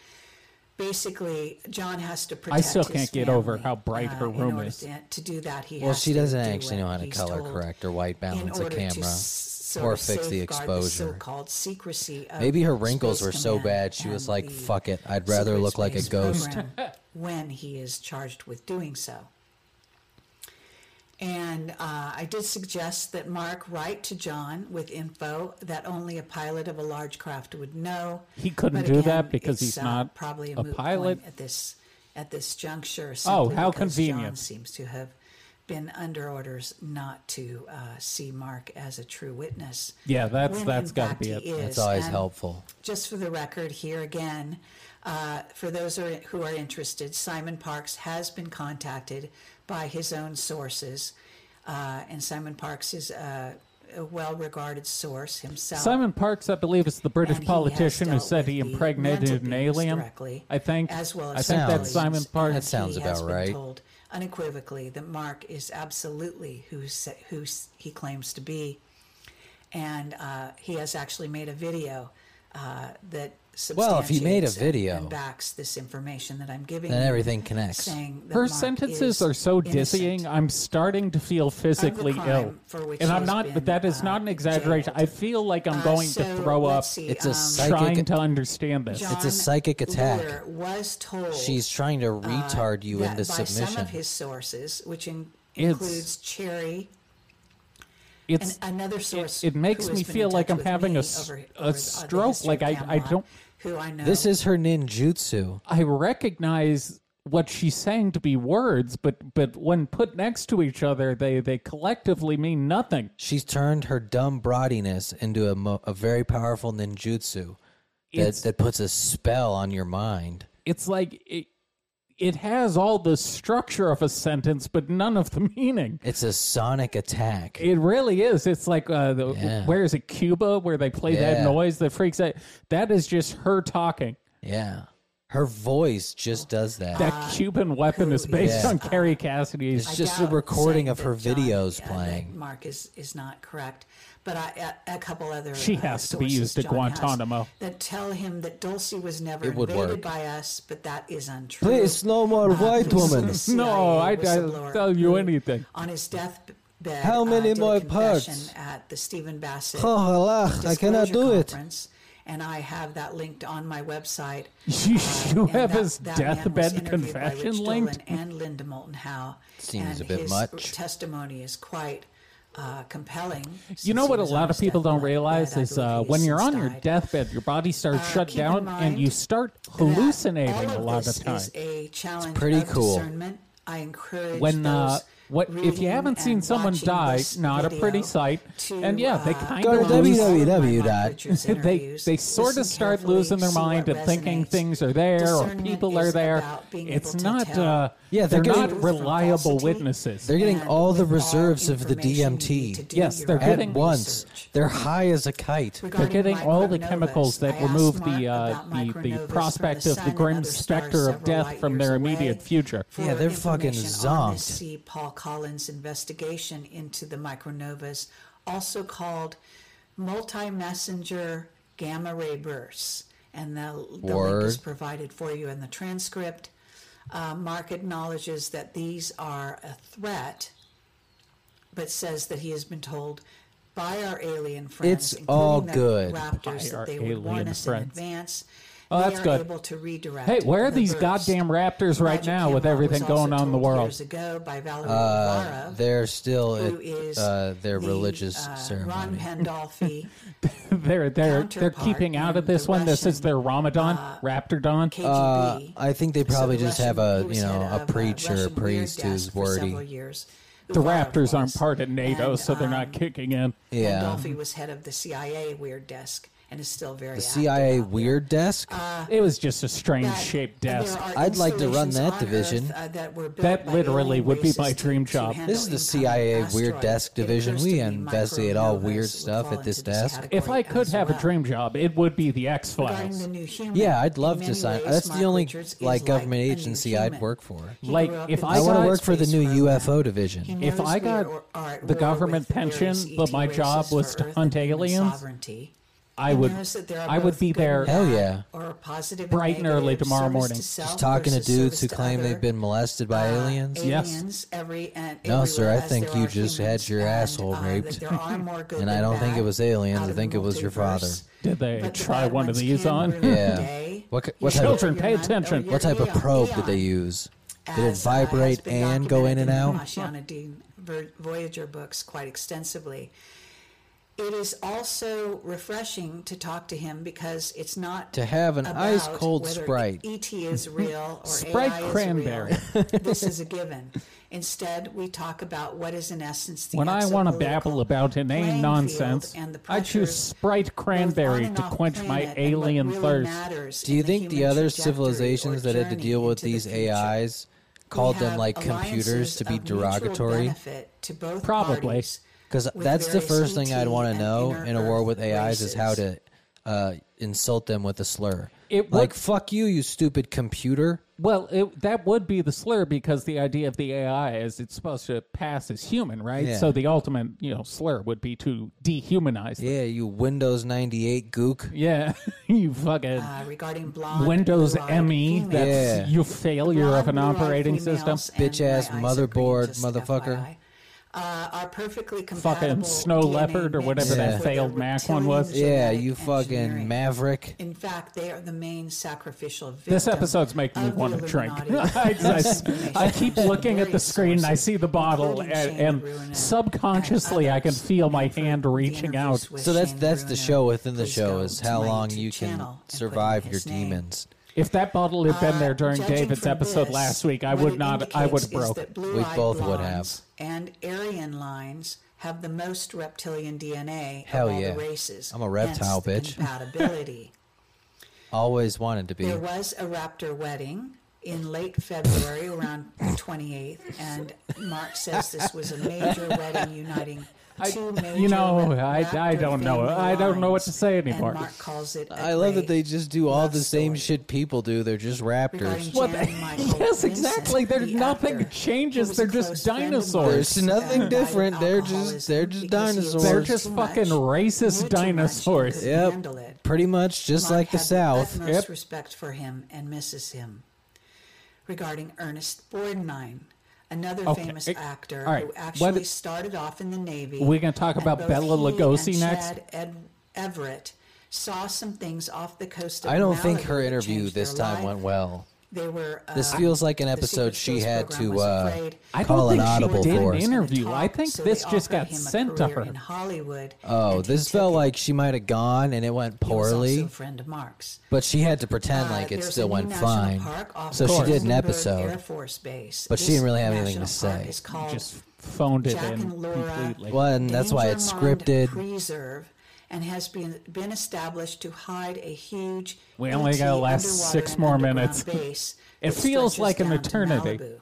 Speaker 3: basically John has to protect.
Speaker 1: still
Speaker 3: his
Speaker 1: can't get
Speaker 3: family, uh,
Speaker 1: over how bright her
Speaker 3: in
Speaker 1: room
Speaker 3: order
Speaker 1: is.
Speaker 3: To, to do that, he
Speaker 2: Well,
Speaker 3: has
Speaker 2: she
Speaker 3: to
Speaker 2: doesn't
Speaker 3: do
Speaker 2: actually know
Speaker 3: what
Speaker 2: how to
Speaker 3: he's
Speaker 2: color
Speaker 3: told
Speaker 2: correct or white
Speaker 3: in
Speaker 2: balance a
Speaker 3: order to
Speaker 2: camera.
Speaker 3: s- sort
Speaker 2: or
Speaker 3: of
Speaker 2: fix the
Speaker 3: safeguard the
Speaker 2: exposure.
Speaker 3: so-called secrecy of
Speaker 2: Maybe her wrinkles
Speaker 3: Space
Speaker 2: were so
Speaker 3: Command
Speaker 2: bad she was
Speaker 3: and
Speaker 2: like,
Speaker 3: the
Speaker 2: "Fuck it, I'd rather
Speaker 3: secret
Speaker 2: look like a
Speaker 3: space
Speaker 2: ghost."
Speaker 3: program when he is charged with doing so. And uh, I did suggest that Mark write to John with info that only a pilot of a large craft would know.
Speaker 1: He couldn't
Speaker 3: But
Speaker 1: do that
Speaker 3: again,
Speaker 1: because
Speaker 3: it's,
Speaker 1: he's
Speaker 3: uh,
Speaker 1: not
Speaker 3: probably a,
Speaker 1: a
Speaker 3: moot
Speaker 1: pilot? Oh,
Speaker 3: point at this at this juncture. simply
Speaker 1: how
Speaker 3: because John
Speaker 1: convenient.
Speaker 3: seems to have been under orders not to uh, see Mark as a true witness.
Speaker 1: Yeah, that's
Speaker 3: when
Speaker 1: that's
Speaker 3: in
Speaker 1: got to
Speaker 3: fact
Speaker 1: be
Speaker 3: he
Speaker 1: it.
Speaker 3: is.
Speaker 2: That's always
Speaker 3: And
Speaker 2: helpful.
Speaker 3: just for the record here again, uh, for those are- who are interested, Simon Parks has been contacted by his own sources. Uh, and Simon Parks is a, a well regarded source himself.
Speaker 1: Simon Parks, I believe, is the British
Speaker 3: And he has
Speaker 1: politician who
Speaker 3: dealt
Speaker 1: said he
Speaker 3: with the
Speaker 1: impregnated
Speaker 3: mental
Speaker 1: an
Speaker 3: beings
Speaker 1: alien.
Speaker 3: directly,
Speaker 1: I think.
Speaker 3: as well
Speaker 1: I
Speaker 3: as
Speaker 1: think that's
Speaker 2: sounds-
Speaker 1: Simon
Speaker 3: and
Speaker 1: Parks.
Speaker 2: That sounds
Speaker 3: he has
Speaker 2: about
Speaker 3: been
Speaker 2: right.
Speaker 3: Told unequivocally that Mark is absolutely who sa- who s- he claims to be, and uh, he has actually made a video uh, that
Speaker 2: Well, if he made a
Speaker 3: substantiates and-
Speaker 2: video-
Speaker 3: and backs this information that I'm giving,
Speaker 2: Then
Speaker 3: you,
Speaker 2: everything connects.
Speaker 3: saying that
Speaker 1: Her
Speaker 3: Mark
Speaker 1: sentences
Speaker 3: is
Speaker 1: are so
Speaker 3: innocent.
Speaker 1: dizzying. I'm starting to feel physically
Speaker 3: crime
Speaker 1: ill,
Speaker 3: for which
Speaker 1: and
Speaker 3: he
Speaker 1: I'm
Speaker 3: has
Speaker 1: not.
Speaker 3: been,
Speaker 1: that is
Speaker 3: uh,
Speaker 1: not an exaggeration.
Speaker 3: jailed.
Speaker 1: I feel like I'm
Speaker 3: Uh,
Speaker 1: going
Speaker 3: so
Speaker 1: to throw up
Speaker 3: let's see, um,
Speaker 2: It's a psych-
Speaker 1: trying
Speaker 2: Psychic-
Speaker 1: to understand this.
Speaker 2: It's a psychic attack.
Speaker 3: Luer was told
Speaker 2: She's trying to retard you
Speaker 3: uh, that
Speaker 2: into
Speaker 3: by some
Speaker 2: submission.
Speaker 3: of his sources, which in-
Speaker 1: It's-
Speaker 3: includes Cherry
Speaker 1: It's
Speaker 3: and another source.
Speaker 1: it makes
Speaker 3: who has
Speaker 1: me
Speaker 3: been
Speaker 1: feel
Speaker 3: in
Speaker 1: like
Speaker 3: touch
Speaker 1: I'm
Speaker 3: with
Speaker 1: having
Speaker 3: me
Speaker 1: a s-
Speaker 3: over-
Speaker 1: a
Speaker 3: over the
Speaker 1: stroke,
Speaker 3: history
Speaker 1: like
Speaker 3: of
Speaker 1: I- I
Speaker 3: Camelot,
Speaker 1: don't-
Speaker 3: Who I know.
Speaker 2: This is her ninjutsu.
Speaker 1: I recognize what she's saying to be words, but but when put next to each other, they they collectively mean nothing.
Speaker 2: She's turned her dumb brattiness into a, mo- a very powerful ninjutsu that,
Speaker 1: It's-
Speaker 2: that puts a spell on your mind.
Speaker 1: It's like it, it has all the structure of a sentence, but none of the meaning.
Speaker 2: It's a sonic attack.
Speaker 1: It really is. It's like uh, the,
Speaker 2: Yeah.
Speaker 1: where is it? Cuba, where they play that
Speaker 2: Yeah.
Speaker 1: noise that freaks out. That is just her talking.
Speaker 2: yeah. Her voice just does that.
Speaker 3: Uh,
Speaker 1: That Cuban weapon is based
Speaker 2: Uh, Yeah.
Speaker 1: on Carrie Cassidy's.
Speaker 2: It's just
Speaker 3: doubt
Speaker 2: a recording
Speaker 3: saying
Speaker 2: of her
Speaker 3: that John-
Speaker 2: videos
Speaker 3: uh, that
Speaker 2: playing.
Speaker 3: Mark is, is not correct, but I, a, a couple other
Speaker 1: She
Speaker 3: uh,
Speaker 1: has to be
Speaker 3: sources
Speaker 1: used at
Speaker 3: John has
Speaker 1: Guantanamo.
Speaker 3: that tell him that Dulcie was never
Speaker 2: It would
Speaker 3: invaded
Speaker 2: work.
Speaker 3: by us, but that is untrue.
Speaker 2: Please, no more white
Speaker 3: who's
Speaker 2: women.
Speaker 3: the CIA
Speaker 1: No, I- I'll
Speaker 3: whistleblower
Speaker 1: tell you
Speaker 3: who,
Speaker 1: anything.
Speaker 3: On his deathbed,
Speaker 2: How
Speaker 3: uh,
Speaker 2: many
Speaker 3: did a
Speaker 2: more
Speaker 3: confession
Speaker 2: parts?
Speaker 3: at the Stephen Bassett.
Speaker 2: Oh, Allah, I cannot
Speaker 3: disclosure
Speaker 2: do it.
Speaker 3: conference, And I have that linked on my website. uh,
Speaker 1: You- you
Speaker 3: and
Speaker 1: have
Speaker 3: that-
Speaker 1: his
Speaker 3: that man was
Speaker 1: deathbed
Speaker 3: interviewed by Rich
Speaker 1: confession
Speaker 3: Dolan
Speaker 1: linked?
Speaker 3: And Linda Moulton Howe.
Speaker 2: Seems
Speaker 3: and
Speaker 2: a bit
Speaker 3: his
Speaker 2: much.
Speaker 3: Testimony is quite uh, compelling.
Speaker 1: You know what a lot of people don't realize is uh, when you're on your
Speaker 3: death
Speaker 1: deathbed, your body starts
Speaker 3: Uh,
Speaker 1: shut
Speaker 3: keep in
Speaker 1: down and
Speaker 3: mind
Speaker 1: you start hallucinating a lot of times.
Speaker 3: Is a challenge
Speaker 2: pretty
Speaker 3: of
Speaker 2: cool.
Speaker 3: discernment. I encourage
Speaker 1: When uh,
Speaker 3: those
Speaker 1: what if you
Speaker 3: reading
Speaker 1: haven't seen
Speaker 3: and
Speaker 1: someone
Speaker 3: watching
Speaker 1: die?
Speaker 3: this
Speaker 1: Not a
Speaker 3: video
Speaker 1: pretty sight.
Speaker 3: to,
Speaker 1: and yeah, they
Speaker 3: uh,
Speaker 1: kind
Speaker 2: Go
Speaker 1: of
Speaker 2: to
Speaker 1: lose.
Speaker 2: www.
Speaker 1: They they sort of start losing their mind and thinking things are there or people are there. It's not uh,
Speaker 2: Yeah,
Speaker 1: they're
Speaker 2: they're getting-
Speaker 1: not reliable witnesses.
Speaker 2: They're getting all the reserves of the DMT.
Speaker 1: Yes, they're
Speaker 2: At
Speaker 1: getting-
Speaker 2: once, they're high as a kite.
Speaker 1: They're getting all the chemicals that remove the uh, the, the prospect of the grim specter of death from their immediate future.
Speaker 2: Yeah, they're fucking zonked.
Speaker 3: See Paul Collins' investigation into the micronovas, also called multi-messenger gamma ray bursts, and the, the link
Speaker 2: Word.
Speaker 3: is provided for you in the transcript. Uh, Mark acknowledges that these are a threat, but says that he has been told by our alien
Speaker 2: It's
Speaker 3: friends, including
Speaker 2: all
Speaker 3: the
Speaker 2: good.
Speaker 3: Raptors,
Speaker 1: By our
Speaker 3: that they would warn
Speaker 1: alien
Speaker 3: us
Speaker 1: friends.
Speaker 3: in advance.
Speaker 1: Oh,
Speaker 3: They
Speaker 1: that's
Speaker 3: are
Speaker 1: good.
Speaker 3: Able to redirect
Speaker 1: Hey, where are
Speaker 3: the
Speaker 1: these
Speaker 3: bursts.
Speaker 1: goddamn raptors right
Speaker 3: Roger
Speaker 1: now with
Speaker 3: Cameron
Speaker 1: everything
Speaker 3: was also
Speaker 1: going on in the
Speaker 3: told
Speaker 1: world?
Speaker 3: Years ago by Valerie
Speaker 2: Uh,
Speaker 3: Ibarra,
Speaker 2: they're still
Speaker 3: who
Speaker 2: at
Speaker 3: is
Speaker 2: uh, their
Speaker 3: the,
Speaker 2: religious
Speaker 3: uh, Ron
Speaker 2: ceremony.
Speaker 3: Pandolfi,
Speaker 1: They're they're they're
Speaker 3: counterpart
Speaker 1: keeping out of
Speaker 3: in the
Speaker 1: this one. This is
Speaker 3: Russian,
Speaker 1: their Ramadan, Raptor Don.
Speaker 3: KGB.
Speaker 2: Uh, I think they probably
Speaker 3: So the
Speaker 2: just
Speaker 3: Russian-
Speaker 2: have a
Speaker 3: he was
Speaker 2: you know
Speaker 3: head of,
Speaker 2: a
Speaker 3: uh,
Speaker 2: preacher, a
Speaker 3: Russian Weird
Speaker 2: priest
Speaker 3: Desk
Speaker 2: who's
Speaker 3: for several
Speaker 2: wordy.
Speaker 3: years.
Speaker 1: The
Speaker 3: Ibarra
Speaker 1: Raptors aren't
Speaker 3: was.
Speaker 1: part of NATO,
Speaker 3: And,
Speaker 1: so they're not
Speaker 3: um,
Speaker 1: kicking in.
Speaker 2: Yeah,
Speaker 3: Pandolfi was head of the CIA Weird Desk, and is still very
Speaker 2: The
Speaker 3: active
Speaker 2: CIA
Speaker 3: out there. Uh,
Speaker 2: weird desk.
Speaker 1: It was just a strange
Speaker 3: That
Speaker 1: shaped
Speaker 3: there
Speaker 1: desk.
Speaker 3: are
Speaker 2: I'd like to run
Speaker 3: installations
Speaker 2: that
Speaker 3: on
Speaker 2: division.
Speaker 3: Earth, uh, that were built
Speaker 1: That
Speaker 3: by
Speaker 1: literally
Speaker 3: alien
Speaker 1: would be
Speaker 3: races
Speaker 1: my
Speaker 3: to-
Speaker 1: dream
Speaker 3: to
Speaker 1: job.
Speaker 3: handle
Speaker 2: this is the
Speaker 3: incoming
Speaker 2: CIA Weird
Speaker 3: asteroids.
Speaker 2: Desk
Speaker 3: It
Speaker 2: Division.
Speaker 3: appears
Speaker 2: We
Speaker 3: to be
Speaker 2: investigate all
Speaker 3: micronovaes
Speaker 2: weird
Speaker 3: would
Speaker 2: stuff
Speaker 3: fall
Speaker 2: at this
Speaker 3: into this
Speaker 2: desk.
Speaker 1: If I
Speaker 3: category
Speaker 1: could
Speaker 3: as
Speaker 1: have a
Speaker 3: well.
Speaker 1: dream job, it would be the X
Speaker 3: Regarding
Speaker 1: Files.
Speaker 3: the new human,
Speaker 2: Yeah, I'd love
Speaker 3: in
Speaker 2: to
Speaker 3: many
Speaker 2: sign.
Speaker 3: ways,
Speaker 2: That's
Speaker 3: Mark
Speaker 2: the only
Speaker 3: Richards is
Speaker 2: like government
Speaker 3: a new
Speaker 2: agency I'd
Speaker 3: human.
Speaker 2: work for.
Speaker 3: He
Speaker 1: Like,
Speaker 3: grew up
Speaker 1: if
Speaker 3: in
Speaker 1: I
Speaker 2: I want
Speaker 1: got-
Speaker 2: to work for the
Speaker 3: space
Speaker 2: new
Speaker 3: program.
Speaker 2: UFO
Speaker 3: He
Speaker 2: division.
Speaker 1: If
Speaker 3: knows
Speaker 1: I
Speaker 3: we are-
Speaker 1: got
Speaker 3: or are at
Speaker 1: the
Speaker 3: war
Speaker 1: government
Speaker 3: with various
Speaker 1: pension,
Speaker 3: ET
Speaker 1: but my
Speaker 3: races
Speaker 1: job was
Speaker 3: for
Speaker 1: to
Speaker 3: Earth
Speaker 1: hunt
Speaker 3: and human
Speaker 1: aliens,
Speaker 3: sovereignty.
Speaker 1: I
Speaker 3: He
Speaker 1: would-
Speaker 3: knows that there are
Speaker 1: I would
Speaker 3: both
Speaker 1: be
Speaker 3: good
Speaker 1: there-
Speaker 3: and
Speaker 2: Hell
Speaker 3: bad,
Speaker 2: yeah.
Speaker 3: Or a positive and
Speaker 1: Bright and early
Speaker 3: negative,
Speaker 1: tomorrow
Speaker 3: service to
Speaker 1: morning.
Speaker 3: self
Speaker 2: Just talking to
Speaker 3: versus
Speaker 2: dudes
Speaker 3: service
Speaker 2: who
Speaker 3: to
Speaker 2: claim
Speaker 3: other.
Speaker 2: they've been molested by
Speaker 3: Uh,
Speaker 2: aliens.
Speaker 1: Yes.
Speaker 3: aliens every and
Speaker 2: No,
Speaker 3: everywhere
Speaker 2: sir, I
Speaker 3: as
Speaker 2: think
Speaker 3: there
Speaker 2: you
Speaker 3: are
Speaker 2: just
Speaker 3: humans
Speaker 2: had your
Speaker 3: and,
Speaker 2: asshole
Speaker 3: uh, that
Speaker 2: raped.
Speaker 3: there are more good
Speaker 2: And I
Speaker 3: than
Speaker 2: don't think
Speaker 3: bad
Speaker 2: it was aliens.
Speaker 3: out
Speaker 2: I
Speaker 3: of
Speaker 2: think
Speaker 3: the
Speaker 2: it was your
Speaker 3: multiverse.
Speaker 2: father.
Speaker 1: Did they
Speaker 3: But the
Speaker 1: try
Speaker 3: bad
Speaker 1: one of
Speaker 3: ones
Speaker 1: these
Speaker 3: can
Speaker 1: on?
Speaker 3: ruin your
Speaker 2: Yeah.
Speaker 3: day.
Speaker 2: What ki- what
Speaker 3: Your
Speaker 2: type
Speaker 1: of- Children, pay
Speaker 3: your mind- Oh, or
Speaker 1: attention.
Speaker 3: your
Speaker 2: What type of
Speaker 3: eon-
Speaker 2: probe did
Speaker 3: eon
Speaker 2: they use? Did it
Speaker 3: as, uh, has
Speaker 2: vibrate
Speaker 3: been
Speaker 2: and go in
Speaker 3: documented
Speaker 2: and
Speaker 3: the
Speaker 2: out?
Speaker 3: Oceana Dean Ver- Voyager books quite extensively. It is also refreshing to talk to him because it's not
Speaker 2: To have an
Speaker 3: about
Speaker 2: ice cold
Speaker 3: whether
Speaker 2: Sprite.
Speaker 3: ET is real or
Speaker 1: Sprite
Speaker 3: AI
Speaker 1: cranberry.
Speaker 3: Is real. this is a given. Instead, we talk about what is in essence the
Speaker 1: When I want to
Speaker 3: exopolitical
Speaker 1: babble about
Speaker 3: playing
Speaker 1: inane
Speaker 3: field
Speaker 1: nonsense,
Speaker 3: and the
Speaker 1: I choose
Speaker 3: pressures
Speaker 1: Sprite Cranberry
Speaker 3: both on
Speaker 1: to
Speaker 3: and off
Speaker 1: quench my
Speaker 3: planet and what
Speaker 1: alien
Speaker 3: really
Speaker 1: thirst.
Speaker 3: matters
Speaker 2: Do you
Speaker 3: in
Speaker 2: think the
Speaker 3: human
Speaker 2: other
Speaker 3: trajectory
Speaker 2: civilizations
Speaker 3: or
Speaker 2: that had to
Speaker 3: journey
Speaker 2: deal with
Speaker 3: into the
Speaker 2: these
Speaker 3: future?
Speaker 2: AIs
Speaker 3: We
Speaker 2: called them
Speaker 3: have
Speaker 2: like computers
Speaker 3: alliances
Speaker 2: to be
Speaker 3: of mutual
Speaker 2: derogatory?
Speaker 3: benefit to both
Speaker 1: Probably.
Speaker 3: parties
Speaker 2: Because
Speaker 3: with
Speaker 2: that's the
Speaker 3: various
Speaker 2: first thing
Speaker 3: ET
Speaker 2: I'd want to
Speaker 3: and
Speaker 2: know
Speaker 3: inner
Speaker 2: in a war
Speaker 3: Earth
Speaker 2: with AIs is how
Speaker 3: races.
Speaker 2: to uh, insult them with a slur.
Speaker 1: It
Speaker 2: like
Speaker 1: would-
Speaker 2: fuck you, you stupid computer.
Speaker 1: Well, it, that would be the slur because the idea of the AI is it's supposed to pass as human, right?
Speaker 2: Yeah.
Speaker 1: So the ultimate, you know, slur would be to dehumanize. them.
Speaker 2: Yeah, you Windows ninety eight gook.
Speaker 1: Yeah, you fucking
Speaker 3: uh, regarding blonde
Speaker 1: Windows
Speaker 3: blue-eyed
Speaker 1: ME.
Speaker 3: females.
Speaker 1: That's
Speaker 2: Yeah.
Speaker 1: you failure of
Speaker 3: Blonde
Speaker 1: an
Speaker 3: blue-eyed
Speaker 1: operating
Speaker 3: females
Speaker 1: system.
Speaker 3: and
Speaker 2: Bitch-ass
Speaker 3: my eyes are green,
Speaker 2: motherboard,
Speaker 3: just
Speaker 2: motherfucker.
Speaker 3: FYI, Uh, are perfectly compatible
Speaker 1: snow
Speaker 3: DNA
Speaker 1: leopard or
Speaker 3: mix
Speaker 1: whatever
Speaker 2: that
Speaker 3: with
Speaker 1: failed
Speaker 3: their
Speaker 1: Mac one was.
Speaker 3: reptilian
Speaker 2: Yeah,
Speaker 3: genetic
Speaker 2: you fucking
Speaker 3: engineering.
Speaker 2: maverick.
Speaker 3: In fact, they are the main sacrificial victim.
Speaker 1: This episode's making me
Speaker 3: of the
Speaker 1: want to drink.
Speaker 3: Illuminati.
Speaker 1: I, I- I keep
Speaker 3: Various
Speaker 1: looking at the screen and I see the bottle, and,
Speaker 3: including Shane Ruin
Speaker 1: and
Speaker 3: and
Speaker 1: subconsciously I can
Speaker 3: others,
Speaker 1: feel my
Speaker 3: and for
Speaker 1: hand
Speaker 3: the
Speaker 1: reaching out.
Speaker 3: interviews with
Speaker 2: So that's
Speaker 3: Shane
Speaker 2: that's the
Speaker 3: Bruno.
Speaker 2: show within the
Speaker 3: Please
Speaker 2: show
Speaker 3: go
Speaker 2: is
Speaker 3: to
Speaker 2: how
Speaker 3: my
Speaker 2: long
Speaker 3: YouTube
Speaker 2: you
Speaker 3: channel
Speaker 2: can
Speaker 3: and put in
Speaker 2: survive your
Speaker 3: his name.
Speaker 2: demons.
Speaker 1: If that bottle had been
Speaker 3: Uh,
Speaker 1: there during
Speaker 3: judging
Speaker 1: David's
Speaker 3: from
Speaker 1: episode
Speaker 3: this,
Speaker 1: last week, I
Speaker 3: what
Speaker 1: would
Speaker 3: it
Speaker 1: not. I would have
Speaker 3: indicates is
Speaker 1: broke.
Speaker 3: that blue-eyed
Speaker 2: both would have.
Speaker 3: blondes And Aryan lines have the most reptilian DNA
Speaker 2: Hell
Speaker 3: of all
Speaker 2: yeah.
Speaker 3: the races.
Speaker 2: I'm a reptile,
Speaker 3: hence the
Speaker 2: bitch.
Speaker 3: Compatibility.
Speaker 2: Always wanted to be.
Speaker 3: There was a raptor wedding in late February, around the 28th, and Mark says this was a major wedding uniting two major
Speaker 1: you know,
Speaker 3: ra-
Speaker 1: I- I
Speaker 3: raptor
Speaker 1: don't know.
Speaker 3: family
Speaker 1: I don't know what to
Speaker 3: lines,
Speaker 1: say anymore.
Speaker 3: And Mark calls it. a
Speaker 2: I love that
Speaker 3: great
Speaker 2: they just do all
Speaker 3: love
Speaker 2: the same
Speaker 3: story.
Speaker 2: shit people do. They're just
Speaker 3: Regarding
Speaker 2: raptors.
Speaker 1: Well, they-
Speaker 3: Jan Michael
Speaker 1: yes,
Speaker 3: Vincent,
Speaker 1: exactly. There's
Speaker 3: the
Speaker 1: nothing
Speaker 3: actor.
Speaker 1: changes.
Speaker 3: He was
Speaker 1: They're
Speaker 3: a
Speaker 1: just
Speaker 3: close friend of
Speaker 1: dinosaurs.
Speaker 3: mine,
Speaker 1: There's
Speaker 3: and
Speaker 2: nothing
Speaker 3: died of
Speaker 2: different. They're just-
Speaker 3: alcoholism
Speaker 2: they're just
Speaker 3: because he was
Speaker 1: They're
Speaker 2: dinosaurs.
Speaker 1: just
Speaker 3: too
Speaker 1: fucking
Speaker 3: much, knew too
Speaker 1: racist
Speaker 3: much, and
Speaker 1: dinosaurs.
Speaker 3: couldn't
Speaker 2: Yep.
Speaker 3: handle it.
Speaker 2: Pretty much just
Speaker 3: Mark
Speaker 2: like the
Speaker 3: had
Speaker 2: South.
Speaker 3: The utmost
Speaker 1: Yep.
Speaker 3: respect for him and misses him. Regarding Ernest Borgnine, another
Speaker 1: Okay.
Speaker 3: famous
Speaker 1: It-
Speaker 3: actor
Speaker 1: all right.
Speaker 3: who
Speaker 1: What-
Speaker 3: actually started off in the Navy.
Speaker 1: We're gonna talk
Speaker 3: and
Speaker 1: about
Speaker 3: both
Speaker 1: Bela
Speaker 3: he
Speaker 1: Lugosi
Speaker 3: and
Speaker 1: next?
Speaker 3: Chad Ed- Everett saw some things off the coast of
Speaker 2: I don't think
Speaker 3: Malibu
Speaker 2: her
Speaker 3: that
Speaker 2: interview
Speaker 3: changed
Speaker 2: this
Speaker 3: their
Speaker 2: time
Speaker 3: life.
Speaker 2: went well.
Speaker 3: They were. Uh,
Speaker 2: This feels like an
Speaker 3: the
Speaker 2: episode
Speaker 3: Secret
Speaker 2: she
Speaker 3: Service
Speaker 2: had
Speaker 3: program
Speaker 2: to
Speaker 3: was
Speaker 2: uh,
Speaker 3: afraid
Speaker 1: I don't
Speaker 2: call an
Speaker 1: think she
Speaker 2: audible
Speaker 1: did
Speaker 2: for.
Speaker 1: an
Speaker 2: us.
Speaker 1: interview.
Speaker 3: gonna talk,
Speaker 1: I think
Speaker 3: so
Speaker 1: this
Speaker 3: they
Speaker 1: just
Speaker 3: offered
Speaker 1: got
Speaker 3: him a
Speaker 1: sent to
Speaker 3: career
Speaker 1: her.
Speaker 3: in Hollywood.
Speaker 2: Oh,
Speaker 3: and he
Speaker 2: this
Speaker 3: took
Speaker 2: felt
Speaker 3: it.
Speaker 2: like she might have gone and it went
Speaker 3: He was Also
Speaker 2: poorly,
Speaker 3: a friend of Mark's.
Speaker 2: but she had to pretend
Speaker 3: Uh,
Speaker 2: like it
Speaker 3: there's
Speaker 2: still
Speaker 3: a new
Speaker 2: went
Speaker 3: national
Speaker 2: fine.
Speaker 3: park off
Speaker 2: So
Speaker 3: of
Speaker 2: she did an
Speaker 3: Vandenberg Air
Speaker 2: episode.
Speaker 3: Force Base.
Speaker 2: but she didn't really have anything
Speaker 3: national
Speaker 2: to
Speaker 3: park
Speaker 2: say.
Speaker 3: is called
Speaker 1: Just phoned it
Speaker 3: Jack
Speaker 1: in
Speaker 3: and Laura.
Speaker 1: completely.
Speaker 2: Well, and that's why it's
Speaker 3: Dangermond
Speaker 2: scripted.
Speaker 3: Preserve and has been been established to hide a huge.
Speaker 1: We only
Speaker 3: ET
Speaker 1: gotta last
Speaker 3: underwater
Speaker 1: six
Speaker 3: and
Speaker 1: more
Speaker 3: underground
Speaker 1: minutes.
Speaker 3: Base
Speaker 1: It
Speaker 3: that
Speaker 1: feels
Speaker 3: stretches
Speaker 1: like an
Speaker 3: down to
Speaker 1: eternity.
Speaker 3: Malibu.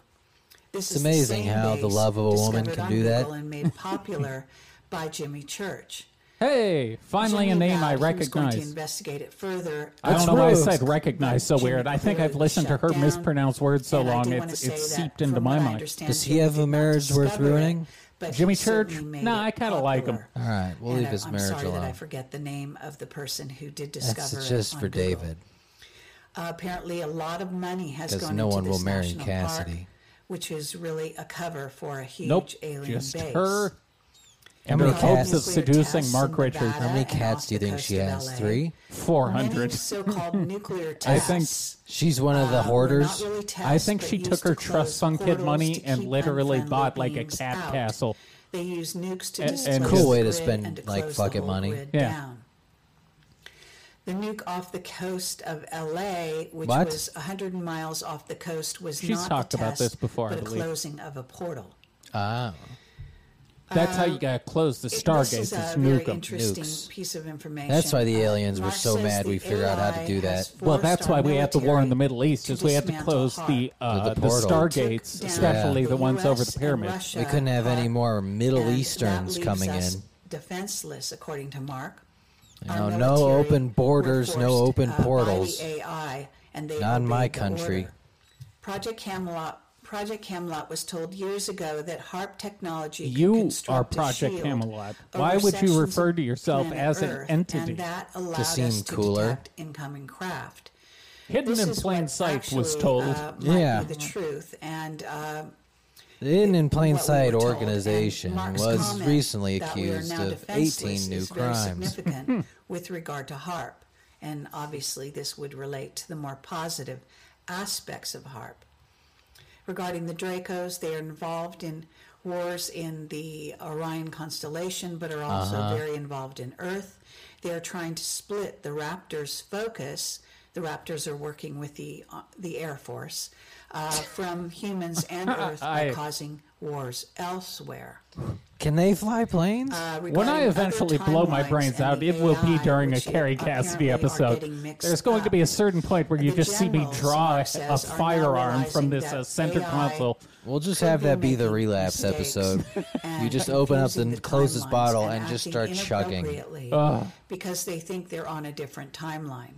Speaker 3: This
Speaker 2: It's amazing how the love of a woman can do that.
Speaker 3: And made popular by Jimmy Church.
Speaker 1: Hey, finally a
Speaker 3: Jimmy
Speaker 1: name I
Speaker 3: vowed he was going to
Speaker 1: recognize.
Speaker 3: investigate it further.
Speaker 1: I don't
Speaker 2: It's
Speaker 1: know why I
Speaker 2: Rose.
Speaker 1: said recognize so
Speaker 3: Jimmy
Speaker 1: weird. I think I've
Speaker 3: clearly
Speaker 1: listened to
Speaker 3: shut
Speaker 1: her
Speaker 3: down,
Speaker 1: mispronounce words so
Speaker 3: and I
Speaker 1: long
Speaker 3: do wanna
Speaker 1: it's
Speaker 3: say
Speaker 1: it's
Speaker 3: that
Speaker 1: seeped
Speaker 3: from
Speaker 1: into
Speaker 3: what
Speaker 1: my
Speaker 3: I
Speaker 1: mind.
Speaker 3: understand,
Speaker 2: Does he
Speaker 3: Jimmy
Speaker 2: have a
Speaker 3: did not
Speaker 2: marriage worth
Speaker 3: discover it,
Speaker 2: ruining?
Speaker 3: but he
Speaker 1: Jimmy
Speaker 3: certainly
Speaker 1: Church?
Speaker 3: made
Speaker 1: Nah,
Speaker 3: it
Speaker 1: I kinda like him.
Speaker 3: popular.
Speaker 2: All right, we'll
Speaker 3: And
Speaker 2: leave
Speaker 3: I-
Speaker 2: his
Speaker 3: I'm
Speaker 2: marriage
Speaker 3: sorry that I
Speaker 2: alone.
Speaker 3: forget the name of the person who did discover
Speaker 2: That's
Speaker 3: it
Speaker 2: just
Speaker 3: on
Speaker 2: for
Speaker 3: Google.
Speaker 2: David.
Speaker 3: Uh, apparently, a lot of money has
Speaker 2: 'Cause
Speaker 3: gone
Speaker 2: no
Speaker 3: into
Speaker 2: one
Speaker 3: this
Speaker 2: will marry
Speaker 3: national
Speaker 2: Cassidy.
Speaker 3: park, which is really a cover for a huge
Speaker 1: Nope,
Speaker 3: alien
Speaker 1: just
Speaker 3: base.
Speaker 1: her.
Speaker 2: How
Speaker 1: And
Speaker 2: many
Speaker 1: her hopes
Speaker 2: cats-
Speaker 1: of seducing Mark Richards.
Speaker 3: How
Speaker 2: How many cats do you think she has? Three.
Speaker 1: Four
Speaker 3: Many
Speaker 1: hundred.
Speaker 3: so-called nuclear
Speaker 1: I
Speaker 3: tests.
Speaker 1: think-
Speaker 2: She's one of the
Speaker 3: uh, were not
Speaker 2: hoarders.
Speaker 3: really
Speaker 1: I
Speaker 3: tests,
Speaker 1: think
Speaker 3: but
Speaker 1: she
Speaker 3: used
Speaker 1: took
Speaker 3: to
Speaker 1: her
Speaker 3: close
Speaker 1: trust fund kid
Speaker 3: portals
Speaker 1: money
Speaker 3: to
Speaker 1: and
Speaker 3: keep
Speaker 1: literally
Speaker 3: unfriendly
Speaker 1: bought, like, a
Speaker 3: beings
Speaker 1: cat
Speaker 3: out.
Speaker 1: castle.
Speaker 3: They use nukes to
Speaker 1: And-
Speaker 3: displace
Speaker 1: and
Speaker 3: the
Speaker 1: Cool
Speaker 2: way to
Speaker 3: grid
Speaker 2: spend,
Speaker 3: and to
Speaker 2: like,
Speaker 3: close
Speaker 2: fucking
Speaker 3: the whole
Speaker 2: money.
Speaker 3: grid
Speaker 1: Yeah.
Speaker 3: Down. The nuke off the coast of LA, which
Speaker 2: What?
Speaker 3: was 100 miles off the coast, was
Speaker 1: She's
Speaker 3: not
Speaker 1: talked
Speaker 3: a
Speaker 1: about
Speaker 3: test,
Speaker 1: this before, I
Speaker 3: but a
Speaker 1: believe.
Speaker 3: closing of a portal.
Speaker 2: Ah,
Speaker 1: That's how you gotta close the
Speaker 3: Uh, It-
Speaker 1: stargates.
Speaker 3: This is
Speaker 1: It's
Speaker 3: a
Speaker 1: nuke
Speaker 3: very
Speaker 1: 'em.
Speaker 3: interesting
Speaker 2: Nukes.
Speaker 3: piece of information.
Speaker 2: That's why the
Speaker 3: Uh,
Speaker 2: aliens were
Speaker 3: Mark
Speaker 2: so
Speaker 3: says
Speaker 2: mad
Speaker 3: the
Speaker 2: we figured out how to
Speaker 3: AI
Speaker 2: do
Speaker 3: has
Speaker 2: that.
Speaker 1: Well,
Speaker 3: forced
Speaker 1: that's
Speaker 3: our
Speaker 1: why we had the war in the
Speaker 3: military
Speaker 1: Middle East,
Speaker 3: to
Speaker 1: is we had to
Speaker 3: dismantle
Speaker 1: close the
Speaker 3: HAARP.
Speaker 1: uh,
Speaker 2: The
Speaker 1: the,
Speaker 2: portal.
Speaker 1: stargates,
Speaker 3: Took down
Speaker 1: especially the ones over
Speaker 3: US
Speaker 1: the
Speaker 3: and
Speaker 1: pyramids.
Speaker 3: Russia,
Speaker 2: We couldn't have any
Speaker 3: uh,
Speaker 2: more Middle
Speaker 3: and
Speaker 2: Easterns
Speaker 3: that leaves
Speaker 2: coming
Speaker 3: us
Speaker 2: in.
Speaker 3: Defenseless, according to Mark.
Speaker 2: You
Speaker 3: Our
Speaker 2: know, no
Speaker 3: military
Speaker 2: open
Speaker 3: were
Speaker 2: borders, no
Speaker 3: forced,
Speaker 2: open
Speaker 3: uh, by the
Speaker 2: portals.
Speaker 3: AI, and they
Speaker 2: Not in my
Speaker 3: obeyed the
Speaker 2: country.
Speaker 3: order. Project Camelot. Project Camelot was told years ago that HARP technology. could
Speaker 1: You
Speaker 3: construct
Speaker 1: are
Speaker 3: a
Speaker 1: Project
Speaker 3: shield
Speaker 1: Camelot.
Speaker 3: over
Speaker 1: Why would you
Speaker 3: sections
Speaker 1: refer
Speaker 3: of
Speaker 1: to yourself
Speaker 3: planet
Speaker 1: as an
Speaker 3: Earth,
Speaker 1: entity?
Speaker 3: And that allowed
Speaker 2: seem
Speaker 3: us to
Speaker 2: cooler.
Speaker 3: detect incoming craft.
Speaker 1: Hidden
Speaker 3: This
Speaker 1: in
Speaker 3: is
Speaker 1: plain
Speaker 3: what
Speaker 1: sight was
Speaker 3: actually,
Speaker 1: told.
Speaker 3: uh, might
Speaker 2: Yeah.
Speaker 3: be the truth, and uh,
Speaker 2: Hidden in plain
Speaker 3: what we
Speaker 2: sight
Speaker 3: were told,
Speaker 2: organization
Speaker 3: and Mark's
Speaker 2: was
Speaker 3: comment
Speaker 2: recently
Speaker 3: that we are
Speaker 2: accused
Speaker 3: now
Speaker 2: of
Speaker 3: defenseless
Speaker 2: 18 new
Speaker 3: is very
Speaker 2: crimes.
Speaker 3: significant with regard to HARP, and obviously this would relate to the more positive aspects of HARP. Regarding the Dracos, they are involved in wars in the Orion constellation, but are also
Speaker 1: Uh-huh.
Speaker 3: very involved in Earth. They are trying to split the Raptors' focus. The Raptors are working with the uh, the Air Force uh, from humans and Earth by
Speaker 1: I-
Speaker 3: causing wars elsewhere.
Speaker 2: Can they fly planes?
Speaker 3: Uh,
Speaker 1: When I
Speaker 3: regarding
Speaker 1: eventually
Speaker 3: other
Speaker 1: blow my
Speaker 3: timelines
Speaker 1: brains
Speaker 3: and
Speaker 1: out,
Speaker 3: the
Speaker 1: it will be
Speaker 3: AI,
Speaker 1: during a
Speaker 3: which you
Speaker 1: Carrie Cassidy
Speaker 3: apparently are
Speaker 1: episode.
Speaker 3: getting mixed
Speaker 1: There's going to be a
Speaker 3: up.
Speaker 1: certain point where
Speaker 3: And
Speaker 1: you
Speaker 3: the
Speaker 1: just see me
Speaker 3: generals,
Speaker 1: draw
Speaker 3: Mark
Speaker 1: a
Speaker 3: says, are now
Speaker 1: firearm from
Speaker 3: realizing
Speaker 1: this
Speaker 3: that
Speaker 1: uh, center
Speaker 3: AI
Speaker 1: console.
Speaker 2: We'll just
Speaker 3: could
Speaker 2: have
Speaker 3: be
Speaker 2: that be the
Speaker 3: making
Speaker 2: relapse
Speaker 3: mistakes
Speaker 2: episode.
Speaker 3: and
Speaker 2: You just open up the
Speaker 3: confusing
Speaker 2: closest
Speaker 3: timelines
Speaker 2: bottle and just
Speaker 3: acting
Speaker 2: start chugging.
Speaker 3: inappropriately Because they think they're on a different timeline.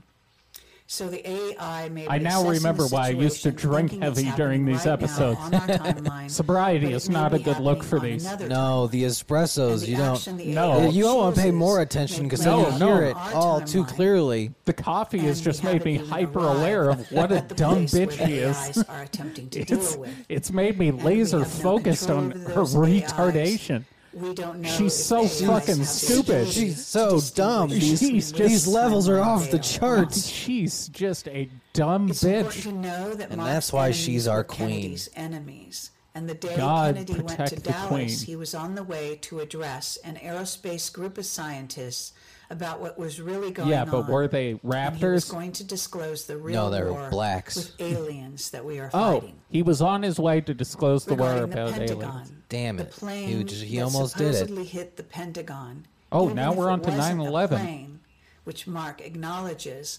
Speaker 3: So the AI may. be
Speaker 1: I now
Speaker 3: assessing the
Speaker 1: remember why I used to
Speaker 3: situation,
Speaker 1: drink
Speaker 3: thinking it's
Speaker 1: heavy
Speaker 3: happening
Speaker 1: during these
Speaker 3: right now
Speaker 1: episodes.
Speaker 3: on our timeline,
Speaker 1: Sobriety
Speaker 3: but it
Speaker 1: is
Speaker 3: may
Speaker 1: not
Speaker 3: be
Speaker 1: a good look
Speaker 3: happening
Speaker 1: for
Speaker 3: on
Speaker 1: these.
Speaker 3: another
Speaker 2: No, the
Speaker 3: and
Speaker 2: espressos,
Speaker 3: the
Speaker 2: you don't.
Speaker 3: action the
Speaker 1: No.
Speaker 3: AI
Speaker 1: Oh.
Speaker 2: You don't want to pay
Speaker 3: chooses
Speaker 2: more attention
Speaker 3: may
Speaker 2: because
Speaker 3: play
Speaker 2: they
Speaker 1: No,
Speaker 2: can
Speaker 3: out
Speaker 1: no.
Speaker 2: hear
Speaker 3: on
Speaker 2: it
Speaker 3: our
Speaker 2: all too
Speaker 3: timeline.
Speaker 2: clearly.
Speaker 1: The coffee has
Speaker 3: And
Speaker 1: just
Speaker 3: we
Speaker 1: made me
Speaker 3: haven't even
Speaker 1: hyper
Speaker 3: arrived
Speaker 1: aware of what a
Speaker 3: at the
Speaker 1: dumb
Speaker 3: place
Speaker 1: bitch
Speaker 3: where
Speaker 1: she
Speaker 3: the
Speaker 1: is.
Speaker 3: AIs are attempting to
Speaker 1: It's,
Speaker 3: deal with.
Speaker 1: it's made me
Speaker 3: And we
Speaker 1: laser
Speaker 3: have no
Speaker 1: focused
Speaker 3: control
Speaker 1: on
Speaker 3: over
Speaker 1: her
Speaker 3: those AIs.
Speaker 1: retardation.
Speaker 3: We don't know.
Speaker 1: She's
Speaker 3: if
Speaker 1: so
Speaker 3: AIs
Speaker 1: fucking
Speaker 3: have the
Speaker 1: stupid.
Speaker 3: ability
Speaker 2: She's
Speaker 3: to
Speaker 2: so
Speaker 3: distinguish
Speaker 2: dumb. These,
Speaker 3: between
Speaker 1: She's
Speaker 3: which
Speaker 2: these
Speaker 1: just-
Speaker 2: levels are
Speaker 3: timeline
Speaker 2: off
Speaker 3: they
Speaker 2: the
Speaker 3: are
Speaker 2: charts.
Speaker 1: She's just a dumb
Speaker 3: It's important
Speaker 1: bitch.
Speaker 3: to know that
Speaker 2: And
Speaker 3: Mark's
Speaker 2: that's why
Speaker 3: enemies
Speaker 2: she's our
Speaker 3: were
Speaker 2: queen.
Speaker 3: Kennedy's enemies. And the day
Speaker 1: God
Speaker 3: Kennedy went to
Speaker 1: protect the
Speaker 3: Dallas,
Speaker 1: queen.
Speaker 3: he was on the way to address an aerospace group of scientists about what was really going
Speaker 1: Yeah,
Speaker 3: on.
Speaker 1: but were they
Speaker 3: And he was
Speaker 1: raptors?
Speaker 3: going to disclose the real
Speaker 2: they were
Speaker 3: war
Speaker 2: blacks.
Speaker 3: with aliens that we are
Speaker 1: Oh,
Speaker 3: fighting.
Speaker 1: he was on his way to disclose the war
Speaker 3: Regarding
Speaker 1: about
Speaker 3: the Pentagon,
Speaker 1: aliens.
Speaker 2: Damn
Speaker 3: the
Speaker 2: it. He
Speaker 3: plane
Speaker 2: would just- he
Speaker 3: that
Speaker 2: almost did it.
Speaker 3: supposedly hit the Pentagon.
Speaker 1: Oh,
Speaker 3: even
Speaker 1: now
Speaker 3: if
Speaker 1: we're
Speaker 3: it
Speaker 1: on to
Speaker 3: wasn't a
Speaker 1: 9/11.
Speaker 3: plane, Which Mark acknowledges.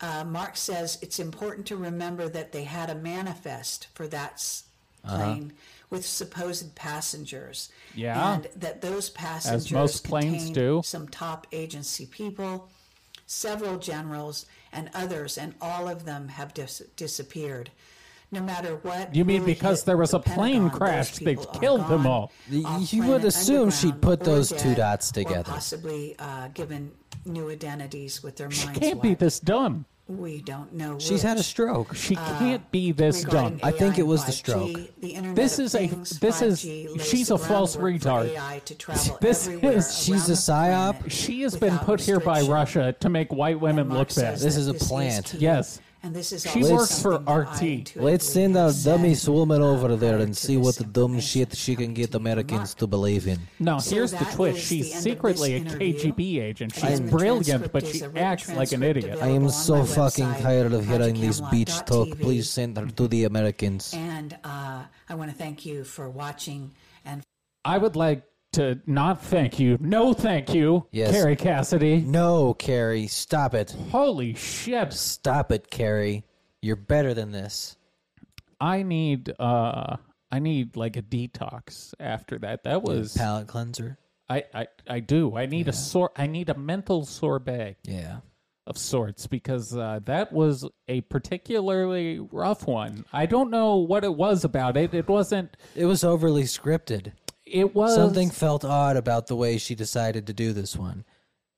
Speaker 3: Uh, Mark says it's important to remember that they had a manifest for that s-
Speaker 1: Uh-huh.
Speaker 3: plane with supposed passengers.
Speaker 1: Yeah.
Speaker 3: And that those passengers
Speaker 1: most planes
Speaker 3: contained
Speaker 1: do.
Speaker 3: some top agency people, several generals, and others, and all of them have dis- disappeared. No matter what.
Speaker 1: You mean
Speaker 3: really
Speaker 1: because
Speaker 3: hit
Speaker 1: there was
Speaker 3: the
Speaker 1: a plane
Speaker 3: Pentagon, those
Speaker 1: crash, they've
Speaker 3: people are
Speaker 1: killed them
Speaker 3: gone,
Speaker 1: all.
Speaker 2: You-
Speaker 3: off
Speaker 2: you would
Speaker 3: planet
Speaker 2: assume she'd
Speaker 3: underground,
Speaker 2: put those
Speaker 3: or
Speaker 2: two
Speaker 3: dead,
Speaker 2: dots
Speaker 3: or
Speaker 2: together.
Speaker 3: possibly uh, given new identities with their
Speaker 1: She
Speaker 3: minds.
Speaker 1: can't be
Speaker 3: wiped.
Speaker 1: this dumb.
Speaker 3: We don't know.
Speaker 2: She's had a
Speaker 3: which.
Speaker 2: stroke.
Speaker 1: She can't be this
Speaker 3: Uh, Regarding
Speaker 1: dumb.
Speaker 2: I think
Speaker 3: AI
Speaker 2: it was the
Speaker 3: and 5G,
Speaker 2: stroke.
Speaker 3: the Internet
Speaker 1: This
Speaker 3: of
Speaker 1: is a-
Speaker 3: Things,
Speaker 1: this is-
Speaker 3: 5G lays
Speaker 1: she's
Speaker 3: the
Speaker 1: a false
Speaker 3: groundwork for
Speaker 1: retard.
Speaker 3: AI to travel
Speaker 1: This
Speaker 3: everywhere
Speaker 1: is-
Speaker 3: around
Speaker 2: she's a
Speaker 3: the planet
Speaker 2: psyop.
Speaker 1: She has been
Speaker 3: without
Speaker 1: put here by
Speaker 3: restriction.
Speaker 1: Russia to make white women
Speaker 3: Mark
Speaker 1: look bad.
Speaker 3: says
Speaker 2: This
Speaker 3: that
Speaker 2: is a plant.
Speaker 3: key,
Speaker 1: Yes.
Speaker 3: and this is
Speaker 1: She
Speaker 3: also
Speaker 1: works for
Speaker 3: something that I
Speaker 1: RT.
Speaker 3: intuitively
Speaker 2: Let's send
Speaker 3: have
Speaker 2: a
Speaker 3: said
Speaker 2: dummy woman over there
Speaker 3: prior
Speaker 2: and
Speaker 3: to
Speaker 2: see
Speaker 3: this
Speaker 2: what the dumb
Speaker 3: information
Speaker 2: shit she can
Speaker 3: coming
Speaker 2: get
Speaker 3: to me from
Speaker 2: Americans
Speaker 3: Mark.
Speaker 2: to believe in.
Speaker 1: No,
Speaker 3: So
Speaker 1: here's the
Speaker 3: that
Speaker 1: twist.
Speaker 3: is
Speaker 1: She's
Speaker 3: the end of this
Speaker 1: secretly a
Speaker 3: interview.
Speaker 1: KGB agent.
Speaker 3: Again,
Speaker 1: She's
Speaker 3: the
Speaker 1: brilliant, but
Speaker 3: transcript
Speaker 1: she
Speaker 3: is a written
Speaker 1: acts like an
Speaker 3: transcript
Speaker 1: idiot.
Speaker 2: I
Speaker 3: available
Speaker 2: am
Speaker 3: on my
Speaker 2: so fucking
Speaker 3: website,
Speaker 2: tired of hearing this bitch talk.
Speaker 3: projectcamelot.tv.
Speaker 2: Please send her to the Americans.
Speaker 3: And uh, I want to thank you for watching and
Speaker 1: I would like to not thank you. No, thank you,
Speaker 2: Yes.
Speaker 1: Carrie Cassidy.
Speaker 2: No, Carrie, stop it.
Speaker 1: Holy shit.
Speaker 2: Stop it, Carrie. You're better than this.
Speaker 1: I need uh I need like a detox after that. That was
Speaker 2: Palate cleanser.
Speaker 1: I I, I do. I need a sor I need a mental sorbet
Speaker 2: Yeah.
Speaker 1: of sorts because uh, that was a particularly rough one. I don't know what it was about it. It wasn't
Speaker 2: It was overly scripted.
Speaker 1: it was
Speaker 2: Something felt odd about the way she decided to do this one.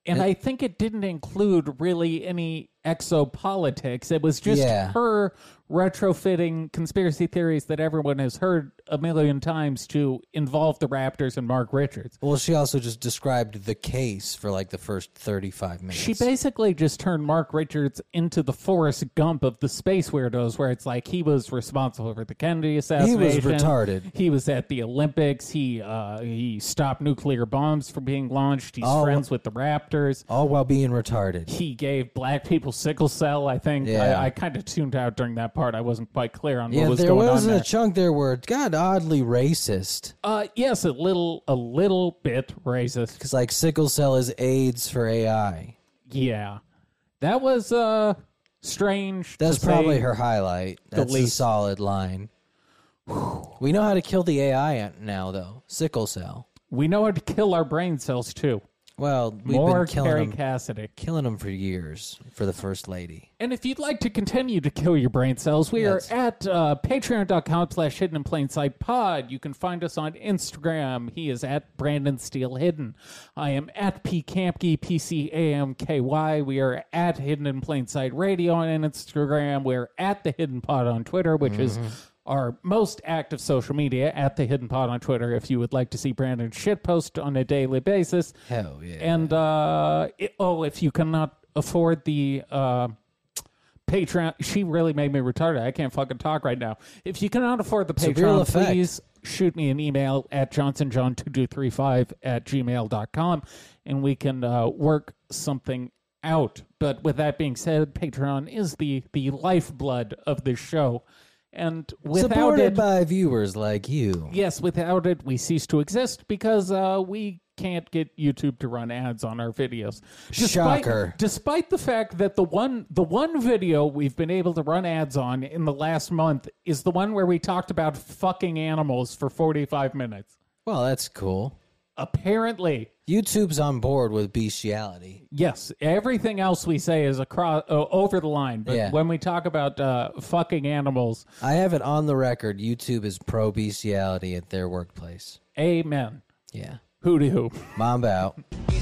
Speaker 1: and I think it didn't include really any exopolitics. It was just
Speaker 2: Yeah.
Speaker 1: her retrofitting conspiracy theories that everyone has heard a million times to involve the Raptors and Mark Richards.
Speaker 2: Well, she also just described the case for like the first 35 minutes.
Speaker 1: She basically just turned Mark Richards into the Forrest Gump of the space weirdos, where it's like he was responsible for the Kennedy assassination.
Speaker 2: retarded.
Speaker 1: He was at the Olympics. He uh, he stopped nuclear bombs from being launched. He's
Speaker 2: Oh.
Speaker 1: friends with the Raptors.
Speaker 2: All while being retarded.
Speaker 1: He gave black people sickle cell. I think
Speaker 2: Yeah.
Speaker 1: I, I kind of tuned out during that part. I wasn't quite clear on
Speaker 2: yeah,
Speaker 1: what was
Speaker 2: there
Speaker 1: going
Speaker 2: was
Speaker 1: on
Speaker 2: a
Speaker 1: there.
Speaker 2: chunk there where it got oddly racist.
Speaker 1: uh, yes, a little, a little bit racist.
Speaker 2: Because, like, sickle cell is AIDS for AI.
Speaker 1: Yeah, that was uh strange.
Speaker 2: That's
Speaker 1: to say.
Speaker 2: probably her highlight. That's a
Speaker 1: least.
Speaker 2: solid line. We know how to kill the AI now, though. Sickle cell.
Speaker 1: We know how to kill our brain cells too.
Speaker 2: Well, we've
Speaker 1: More
Speaker 2: been killing
Speaker 1: Carrie
Speaker 2: them,
Speaker 1: Cassidy.
Speaker 2: killing 'em for years for the first lady.
Speaker 1: And if you'd like to continue to kill your brain cells, we
Speaker 2: Yes.
Speaker 1: are at uh, patreon.com slash hidden in plain sight pod. You can find us on Instagram. He is at Brandon Steele Hidden. I am at P Campke, P C A M K Y. We are at Hidden in Plain Sight Radio on Instagram. We're at The Hidden Pod on Twitter, which
Speaker 2: Mm-hmm.
Speaker 1: is our most active social media, at The Hidden Pod on Twitter, if you would like to see Brandon shitpost on a daily basis.
Speaker 2: Hell yeah.
Speaker 1: And uh, it- oh, if you cannot afford the uh, Patreon, she really made me retarded. I can't fucking talk right now. If you cannot afford the
Speaker 2: real
Speaker 1: Patreon,
Speaker 2: effect.
Speaker 1: please shoot me an email at johnsonjohn2235 at gmail.com and we can uh, work something out. But with that being said, Patreon is the, the lifeblood of this show. And without
Speaker 2: Supported
Speaker 1: it,
Speaker 2: by viewers like you.
Speaker 1: yes, without it, we cease to exist because uh, we can't get YouTube to run ads on our videos.
Speaker 2: Shocker.
Speaker 1: Despite the fact that the one the one video we've been able to run ads on in the last month is the one where we talked about fucking animals for forty five minutes.
Speaker 2: Well, that's cool.
Speaker 1: Apparently,
Speaker 2: YouTube's on board with bestiality.
Speaker 1: yes. Everything else we say is across uh, over the line, but
Speaker 2: Yeah.
Speaker 1: when we talk about uh, fucking animals,
Speaker 2: I have it on the record. YouTube is pro bestiality at their workplace.
Speaker 1: amen.
Speaker 2: Yeah.
Speaker 1: Hoo doo.
Speaker 2: Mamba out.
Speaker 4: Thank